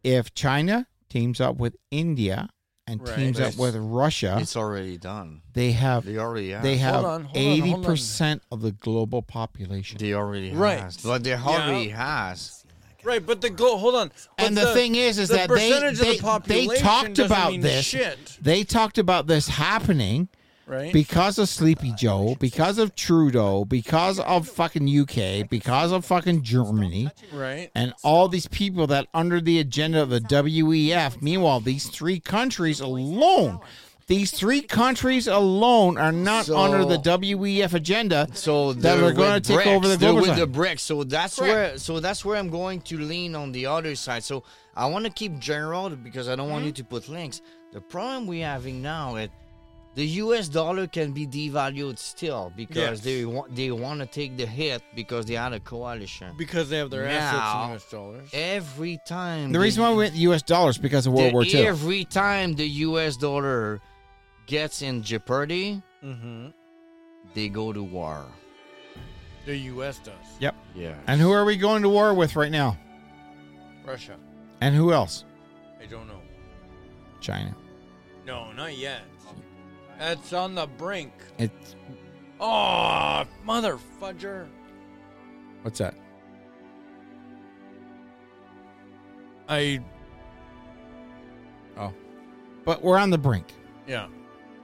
Speaker 1: if China teams up with India and
Speaker 3: Right.
Speaker 1: teams up
Speaker 2: It's-
Speaker 1: with Russia,
Speaker 2: It's already done.
Speaker 1: they have
Speaker 2: They already have.
Speaker 1: they
Speaker 3: Hold
Speaker 1: have
Speaker 3: on, hold on,
Speaker 1: eighty
Speaker 3: hold on.
Speaker 1: percent of the global population.
Speaker 2: They already
Speaker 3: Right.
Speaker 2: has. But they already has.
Speaker 3: Right, but the go hold on. But
Speaker 1: and the, thing is, is
Speaker 3: the
Speaker 1: that they
Speaker 3: percentage
Speaker 1: they,
Speaker 3: of the population
Speaker 1: they talked
Speaker 3: doesn't
Speaker 1: about
Speaker 3: mean
Speaker 1: this.
Speaker 3: shit,
Speaker 1: They talked about this happening
Speaker 3: right?
Speaker 1: because of Sleepy Joe, because of Trudeau, because of fucking UK, because of fucking Germany,
Speaker 3: right.
Speaker 1: and all these people that under the agenda of the WEF. Meanwhile, these three countries alone, these three countries alone are not
Speaker 2: So-
Speaker 1: under the WEF agenda.
Speaker 2: So
Speaker 1: That
Speaker 2: they're
Speaker 1: are gonna
Speaker 2: with
Speaker 1: take
Speaker 2: bricks.
Speaker 1: over the
Speaker 2: They're
Speaker 1: global
Speaker 2: with
Speaker 1: side.
Speaker 2: the bricks. So that's
Speaker 1: Correct.
Speaker 2: where. So that's where I'm going to lean on the other side. So I want to keep general because I don't want you
Speaker 3: Mm-hmm.
Speaker 2: to put links. The problem we're having now is the U.S. dollar can be devalued still because
Speaker 3: Yes.
Speaker 2: they want they want to take the hit because they had a coalition.
Speaker 3: Because they have their
Speaker 2: Now-
Speaker 3: assets in US dollars.
Speaker 2: Every time
Speaker 1: The reason why we went U.S. dollars because of
Speaker 2: the-
Speaker 1: World War II.
Speaker 2: every time the U.S. dollar gets in jeopardy,
Speaker 3: Mm-hmm.
Speaker 2: they go to war.
Speaker 3: The US does.
Speaker 1: Yep.
Speaker 2: Yeah.
Speaker 1: And who are we going to war with right now?
Speaker 3: Russia.
Speaker 1: And who else?
Speaker 3: I don't know.
Speaker 1: China.
Speaker 3: No, not yet. That's on the brink.
Speaker 1: It's
Speaker 3: Oh, mother fudger.
Speaker 1: what's that?
Speaker 3: I
Speaker 1: Oh, but we're on the brink,
Speaker 3: yeah.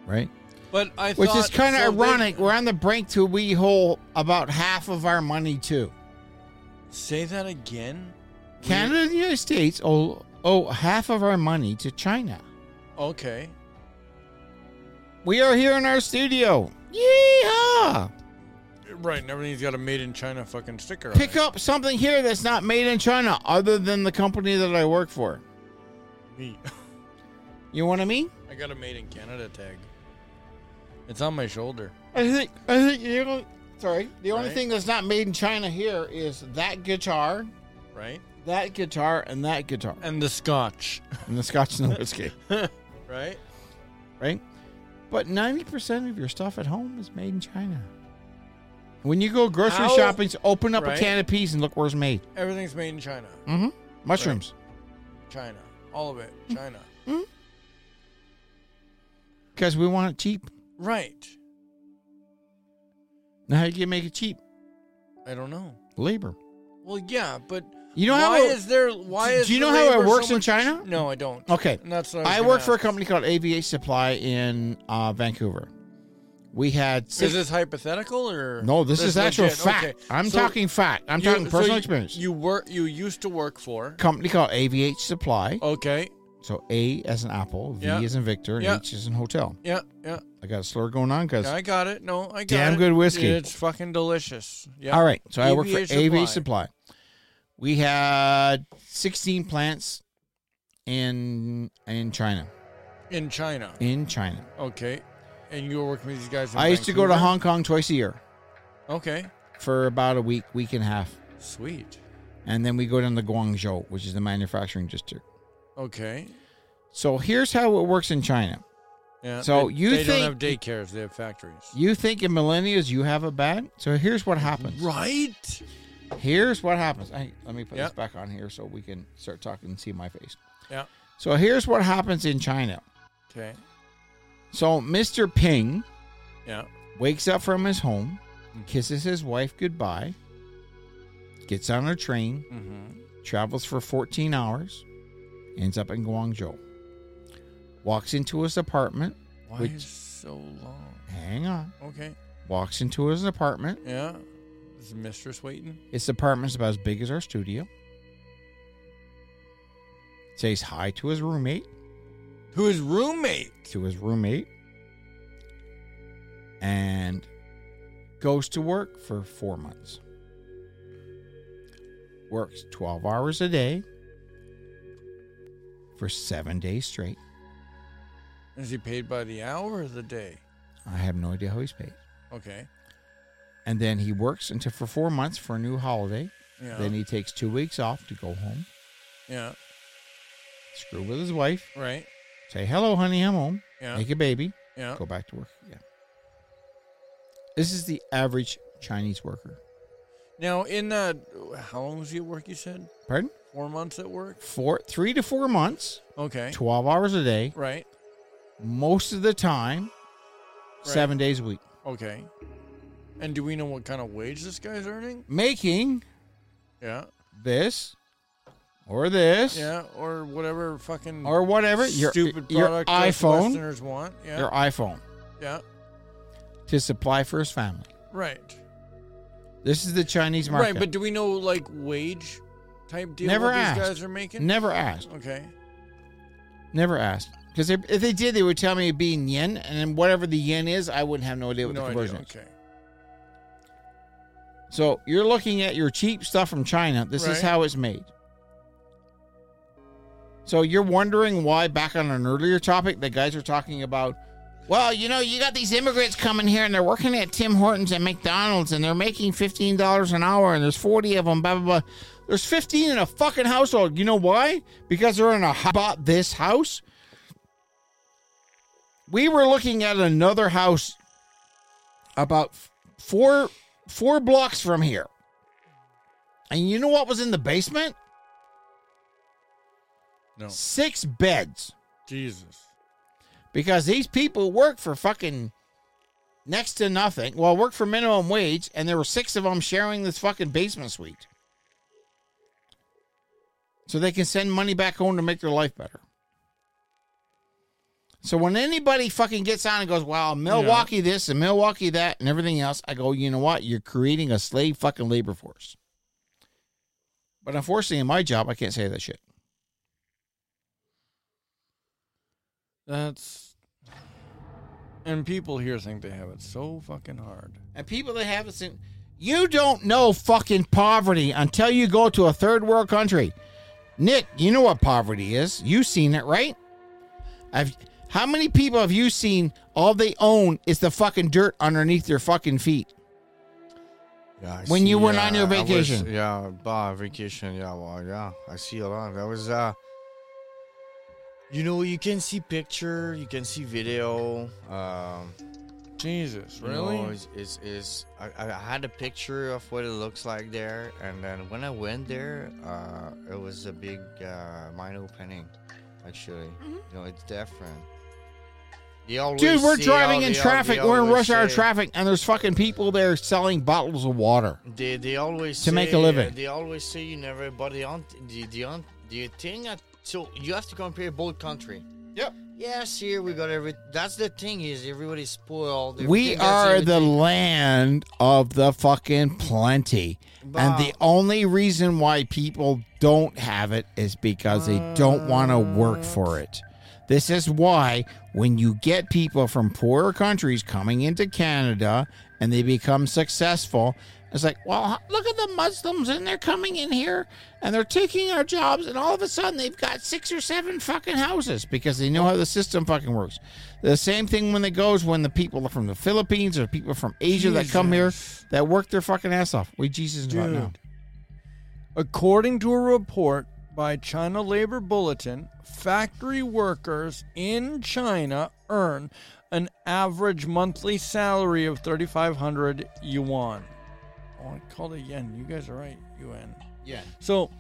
Speaker 1: right?
Speaker 3: But I
Speaker 1: Which
Speaker 3: thought
Speaker 1: is kind of
Speaker 3: so they-
Speaker 1: ironic. We're on the brink to we hold about half of our money to
Speaker 3: say that again.
Speaker 1: Canada and the United States owe, owe half of our money to China.
Speaker 3: Okay.
Speaker 1: We are here in our studio. Yeehaw!
Speaker 3: Right, and everything's got a made in China fucking sticker on
Speaker 1: Pick
Speaker 3: it.
Speaker 1: up something here that's not made in China, other than the company that I work for.
Speaker 3: Me.
Speaker 1: You know what I mean?
Speaker 3: I got a made in Canada tag. It's on my shoulder.
Speaker 1: I think I think you know. Sorry, the only
Speaker 3: Right.
Speaker 1: thing that's not made in China here is that guitar,
Speaker 3: Right?
Speaker 1: that guitar, and that guitar,
Speaker 3: And the scotch.
Speaker 1: and the Scotch and the whiskey.
Speaker 3: Right?
Speaker 1: right? But 90% of your stuff at home is made in China. When you go grocery
Speaker 3: How-
Speaker 1: shopping, open up
Speaker 3: Right.
Speaker 1: a can of peas and look where it's made.
Speaker 3: Everything's made in China.
Speaker 1: Mm-hmm. Mushrooms.
Speaker 3: China. All of it. China.
Speaker 1: Because we want it cheap.
Speaker 3: Right.
Speaker 1: Now, how do you make it cheap?
Speaker 3: I don't know.
Speaker 1: Labor.
Speaker 3: Well, yeah, but
Speaker 1: You know
Speaker 3: why
Speaker 1: how it-
Speaker 3: is there why
Speaker 1: Do
Speaker 3: is
Speaker 1: you
Speaker 3: the
Speaker 1: know how it
Speaker 3: labor
Speaker 1: works
Speaker 3: so
Speaker 1: in
Speaker 3: much-
Speaker 1: China?
Speaker 3: No, I don't.
Speaker 1: Okay.
Speaker 3: And that's what I, was
Speaker 1: I
Speaker 3: gonna
Speaker 1: work for a
Speaker 3: ask.
Speaker 1: company called AVH Supply in uh, Vancouver. we had
Speaker 3: Is
Speaker 1: six.
Speaker 3: this hypothetical or
Speaker 1: no, this, is actual
Speaker 3: legit?
Speaker 1: fact.
Speaker 3: Okay.
Speaker 1: I'm
Speaker 3: So
Speaker 1: talking fact. I'm
Speaker 3: you-
Speaker 1: talking
Speaker 3: so
Speaker 1: personal
Speaker 3: you-
Speaker 1: experience.
Speaker 3: You work. You used to work for.
Speaker 1: Company called AVH Supply.
Speaker 3: Okay.
Speaker 1: So A as an apple, V
Speaker 3: Yeah.
Speaker 1: as in Victor, and
Speaker 3: Yeah.
Speaker 1: H as in hotel.
Speaker 3: Yeah. Yeah.
Speaker 1: I got a slur going on because.
Speaker 3: I got it. No, I got
Speaker 1: Damn
Speaker 3: it.
Speaker 1: good whiskey.
Speaker 3: It's fucking delicious. Yeah.
Speaker 1: All right. So I work for
Speaker 3: AVH
Speaker 1: AVH Supply. We had 16 plants in in China.
Speaker 3: in China.
Speaker 1: In China.
Speaker 3: Okay. And you were working with these guys. In
Speaker 1: I used to go to
Speaker 3: Vancouver?
Speaker 1: Hong Kong twice a year
Speaker 3: Okay.
Speaker 1: for about a week, week and a half.
Speaker 3: Sweet.
Speaker 1: And then we go down to Guangzhou, which is the manufacturing district.
Speaker 3: Okay.
Speaker 1: So here's how it works in China.
Speaker 3: Yeah.
Speaker 1: So
Speaker 3: they,
Speaker 1: you
Speaker 3: they
Speaker 1: think-
Speaker 3: don't have daycares? They have factories.
Speaker 1: You think in millennials you have it bad? So here's what happens.
Speaker 3: Right.
Speaker 1: Here's what happens. Hey, let me put
Speaker 3: Yeah.
Speaker 1: this back on here so we can start talking and see my face.
Speaker 3: Yeah.
Speaker 1: So here's what happens in China.
Speaker 3: Okay.
Speaker 1: So Mr. Ping
Speaker 3: Yeah.
Speaker 1: wakes up from his home, kisses his wife goodbye, gets on a train,
Speaker 3: Mm-hmm.
Speaker 1: travels for 14 hours, ends up in Guangzhou. Walks into his apartment.
Speaker 3: Why
Speaker 1: Which-
Speaker 3: is so long?
Speaker 1: Hang on.
Speaker 3: Okay.
Speaker 1: Walks into his apartment.
Speaker 3: Yeah. Is mistress waiting?
Speaker 1: His apartment's about as big as our studio. Says hi to his roommate.
Speaker 3: Who is roommate?
Speaker 1: to his roommate and goes to work for four months. Works 12 hours a day for seven days straight.
Speaker 3: Is he paid by the hour or the day?
Speaker 1: I have no idea how he's paid.
Speaker 3: Okay.
Speaker 1: And then he works until for four months for a new holiday.
Speaker 3: Yeah.
Speaker 1: Then he takes two weeks off to go home,
Speaker 3: yeah.
Speaker 1: screw with his wife,
Speaker 3: Right.
Speaker 1: say, Hello, honey, I'm home,
Speaker 3: Yeah.
Speaker 1: make a baby,
Speaker 3: yeah.
Speaker 1: go back to work again. This is the average Chinese worker.
Speaker 3: Now, in that, how long was he at work? You said
Speaker 1: Pardon?
Speaker 3: four months at work.
Speaker 1: four three to four months,
Speaker 3: Okay.
Speaker 1: twelve hours a day,
Speaker 3: Right.
Speaker 1: most of the time, seven days a week,
Speaker 3: Okay. And do we know what kind of wage this guy's earning?
Speaker 1: making
Speaker 3: Yeah.
Speaker 1: this or this
Speaker 3: Yeah. Or whatever fucking
Speaker 1: or whatever your
Speaker 3: stupid
Speaker 1: your
Speaker 3: product us
Speaker 1: iPhone,
Speaker 3: Westerners want. Yeah.
Speaker 1: your iPhone
Speaker 3: yeah.
Speaker 1: to supply for his family.
Speaker 3: Right.
Speaker 1: This is the Chinese market.
Speaker 3: Right. But do we know like wage type deal?
Speaker 1: Never
Speaker 3: what
Speaker 1: asked.
Speaker 3: These guys are making.
Speaker 1: never asked,
Speaker 3: Okay.
Speaker 1: never asked. Because if they did, they would tell me it'd be in yen, and then whatever the yen is, I wouldn't have no idea what
Speaker 3: no
Speaker 1: the
Speaker 3: idea.
Speaker 1: conversion is.
Speaker 3: Okay.
Speaker 1: So you're looking at your cheap stuff from China. This is
Speaker 3: Right.
Speaker 1: how it's made. So you're wondering why back on an earlier topic the guys are talking about well, you know, you got these immigrants coming here and they're working at Tim Hortons and McDonald's and they're making $15 an hour and there's 40 of them, blah, blah, blah. There's 15 in a fucking household. You know why? Because they're in a ho- bought this house. We were looking at another house about f- four four blocks from here. And you know what was in the basement?
Speaker 3: No.
Speaker 1: Six beds.
Speaker 3: Jesus.
Speaker 1: Because these people work for fucking next to nothing. Well, work for minimum wage, and there were six of them sharing this fucking basement suite. So they can send money back home to make their life better. So when anybody fucking gets on and goes, well, Milwaukee this and Milwaukee that and everything else, I go, you know what? You're creating a slave fucking labor force. But unfortunately, in my job, I can't say that shit.
Speaker 3: That's. And people here think they have it so fucking hard.
Speaker 1: And people that haven't seen, you don't know fucking poverty until you go to a third world country. Nick, you know what poverty is. You've seen it, right? I've, how many people have you seen all they own is the fucking dirt underneath their fucking feet?
Speaker 2: Yeah, I uh,
Speaker 1: When you went on your
Speaker 2: I was-
Speaker 1: vacation.
Speaker 2: yeah, bah, vacation. Yeah, well, yeah, I see a lot. That was, uh, you know, you can see picture, you can see video. Um,
Speaker 3: Jesus,
Speaker 2: you
Speaker 3: really?
Speaker 2: know, it's, it's, it's I, I had a picture of what it looks like there, and then when I went there, uh, it was a big uh, mind opening, actually. You know, it's different. They always
Speaker 1: Dude, we're
Speaker 2: say
Speaker 1: driving
Speaker 2: how
Speaker 1: in
Speaker 2: they al-
Speaker 1: traffic.
Speaker 2: they
Speaker 1: We're in rush
Speaker 2: always
Speaker 1: hour
Speaker 2: say-
Speaker 1: traffic, and there's fucking people there selling bottles of water.
Speaker 2: They they always
Speaker 1: To make a
Speaker 2: say- uh,
Speaker 1: living.
Speaker 2: They always say you never. But the un- the the, un- the thing that so you have to compare both country.
Speaker 1: Yep.
Speaker 2: Yes, here we got every. That's the thing is everybody's spoiled.
Speaker 1: We
Speaker 2: Everything that's
Speaker 1: are the
Speaker 2: everything.
Speaker 1: land of the fucking plenty.
Speaker 2: Bah.
Speaker 1: And the only reason why people don't have it is because they don't want to work for it. This is why when you get people from poorer countries coming into Canada and they become successful, it's like, well, h- look at the Muslims and they're coming in here and they're taking our jobs and all of a sudden they've got six or seven fucking houses because they know how the system fucking works. The same thing when it goes when the people from the Philippines or people from Asia that come here that work their fucking ass off. Wait, Jesus is right now.
Speaker 3: Dude. According to a report by China Labor Bulletin, factory workers in China earn an average monthly salary of 3,500 yuan. Oh, I called it yen. You guys are right, yuan.
Speaker 1: Yeah.
Speaker 3: So,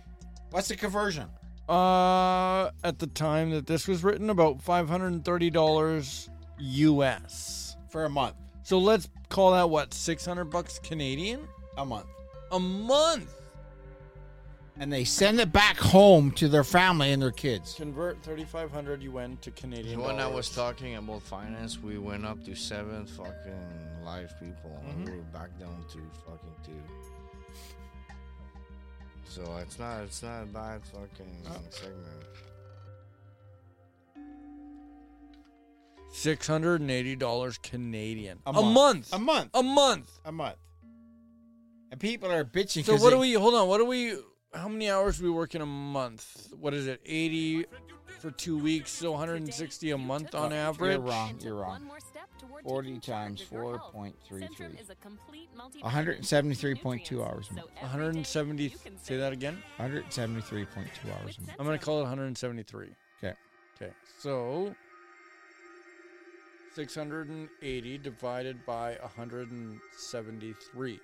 Speaker 1: What's the conversion?
Speaker 3: uh, at the time that this was written, about $530 US.
Speaker 1: For a month.
Speaker 3: So let's call that what, 600 bucks Canadian?
Speaker 1: A month.
Speaker 3: A month.
Speaker 1: And they send it back home to their family and their kids.
Speaker 3: Convert 3,500 yuan to Canadian
Speaker 2: When I was
Speaker 3: dollars.
Speaker 2: talking about finance, we went up to seven fucking live people, and we were back down to fucking two. So it's not it's not a bad fucking segment.
Speaker 3: 680 dollars Canadian
Speaker 1: A
Speaker 3: a,
Speaker 1: month.
Speaker 3: month.
Speaker 1: A month.
Speaker 3: a month
Speaker 1: A month. And people are bitching.
Speaker 3: so
Speaker 1: 'cause
Speaker 3: what
Speaker 1: they-
Speaker 3: do we hold on what do we how many hours we work in a month what is it 80 for two weeks so 160 a month on
Speaker 1: You're
Speaker 3: average
Speaker 1: wrong.
Speaker 7: And
Speaker 1: You're
Speaker 7: took
Speaker 1: wrong.
Speaker 7: one more step toward
Speaker 1: 40
Speaker 7: taking
Speaker 1: times
Speaker 7: charge of your health.
Speaker 1: 4.33.
Speaker 7: Centrum is a complete multivitamin
Speaker 1: 173.2
Speaker 7: with
Speaker 1: hours a
Speaker 7: nutrients,
Speaker 1: month.
Speaker 7: so every day
Speaker 3: 170
Speaker 7: you can
Speaker 3: say
Speaker 7: save
Speaker 3: that again
Speaker 1: 173.2 hours a month.
Speaker 3: i'm gonna call it 173
Speaker 1: Okay.
Speaker 3: okay so 680 divided by 173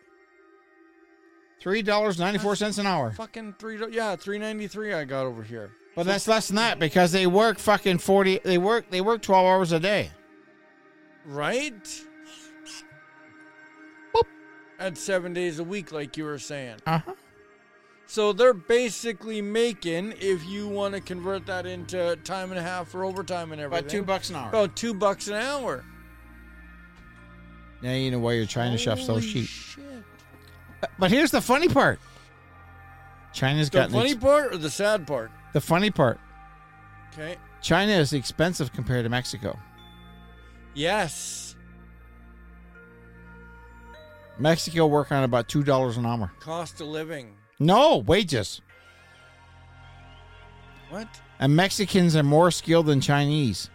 Speaker 1: Three dollars ninety four cents an hour.
Speaker 3: fucking three do- yeah 393 i got over here
Speaker 1: But that's less than that because they work fucking forty. They work. They work twelve hours a day.
Speaker 3: Right? At seven days a week, like you were saying.
Speaker 1: Uh huh.
Speaker 3: So they're basically making, if you want to convert that into time and a half for overtime and everything,
Speaker 1: About two bucks an hour.
Speaker 3: about two bucks an hour.
Speaker 1: Now you know why you're trying to shove so
Speaker 3: Holy
Speaker 1: cheap.
Speaker 3: shit.
Speaker 1: But here's the funny part. China's
Speaker 3: The
Speaker 1: got
Speaker 3: funny part or the sad part?
Speaker 1: the funny part.
Speaker 3: Okay.
Speaker 1: China is expensive compared to Mexico.
Speaker 3: Yes.
Speaker 1: Mexico work on about two dollars an hour.
Speaker 3: Cost of living.
Speaker 1: No wages.
Speaker 3: What?
Speaker 1: And Mexicans are more skilled than Chinese.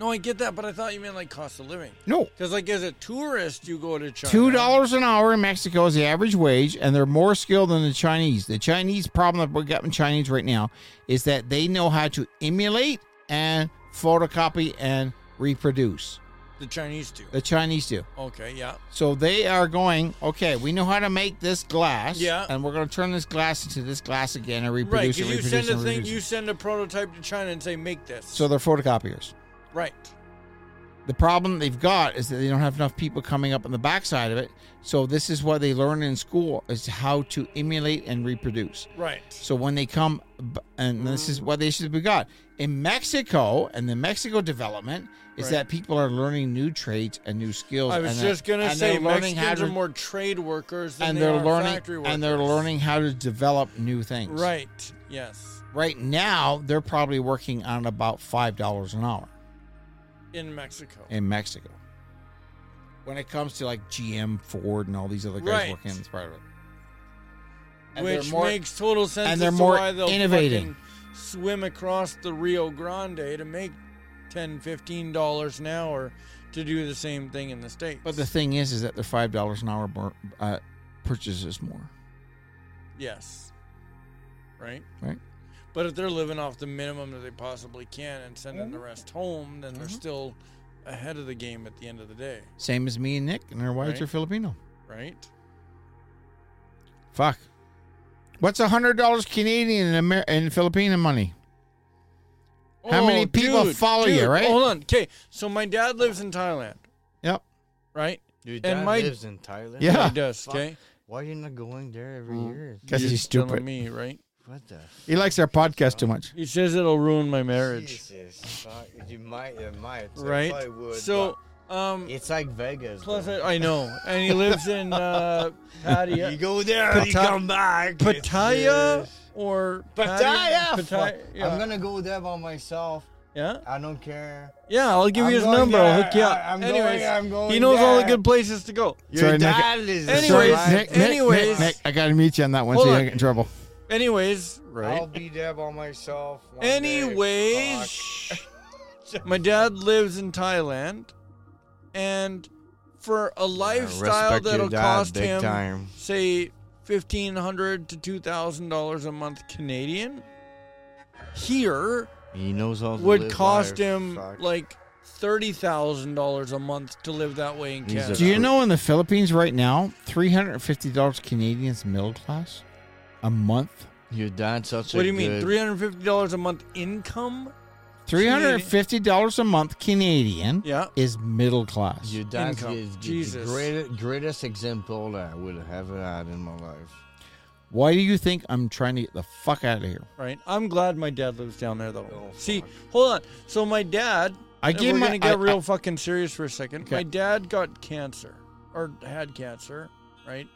Speaker 3: No, I get that, but I thought you meant like cost of living.
Speaker 1: No.
Speaker 3: Because, like, as a tourist, you go to China.
Speaker 1: Two dollars an hour in Mexico is the average wage, and they're more skilled than the Chinese. The Chinese problem that we got in Chinese right now is that they know how to emulate and photocopy and reproduce.
Speaker 3: The Chinese do.
Speaker 1: The Chinese do.
Speaker 3: Okay, yeah.
Speaker 1: So they are going, okay, we know how to make this glass.
Speaker 3: Yeah.
Speaker 1: And we're going to turn this glass into this glass again and reproduce
Speaker 3: Right,
Speaker 1: it.
Speaker 3: because you
Speaker 1: reproduce
Speaker 3: send a
Speaker 1: and
Speaker 3: thing,
Speaker 1: reproduce
Speaker 3: you
Speaker 1: it.
Speaker 3: send a prototype to China and say, make this.
Speaker 1: So they're photocopiers.
Speaker 3: right,
Speaker 1: The problem they've got is that they don't have enough people coming up on the backside of it. So this is what they learn in school is how to emulate and reproduce.
Speaker 3: right.
Speaker 1: So when they come, b- and this is what they should be got in Mexico, and the Mexico development is
Speaker 3: Right.
Speaker 1: that people are learning new trades and new skills.
Speaker 3: I was
Speaker 1: and
Speaker 3: just
Speaker 1: they're-
Speaker 3: gonna
Speaker 1: and
Speaker 3: say
Speaker 1: they're learning how
Speaker 3: Mexicans
Speaker 1: to-
Speaker 3: are more trade workers than
Speaker 1: and
Speaker 3: they
Speaker 1: they're
Speaker 3: are
Speaker 1: learning
Speaker 3: factory workers.
Speaker 1: and they're learning how to develop new things.
Speaker 3: Right. Yes.
Speaker 1: Right now, they're probably working on about five dollars an hour
Speaker 3: In Mexico.
Speaker 1: in Mexico. When it comes to like GM, Ford, and all these other guys
Speaker 3: Right.
Speaker 1: working in this part of it, And they're
Speaker 3: which
Speaker 1: more-
Speaker 3: makes total sense.
Speaker 1: and they're
Speaker 3: as to
Speaker 1: more
Speaker 3: why they'll
Speaker 1: innovating.
Speaker 3: fucking Swim across the Rio Grande to make 10 dollars an hour to do the same thing in the states.
Speaker 1: But the thing is, is that they're five dollars an hour more, uh, purchases more.
Speaker 3: yes, right.
Speaker 1: Right.
Speaker 3: But if they're living off the minimum that they possibly can and sending
Speaker 1: Mm-hmm.
Speaker 3: the rest home, then they're still ahead of the game at the end of the day,
Speaker 1: Same as me and Nick, and our wives
Speaker 3: Right.
Speaker 1: are Filipino.
Speaker 3: right?
Speaker 1: Fuck. What's a hundred dollars Canadian in, Amer- in Filipino money? How many people follow you, right?
Speaker 3: Oh, Hold on. Okay, so my dad lives in Thailand,
Speaker 1: Yep.
Speaker 3: right?
Speaker 2: Your
Speaker 3: And
Speaker 2: dad
Speaker 3: my-
Speaker 2: lives in Thailand.
Speaker 1: Yeah.
Speaker 3: He does.
Speaker 2: Fuck.
Speaker 3: Okay,
Speaker 2: Why are you not going there every year?
Speaker 1: Because he's
Speaker 3: You're telling
Speaker 1: stupid.
Speaker 3: Me, right?
Speaker 2: What the? F-
Speaker 1: He likes our podcast too much.
Speaker 3: He says it'll ruin my marriage,
Speaker 2: Jesus, fuck, you might, you might, It
Speaker 3: right?
Speaker 2: probably would,
Speaker 3: so, um,
Speaker 2: but it's like Vegas.
Speaker 3: plus
Speaker 2: though.
Speaker 3: I, I know, and he lives in uh, Pattaya.
Speaker 2: you go there, you
Speaker 3: Pata-
Speaker 2: come back. it's
Speaker 3: Pattaya
Speaker 2: just-
Speaker 3: or
Speaker 2: Pattaya.
Speaker 3: Pattaya.
Speaker 2: fuck.
Speaker 3: Yeah.
Speaker 2: I'm gonna go there by myself.
Speaker 3: yeah,
Speaker 2: I don't care.
Speaker 3: yeah. I'll give
Speaker 2: I'm
Speaker 3: you his
Speaker 2: going
Speaker 3: number. I'll
Speaker 2: there.
Speaker 3: hook you up.
Speaker 2: I- I'm going-
Speaker 3: Anyways,
Speaker 2: I'm going
Speaker 3: he knows all the
Speaker 2: there.
Speaker 3: good places to go.
Speaker 2: Your
Speaker 1: Sorry, Nick.
Speaker 2: dad is.
Speaker 3: Anyways,
Speaker 2: alive.
Speaker 1: Nick, Nick,
Speaker 3: anyways.
Speaker 1: Nick, Nick, I gotta meet you on that one so
Speaker 3: Hold
Speaker 1: you
Speaker 3: on.
Speaker 1: don't get in trouble.
Speaker 3: Anyways, right?
Speaker 2: I'll be there by myself. one day. Fuck.
Speaker 3: Anyways, my dad lives in Thailand, and for a lifestyle
Speaker 2: respect your
Speaker 3: that'll
Speaker 2: dad
Speaker 3: cost
Speaker 2: big
Speaker 3: him,
Speaker 2: time.
Speaker 3: say, fifteen hundred to two thousand dollars a month Canadian, here
Speaker 2: he knows all. the
Speaker 3: would
Speaker 2: live
Speaker 3: cost
Speaker 2: life.
Speaker 3: him
Speaker 2: Fuck.
Speaker 3: like thirty thousand dollars a month to live that way in
Speaker 2: He's a-
Speaker 3: Canada.
Speaker 1: Do you know in the Philippines right now, three hundred and fifty dollars Canadian's middle class a month?
Speaker 2: your dad's such a.
Speaker 3: what do you mean?
Speaker 2: good-
Speaker 3: Three hundred fifty dollars a month income?
Speaker 1: Three hundred and fifty dollars a month Canadian
Speaker 3: Yeah.
Speaker 1: is middle class.
Speaker 2: Your dad's
Speaker 3: income.
Speaker 2: is the-
Speaker 3: Jesus.
Speaker 2: the greatest, greatest example that I would have ever had in my life.
Speaker 1: Why do you think I'm trying to get the fuck out of here?
Speaker 3: Right. I'm glad my dad lives down there though.
Speaker 2: Oh,
Speaker 3: See,
Speaker 2: fuck.
Speaker 3: hold on. So my dad
Speaker 1: I
Speaker 3: and
Speaker 1: gave
Speaker 3: we're
Speaker 1: my-
Speaker 3: gonna get
Speaker 1: I-
Speaker 3: real
Speaker 1: I-
Speaker 3: fucking serious for a second.
Speaker 1: Okay.
Speaker 3: My dad got cancer or had cancer, right?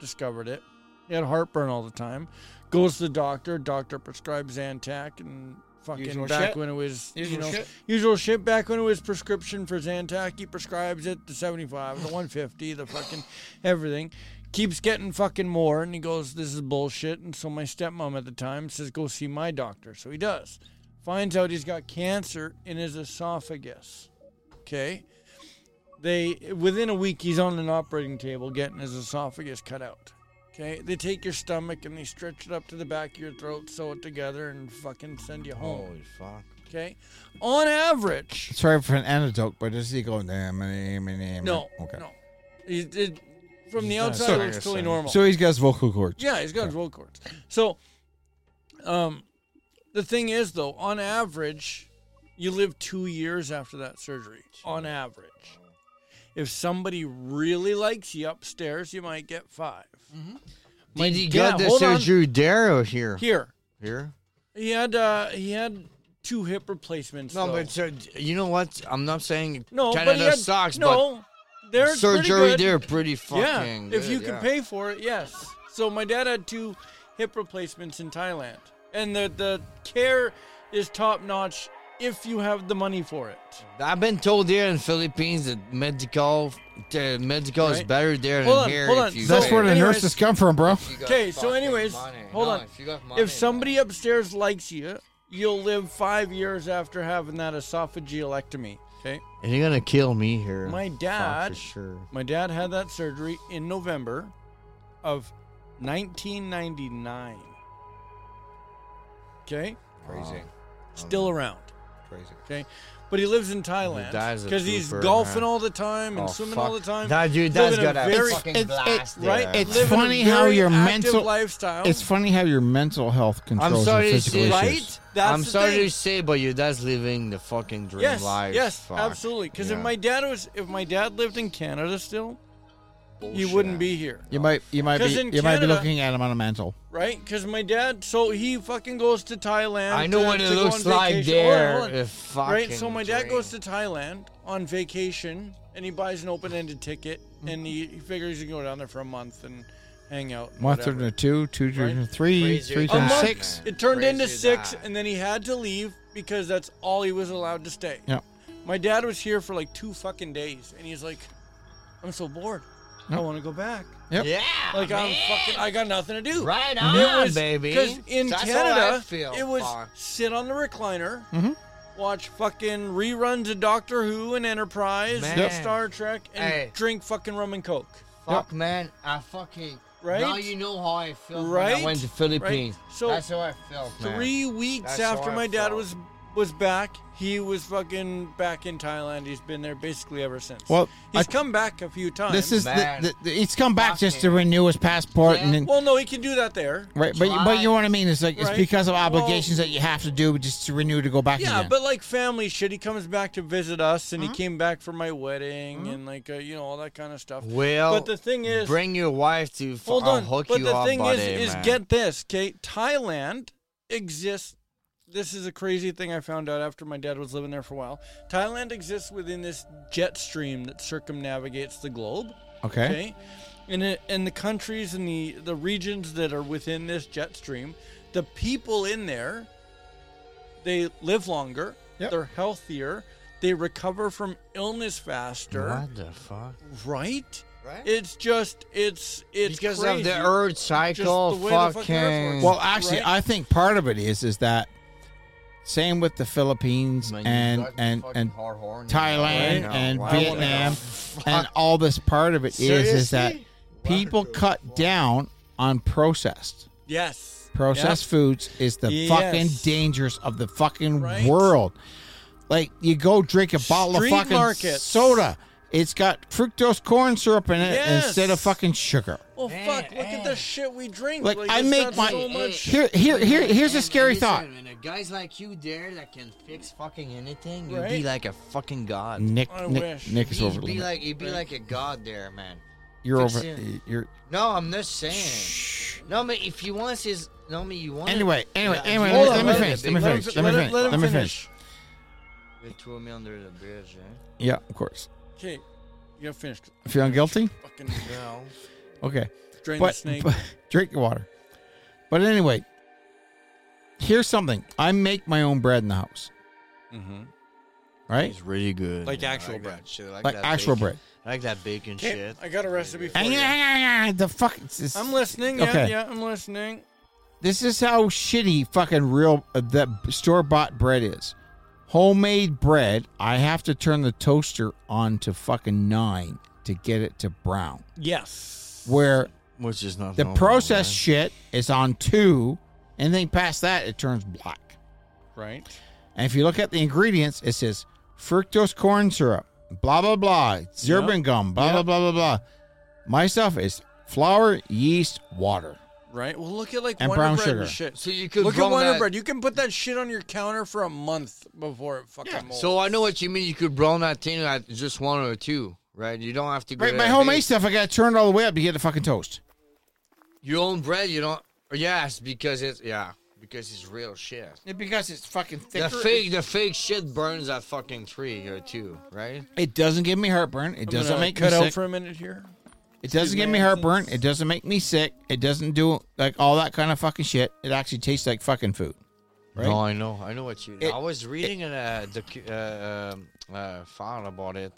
Speaker 3: Discovered it. He had heartburn all the time. Goes to the doctor. Doctor prescribes Zantac and fucking
Speaker 1: Usual
Speaker 3: back
Speaker 1: shit.
Speaker 3: when it was you
Speaker 1: Usual
Speaker 3: know
Speaker 1: shit.
Speaker 3: usual shit. Back when it was prescription for Zantac, he prescribes it the seventy five, the one fifty, the fucking everything. Keeps getting fucking more, and he goes, "This is bullshit." And so my stepmom at the time says, "Go see my doctor." So he does. Finds out he's got cancer in his esophagus. Okay. They within a week he's on an operating table getting his esophagus cut out. Okay, they take your stomach and they stretch it up to the back of your throat, sew it together, and fucking send you home.
Speaker 2: Holy fuck!
Speaker 3: Okay, on average,
Speaker 1: Sorry for an anecdote, but does he go nah, nah, nah, nah, nah."
Speaker 3: no,
Speaker 1: Okay.
Speaker 3: no, it, it, from the
Speaker 2: He's not
Speaker 3: outside
Speaker 2: saying
Speaker 3: it looks
Speaker 2: it's
Speaker 3: totally
Speaker 2: a-
Speaker 3: normal.
Speaker 1: So he's got his vocal cords.
Speaker 3: Yeah, he's got his roll cords. So, um, the thing is, though, on average, you live two years after that surgery. On average, if somebody really likes you upstairs, you might get 5
Speaker 2: Mm-hmm.
Speaker 3: My-
Speaker 2: Did he
Speaker 3: yeah,
Speaker 2: get the
Speaker 3: hold on.
Speaker 2: surgery there or here?
Speaker 3: Here,
Speaker 2: Here?
Speaker 3: he had uh, he had two hip replacements.
Speaker 2: No,
Speaker 3: though.
Speaker 2: but sir, you know what? I'm not saying
Speaker 3: No,
Speaker 2: Canada
Speaker 3: but he had,
Speaker 2: sucks,
Speaker 3: no,
Speaker 2: but
Speaker 3: they're pretty
Speaker 2: surgery
Speaker 3: good.
Speaker 2: there pretty fucking.
Speaker 3: yeah,
Speaker 2: good,
Speaker 3: if you can
Speaker 2: yeah.
Speaker 3: pay for it, yes. So my dad had two hip replacements in Thailand, and the the care is top notch if you have the money for it.
Speaker 2: I've been told there in Philippines that medical, the medical is
Speaker 3: Right.
Speaker 2: better there
Speaker 3: Hold
Speaker 2: than
Speaker 3: on,
Speaker 2: here.
Speaker 3: hold
Speaker 2: if
Speaker 3: on.
Speaker 2: you
Speaker 1: That's
Speaker 2: pay.
Speaker 1: where the
Speaker 3: Anyways- um,
Speaker 1: nurses come from, bro.
Speaker 2: If you got
Speaker 3: Okay, so
Speaker 2: fucking
Speaker 3: anyways,
Speaker 2: money.
Speaker 3: hold
Speaker 2: No,
Speaker 3: on.
Speaker 2: If, you got money,
Speaker 3: If somebody upstairs likes you, you'll live five years after having that esophagealectomy. Okay,
Speaker 2: and you're gonna kill me here.
Speaker 3: my
Speaker 2: Fuck,
Speaker 3: dad,
Speaker 2: for sure.
Speaker 3: my dad had that surgery in November of 1999. Okay,
Speaker 2: Crazy.
Speaker 3: still around.
Speaker 2: Crazy.
Speaker 3: Okay. But he lives in Thailand
Speaker 2: dad's a
Speaker 3: because he's
Speaker 2: trooper,
Speaker 3: golfing
Speaker 2: man.
Speaker 3: all the time and
Speaker 2: Oh,
Speaker 3: swimming
Speaker 2: fuck.
Speaker 3: all the time.
Speaker 2: That dude,
Speaker 3: Living
Speaker 2: that's got a
Speaker 3: very,
Speaker 2: fucking
Speaker 1: it's- it-
Speaker 2: blast. there.
Speaker 3: right.
Speaker 1: It's
Speaker 3: living a
Speaker 1: funny how
Speaker 3: very
Speaker 1: your
Speaker 3: active
Speaker 1: mental-
Speaker 3: lifestyle.
Speaker 1: It's funny how your mental health controls
Speaker 2: I'm sorry
Speaker 1: your
Speaker 2: to
Speaker 1: physical
Speaker 2: say,
Speaker 1: issues.
Speaker 3: right. That's
Speaker 2: I'm
Speaker 3: the
Speaker 2: sorry
Speaker 3: thing.
Speaker 2: to say, but your dad's living the fucking dream
Speaker 3: yes,
Speaker 2: life.
Speaker 3: yes,
Speaker 2: Fuck.
Speaker 3: absolutely. Because
Speaker 2: Yeah.
Speaker 3: if my dad was, if my dad lived in Canada still, he
Speaker 2: Bullshit.
Speaker 3: wouldn't be here,
Speaker 1: You might you might be
Speaker 3: 'Cause
Speaker 1: you
Speaker 3: in
Speaker 1: might be
Speaker 3: Canada-
Speaker 1: looking at him on a mental.
Speaker 3: right? Because my dad, so he fucking goes to Thailand.
Speaker 2: I know
Speaker 3: to-
Speaker 2: what it
Speaker 3: to go
Speaker 2: looks
Speaker 3: on
Speaker 2: like
Speaker 3: vacation. Hold on,
Speaker 2: there.
Speaker 3: hold on.
Speaker 2: a fucking
Speaker 3: right? So my dad
Speaker 2: dream.
Speaker 3: goes to Thailand on vacation, and he buys an open-ended ticket, and he, he figures he can go down there for a month and hang out. and
Speaker 1: One
Speaker 3: whatever.
Speaker 1: turned into two, two turned into
Speaker 3: Right.
Speaker 1: three,
Speaker 2: Raise your
Speaker 1: three
Speaker 2: A
Speaker 1: turned
Speaker 2: month.
Speaker 1: into six.
Speaker 2: Man.
Speaker 3: It turned
Speaker 2: Raise
Speaker 3: into
Speaker 2: your
Speaker 3: six,
Speaker 2: dad.
Speaker 3: and then he had to leave because that's all he was allowed to stay.
Speaker 1: Yeah.
Speaker 3: My dad was here for like two fucking days, and he's like, "I'm so bored. I
Speaker 1: Yep.
Speaker 3: want to go back.
Speaker 1: Yep.
Speaker 2: Yeah.
Speaker 3: Like I'm fucking. I got nothing to do.
Speaker 2: Right
Speaker 3: It
Speaker 2: on,
Speaker 3: was-
Speaker 2: baby.
Speaker 3: 'cause in
Speaker 2: That's how I
Speaker 3: Canada,
Speaker 2: feel, Mm-hmm.
Speaker 3: it was
Speaker 2: fuck.
Speaker 3: sit on the recliner,
Speaker 1: Mhm.
Speaker 3: watch fucking reruns of Doctor Who and Enterprise, and
Speaker 2: Man.
Speaker 3: Star Trek, and
Speaker 2: Hey.
Speaker 3: drink fucking rum and coke.
Speaker 2: Fuck, man. I fucking.
Speaker 3: Right?
Speaker 2: Now you know how I feel. When
Speaker 3: Right?
Speaker 2: I went to Philippines.
Speaker 3: Right? So
Speaker 2: That's how I felt, man.
Speaker 3: Three weeks
Speaker 2: That's
Speaker 3: after
Speaker 2: how I
Speaker 3: my dad
Speaker 2: felt.
Speaker 3: was was back. He was fucking back in Thailand. He's been there basically ever since.
Speaker 1: Well,
Speaker 3: he's
Speaker 1: I-
Speaker 3: come back a few times.
Speaker 1: This is the,
Speaker 4: Man.
Speaker 1: the, the- he's come back just to renew his passport and then,
Speaker 3: well, no, he can do that there.
Speaker 1: right, but but you know what I mean? It's like it's
Speaker 3: Right.
Speaker 1: because of
Speaker 3: Well-
Speaker 1: obligations that you have to do just to renew to go back.
Speaker 3: Yeah,
Speaker 1: again.
Speaker 3: but like family shit. He comes back to visit us,
Speaker 8: Mm-hmm.
Speaker 3: and he came back for my wedding, and like uh, you know all that kind of stuff.
Speaker 8: Well,
Speaker 3: but the thing is,
Speaker 8: bring your wife to f-
Speaker 3: hold
Speaker 8: I'll
Speaker 3: on.
Speaker 8: hook
Speaker 3: but
Speaker 8: you
Speaker 3: the
Speaker 8: up,
Speaker 3: thing
Speaker 8: buddy,
Speaker 3: is,
Speaker 8: man.
Speaker 3: is get this, Kate. Thailand exists. This is a crazy thing I found out after my dad was living there for a while. Thailand exists within this jet stream that circumnavigates the globe.
Speaker 1: okay.
Speaker 3: Okay. And it, and the countries and the the regions that are within this jet stream, the people in there, they live longer.
Speaker 1: Yep.
Speaker 3: They're healthier. They recover from illness faster.
Speaker 8: What the fuck?
Speaker 3: Right?
Speaker 8: Right?
Speaker 3: It's just it's it's
Speaker 8: because
Speaker 3: crazy.
Speaker 8: of the oh, Earth cycle,
Speaker 3: way the fucking
Speaker 8: fucking.
Speaker 3: Earth works.
Speaker 1: Well, actually,
Speaker 3: Right?
Speaker 1: I think part of it is is that same with the Philippines
Speaker 8: Man, you
Speaker 1: and
Speaker 8: got the
Speaker 1: and
Speaker 8: fucking
Speaker 1: and
Speaker 8: hard horn, you know,
Speaker 1: Thailand
Speaker 8: right?
Speaker 1: and
Speaker 8: Wow.
Speaker 1: Vietnam
Speaker 8: Fuck.
Speaker 1: and all this part of it is is that
Speaker 8: Seriously?
Speaker 1: people cut down on processed
Speaker 3: Yes.
Speaker 1: processed foods is the
Speaker 3: Yes.
Speaker 1: fucking dangers of the fucking
Speaker 3: Right.
Speaker 1: world. Like you go drink a bottle
Speaker 3: Street
Speaker 1: of fucking
Speaker 3: markets.
Speaker 1: soda. It's got fructose corn syrup in it
Speaker 3: Yes.
Speaker 1: instead of fucking sugar.
Speaker 3: Yeah. Well, Oh, fuck! Look at the shit we drink.
Speaker 1: Like, I
Speaker 3: it's
Speaker 1: make
Speaker 3: got
Speaker 1: my
Speaker 3: so much.
Speaker 1: here here here here's a
Speaker 8: And- and
Speaker 1: scary
Speaker 8: listen,
Speaker 1: thought.
Speaker 8: When a guys like you there that can fix fucking anything, you'd
Speaker 3: Right?
Speaker 8: be like a fucking god.
Speaker 1: Nick
Speaker 3: I
Speaker 1: Nick,
Speaker 3: wish.
Speaker 1: Nick is
Speaker 8: You'd
Speaker 1: over.
Speaker 8: be
Speaker 1: limit.
Speaker 8: like you'd be like a god there, man.
Speaker 1: You're
Speaker 8: Fix
Speaker 1: over.
Speaker 8: it.
Speaker 1: You're.
Speaker 8: No, I'm not saying. No, man. If you want his, no, man. You want it-
Speaker 1: Anyway, anyway,
Speaker 8: Yeah,
Speaker 1: anyway.
Speaker 8: you
Speaker 1: Let,
Speaker 8: want
Speaker 1: let me
Speaker 8: it,
Speaker 1: finish. Let
Speaker 8: baby.
Speaker 1: me
Speaker 3: Let him
Speaker 1: finish.
Speaker 3: fi-
Speaker 1: Let me
Speaker 3: let him-
Speaker 1: finish.
Speaker 3: let him
Speaker 1: Let me finish.
Speaker 3: finish.
Speaker 8: They threw me under the bridge. Eh?
Speaker 1: Yeah, of course.
Speaker 3: Okay, you gotta finish.
Speaker 1: Feeling guilty?
Speaker 3: Fucking uh,
Speaker 8: No.
Speaker 1: Okay.
Speaker 3: drain the
Speaker 1: But,
Speaker 3: snake.
Speaker 1: but drink your water. But anyway, here's something. I make my own bread in the house.
Speaker 3: Mhm.
Speaker 1: Right?
Speaker 8: It's really good.
Speaker 3: Like actual
Speaker 8: like that
Speaker 3: bread.
Speaker 8: shit,
Speaker 1: Like
Speaker 8: that
Speaker 1: actual
Speaker 8: bacon-
Speaker 1: bread.
Speaker 8: I like that bacon
Speaker 3: Okay,
Speaker 8: shit.
Speaker 3: I got a recipe for
Speaker 1: Hang on,
Speaker 3: you.
Speaker 1: hang on, hang on. The fuck. it's- it's-
Speaker 3: Oh, I'm listening. Yeah,
Speaker 1: Okay.
Speaker 3: yeah, I'm listening.
Speaker 1: This is how shitty fucking real uh, that store bought bread is. Homemade bread, I have to turn the toaster on to fucking nine to get it to brown.
Speaker 3: Yes.
Speaker 1: Where
Speaker 8: Which is not
Speaker 1: The
Speaker 8: normal,
Speaker 1: processed
Speaker 8: man.
Speaker 1: shit is on two. Anything past that, it turns black.
Speaker 3: Right.
Speaker 1: And if you look at the ingredients, it says fructose corn syrup, blah, blah, blah, zerbin gum, blah,
Speaker 3: Yep.
Speaker 1: blah, blah, blah, blah. My stuff is flour, yeast, water.
Speaker 3: Right. Well, look at like
Speaker 1: And
Speaker 3: Wonder
Speaker 1: brown
Speaker 3: bread
Speaker 1: sugar.
Speaker 3: And shit.
Speaker 8: So you could
Speaker 3: look at
Speaker 8: brown
Speaker 3: Wonder
Speaker 8: that-
Speaker 3: Bread. You can put that shit on your counter for a month before it fucking molds.
Speaker 8: So I know what you mean. You could brown that thing at just one or two, right? You don't have to. Go
Speaker 1: Right,
Speaker 8: to
Speaker 1: my
Speaker 8: that
Speaker 1: homemade
Speaker 8: big-
Speaker 1: stuff, I got to turn it all the way up to get the fucking toast.
Speaker 8: Your own bread, you don't. Yes, because it's yeah, because it's real shit.
Speaker 1: Because it's fucking thicker.
Speaker 8: The fake, the fake shit burns at fucking three or two, right?
Speaker 1: It doesn't give me heartburn. It
Speaker 3: I'm
Speaker 1: doesn't
Speaker 3: gonna
Speaker 1: make me
Speaker 3: cut out
Speaker 1: sick.
Speaker 3: for a minute here.
Speaker 1: it doesn't give
Speaker 3: me.
Speaker 1: me heartburn. It doesn't make me sick. It doesn't do like all that kind of fucking shit. It actually tastes like fucking food. Right?
Speaker 8: No, I know, I know what you.
Speaker 1: It-
Speaker 8: I was reading in a docu- uh, um, uh, file about it.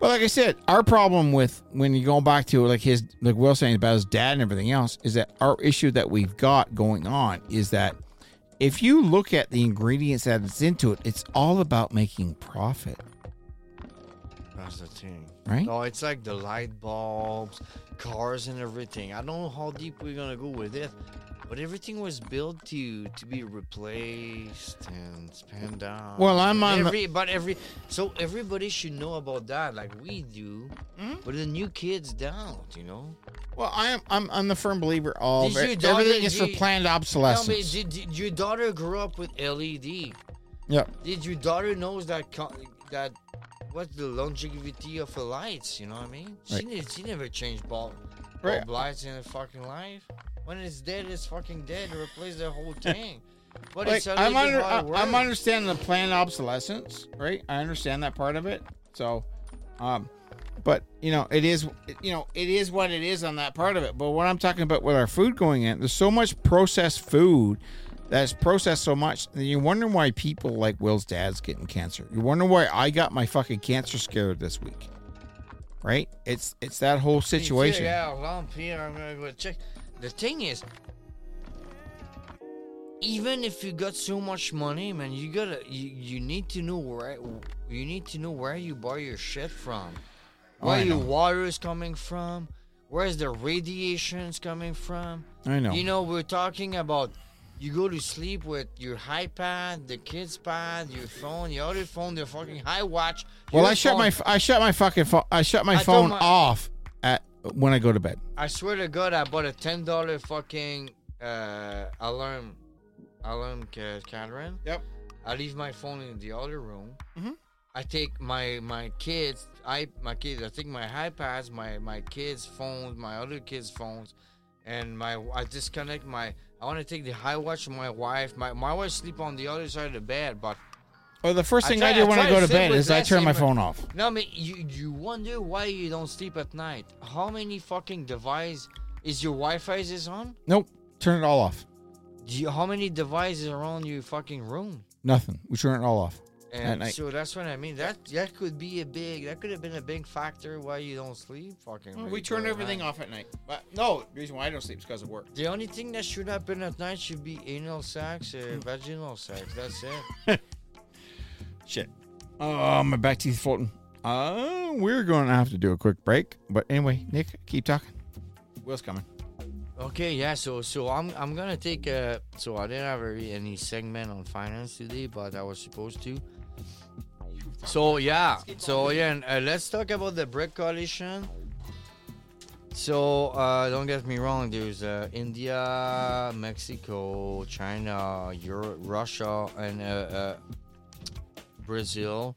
Speaker 1: Well, like I said, our problem with when you go back to like his like Will saying about his dad and everything else is that our issue that we've got going on is that if you look at the ingredients that it's into it, it's all about making profit,
Speaker 8: That's the thing.
Speaker 1: right?
Speaker 8: No, it's like the light bulbs, cars, and everything. I don't know how deep we're gonna go with it, but everything was built to to be replaced and spanned down.
Speaker 1: Well, I'm
Speaker 8: And
Speaker 1: on the-
Speaker 8: every, but every so everybody should know about that, like we do.
Speaker 1: Hmm?
Speaker 8: But the new kids don't, you know.
Speaker 1: Well, I'm I'm I'm the firm believer all
Speaker 8: Did your
Speaker 1: it.
Speaker 8: daughter-
Speaker 1: everything is for
Speaker 8: did-
Speaker 1: planned
Speaker 8: Tell me,
Speaker 1: obsolescence.
Speaker 8: did, did your daughter grow up with E LED?
Speaker 1: Yep.
Speaker 8: Did your daughter knows that co- that what's the longevity of the lights? You know what I mean? She,
Speaker 1: Right.
Speaker 8: ne- she never changed bulb, bulb
Speaker 1: Right.
Speaker 8: lights in her fucking life. When it's dead, it's fucking dead. Replace the whole thing. But
Speaker 1: Like,
Speaker 8: it's a
Speaker 1: I'm
Speaker 8: living
Speaker 1: under I,
Speaker 8: hard work.
Speaker 1: I'm understanding the planned obsolescence, right? I understand that part of it. So, um, but you know, it is you know it is what it is on that part of it. But what I'm talking about with our food going in, there's so much processed food that's processed so much that you wonder why people like Will's dad's getting cancer. You wonder why I got my fucking cancer scare this week, right? It's it's that whole
Speaker 8: You feel,
Speaker 1: situation.
Speaker 8: Yeah, lump here. I'm gonna go check. The thing is, even if you got so much money, man, you gotta you, you need to know where you need to know where you buy your shit from,
Speaker 1: Oh,
Speaker 8: where
Speaker 1: I
Speaker 8: your
Speaker 1: know.
Speaker 8: water is coming from, where's the radiation's coming from.
Speaker 1: I know.
Speaker 8: You know, we're talking about
Speaker 2: You go to sleep with your iPad, the kid's pad, your phone, your other phone, the fucking high watch.
Speaker 1: Well,
Speaker 2: your
Speaker 1: I shut
Speaker 2: phone.
Speaker 1: my f- I shut my fucking phone. I shut my
Speaker 2: I
Speaker 1: phone
Speaker 2: told my-
Speaker 1: off at when I go to bed.
Speaker 2: I swear to God, I bought a ten dollar fucking uh, alarm alarm ca- Catherine.
Speaker 1: Yep.
Speaker 2: I leave my phone in the other room.
Speaker 1: Mhm.
Speaker 2: I take my my kids, I my kids. I take my iPads, my my kids' phones, my other kids' phones, and my I disconnect my. I want to take the high watch from my wife. My my wife sleep on the other side of the bed, but
Speaker 1: Well, the first
Speaker 2: I
Speaker 1: thing I,
Speaker 2: try-
Speaker 1: do
Speaker 2: I
Speaker 1: when
Speaker 2: try
Speaker 1: I
Speaker 2: to
Speaker 1: go to
Speaker 2: sit
Speaker 1: bed
Speaker 2: with
Speaker 1: is I
Speaker 2: less
Speaker 1: turn my
Speaker 2: input-
Speaker 1: phone off.
Speaker 2: No, I mean, you, you wonder why you don't sleep at night. How many fucking device is your Wi-Fi is on?
Speaker 1: Nope, turn it all off.
Speaker 2: Do you, how many devices are on your fucking room?
Speaker 1: Nothing. We turn it all off. At
Speaker 2: And
Speaker 1: night.
Speaker 2: so that's what I mean. That that could be a big. That could have been a big factor why you don't sleep. Fucking.
Speaker 1: we turn everything off at night. But no, the reason why I don't sleep is because of work.
Speaker 2: The only thing that should happen at night should be anal sex
Speaker 1: Hmm.
Speaker 2: or vaginal sex. That's it.
Speaker 1: Shit. Oh, my back teeth floating. Uh, we're going to have to do a quick break. But anyway, Nick, keep talking. Will's coming.
Speaker 2: Okay, yeah. So, so I'm I'm gonna take a. So I didn't have a, any segment on finance today, but I was supposed to. So yeah. So yeah. and, uh, let's talk about the brick coalition. So uh, don't get me wrong. There's uh, India, Mexico, China, Europe, Russia, and uh, uh, Brazil.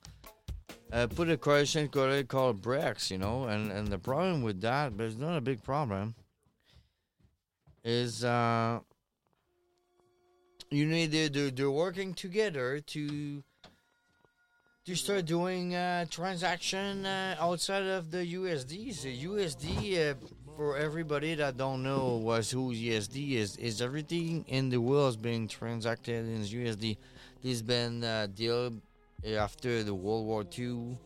Speaker 2: Uh, put a coalition called called BRICS, you know, and and the problem with that, but it's not a big problem is uh you need they they're, they're working together to to start doing uh transaction uh, outside of the USD. So USD uh, for everybody that don't know was who USD is is everything in the world is being transacted in USD. There's been uh, deal uh, after the World War II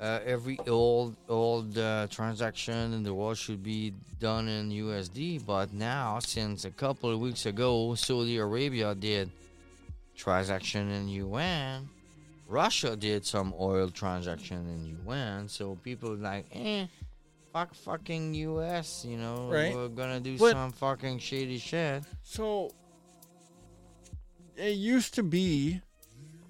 Speaker 2: uh, every old old uh, transaction in the world should be done in USD. But now, since a couple of weeks ago, Saudi Arabia did transaction in yuan. Russia did some oil transaction in yuan. So people like, eh, fuck fucking US. You know,
Speaker 3: Right.
Speaker 2: we're gonna do
Speaker 3: But-
Speaker 2: some fucking shady shit.
Speaker 3: So it used to be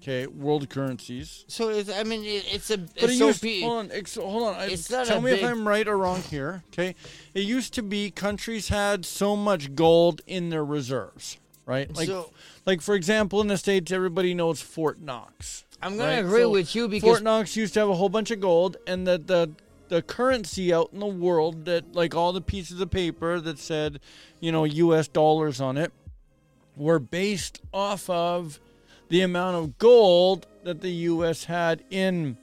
Speaker 3: okay, world currencies.
Speaker 2: So it's, I mean, it, it's a
Speaker 3: But
Speaker 2: it's
Speaker 3: it
Speaker 2: so
Speaker 3: used,
Speaker 2: big.
Speaker 3: hold on, ex- hold on. I-
Speaker 2: It's not
Speaker 3: tell
Speaker 2: a
Speaker 3: me if
Speaker 2: big-
Speaker 3: I'm right or wrong here. Okay, it used to be countries had so much gold in their reserves, right? Like,
Speaker 2: So-
Speaker 3: like for example, in the states, everybody knows Fort Knox.
Speaker 2: I'm gonna
Speaker 3: right?
Speaker 2: agree
Speaker 3: So
Speaker 2: with you because
Speaker 3: Fort Knox used to have a whole bunch of gold, and the, the the currency out in the world that like all the pieces of paper that said, you know, U.S. dollars on it, were based off of the amount of gold that the U.S. had in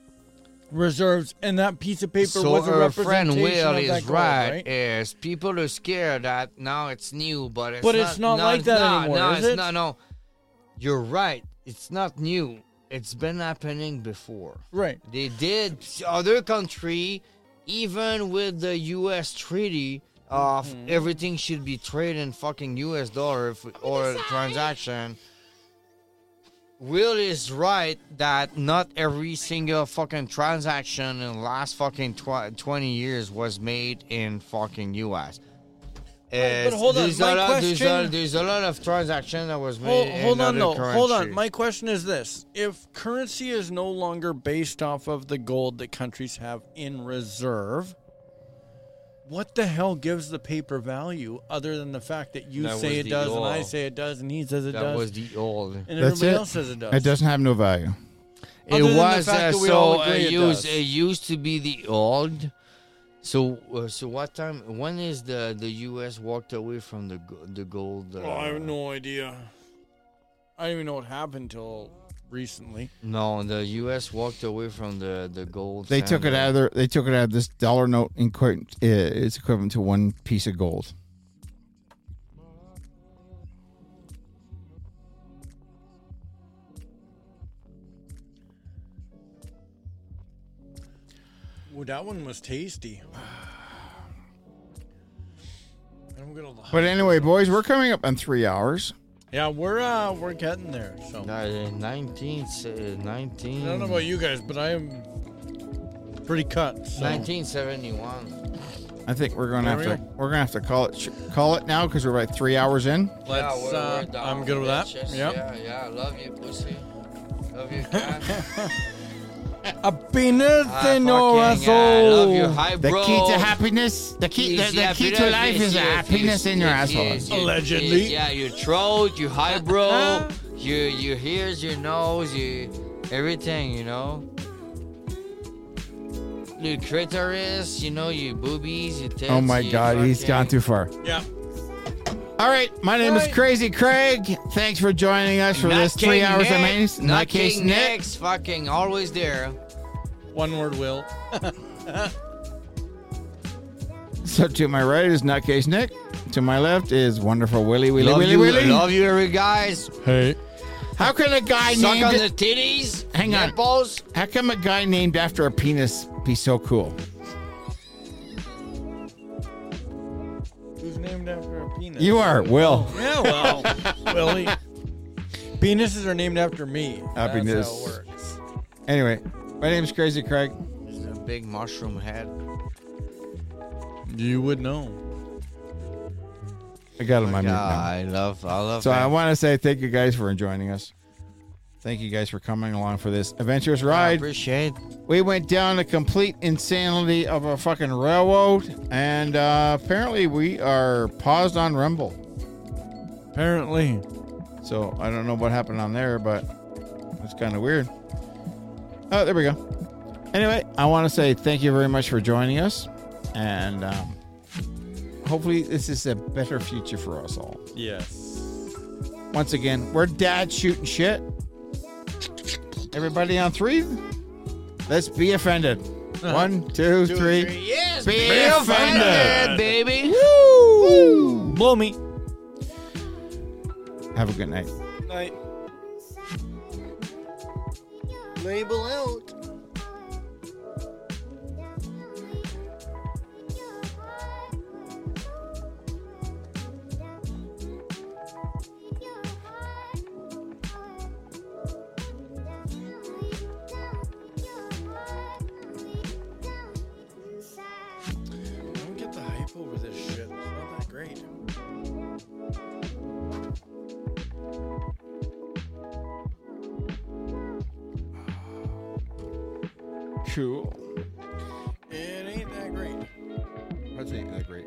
Speaker 3: reserves, and that piece of paper
Speaker 2: So
Speaker 3: was a
Speaker 2: our
Speaker 3: representation
Speaker 2: friend Will
Speaker 3: of
Speaker 2: is
Speaker 3: that gold,
Speaker 2: right,
Speaker 3: right?
Speaker 2: Is people are scared that now it's new, but it's
Speaker 3: But
Speaker 2: not,
Speaker 3: it's not
Speaker 2: no,
Speaker 3: like
Speaker 2: it's
Speaker 3: that
Speaker 2: not,
Speaker 3: anymore,
Speaker 2: No,
Speaker 3: is
Speaker 2: it's
Speaker 3: it?
Speaker 2: not. No, you're right. It's not new. It's been happening before.
Speaker 3: Right.
Speaker 2: They did other country, even with the U.S. treaty of
Speaker 3: Mm-hmm.
Speaker 2: everything should be traded in fucking U.S. dollar if, or transaction. Will is right that not every single fucking transaction in the last fucking tw- 20 years was made in fucking U.S.
Speaker 3: Right, but
Speaker 2: Uh,
Speaker 3: hold on,
Speaker 2: there's
Speaker 3: my
Speaker 2: a lot, there's a-
Speaker 3: question-
Speaker 2: There's a, lot of transaction that was
Speaker 3: Hold,
Speaker 2: made.
Speaker 3: hold
Speaker 2: in
Speaker 3: on
Speaker 2: other
Speaker 3: though. Hold on.
Speaker 2: currency.
Speaker 3: My question is this: If currency is no longer based off of the gold that countries have in reserve, what the hell gives the paper value other than the fact that you
Speaker 2: That was
Speaker 3: say it
Speaker 2: the
Speaker 3: does and I
Speaker 2: oil.
Speaker 3: say it does and he says it
Speaker 2: That
Speaker 3: does
Speaker 2: was the old.
Speaker 3: and
Speaker 1: That's
Speaker 3: everybody
Speaker 1: it.
Speaker 3: else says it does?
Speaker 1: It doesn't have no value.
Speaker 2: It
Speaker 3: Other than the
Speaker 2: was
Speaker 3: fact
Speaker 2: uh,
Speaker 3: that we all
Speaker 2: so
Speaker 3: agree
Speaker 2: it
Speaker 3: it
Speaker 2: used
Speaker 3: does.
Speaker 2: it used to be the old. So uh, so what time? When is the the U.S. walked away from the go- the gold? Uh,
Speaker 3: Oh, I have no idea. I don't even know what happened till recently.
Speaker 2: No, the U.S. walked away from the the gold.
Speaker 1: They took it
Speaker 2: standard.
Speaker 1: out of their, they took it out of this dollar note and equi- uh, it's equivalent to one piece of gold.
Speaker 3: Well, that one was tasty. I'm gonna lie.
Speaker 1: But anyway, boys, we're coming up on three hours.
Speaker 3: Yeah, we're uh, we're getting there. So.
Speaker 2: Uh, Nineteen, uh, nineteen.
Speaker 3: I don't know about you guys, but I am pretty cut. So.
Speaker 2: 1971.
Speaker 1: I think we're gonna have
Speaker 3: There we
Speaker 1: to we're gonna have to call it sh- call it now because we're about three hours in.
Speaker 3: Let's.
Speaker 2: we're-
Speaker 3: uh,
Speaker 2: we're down,
Speaker 3: I'm good with that.
Speaker 2: bitches.
Speaker 3: Yep.
Speaker 2: Yeah, yeah. Love you, pussy. Love you, Ah, cat.
Speaker 3: Apinete no
Speaker 2: I Ah, fucking, uh, love you.
Speaker 3: asshole.
Speaker 2: Hi,
Speaker 1: The
Speaker 2: bro.
Speaker 1: key to happiness, the key, the,
Speaker 2: Yes,
Speaker 1: the
Speaker 2: yeah,
Speaker 1: key to
Speaker 2: because
Speaker 1: life is
Speaker 2: yes,
Speaker 1: the
Speaker 2: yes,
Speaker 1: happiness
Speaker 2: yes,
Speaker 1: in your
Speaker 2: yes,
Speaker 1: asshole.
Speaker 2: yes, yes,
Speaker 3: Allegedly.
Speaker 2: yes, Yeah, your throat, your high
Speaker 1: Uh-huh.
Speaker 2: bro, your your ears, your nose, your everything, you know. Your clitoris, you know, your boobies, your tits.
Speaker 1: Oh my
Speaker 2: your
Speaker 1: God, he's
Speaker 2: fucking-
Speaker 1: gone too far.
Speaker 3: Yeah.
Speaker 1: All right, my name is
Speaker 3: Right.
Speaker 1: Crazy Craig. Thanks for joining us for this three
Speaker 2: King
Speaker 1: hours
Speaker 2: Nick,
Speaker 1: of madness. In that
Speaker 2: Not
Speaker 1: case,
Speaker 2: King
Speaker 1: Nick.
Speaker 2: Nick's fucking always there.
Speaker 3: One word will.
Speaker 1: So to my right is Nutcase Nick. To my left is Wonderful Willie Willie
Speaker 2: love
Speaker 1: Willie
Speaker 2: you,
Speaker 1: Willie.
Speaker 2: love you, every guys.
Speaker 3: Hey.
Speaker 1: How can a guy
Speaker 2: Suck on
Speaker 1: named
Speaker 2: the titties.
Speaker 1: Hang on.
Speaker 2: nipples.
Speaker 1: How come a guy named after a penis be so cool?
Speaker 3: Who's named after a penis?
Speaker 1: You are Will.
Speaker 3: Yeah, well, Willie. Penises are named after me.
Speaker 1: Happiness.
Speaker 3: That's how it works.
Speaker 1: Anyway, my name's Crazy Craig.
Speaker 8: He's got a big mushroom head.
Speaker 3: You would know.
Speaker 1: I
Speaker 2: Oh
Speaker 1: got him on mute
Speaker 8: Yeah,
Speaker 1: now.
Speaker 8: I love, I love.
Speaker 1: So I
Speaker 8: that.
Speaker 1: want to say thank you guys for joining us. Thank you guys for coming along for this adventurous
Speaker 8: I
Speaker 1: ride.
Speaker 8: appreciate.
Speaker 1: We went down a complete insanity of a fucking railroad, and uh, apparently we are paused on Rumble.
Speaker 3: Apparently.
Speaker 1: So I don't know what happened on there, but it's kind of weird. Oh, there we go. Anyway, I want to say thank you very much for joining us, and um, hopefully this is a better future for us all.
Speaker 3: Yes.
Speaker 1: Once again, we're dad shooting shit. Everybody on three, let's be offended. One, Uh-huh. two, three.
Speaker 2: Yes,
Speaker 1: Be
Speaker 2: be
Speaker 1: offended.
Speaker 2: offended, baby.
Speaker 1: Woo!
Speaker 3: Blow me.
Speaker 1: Have a good night.
Speaker 3: Night.
Speaker 8: Label out.
Speaker 3: I don't get the hype over this shit. It's not that great.
Speaker 1: Cool.
Speaker 3: It ain't that great.
Speaker 1: That's ain't that great.